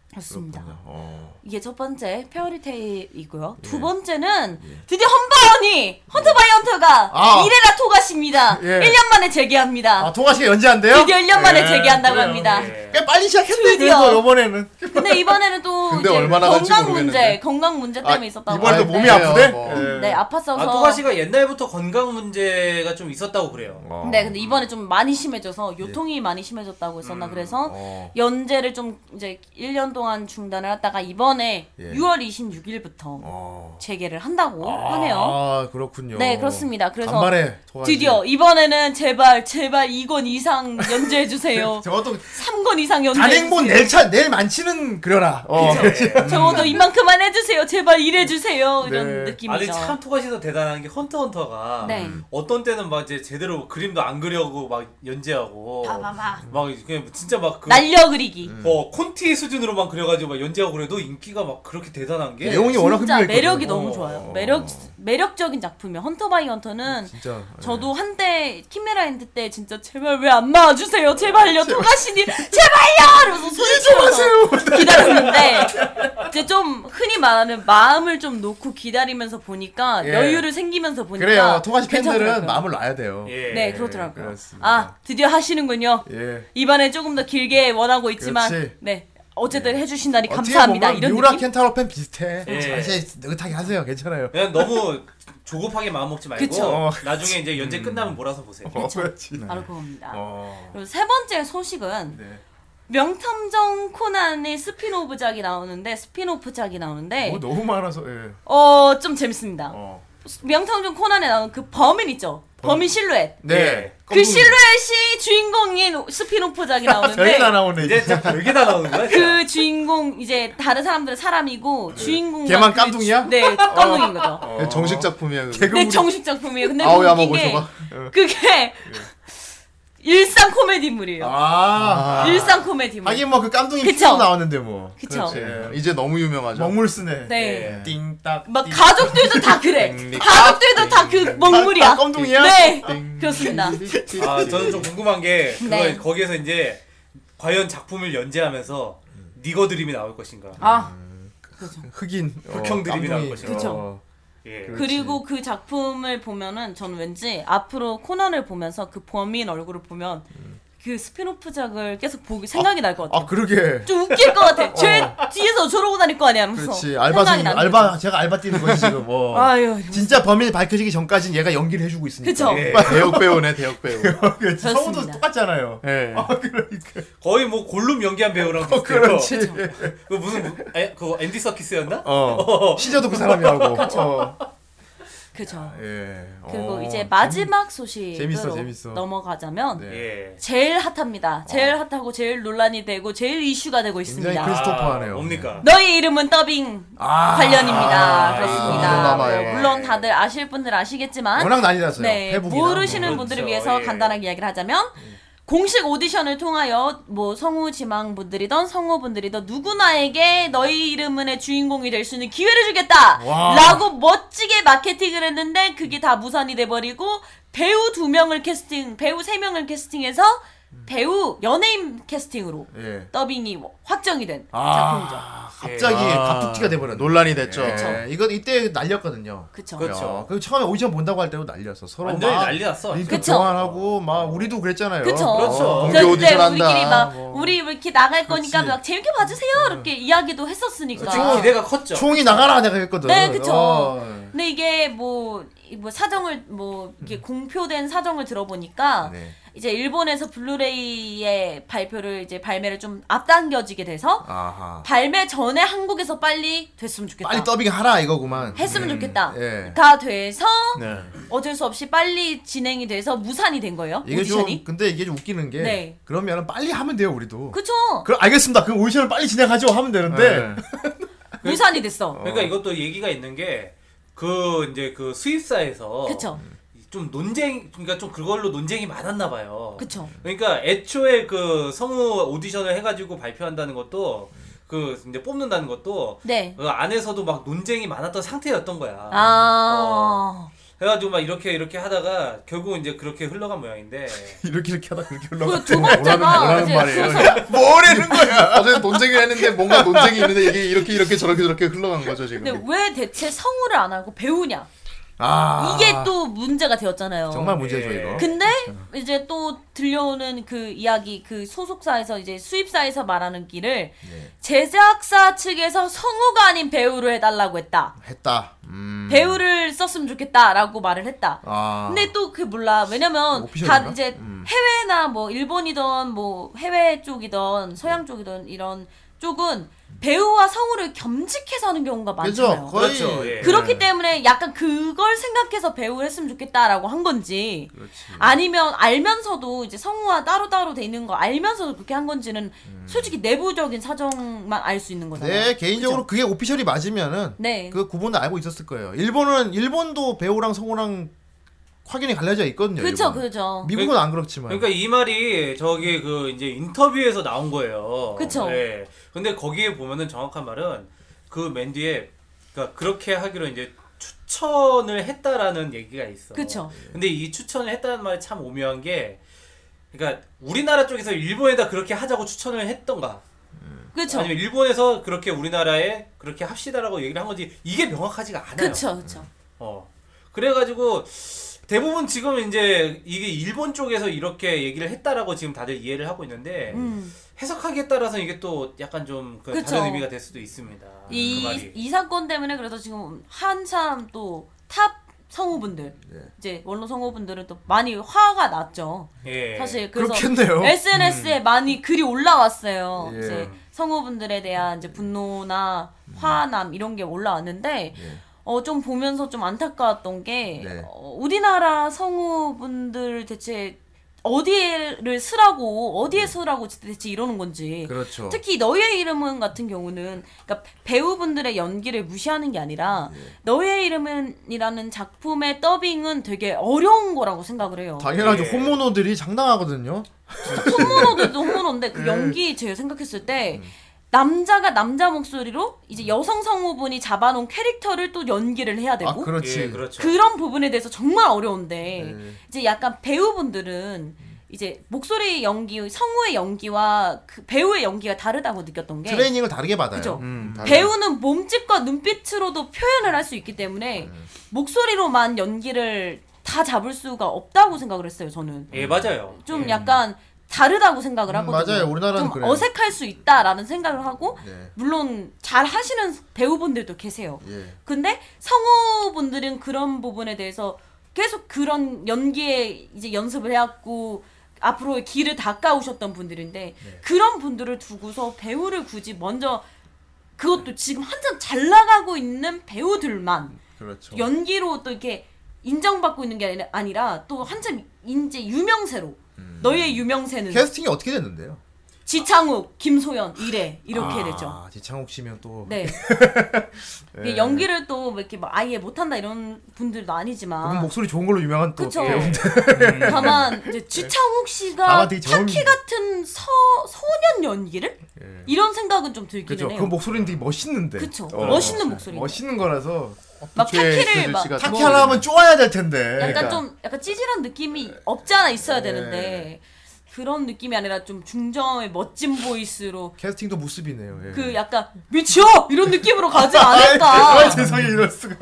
Speaker 7: 그렇습니다.
Speaker 4: 어. 예.
Speaker 7: 이게 첫 번째 페어리테일이고요. 두 번째는 드디어 헌바언이 헌터 바이 헌터가
Speaker 4: 아.
Speaker 7: 이래라 토가십니다.
Speaker 4: 예.
Speaker 7: 1년 만에 재개합니다.
Speaker 4: 아 동아 씨가 연재한대요?
Speaker 7: 드디어 1년 만에
Speaker 4: 예,
Speaker 7: 재개한다고
Speaker 4: 그래요.
Speaker 7: 합니다.
Speaker 2: 예.
Speaker 4: 꽤 빨리 시작했네.
Speaker 7: 드디어.
Speaker 4: 그래서 이번에는
Speaker 7: 근데 이번에는 또
Speaker 1: 근데
Speaker 7: 이제
Speaker 1: 얼마나 갈지
Speaker 7: 건강 문제,
Speaker 1: 모르겠는데.
Speaker 7: 건강 문제 때문에 있었다고
Speaker 4: 아, 이번에도
Speaker 7: 하는데.
Speaker 4: 몸이 아프대.
Speaker 1: 뭐.
Speaker 4: 예.
Speaker 7: 네, 아팠어서.
Speaker 2: 아 또가씨가 옛날부터 건강 문제가 좀 있었다고 그래요.
Speaker 4: 어.
Speaker 7: 네, 근데 이번에 좀 많이 심해져서 요통이 많이 심해졌다고 했었나 그래서
Speaker 4: 예. 어.
Speaker 7: 연재를 좀 이제 1년 동안 중단을 하다가 이번에
Speaker 4: 예.
Speaker 7: 6월 26일부터
Speaker 4: 어.
Speaker 7: 재개를 한다고 뭐. 하네요.
Speaker 4: 아 그렇군요.
Speaker 7: 네, 그렇습니다. 그래서
Speaker 4: 간만에 동아 씨.
Speaker 7: 드디어 이번에는 제발 제발 2권 이상 연재해 주세요.
Speaker 4: 저것도
Speaker 7: 3권 이상 연재해
Speaker 4: 단행본
Speaker 7: 주세요.
Speaker 4: 내일 차 내일 만치는 그려라. 어.
Speaker 7: 적어도 이만큼만 해주세요. 제발 이래 주세요. 이런
Speaker 4: 네.
Speaker 2: 아니
Speaker 7: 느낌이죠.
Speaker 2: 참 토가씨도 대단한 게 헌터 헌터가
Speaker 7: 네.
Speaker 4: 음.
Speaker 2: 어떤 때는 막 이제 제대로 그림도 안 그려고 막 연재하고
Speaker 7: 봐봐봐.
Speaker 2: 막 그냥 진짜 막그
Speaker 7: 날려
Speaker 4: 음.
Speaker 7: 그리기.
Speaker 2: 어 콘티 수준으로만 그려가지고 막 연재하고 그래도 인기가 막 그렇게 대단한 게 예.
Speaker 4: 내용이 워낙
Speaker 7: 네, 진짜
Speaker 4: 흥미가
Speaker 7: 매력이
Speaker 4: 있거든요.
Speaker 7: 너무
Speaker 2: 어.
Speaker 7: 좋아요. 매력 매력적인 작품이에요. 헌터 바이 헌터는
Speaker 4: 음, 진짜. 예.
Speaker 7: 저도 한때 키메라 엔드 때 진짜 제발 왜 안 막아주세요 제발요 토가시님 제발요 이러면서 소리 지르면서 기다렸는데 이제 좀 흔히 말하는 마음을 좀 놓고 기다리면서 보니까
Speaker 4: 예.
Speaker 7: 여유를 생기면서 보니까
Speaker 4: 그래요. 통아씨 팬들은
Speaker 7: 괜찮더라고요.
Speaker 4: 마음을 놔야 돼요.
Speaker 2: 예.
Speaker 7: 네 그렇더라고요
Speaker 4: 그렇습니다.
Speaker 7: 아 드디어 하시는군요
Speaker 4: 예.
Speaker 7: 이번에 조금 더 길게 원하고 있지만
Speaker 4: 그렇지. 예.
Speaker 7: 네 어쨌든 해주신다니
Speaker 4: 어떻게
Speaker 7: 감사합니다
Speaker 4: 보면
Speaker 7: 이런
Speaker 4: 미우라
Speaker 7: 느낌 예.
Speaker 4: 켄타로 팬 비슷해.
Speaker 2: 예.
Speaker 4: 자세히 느긋하게 하세요. 괜찮아요.
Speaker 2: 그냥 너무 조급하게 마음 먹지 말고
Speaker 7: 그쵸.
Speaker 4: 어,
Speaker 2: 나중에 이제 연재 끝나면 몰아서 보세요.
Speaker 4: 어, 그렇지.
Speaker 7: 바로 그겁니다
Speaker 4: 어.
Speaker 7: 그리고 세 번째 소식은
Speaker 4: 네.
Speaker 7: 명탐정 코난의 스피노프작이 나오는데 스피노프작이 나오는데
Speaker 4: 뭐 너무 많아서. 예.
Speaker 7: 어 좀 재밌습니다.
Speaker 4: 어.
Speaker 7: 명탐정 코난에 나오는 그 범인 있죠. 범인 실루엣.
Speaker 4: 네.
Speaker 2: 예.
Speaker 7: 그 실루엣이 주인공인 스피노프작이
Speaker 4: 별게 다 나오네.
Speaker 7: 나오는데
Speaker 2: 이제
Speaker 4: 아, 이제
Speaker 2: 자 별게 다 나오는 거야. 진짜.
Speaker 7: 그 주인공 이제 다른 사람들은 사람이고 주인공
Speaker 4: 네. 걔만 깜둥이야? 어.
Speaker 7: 네 깜둥인 거죠.
Speaker 1: 네, 정식 작품이야. 그거.
Speaker 4: 개그
Speaker 7: 근데
Speaker 4: 우리
Speaker 7: 정식 작품이에요. 근데
Speaker 1: 아오야 뭐 먹을
Speaker 7: 웃긴 게
Speaker 1: 소가.
Speaker 7: 그게 일상 코미디물이에요.
Speaker 4: 네. 아.
Speaker 7: 일상 코미디물.
Speaker 4: 하긴 뭐 그 깜둥이
Speaker 7: 그쵸.
Speaker 4: 피도 나왔는데 뭐.
Speaker 7: 그쵸.
Speaker 1: 예, 이제 너무 유명하죠.
Speaker 4: 먹물 쓰네.
Speaker 7: 네.
Speaker 2: 예.
Speaker 4: 띵딱.
Speaker 7: 막 가족들도 다 그래.
Speaker 4: 음, 네.
Speaker 7: 가족들도 다 그 먹물이야.
Speaker 4: 아, 깜둥이야?
Speaker 7: 네. 그렇습니다.
Speaker 2: 아 저는 좀 궁금한 게 그거
Speaker 7: 네.
Speaker 2: 거기에서 이제 과연 작품을 연재하면서
Speaker 4: 음.
Speaker 2: 니거 드림이 나올 것인가.
Speaker 7: 아,
Speaker 4: 흑인. 어,
Speaker 2: 흑형 드립이 나올
Speaker 4: 깜둥이.
Speaker 2: 것이라.
Speaker 7: 그쵸.
Speaker 4: 어.
Speaker 2: 예.
Speaker 7: 그리고 그 작품을 보면은 전 왠지 앞으로 코난을 보면서 그 범인 얼굴을 보면 그 스피노프작을 계속 보기 생각이 날 것
Speaker 4: 음.
Speaker 7: 같아.
Speaker 4: 아 그러게.
Speaker 7: 좀 웃길 것 같아. 쟤 뒤에서 저러고 다닐 거 아니야. 하면서
Speaker 4: 그렇지.
Speaker 7: 생각이
Speaker 4: 알바생
Speaker 7: 나는
Speaker 4: 알바 제가 알바 뛰는 거지 지금.
Speaker 7: 거지.
Speaker 4: 뭐.
Speaker 7: 아유.
Speaker 4: 진짜 범인이 밝혀지기 전까지는 얘가 연기를 해주고 있으니까.
Speaker 7: 그쵸.
Speaker 2: 예.
Speaker 1: 대역 배우네 대역 배우.
Speaker 4: 그 성우도
Speaker 7: 그렇습니다.
Speaker 4: 똑같잖아요.
Speaker 1: 예.
Speaker 2: 거의 뭐 골룸 연기한 배우랑 비슷해요.
Speaker 4: 어, 그렇지.
Speaker 2: 그 무슨 에, 그거 앤디 서키스였나?
Speaker 4: 어. 시저도 그 사람이라고. 어.
Speaker 7: 그죠.
Speaker 4: 예.
Speaker 7: 그리고
Speaker 4: 어.
Speaker 7: 이제 마지막 소식으로
Speaker 4: 재밌어, 재밌어.
Speaker 7: 넘어가자면
Speaker 4: 네. 어.
Speaker 2: 예.
Speaker 7: 제일 핫합니다. 제일 핫하고 제일 논란이 되고 제일 이슈가 되고
Speaker 4: 굉장히
Speaker 7: 있습니다.
Speaker 4: 크리스토퍼하네요.
Speaker 2: 아, 뭡니까?
Speaker 7: 너의 이름은 더빙
Speaker 4: 아.
Speaker 7: 관련입니다.
Speaker 2: 아,
Speaker 7: 그렇습니다.
Speaker 1: 그런가 봐요.
Speaker 7: 네, 물론 다들 아실 분들 아시겠지만
Speaker 4: 워낙 난이라서요.
Speaker 7: 네,
Speaker 4: 회복이나
Speaker 7: 모르시는
Speaker 2: 뭐.
Speaker 7: 분들을
Speaker 2: 그렇죠,
Speaker 7: 위해서
Speaker 2: 예.
Speaker 7: 간단하게 이야기를 하자면 공식 오디션을 통하여 뭐 성우 지망분들이던 성우분들이던 누구나에게 너희 이름은의 주인공이 될 수 있는 기회를 주겠다
Speaker 4: 와.
Speaker 7: 라고 멋지게 마케팅을 했는데 그게 다 무산이 돼버리고 배우 두 명을 캐스팅 배우 세 명을 캐스팅해서 배우 연예인 캐스팅으로
Speaker 4: 뭐. 예.
Speaker 7: 더빙이 확정이 된 작품이죠.
Speaker 4: 아. 갑자기
Speaker 2: 예.
Speaker 4: 갑툭튀가 돼버렸네.
Speaker 1: 논란이 됐죠.
Speaker 4: 예. 이건 이때 날렸거든요.
Speaker 7: 그쵸.
Speaker 2: 그렇죠.
Speaker 4: 야, 그 처음에 오디션 본다고 할 때도 날렸어. 서로
Speaker 2: 완전히
Speaker 4: 막
Speaker 2: 난리 났어.
Speaker 4: 링크
Speaker 7: 그쵸.
Speaker 4: 교환하고 막 우리도 그랬잖아요.
Speaker 7: 그쵸.
Speaker 2: 그렇죠.
Speaker 4: 어.
Speaker 1: 공개
Speaker 7: 그때
Speaker 1: 오디션
Speaker 7: 우리끼리
Speaker 1: 한다.
Speaker 7: 막
Speaker 4: 뭐. 어.
Speaker 7: 우리 이렇게 나갈 거니까
Speaker 4: 그렇지.
Speaker 7: 막 재밌게 봐주세요 이렇게 이야기도 했었으니까.
Speaker 2: 지금 기대가 컸죠.
Speaker 4: 그 총이 나가라 내가 했거든.
Speaker 7: 네, 그쵸.
Speaker 4: 어.
Speaker 7: 근데 이게 뭐, 이뭐 사정을 뭐 이게 공표된 사정을 들어보니까
Speaker 4: 음. 네.
Speaker 7: 이제 일본에서 블루레이의 발표를 이제 발매를 좀 앞당겨지게 돼서
Speaker 4: 아하.
Speaker 7: 발매 전에 한국에서 빨리 됐으면 좋겠다.
Speaker 4: 빨리 더빙 하라 이거구만.
Speaker 7: 했으면 좋겠다.
Speaker 4: 예.
Speaker 7: 가 돼서
Speaker 1: 네.
Speaker 7: 어쩔 수 없이 빨리 진행이 돼서 무산이 된 거예요.
Speaker 4: 이게
Speaker 7: 오디션이.
Speaker 4: 좀 근데 이게 좀 웃기는 게
Speaker 7: 네.
Speaker 4: 그러면 빨리 하면 돼요 우리도.
Speaker 7: 그쵸.
Speaker 4: 그럼 알겠습니다. 그럼 오디션을 빨리 진행하죠 하면
Speaker 7: 네.
Speaker 4: 되는데
Speaker 7: 무산이 됐어.
Speaker 2: 그러니까 이것도 얘기가 있는 게 그 이제 그
Speaker 4: 어.
Speaker 2: 수입사에서
Speaker 7: 그쵸.
Speaker 2: 좀 논쟁 그러니까 좀 그걸로 논쟁이 많았나 봐요.
Speaker 4: 어.
Speaker 7: 그쵸.
Speaker 2: 그러니까 애초에 그 성우 오디션을 해가지고 발표한다는 것도 그 이제 뽑는다는 것도
Speaker 7: 네.
Speaker 2: 그 안에서도 막 논쟁이 많았던 상태였던
Speaker 4: 어.
Speaker 2: 거야.
Speaker 7: 아.
Speaker 2: 그래가지고 막 이렇게 이렇게 하다가 결국 이제 그렇게 흘러간 모양인데
Speaker 4: 이렇게 이렇게 하다 그렇게
Speaker 7: 그리고
Speaker 4: 흘러가.
Speaker 7: 두 번째가
Speaker 1: 뭐라는
Speaker 7: 이제
Speaker 1: 말이에요?
Speaker 7: 소설
Speaker 1: 뭐라는 거야? 어제 논쟁을 했는데 뭔가 논쟁이 있는데 이게 이렇게 이렇게 저렇게 저렇게 흘러간 거죠 지금.
Speaker 7: 근데 왜 대체 성우를 안 하고 배우냐?
Speaker 4: 아
Speaker 7: 이게 또 문제가 되었잖아요.
Speaker 4: 정말 문제죠
Speaker 2: 예.
Speaker 4: 이거.
Speaker 7: 근데 이제 또 들려오는 그 이야기 그 소속사에서 이제 수입사에서 말하는 길을 제작사 측에서 성우가 아닌 배우로 해달라고 했다.
Speaker 4: 했다. 음.
Speaker 7: 배우를 썼으면 좋겠다라고 말을 했다.
Speaker 4: 아. 어,
Speaker 7: 근데 또 그게 몰라. 왜냐면
Speaker 4: 오피셜인가? 음.
Speaker 7: 다 이제 해외나 뭐 일본이던 뭐 해외 쪽이던 서양 쪽이던 이런 쪽은 배우와 성우를 겸직해서 하는 경우가
Speaker 4: 그죠?
Speaker 7: 많잖아요.
Speaker 4: 거의
Speaker 2: 그렇죠, 예.
Speaker 7: 그렇기 때문에 약간 그걸 생각해서 배우를 했으면 좋겠다라고 한 건지 아니면 알면서도 이제 성우와 따로따로 돼 있는 거 알면서도 그렇게 한 건지는 솔직히 내부적인 사정만 알 수 있는 거잖아요.
Speaker 4: 음. 네 개인적으로 그게 오피셜이 맞으면은
Speaker 7: 네.
Speaker 4: 그 구분도 알고 있었을 거예요. 일본은 일본도 배우랑 성우랑 확연히 갈라져 있거든요.
Speaker 7: 그렇죠,
Speaker 4: 일본은.
Speaker 7: 그렇죠.
Speaker 4: 미국은 안 그렇지만.
Speaker 2: 그러니까 이 말이 저기 그 이제 인터뷰에서 나온 거예요.
Speaker 7: 그쵸.
Speaker 2: 예. 근데 거기에 보면은 정확한 말은 그 맨 뒤에 그러니까 그렇게 하기로 이제 추천을 했다라는 얘기가 있어.
Speaker 7: 그쵸.
Speaker 2: 근데 이 추천을 했다는 말이 참 오묘한 게 그러니까 우리나라 쪽에서 일본에다 그렇게 하자고 추천을 했던가
Speaker 7: 그렇죠.
Speaker 2: 아니면 일본에서 그렇게 우리나라에 그렇게 합시다라고 얘기를 한 건지 이게 명확하지가 않아요.
Speaker 7: 그렇죠, 그렇죠.
Speaker 2: 어. 그래가지고 대부분 지금 이제 이게 일본 쪽에서 이렇게 얘기를 했다라고 지금 다들 이해를 하고 있는데
Speaker 7: 음.
Speaker 2: 해석하기에 따라서 이게 또 약간 좀그
Speaker 7: 그쵸.
Speaker 2: 다른 의미가 될 수도 있습니다. 그
Speaker 7: 이,
Speaker 2: 말이.
Speaker 7: 이 사건 때문에 그래서 지금 한참 또 탑 성우분들 이제 원로 성우분들은 또 많이 화가 났죠.
Speaker 2: 예.
Speaker 7: 사실 그래서
Speaker 4: 그렇겠네요. 음.
Speaker 7: SNS에 많이 글이 올라왔어요.
Speaker 4: 예.
Speaker 7: 이제 성우분들에 대한 이제 분노나 화남 이런 게 올라왔는데 어 좀 보면서 좀 안타까웠던
Speaker 4: 예.
Speaker 7: 게
Speaker 4: 네.
Speaker 7: 어, 우리나라 성우분들 대체 어디를 쓰라고 어디에 쓰라고 대체 이러는 건지
Speaker 4: 네. 그렇죠.
Speaker 7: 특히 너의 이름은 같은 경우는 그러니까 배우분들의 연기를 무시하는 게
Speaker 4: 예.
Speaker 7: 아니라 너의 이름은이라는 작품의 더빙은 되게 어려운 거라고 생각을 해요.
Speaker 4: 당연하죠.
Speaker 2: 예.
Speaker 4: 호모노들이 장당하거든요.
Speaker 7: 홍문호도
Speaker 4: 네.
Speaker 7: 홍문호인데 그 연기 제가 생각했을
Speaker 4: 음.
Speaker 7: 때 남자가 남자 목소리로 이제 여성 성우분이 잡아놓은 캐릭터를 또 연기를 해야 되고
Speaker 4: 아 그렇지.
Speaker 2: 예, 그렇죠.
Speaker 7: 그런 부분에 대해서 정말 어려운데
Speaker 4: 네.
Speaker 7: 이제 약간 배우분들은 이제 목소리 연기, 성우의 연기와 그 배우의 연기가 다르다고 느꼈던 게
Speaker 4: 트레이닝을 다르게 받아요.
Speaker 7: 예. 그죠?
Speaker 1: 음, 다른-
Speaker 7: 배우는 몸짓과 눈빛으로도 표현을 할 수 있기 때문에
Speaker 4: 네.
Speaker 7: 목소리로만 연기를 다 잡을 수가 없다고 생각을 했어요. 저는
Speaker 2: 예, 맞아요.
Speaker 7: 좀
Speaker 2: 예.
Speaker 7: 약간 다르다고 생각을
Speaker 4: 음,
Speaker 7: 하거든요.
Speaker 4: 맞아요. 우리나라는
Speaker 7: 좀
Speaker 4: 그래요.
Speaker 7: 어색할 수 있다라는 생각을 하고
Speaker 4: 네.
Speaker 7: 물론 잘 하시는 배우분들도 계세요.
Speaker 4: 예.
Speaker 7: 근데 성우분들은 그런 부분에 대해서 계속 그런 연기에 이제 연습을 해왔고 앞으로의 길을 닦아오셨던 분들인데
Speaker 4: 네.
Speaker 7: 그런 분들을 두고서 배우를 굳이 먼저 그것도 지금 한참 잘 나가고 있는 배우들만
Speaker 4: 그렇죠.
Speaker 7: 연기로 또 이렇게 인정받고 있는 게 아니라, 아니라 또 한참 이제 유명세로
Speaker 4: 음.
Speaker 7: 너의 유명세는
Speaker 4: 캐스팅이 어떻게 됐는데요?
Speaker 7: 지창욱, 김소연 이래 이렇게
Speaker 4: 아,
Speaker 7: 되죠.
Speaker 4: 지창욱 씨면 또
Speaker 7: 네.
Speaker 4: 네.
Speaker 7: 이게 연기를 또뭐 이렇게 막 아예 못한다 이런 분들도
Speaker 4: 그분
Speaker 7: 아니지만
Speaker 4: 목소리 좋은 걸로 유명한 또
Speaker 7: 그쵸. 음.
Speaker 4: 배우인데
Speaker 7: 다만 이제 지창욱 씨가
Speaker 4: 다만
Speaker 7: 타키
Speaker 4: 되게 젊은-
Speaker 7: 같은 서 소년 연기를 이런 생각은 좀 들기는
Speaker 4: 예. 그죠?
Speaker 7: 해요.
Speaker 4: 그 목소리는 되게 멋있는데. 어.
Speaker 7: 그쵸. 멋있는 목소리.
Speaker 4: 멋있는 예, 거라서
Speaker 7: 막
Speaker 1: 최
Speaker 7: 타키를 막
Speaker 1: 씨가
Speaker 4: 타키 하나 하면 쪼아야 될 텐데.
Speaker 7: 약간
Speaker 4: 그러니까.
Speaker 7: 좀 약간 찌질한 느낌이 없지 않아 있어야
Speaker 4: 네.
Speaker 7: 되는데 그런 느낌이 아니라 좀 중저의 멋진 보이스로
Speaker 4: 캐스팅도 무습이네요. 예.
Speaker 7: 그 약간 미쳐 이런 느낌으로 가지 않을까
Speaker 4: 아, 세상에 이럴 수가.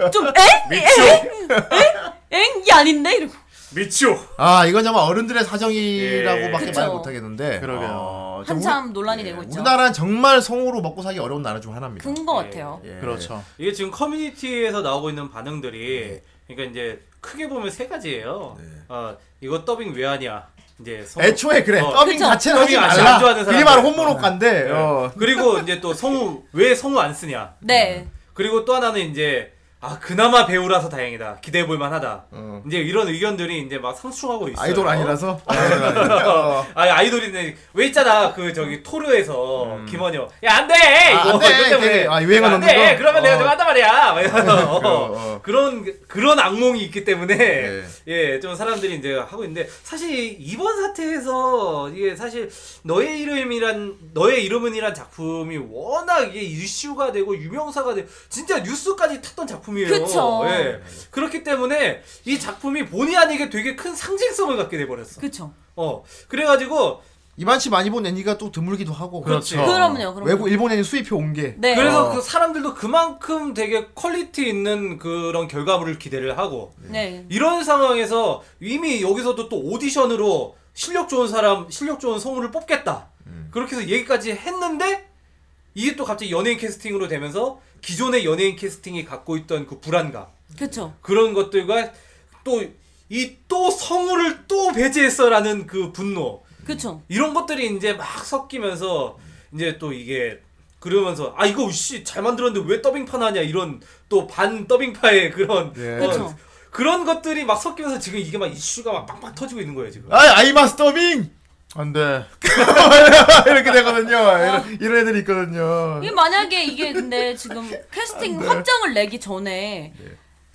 Speaker 7: 좀엥엥엥이 아닌데 이러고
Speaker 2: 미치오.
Speaker 4: 아 이건 정말 어른들의 사정이라고밖에
Speaker 7: 그쵸.
Speaker 4: 말 못하겠는데.
Speaker 1: 그러게요.
Speaker 4: 어, 좀
Speaker 7: 한참
Speaker 4: 예. 우리,
Speaker 7: 논란이
Speaker 4: 예,
Speaker 7: 되고 있죠.
Speaker 4: 우리나라는 정말 성우로 먹고 사기 어려운 나라 중 하나입니다.
Speaker 7: 큰 거 같아요.
Speaker 4: 예.
Speaker 1: 그렇죠.
Speaker 2: 이게 지금 커뮤니티에서 나오고 있는 반응들이 그러니까 이제 크게 보면 세 가지예요. 어, 이거 더빙 왜 하냐? 이제 성우-
Speaker 4: 애초에 그래
Speaker 2: 어,
Speaker 4: 더빙
Speaker 7: 그쵸.
Speaker 4: 자체는 하지
Speaker 2: 더빙 안 좋아하는
Speaker 4: 말라. 그게 바로
Speaker 2: 사람들.
Speaker 4: 홈모노가인데.
Speaker 2: 예.
Speaker 4: 어. 예.
Speaker 2: 그리고 이제 또 성우 왜 성우 안 쓰냐?
Speaker 7: 네.
Speaker 2: 그리고 또 하나는 이제 아 그나마 배우라서 다행이다. 기대해볼 만하다.
Speaker 4: 어.
Speaker 2: 이제 이런 의견들이 이제 막 상수하고 있어요.
Speaker 4: 아이돌 아니라서. 아이돌 아니라서. 어.
Speaker 2: 아 아이돌인데 왜 있잖아 그 저기 토르에서 김원효 야 안돼
Speaker 4: 아,
Speaker 2: 이거
Speaker 4: 안 돼!
Speaker 2: 이거 때문에
Speaker 4: 그, 아, 유행어 넣는
Speaker 2: 안돼
Speaker 4: 거?
Speaker 2: 그러면 내가
Speaker 4: 어.
Speaker 2: 좀 한단 말이야 막 이러면서
Speaker 4: 그, 어.
Speaker 2: 그런 그런 악몽이 있기 때문에
Speaker 4: 네.
Speaker 2: 예 좀 사람들이 이제 하고 있는데 사실 이번 사태에서 이게 사실 너의 이름이란 너의 이름은이란 작품이 워낙 이게 이슈가 되고 유명사가 되고 진짜 뉴스까지 탔던 작품이에요
Speaker 7: 그쵸.
Speaker 2: 예 그렇기 때문에 이 작품이 본의 아니게 되게 큰 상징성을 갖게 돼 버렸어
Speaker 7: 그쵸.
Speaker 2: 어 그래가지고
Speaker 4: 이만치 많이 본 애니가 또 드물기도 하고.
Speaker 2: 그렇지.
Speaker 7: 그럼요, 그럼요.
Speaker 4: 어, 외국 일본 애니 수입해 온 게.
Speaker 7: 그렇죠. 네.
Speaker 2: 그래서
Speaker 4: 어.
Speaker 2: 그 사람들도 그만큼 되게 퀄리티 있는 그런 결과물을 기대를 하고
Speaker 7: 네.
Speaker 2: 이런 상황에서 이미 여기서도 또 오디션으로 실력 좋은 사람, 실력 좋은 성우를 뽑겠다. 그렇게 해서 얘기까지 했는데 이게 또 갑자기 연예인 캐스팅으로 되면서 기존의 연예인 캐스팅이 갖고 있던 그 불안감
Speaker 7: 그쵸.
Speaker 2: 그런 것들과 또 이 또 성우를 또 배제했어라는 그 분노
Speaker 7: 그쵸.
Speaker 2: 이런 것들이 이제 막 섞이면서 이제 또 이게 그러면서 아 이거 씨잘 만들었는데 왜 더빙판 하냐 이런 또 반 더빙파의 그런
Speaker 4: 예.
Speaker 2: 그런-
Speaker 7: 그쵸.
Speaker 2: 그런 것들이 막 섞이면서 지금 이게 막 이슈가 막 빵빵 터지고 있는 거예요 지금.
Speaker 4: 아이, 아이마스 더빙!
Speaker 1: 안 돼.
Speaker 4: 이렇게 되거든요. 이런, 이런 애들이
Speaker 1: 어.
Speaker 4: 있거든요.
Speaker 7: 이게 만약에 이게 근데 지금 캐스팅 확정을 내기 전에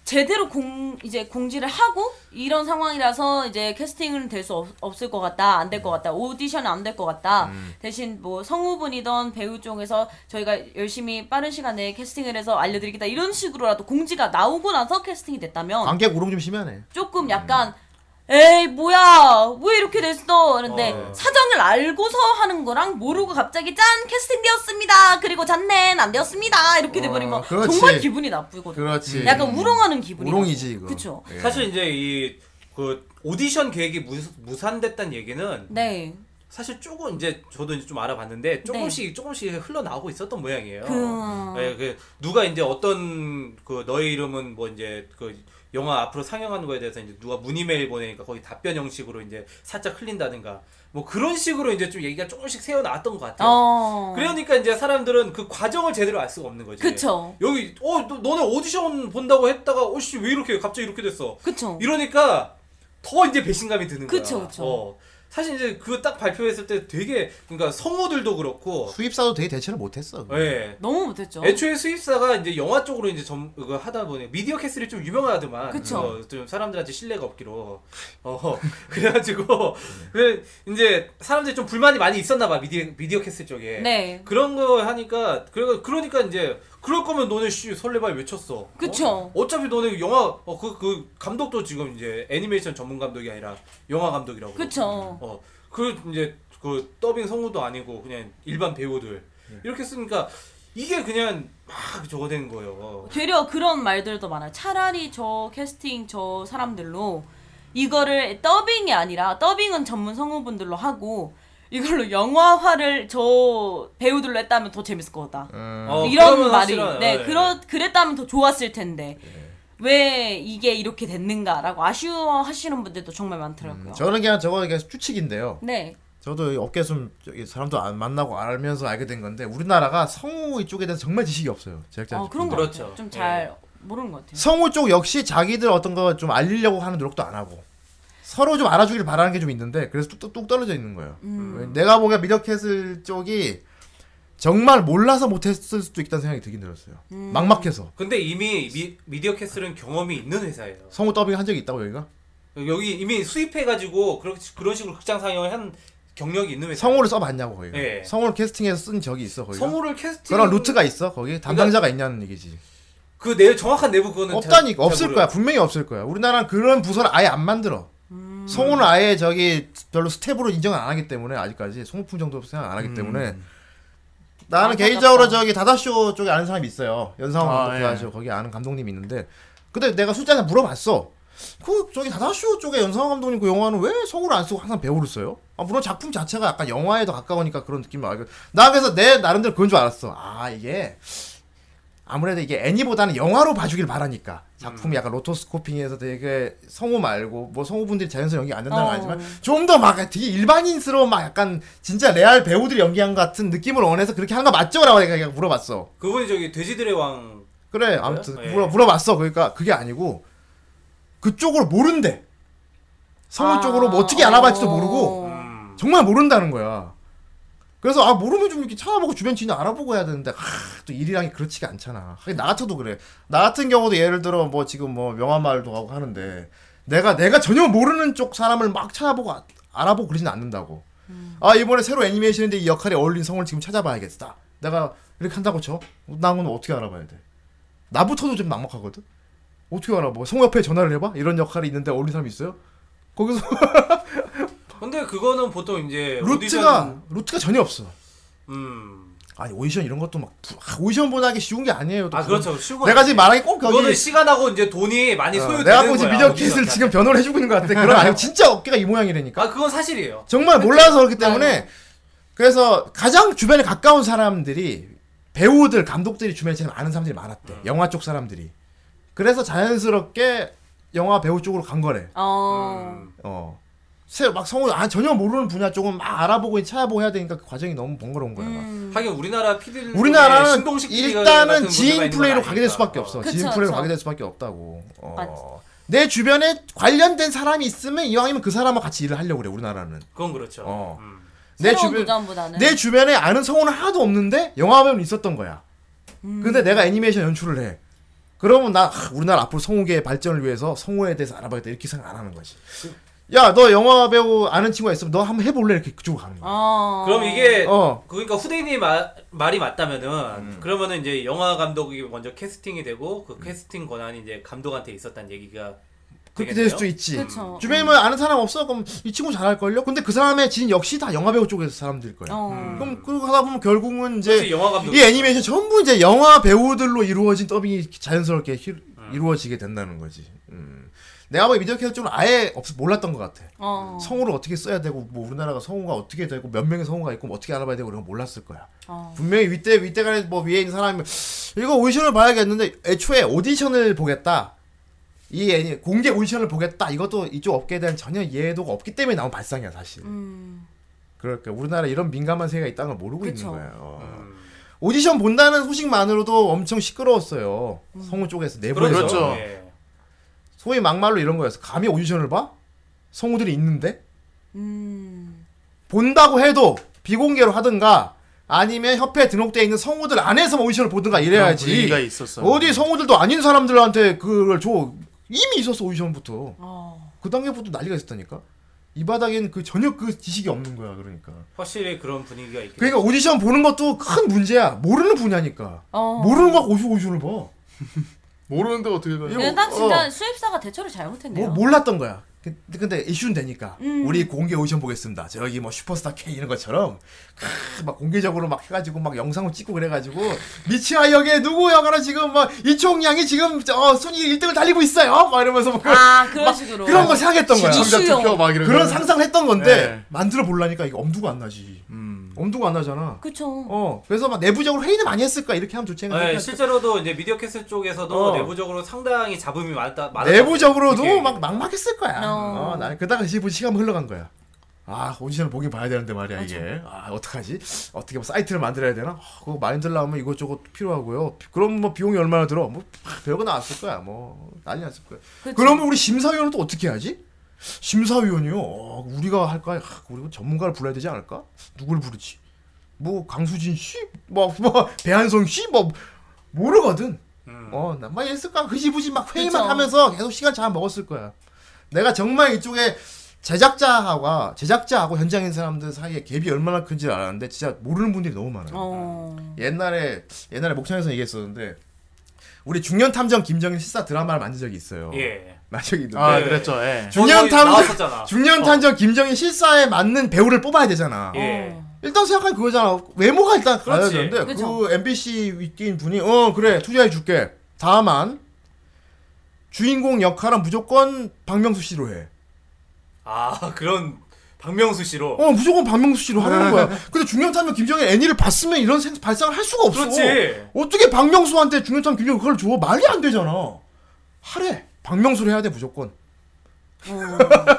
Speaker 7: 제대로 공 이제 공지를 하고 이런 상황이라서 이제 캐스팅은 될 수 없을 것 같다 안 될 것 같다 오디션은 안 될 것 같다 대신 뭐 성우분이던 배우 쪽에서 저희가 열심히 빠른 시간에 캐스팅을 해서 알려드리겠다 이런 식으로라도 공지가 나오고 나서 캐스팅이 됐다면
Speaker 4: 관객 우롱 좀 심하네.
Speaker 7: 조금 약간 에이 뭐야 왜 이렇게 됐어 하는데
Speaker 4: 네.
Speaker 7: 사정을 알고서 하는 거랑 모르고 갑자기 짠 캐스팅되었습니다 그리고 잔넨 안 되었습니다 이렇게 돼버리면
Speaker 4: 그렇지.
Speaker 7: 정말 기분이 나쁘거든 요
Speaker 4: 그렇지.
Speaker 7: 약간 우롱하는 기분이
Speaker 4: 우롱이지, 이거.
Speaker 7: 그쵸
Speaker 4: 예.
Speaker 2: 사실 이제 이 그 오디션 계획이 무, 산됐다는 얘기는
Speaker 7: 네
Speaker 2: 사실 조금 이제 저도 이제 좀 알아봤는데 조금씩 조금씩 흘러나오고 있었던 모양이에요.
Speaker 7: 그-
Speaker 2: 예, 그 누가 이제 어떤 그 너의 이름은 뭐 이제 그 영화 앞으로 상영하는 거에 대해서 이제 누가 문의 메일 보내니까 거기 답변 형식으로 이제 살짝 흘린다든가 뭐 그런 식으로 이제 좀 얘기가 조금씩 새어 나왔던 것 같아요.
Speaker 7: 어...
Speaker 2: 네. 그러니까 이제 사람들은 그 과정을 제대로 알 수가 없는 거지.
Speaker 7: 그쵸
Speaker 2: 여기 어 너, 너네 오디션 본다고 했다가 어씨 왜 이렇게 갑자기 이렇게 됐어.
Speaker 7: 그쵸
Speaker 2: 이러니까 더 이제 배신감이 드는 거야.
Speaker 7: 그쵸, 그쵸.
Speaker 2: 어. 사실 이제 그거 딱 발표했을 때 되게 그러니까 성우들도 그렇고
Speaker 4: 수입사도 되게 대체를 못했어.
Speaker 2: 예.
Speaker 7: 너무 못했죠
Speaker 2: 애초에 수입사가 이제 영화 쪽으로 이제 점 그거 하다 보니 미디어 캐슬이 좀 유명하더만
Speaker 7: 그쵸.
Speaker 2: 어, 좀 사람들한테 신뢰가 없기로 어 그래가지고 그 이제 사람들이 좀 불만이 많이 있었나 봐 미디어 미디어 캐슬 쪽에
Speaker 7: 네
Speaker 2: 그런 거 하니까 그래 그러니까 이제 그럴 거면 너네 씨 설레발 외쳤어.
Speaker 7: 그쵸.
Speaker 2: 어? 차피 너네 영화 어 그 그 감독도 지금 이제 애니메이션 전문 감독이 아니라 영화 감독이라고.
Speaker 7: 그쵸
Speaker 2: 어그 이제 그 더빙 성우도 아니고 그냥 일반 배우들
Speaker 4: 네.
Speaker 2: 이렇게 쓰니까 이게 그냥 막 저거 된 거예요.
Speaker 7: 되려 그런 말들도 많아요. 차라리 저 캐스팅 저 사람들로 이거를 더빙이 아니라 더빙은 전문 성우분들로 하고 이걸로 영화화를 저 배우들로 했다면 더 재밌을 것 같다.
Speaker 4: 음.
Speaker 2: 어,
Speaker 7: 이런
Speaker 2: 그러면
Speaker 7: 말이
Speaker 2: 확실한-
Speaker 7: 네,
Speaker 4: 아,
Speaker 2: 예.
Speaker 7: 그러 그랬다면 더 좋았을 텐데
Speaker 4: 네.
Speaker 7: 왜 이게 이렇게 됐는가라고 아쉬워하시는 분들도 정말 많더라고요.
Speaker 4: 음, 저는 그냥 저거 그냥 추측인데요.
Speaker 7: 네,
Speaker 4: 저도 이 업계 좀 저기 사람도 안 만나고 알면서 알게 된 건데 우리나라가 성우 이쪽에 대해서 정말 지식이 없어요. 제작자.
Speaker 7: 어, 그런 거
Speaker 2: 그렇죠.
Speaker 7: 같아요. 좀 잘 모르는 것 같아요.
Speaker 4: 성우 쪽 역시 자기들 어떤 거 좀 알리려고 하는 노력도 안 하고 서로 좀 알아주길 바라는 게 좀 있는데 그래서 뚝뚝뚝 떨어져 있는 거예요.
Speaker 7: 음.
Speaker 4: 내가 보기엔 미러캣을 쪽이 정말 몰라서 못했을 수도 있다는 생각이 들긴 들었어요.
Speaker 7: 음.
Speaker 4: 막막해서
Speaker 2: 예. 근데 이미 미, 미디어 캐슬은 경험이 있는 회사예요.
Speaker 4: 성우 더빙 한 적이 있다고 여기가
Speaker 2: 여기 이미 수입해가지고 그런 그런 식으로 극장 상영을 한 경력이 있는 회사.
Speaker 4: 성우를 써봤냐고 거기가
Speaker 2: 예.
Speaker 4: 성우를 캐스팅해서 쓴 적이 있어 거기가
Speaker 2: 성우를 캐스팅
Speaker 4: 그런 루트가 있어 거기
Speaker 2: 그러니까
Speaker 4: 담당자가 있냐는 얘기지.
Speaker 2: 그 내 정확한 내부 그거는 잘-
Speaker 4: 없다니까
Speaker 2: 잘
Speaker 4: 없을
Speaker 2: 모르-
Speaker 4: 거야 분명히 없을 거야 우리나라는 그런 부서를 아예 안 만들어
Speaker 2: 음.
Speaker 4: 성우는 아예 저기 별로 스텝으로 인정을 안 하기 때문에 아직까지 소모품 정도 생각 안 하기
Speaker 2: 음.
Speaker 4: 때문에 나는
Speaker 7: 안타깝다.
Speaker 4: 개인적으로 저기 다다쇼 쪽에 아는 사람이 있어요 연상호
Speaker 1: 아,
Speaker 4: 감독
Speaker 1: 예.
Speaker 4: 다다쇼 거기 아는 감독님이 있는데 근데 내가 숫자에 물어봤어 그 저기 다다쇼 쪽에 연상호 감독님 그 영화는 왜 성우를 안 쓰고 항상 배우를 써요? 아 물론 작품 자체가 약간 영화에 더 가까우니까 그런 느낌이 알고 나 그래서 내 나름대로 그런 줄 알았어 아 이게 아무래도 이게 애니보다는 영화로 봐주길 바라니까 작품이 약간 로토스코핑에서 되게 성우 말고 뭐 성우분들이 자연스러운 연기 안 된다는 건
Speaker 7: 어.
Speaker 4: 아니지만 좀 더 막 되게 일반인스러운 막 약간 진짜 레알 배우들이 연기한 것 같은 느낌을 원해서 그렇게 하는 거 맞죠? 라고 내가 그냥 물어봤어
Speaker 2: 그분이 저기 돼지들의 왕
Speaker 4: 그래 아무튼
Speaker 2: 예.
Speaker 4: 물어 물어봤어. 그러니까 그게 아니고 그쪽으로 모른대. 성우
Speaker 7: 아.
Speaker 4: 쪽으로 뭐 어떻게 알아봤지도 모르고
Speaker 2: 음.
Speaker 4: 정말 모른다는 거야. 그래서 아 모르면 좀 이렇게 찾아보고 주변 지인 알아보고 해야 되는데 하, 또 일이랑이 그렇지가 않잖아. 하긴 나 같아도 그래. 나 같은 경우도 예를 들어 뭐 지금 뭐 명함말도 하고 하는데 내가 내가 전혀 모르는 쪽 사람을 막 찾아보고 아- 알아보고 그러진 않는다고. 아 이번에 새로 애니메이션인데 이 역할에 어울린 성을 지금 찾아봐야겠다. 내가 이렇게 한다고 쳐. 나 그럼 어떻게 알아봐야 돼? 나부터도 좀 막막하거든. 어떻게 알아봐? 뭐 성우 옆에 전화를 해봐. 이런 역할이 있는데 어울린 사람이 있어요? 거기서
Speaker 2: 근데 그거는 보통 이제
Speaker 4: 루트가
Speaker 2: 오디션-
Speaker 4: 루트가 전혀 없어.
Speaker 2: 음.
Speaker 4: 아니 오디션 이런 것도 막 부- 아, 오디션 보나 하기 쉬운 게 아니에요. 또
Speaker 2: 아
Speaker 4: 그건.
Speaker 2: 그렇죠. 쉬고
Speaker 4: 내가 지금 말하기 꼭
Speaker 2: 그거는
Speaker 4: 여기
Speaker 2: 시간하고 이제 돈이 많이
Speaker 4: 어,
Speaker 2: 소요되는
Speaker 4: 내가
Speaker 2: 거야.
Speaker 4: 꼭 지금
Speaker 2: 오디션
Speaker 4: 미녀캣을
Speaker 2: 자체가.
Speaker 4: 지금 변호를 해주고 있는 것 같아. 그런 아니고 진짜 어깨가 이 모양이라니까.
Speaker 2: 아 그건 사실이에요.
Speaker 4: 정말 몰라서 그렇기 때문에 그래서 가장 주변에 가까운 사람들이 배우들 감독들이 주변에 제일 많은 사람들이 많았대.
Speaker 2: 음.
Speaker 4: 영화 쪽 사람들이. 그래서 자연스럽게 영화 배우 쪽으로 간 거래.
Speaker 7: 어.
Speaker 2: 음.
Speaker 4: 어. 새- 막 성우 아 전혀 모르는 분야 쪽은 막 알아보고 찾아보고 해야 되니까 그 과정이 너무 번거로운 거야. 막.
Speaker 7: 음.
Speaker 2: 하긴 우리나라 피디들 중에
Speaker 4: 음. 우리나라는
Speaker 2: 네, 신동식 PD 같은
Speaker 4: 일단은
Speaker 2: 분야가
Speaker 4: 지인
Speaker 2: 있는 건
Speaker 4: 플레이로
Speaker 2: 아니니까.
Speaker 4: 가게 될 수밖에 없어.
Speaker 7: 그쵸,
Speaker 4: 지인 플레이로
Speaker 7: 그쵸.
Speaker 4: 가게 될 수밖에 없다고. 어.
Speaker 7: 맞-
Speaker 4: 내 주변에 관련된 사람이 있으면 이왕이면 그 사람하고 같이 일을 하려고 그래 우리나라는.
Speaker 2: 그건 그렇죠.
Speaker 4: 어.
Speaker 2: 음.
Speaker 4: 내
Speaker 7: 새로운
Speaker 4: 주변
Speaker 7: 도전보다는.
Speaker 4: 내 주변에 아는 성우는 하나도 없는데 영화 배우는 있었던 거야.
Speaker 7: 음.
Speaker 4: 근데 내가 애니메이션 연출을 해. 그러면 나 아, 우리나라 앞으로 성우계의 발전을 위해서 성우에 대해서 알아봐야겠다 이렇게 생각 안 하는 거지.
Speaker 2: 그
Speaker 4: 야 너 영화 배우 아는 친구가 있으면 너 한번 해볼래 이렇게 그쪽으로 가는 거야.
Speaker 7: 어.
Speaker 2: 그럼 이게
Speaker 4: 어. 음.
Speaker 2: 그러니까 후대인이 마- 말이 맞다면은 그러면은 이제 영화 감독이 먼저 캐스팅이 되고 그 캐스팅 권한이 이제 감독한테 있었다는 얘기가
Speaker 4: 그렇게
Speaker 2: 되겠네요?
Speaker 4: 될 수도 있지.
Speaker 7: 그쵸.
Speaker 4: 주변에 뭐 아는 사람 없어? 그럼 이 친구 잘할걸요? 근데 그 사람의 지인 역시 다 영화배우 쪽에서 사람들일 거야.
Speaker 7: 어.
Speaker 2: 음.
Speaker 4: 그럼 그러고 하다 보면 결국은
Speaker 2: 그렇지,
Speaker 4: 이제
Speaker 2: 영화 감독
Speaker 4: 이 애니메이션 전부 이제 영화 배우들로 이루어진 더빙이 자연스럽게 히- 이루어지게 된다는 거지. 음. 내가 보기 미디어 캐릭터 쪽은 아예 없, 몰랐던 것 같아.
Speaker 7: 어.
Speaker 4: 성우를 어떻게 써야 되고, 뭐 우리나라가 성우가 어떻게 되고, 몇 명의 성우가 있고, 뭐 어떻게 알아봐야 되고, 이런 거 몰랐을 거야.
Speaker 7: 어.
Speaker 4: 분명히 윗대 윗대간에 뭐 위에 있는 사람이 이거 오디션을 봐야겠는데 애초에 오디션을 보겠다 이 애니 공개 오디션을 보겠다 이것도 이쪽 업계에 대한 전혀 이해도가 없기 때문에 나온 발상이야 사실
Speaker 7: 음.
Speaker 4: 그러니까 우리나라 이런 민감한 세계가 있다는 걸 모르고
Speaker 7: 그쵸.
Speaker 4: 있는 거예요 어.
Speaker 1: 음.
Speaker 4: 오디션 본다는 소식만으로도 엄청 시끄러웠어요
Speaker 7: 음.
Speaker 4: 성우 쪽에서 내부에서
Speaker 1: 그렇죠.
Speaker 2: 예.
Speaker 4: 소위 막말로 이런 거였어 감히 오디션을 봐 성우들이 있는데
Speaker 7: 음.
Speaker 4: 본다고 해도 비공개로 하든가 아니면 협회에 등록되어 있는 성우들 안에서 오디션을 보든가 이래야지
Speaker 1: 분위기가 있었어요.
Speaker 4: 어디 성우들도 아닌 사람들한테 그걸 줘 이미 있었어 오디션부터
Speaker 7: 어.
Speaker 4: 그 단계부터 난리가 있었다니까 이 바닥엔 그 전혀 그 지식이 없는 거야 그러니까
Speaker 2: 확실히 그런 분위기가 있긴
Speaker 4: 그러니까 오디션 보는 것도 큰 문제야 모르는 분야니까
Speaker 7: 어.
Speaker 4: 모르는 거 오디션 오디션을 봐
Speaker 1: 모르는데 어떻게 가요?
Speaker 7: 그냥 딱 진짜
Speaker 4: 어.
Speaker 7: 수입사가 대처를 잘못했네요.
Speaker 4: 뭐, 몰랐던 거야. 그- 근데 이슈는 되니까
Speaker 7: 음.
Speaker 4: 우리 공개 오디션 보겠습니다. 저기 뭐 슈퍼스타 K 이런 것처럼 크, 막 공개적으로 막 해가지고 막 영상을 찍고 그래가지고 미치아 역에 누구야가나 지금 막 이총양이 지금 저- 어, 순위 1등을 달리고 있어요. 막 이러면서 막
Speaker 7: 아 그런
Speaker 4: 막
Speaker 7: 식으로.
Speaker 4: 그런 거 생각했던 거야.
Speaker 7: 진짜
Speaker 1: 참자 투표 막 이런
Speaker 4: 그런
Speaker 1: 거.
Speaker 4: 상상을 했던 건데
Speaker 1: 네.
Speaker 4: 만들어 보려니까 이게 엄두가 안 나지.
Speaker 1: 음.
Speaker 4: 엄두가 안 나잖아.
Speaker 7: 그쵸.
Speaker 4: 어 그래서 막 내부적으로 회의는 많이 했을 거야. 이렇게 하면
Speaker 1: 아,
Speaker 4: 좋지.
Speaker 1: 예,
Speaker 2: 네,
Speaker 4: 생각했다.
Speaker 2: 실제로도 이제 미디어 캐슬 쪽에서도
Speaker 4: 그렇죠. 어.
Speaker 2: 내부적으로 상당히 잡음이 많다. 많았다.
Speaker 4: 내부적으로도
Speaker 2: 이게.
Speaker 4: 막 막막했을 거야.
Speaker 7: 어.
Speaker 4: 어, 나는 그다가 시부 시간 흘러간 거야. 아 오디션을 보긴 봐야 되는데 말이야 이게. 아 어떡하지? 어떻게 뭐 사이트를 만들어야 되나? 아, 그거 만들려면 이것저것 필요하고요. 그럼 뭐 비용이 얼마나 들어? 뭐 별거 나왔을 거야. 뭐 난리 났을 거야.
Speaker 7: 그치.
Speaker 4: 그러면 우리 심사위원은 또 어떻게 하지? 심사위원이요. 어, 우리가 할까? 아, 우리 전문가를 불러야 되지 않을까? 누굴 부르지? 뭐 강수진 씨, 뭐, 뭐 배한성 씨, 뭐 모르거든. 어, 나막 했을 거야. 흐지부지 막 회의만
Speaker 7: 음. 그쵸.
Speaker 4: 하면서 계속 시간 잘 먹었을 거야. 내가 정말 이쪽에 제작자하고 제작자하고 현장인 사람들 사이에 갭이 얼마나 큰지 알았는데 진짜 모르는 분들이 너무 많아요.
Speaker 7: 어.
Speaker 4: 옛날에 옛날에 목청에서 얘기했었는데 우리 중년 탐정 김정일 실사 드라마를 만든 적이 있어요.
Speaker 2: 예.
Speaker 4: 만 적이 있는데
Speaker 1: 아
Speaker 2: 네.
Speaker 1: 그랬죠. 예.
Speaker 4: 중년
Speaker 2: 거기 나왔었잖아. 어.
Speaker 4: 탐정 중년 탐정 김정일 실사에 맞는 배우를 뽑아야 되잖아.
Speaker 2: 예.
Speaker 4: 일단 생각한 그거잖아. 외모가 일단 가야
Speaker 2: 그렇지.
Speaker 4: 되는데
Speaker 7: 그쵸.
Speaker 4: 그 MBC 윗인 분이 어 그래 투자해 줄게. 다만 주인공 역할은 무조건 박명수 씨로 해.
Speaker 2: 아 그런 박명수 씨로.
Speaker 4: 어 무조건 박명수 씨로 하라는 거야. 근데 중년탐정 김정일 애니를 봤으면 이런 생, 발상을 할 수가 없어.
Speaker 2: 그렇지.
Speaker 4: 어떻게 박명수한테 중년탐정 김정일 그걸 줘? 말이 안 되잖아. 하래. 박명수로 해야 돼 무조건.
Speaker 2: 어,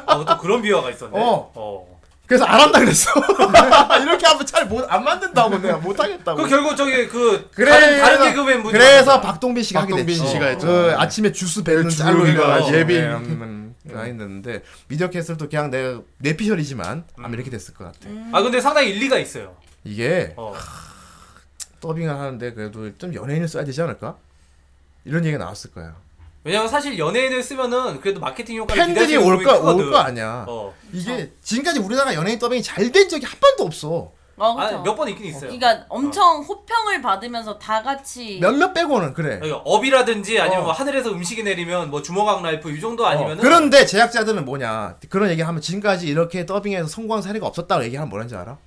Speaker 2: 또 아, 그런 비화가 있었네.
Speaker 4: 어.
Speaker 2: 어.
Speaker 4: 그래서 안 한다 그랬어. 이렇게 하면 잘 못 안 만든다고 내가 못 하겠다고.
Speaker 2: 그 결국 저기 그
Speaker 4: 그래-
Speaker 2: 다른, 다른 개그맨 분
Speaker 4: 그래서 박동빈 씨가 하게
Speaker 1: 박동빈
Speaker 4: 됐지.
Speaker 1: 씨가 했죠.
Speaker 4: 그 아침에 주스 뱉는 짤로
Speaker 1: 줄기가
Speaker 4: 해가지고
Speaker 1: 예빈.
Speaker 4: 네, 음, 음, 많이 됐는데 미디어 캐슬도 그냥 내가 뇌피셜이지만 아마 이렇게 됐을 것 같아.
Speaker 2: 아 근데 상당히 일리가 있어요.
Speaker 4: 이게
Speaker 2: 어.
Speaker 4: 더빙을 하는데 그래도 좀 연예인을 써야 되지 않을까? 이런 얘기가 나왔을 거야.
Speaker 2: 왜냐면 사실 연예인을 쓰면은 그래도 마케팅 효과를 기대할 수
Speaker 4: 팬들이
Speaker 2: 있는 부분이
Speaker 4: 올거
Speaker 2: 크거든.
Speaker 4: 올거 아니야.
Speaker 2: 어.
Speaker 4: 이게 지금까지 우리나라 연예인 더빙이 잘 된 적이 한 번도 없어.
Speaker 7: 어,
Speaker 2: 아,
Speaker 7: 그쵸.
Speaker 2: 몇 번 있긴 있어요.
Speaker 7: 그러니까 엄청 호평을 받으면서 다 같이
Speaker 4: 몇몇 빼고는 그래.
Speaker 2: 그러니까 업이라든지 아니면
Speaker 4: 어.
Speaker 2: 뭐 하늘에서 음식이 내리면 뭐 주먹왕 라이프 이 정도
Speaker 4: 어,
Speaker 2: 아니면은
Speaker 4: 그런데 제작자들은 뭐냐 그런 얘기하면 지금까지 이렇게 더빙해서 성공한 사례가 없었다고 얘기하면 뭐라는지 알아?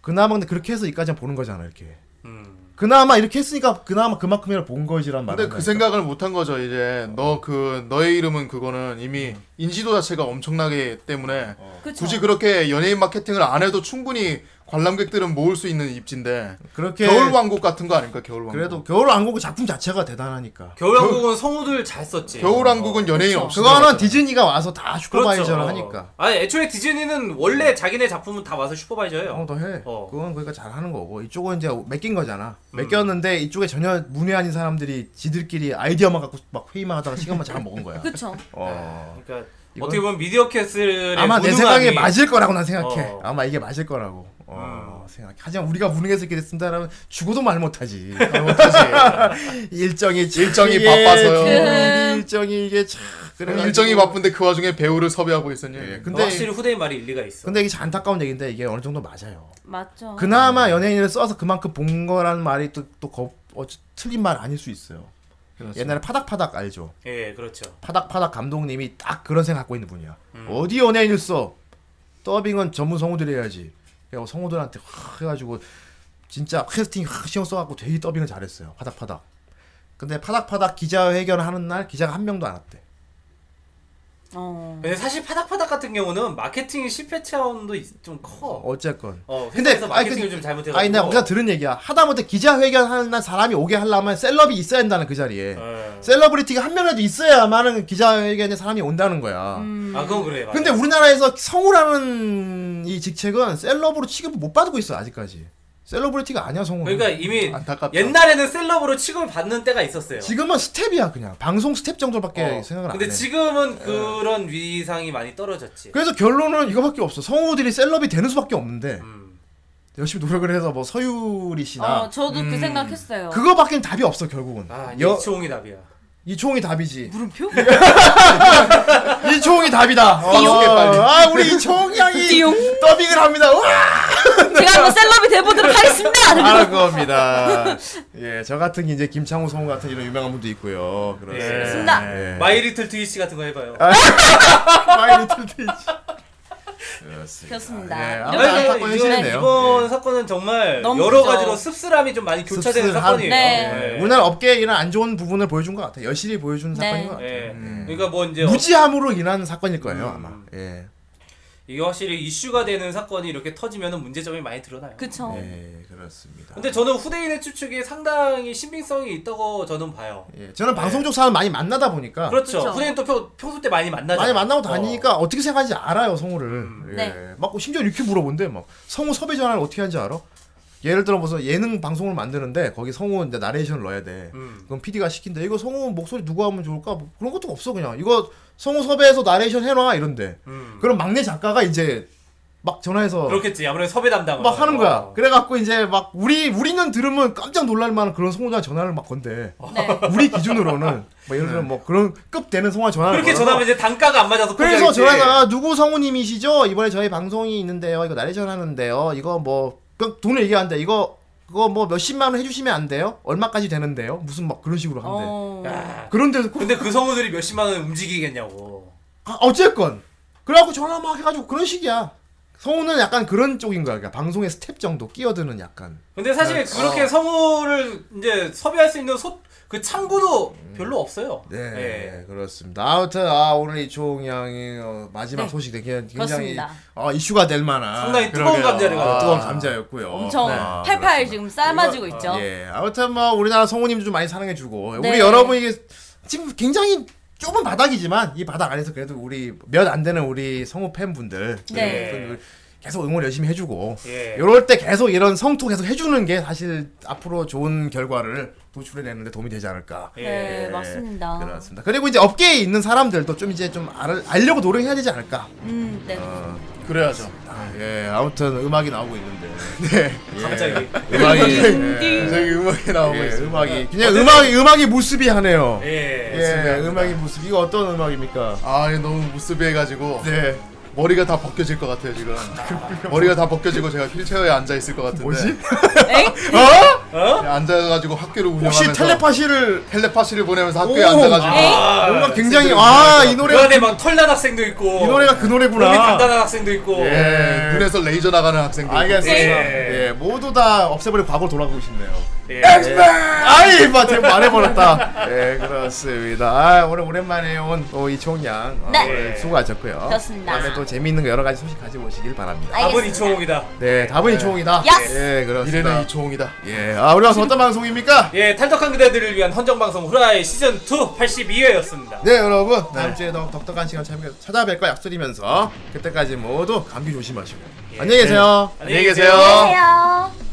Speaker 4: 그나마 근데 그렇게 해서 이까지 보는 거잖아 이렇게
Speaker 2: 음.
Speaker 4: 그나마 이렇게 했으니까 그나마 그만큼이라 본 거지란 말이야
Speaker 1: 근데 그 생각을 못 한 거죠 이제
Speaker 4: 어.
Speaker 1: 너 그 너의 이름은 그거는 이미
Speaker 4: 음.
Speaker 1: 인지도 자체가 엄청나게 때문에
Speaker 7: 어. 그쵸.
Speaker 1: 굳이 그렇게 연예인 마케팅을 안 해도 충분히 관람객들은 모을 수 있는 입지인데
Speaker 4: 그렇게
Speaker 1: 겨울 왕국 같은 거 아닙니까 겨울 왕국
Speaker 4: 그래도 겨울왕국 작품 자체가 대단하니까
Speaker 2: 겨울왕국은 성우들 잘 썼지.
Speaker 1: 겨울 왕국은
Speaker 4: 그렇죠.
Speaker 1: 연예인 없어
Speaker 4: 그거는 디즈니가 와서 다
Speaker 2: 그렇죠.
Speaker 4: 슈퍼바이저를 하니까
Speaker 2: 아니 애초에 디즈니는 원래 자기네 작품은 다 와서 슈퍼바이저예요.
Speaker 4: 어, 너 해.
Speaker 2: 어. 음.
Speaker 4: 그건 그러니까 잘하는 거고 이쪽은 이제 맡긴 거잖아. 맡겼는데 이쪽에 전혀 문외 아닌 사람들이 지들끼리 아이디어만 갖고 막 회의만 하다가 시간만 잘 먹은 거야.
Speaker 7: 그쵸.
Speaker 4: 어.
Speaker 2: 그러니까
Speaker 4: 이건-
Speaker 2: 어떻게 보면 미디어 캐슬의
Speaker 4: 아마 내
Speaker 2: 무능함이-
Speaker 4: 생각에 맞을 거라고 난 생각해.
Speaker 2: 어.
Speaker 4: 아마 이게 맞을 거라고 어, 생각해. 하지만 우리가 무능해서 이렇게 됐습니다라면 죽어도 말 못하지. 일정이 참
Speaker 1: 일정이
Speaker 4: 이게
Speaker 1: 바빠서요.
Speaker 4: 그 일정이 이게 참 그래가지고-
Speaker 1: 일정이 바쁜데 그 와중에 배우를 섭외하고 있었니
Speaker 4: 예,
Speaker 2: 근데
Speaker 4: 근데
Speaker 2: 확실히 후대인 말이 일리가 있어.
Speaker 4: 근데 이게 참 안타까운 얘기인데 이게 어느 정도 맞아요.
Speaker 7: 맞죠.
Speaker 4: 그나마 연예인을 써서 그만큼 본 거라는 말이 또또 어, 틀린 말 아닐 수 있어요.
Speaker 1: 그렇죠.
Speaker 4: 옛날에 파닥파닥 알죠?
Speaker 2: 예, 그렇죠.
Speaker 4: 파닥파닥 감독님이 딱 그런 생각 갖고 있는 분이야.
Speaker 2: 음.
Speaker 4: 어디 연예인을 써? 더빙은 전문 성우들이 해야지. 그래서 성우들한테 확 해가지고 진짜 캐스팅 확 신경 써갖고 되게 더빙을 잘했어요. 파닥파닥. 근데 파닥파닥 기자회견을 하는 날 기자가 한 명도 안 왔대.
Speaker 7: 어.
Speaker 2: 근데 사실 파닥파닥 같은 경우는 마케팅 실패 차원도 있- 좀 커.
Speaker 4: 어쨌건.
Speaker 2: 어,
Speaker 4: 근데
Speaker 2: 회사에서 마케팅을
Speaker 4: 그-
Speaker 2: 좀 잘못해가지고.
Speaker 4: 아니 내가 어디서 들은 얘기야. 하다못해 기자회견 하는 날 사람이 오게 하려면 셀럽이 있어야 한다는 그 자리에.
Speaker 2: 예.
Speaker 4: 셀러브리티가 한 명이라도 있어야만은 기자회견에 사람이 온다는 거야.
Speaker 2: 아, 그건 그래. 맞아.
Speaker 4: 근데 우리나라에서 성우라는 이 직책은 셀럽으로 취급을 못 받고 있어 아직까지. 셀러브리티가 아니야 성우는.
Speaker 2: 그러니까 이미
Speaker 1: 안타깝죠.
Speaker 2: 옛날에는 셀럽으로 취급을 받는 때가 있었어요.
Speaker 4: 지금은 스텝이야 그냥 방송 스텝 정도밖에
Speaker 2: 어.
Speaker 4: 생각을 안 해. 예.
Speaker 2: 근데 지금은 그런 위상이 많이 떨어졌지.
Speaker 4: 그래서 결론은 이거밖에 없어. 성우들이 셀럽이 되는 수밖에 없는데
Speaker 2: 음.
Speaker 4: 열심히 노력을 해서 뭐 서유리 씨나
Speaker 7: 어, 저도 그
Speaker 2: 음.
Speaker 7: 생각했어요.
Speaker 4: 그거밖에는 답이 없어 결국은.
Speaker 2: 아,
Speaker 4: 여-
Speaker 2: 이치홍이 답이야.
Speaker 4: 이초홍이 답이지.
Speaker 7: 물음표?
Speaker 4: 이초홍이 답이다. 어, 아 우리 이초홍 양이
Speaker 7: 띠용.
Speaker 4: 더빙을 합니다. 와!
Speaker 7: 제가 한번 셀럽이 돼보도록 하겠습니다.
Speaker 4: 바로 아, 그겁니다. 예, 저 같은 이제 김창호 성우 같은 이런 유명한 분도 있고요. 그렇습니다.
Speaker 7: 좋습니다.
Speaker 4: 예.
Speaker 2: 마이리틀 트위치 같은 거 해봐요.
Speaker 4: 마이 리틀 트위치. 그렇습니다.
Speaker 7: 그렇습니다.
Speaker 4: 예,
Speaker 7: 이렇게
Speaker 4: 아무튼
Speaker 2: 아니,
Speaker 4: 안타까운
Speaker 2: 이건-
Speaker 4: 현실이네요.
Speaker 2: 이번 사건은 정말
Speaker 7: 너무
Speaker 2: 여러
Speaker 7: 그죠.
Speaker 2: 가지로 씁쓸함이 좀 많이 교차되는
Speaker 4: 씁쓸함.
Speaker 2: 사건이에요.
Speaker 7: 네.
Speaker 2: 예.
Speaker 4: 우리나라 업계에 이런 안 좋은 부분을 보여준 것 같아요. 여실히 보여준
Speaker 7: 네.
Speaker 4: 사건인 것 같아요.
Speaker 2: 예. 그러니까 뭐 이제
Speaker 4: 음. 무지함으로 인한 사건일 거예요, 아마. 예.
Speaker 2: 어, 이게 확실히 이슈가 되는 사건이 이렇게 터지면 문제점이 많이 드러나요.
Speaker 7: 그쵸.
Speaker 4: 예, 그렇습니다.
Speaker 2: 근데 저는 후대인의 추측이 상당히 신빙성이 있다고 저는 봐요.
Speaker 4: 예, 저는 방송 쪽 사람 많이 만나다 보니까
Speaker 2: 그렇죠.
Speaker 7: 그쵸.
Speaker 2: 후대인 또 평, 평소 때 많이 만나죠.
Speaker 4: 많이 만나고 다니니까 어. 떻게 생각하는지 알아요 성우를.
Speaker 2: 음.
Speaker 4: 예.
Speaker 7: 네.
Speaker 4: 막 심지어 이렇게 물어본대 막 성우 섭외 전화를 어떻게 하는지 알아? 예를 들어 무슨 예능 방송을 만드는데 거기 성우 이제 나레이션을 넣어야 돼.
Speaker 2: 음.
Speaker 4: 그럼 PD가 시킨대. 이거 성우 목소리 누구 하면 좋을까? 뭐 그런 것도 없어 그냥. 이거 성우 섭외해서 나레이션 해놔 이런데.
Speaker 2: 음.
Speaker 4: 그럼 막내 작가가 이제 막 전화해서
Speaker 2: 어. 그렇겠지. 아무래도 섭외 담당.
Speaker 4: 막 하는 거야.
Speaker 2: 어.
Speaker 4: 그래갖고 이제 막 우리 우리는 들으면 깜짝 놀랄만한 그런 성우자 전화를 막 건대.
Speaker 7: 네.
Speaker 4: 우리 기준으로는 뭐 예를 들면 뭐 그런 급 되는 성우자 전화를
Speaker 2: 그렇게
Speaker 4: 걸어서
Speaker 2: 전화하면 이제 단가가 안 맞아서
Speaker 4: 그래서
Speaker 2: 포기하겠지.
Speaker 4: 전화가 누구 성우님이시죠? 이번에 저희 방송이 있는데요. 이거 나레이션 하는데요. 이거 뭐 그 돈을 얘기하는데 이거 그거 뭐 몇십만 원 해주시면 안 돼요? 얼마까지 되는데요? 무슨 막 그런 식으로 한대.
Speaker 7: 어.
Speaker 4: 그런데서 그-
Speaker 2: 근데 그 성우들이 몇십만 원 움직이겠냐고.
Speaker 4: 아, 어쨌건 그래갖고 전화 막 해가지고 그런 식이야. 성우는 약간 그런 쪽인 거야. 그러니까 방송의 스텝 정도 끼어드는 약간.
Speaker 2: 근데 사실
Speaker 4: 네. 아.
Speaker 2: 그렇게 성우를 이제 섭외할 수 있는 소, 그 창구도 별로 없어요.
Speaker 4: 음. 네,
Speaker 2: 예.
Speaker 4: 그렇습니다. 아무튼 아 오늘 이초홍 양이 어, 마지막
Speaker 7: 네.
Speaker 4: 소식 되게 굉장히
Speaker 7: 그렇습니다.
Speaker 4: 어, 이슈가 될 만한
Speaker 2: 상당히 뜨거운 감자를
Speaker 4: 아,
Speaker 2: 가지고.
Speaker 4: 뜨거운 감자였고요.
Speaker 7: 엄청
Speaker 4: 네. 아,
Speaker 7: 팔팔 지금 삶아지고
Speaker 2: 이거-
Speaker 7: 있죠.
Speaker 4: 예, 아무튼 뭐 우리나라 성우님도 좀 많이 사랑해주고
Speaker 7: 그렇죠? 네.
Speaker 4: 우리 여러분 이게 지금 굉장히 좁은 바닥이지만 이 바닥 안에서 그래도 우리 몇 안 되는 우리 성우 팬분들
Speaker 7: 네.
Speaker 4: 팬분들 계속 응원 열심히 해주고
Speaker 2: 예.
Speaker 4: 이럴 때 계속 이런 성토 계속 해주는 게 사실 앞으로 좋은 결과를 도출해내는데 도움이 되지 않을까.
Speaker 1: 예.
Speaker 7: 네, 맞습니다.
Speaker 4: 그렇습니다. 그리고 이제 업계에 있는 사람들도 좀 이제 좀 알, 알려고 노력해야 되지 않을까.
Speaker 7: 음, 네.
Speaker 2: 어.
Speaker 1: 그래야죠.
Speaker 4: 아, 예, 아무튼 음악이 나오고 있는데.
Speaker 1: 네.
Speaker 2: 갑자기.
Speaker 4: 예.
Speaker 2: 예.
Speaker 4: 음악이.
Speaker 7: 띵.
Speaker 1: 저기 음악이 나오고
Speaker 4: 예,
Speaker 1: 있어요. 네.
Speaker 4: 음악이 그냥 음악이 음악이 무습이 하네요. 예,
Speaker 2: 예.
Speaker 4: 음악이 무습. 이거 어떤 음악입니까?
Speaker 1: 아, 이거 너무 무스비해가지고
Speaker 4: 네.
Speaker 1: 머리가 다 벗겨질 것 같아요 지금. 머리가 다 벗겨지고 제가 휠체어에 앉아 있을 것 같은데.
Speaker 4: 뭐 뭐지?
Speaker 7: 엥?
Speaker 4: 어?
Speaker 1: 그냥 앉아가지고 학교를 운영하면서
Speaker 4: 혹시 텔레파시를
Speaker 1: 텔레파시를 보내면서 학교에
Speaker 4: 오!
Speaker 1: 앉아가지고
Speaker 7: 에이?
Speaker 2: 아,
Speaker 4: 뭔가 굉장히 아 이
Speaker 2: 그
Speaker 4: 노래가
Speaker 2: 안에 막 털난 학생도 있고.
Speaker 4: 이 노래가 그
Speaker 2: 몸이
Speaker 4: 노래구나.
Speaker 2: 단단한 학생도 있고.
Speaker 1: 예, 눈에서 레이저 나가는 학생들.
Speaker 4: 알겠습니다.
Speaker 2: 예.
Speaker 4: 예. 모두 다 없애버리고 과거로 돌아가고 싶네요.
Speaker 2: 예.
Speaker 4: 아이, 마, 제가 말해버렸다. 예, 그렇습니다. 아, 오늘 오랜만에 온 또 이총 양. 어,
Speaker 7: 네.
Speaker 4: 오늘 수고하셨고요.
Speaker 7: 좋습니다.
Speaker 4: 다음에 또 재미있는 거 여러 가지 소식 가지고 오시길 바랍니다.
Speaker 2: 답은
Speaker 7: 알겠습니다.
Speaker 2: 이초홍이다.
Speaker 4: 네, 답은 이총이다.
Speaker 7: 야스!
Speaker 4: 예,
Speaker 1: 미래는
Speaker 4: 그렇습니다.
Speaker 1: 이초홍이다.
Speaker 4: 예, 아, 우리 와서 어떤 방송입니까?
Speaker 2: 예, 탈덕한 그대들을 위한 헌정방송 후라이 시즌2 82회였습니다.
Speaker 4: 네, 여러분. 다음 주에 더 독특한 시간 참- 찾아뵐 거
Speaker 1: 예.
Speaker 4: 약속드리면서 그때까지 모두 감기 조심하시고. 안녕히 계세요.
Speaker 1: 네.
Speaker 2: 안녕히
Speaker 1: 계세요.
Speaker 7: 안녕하세요.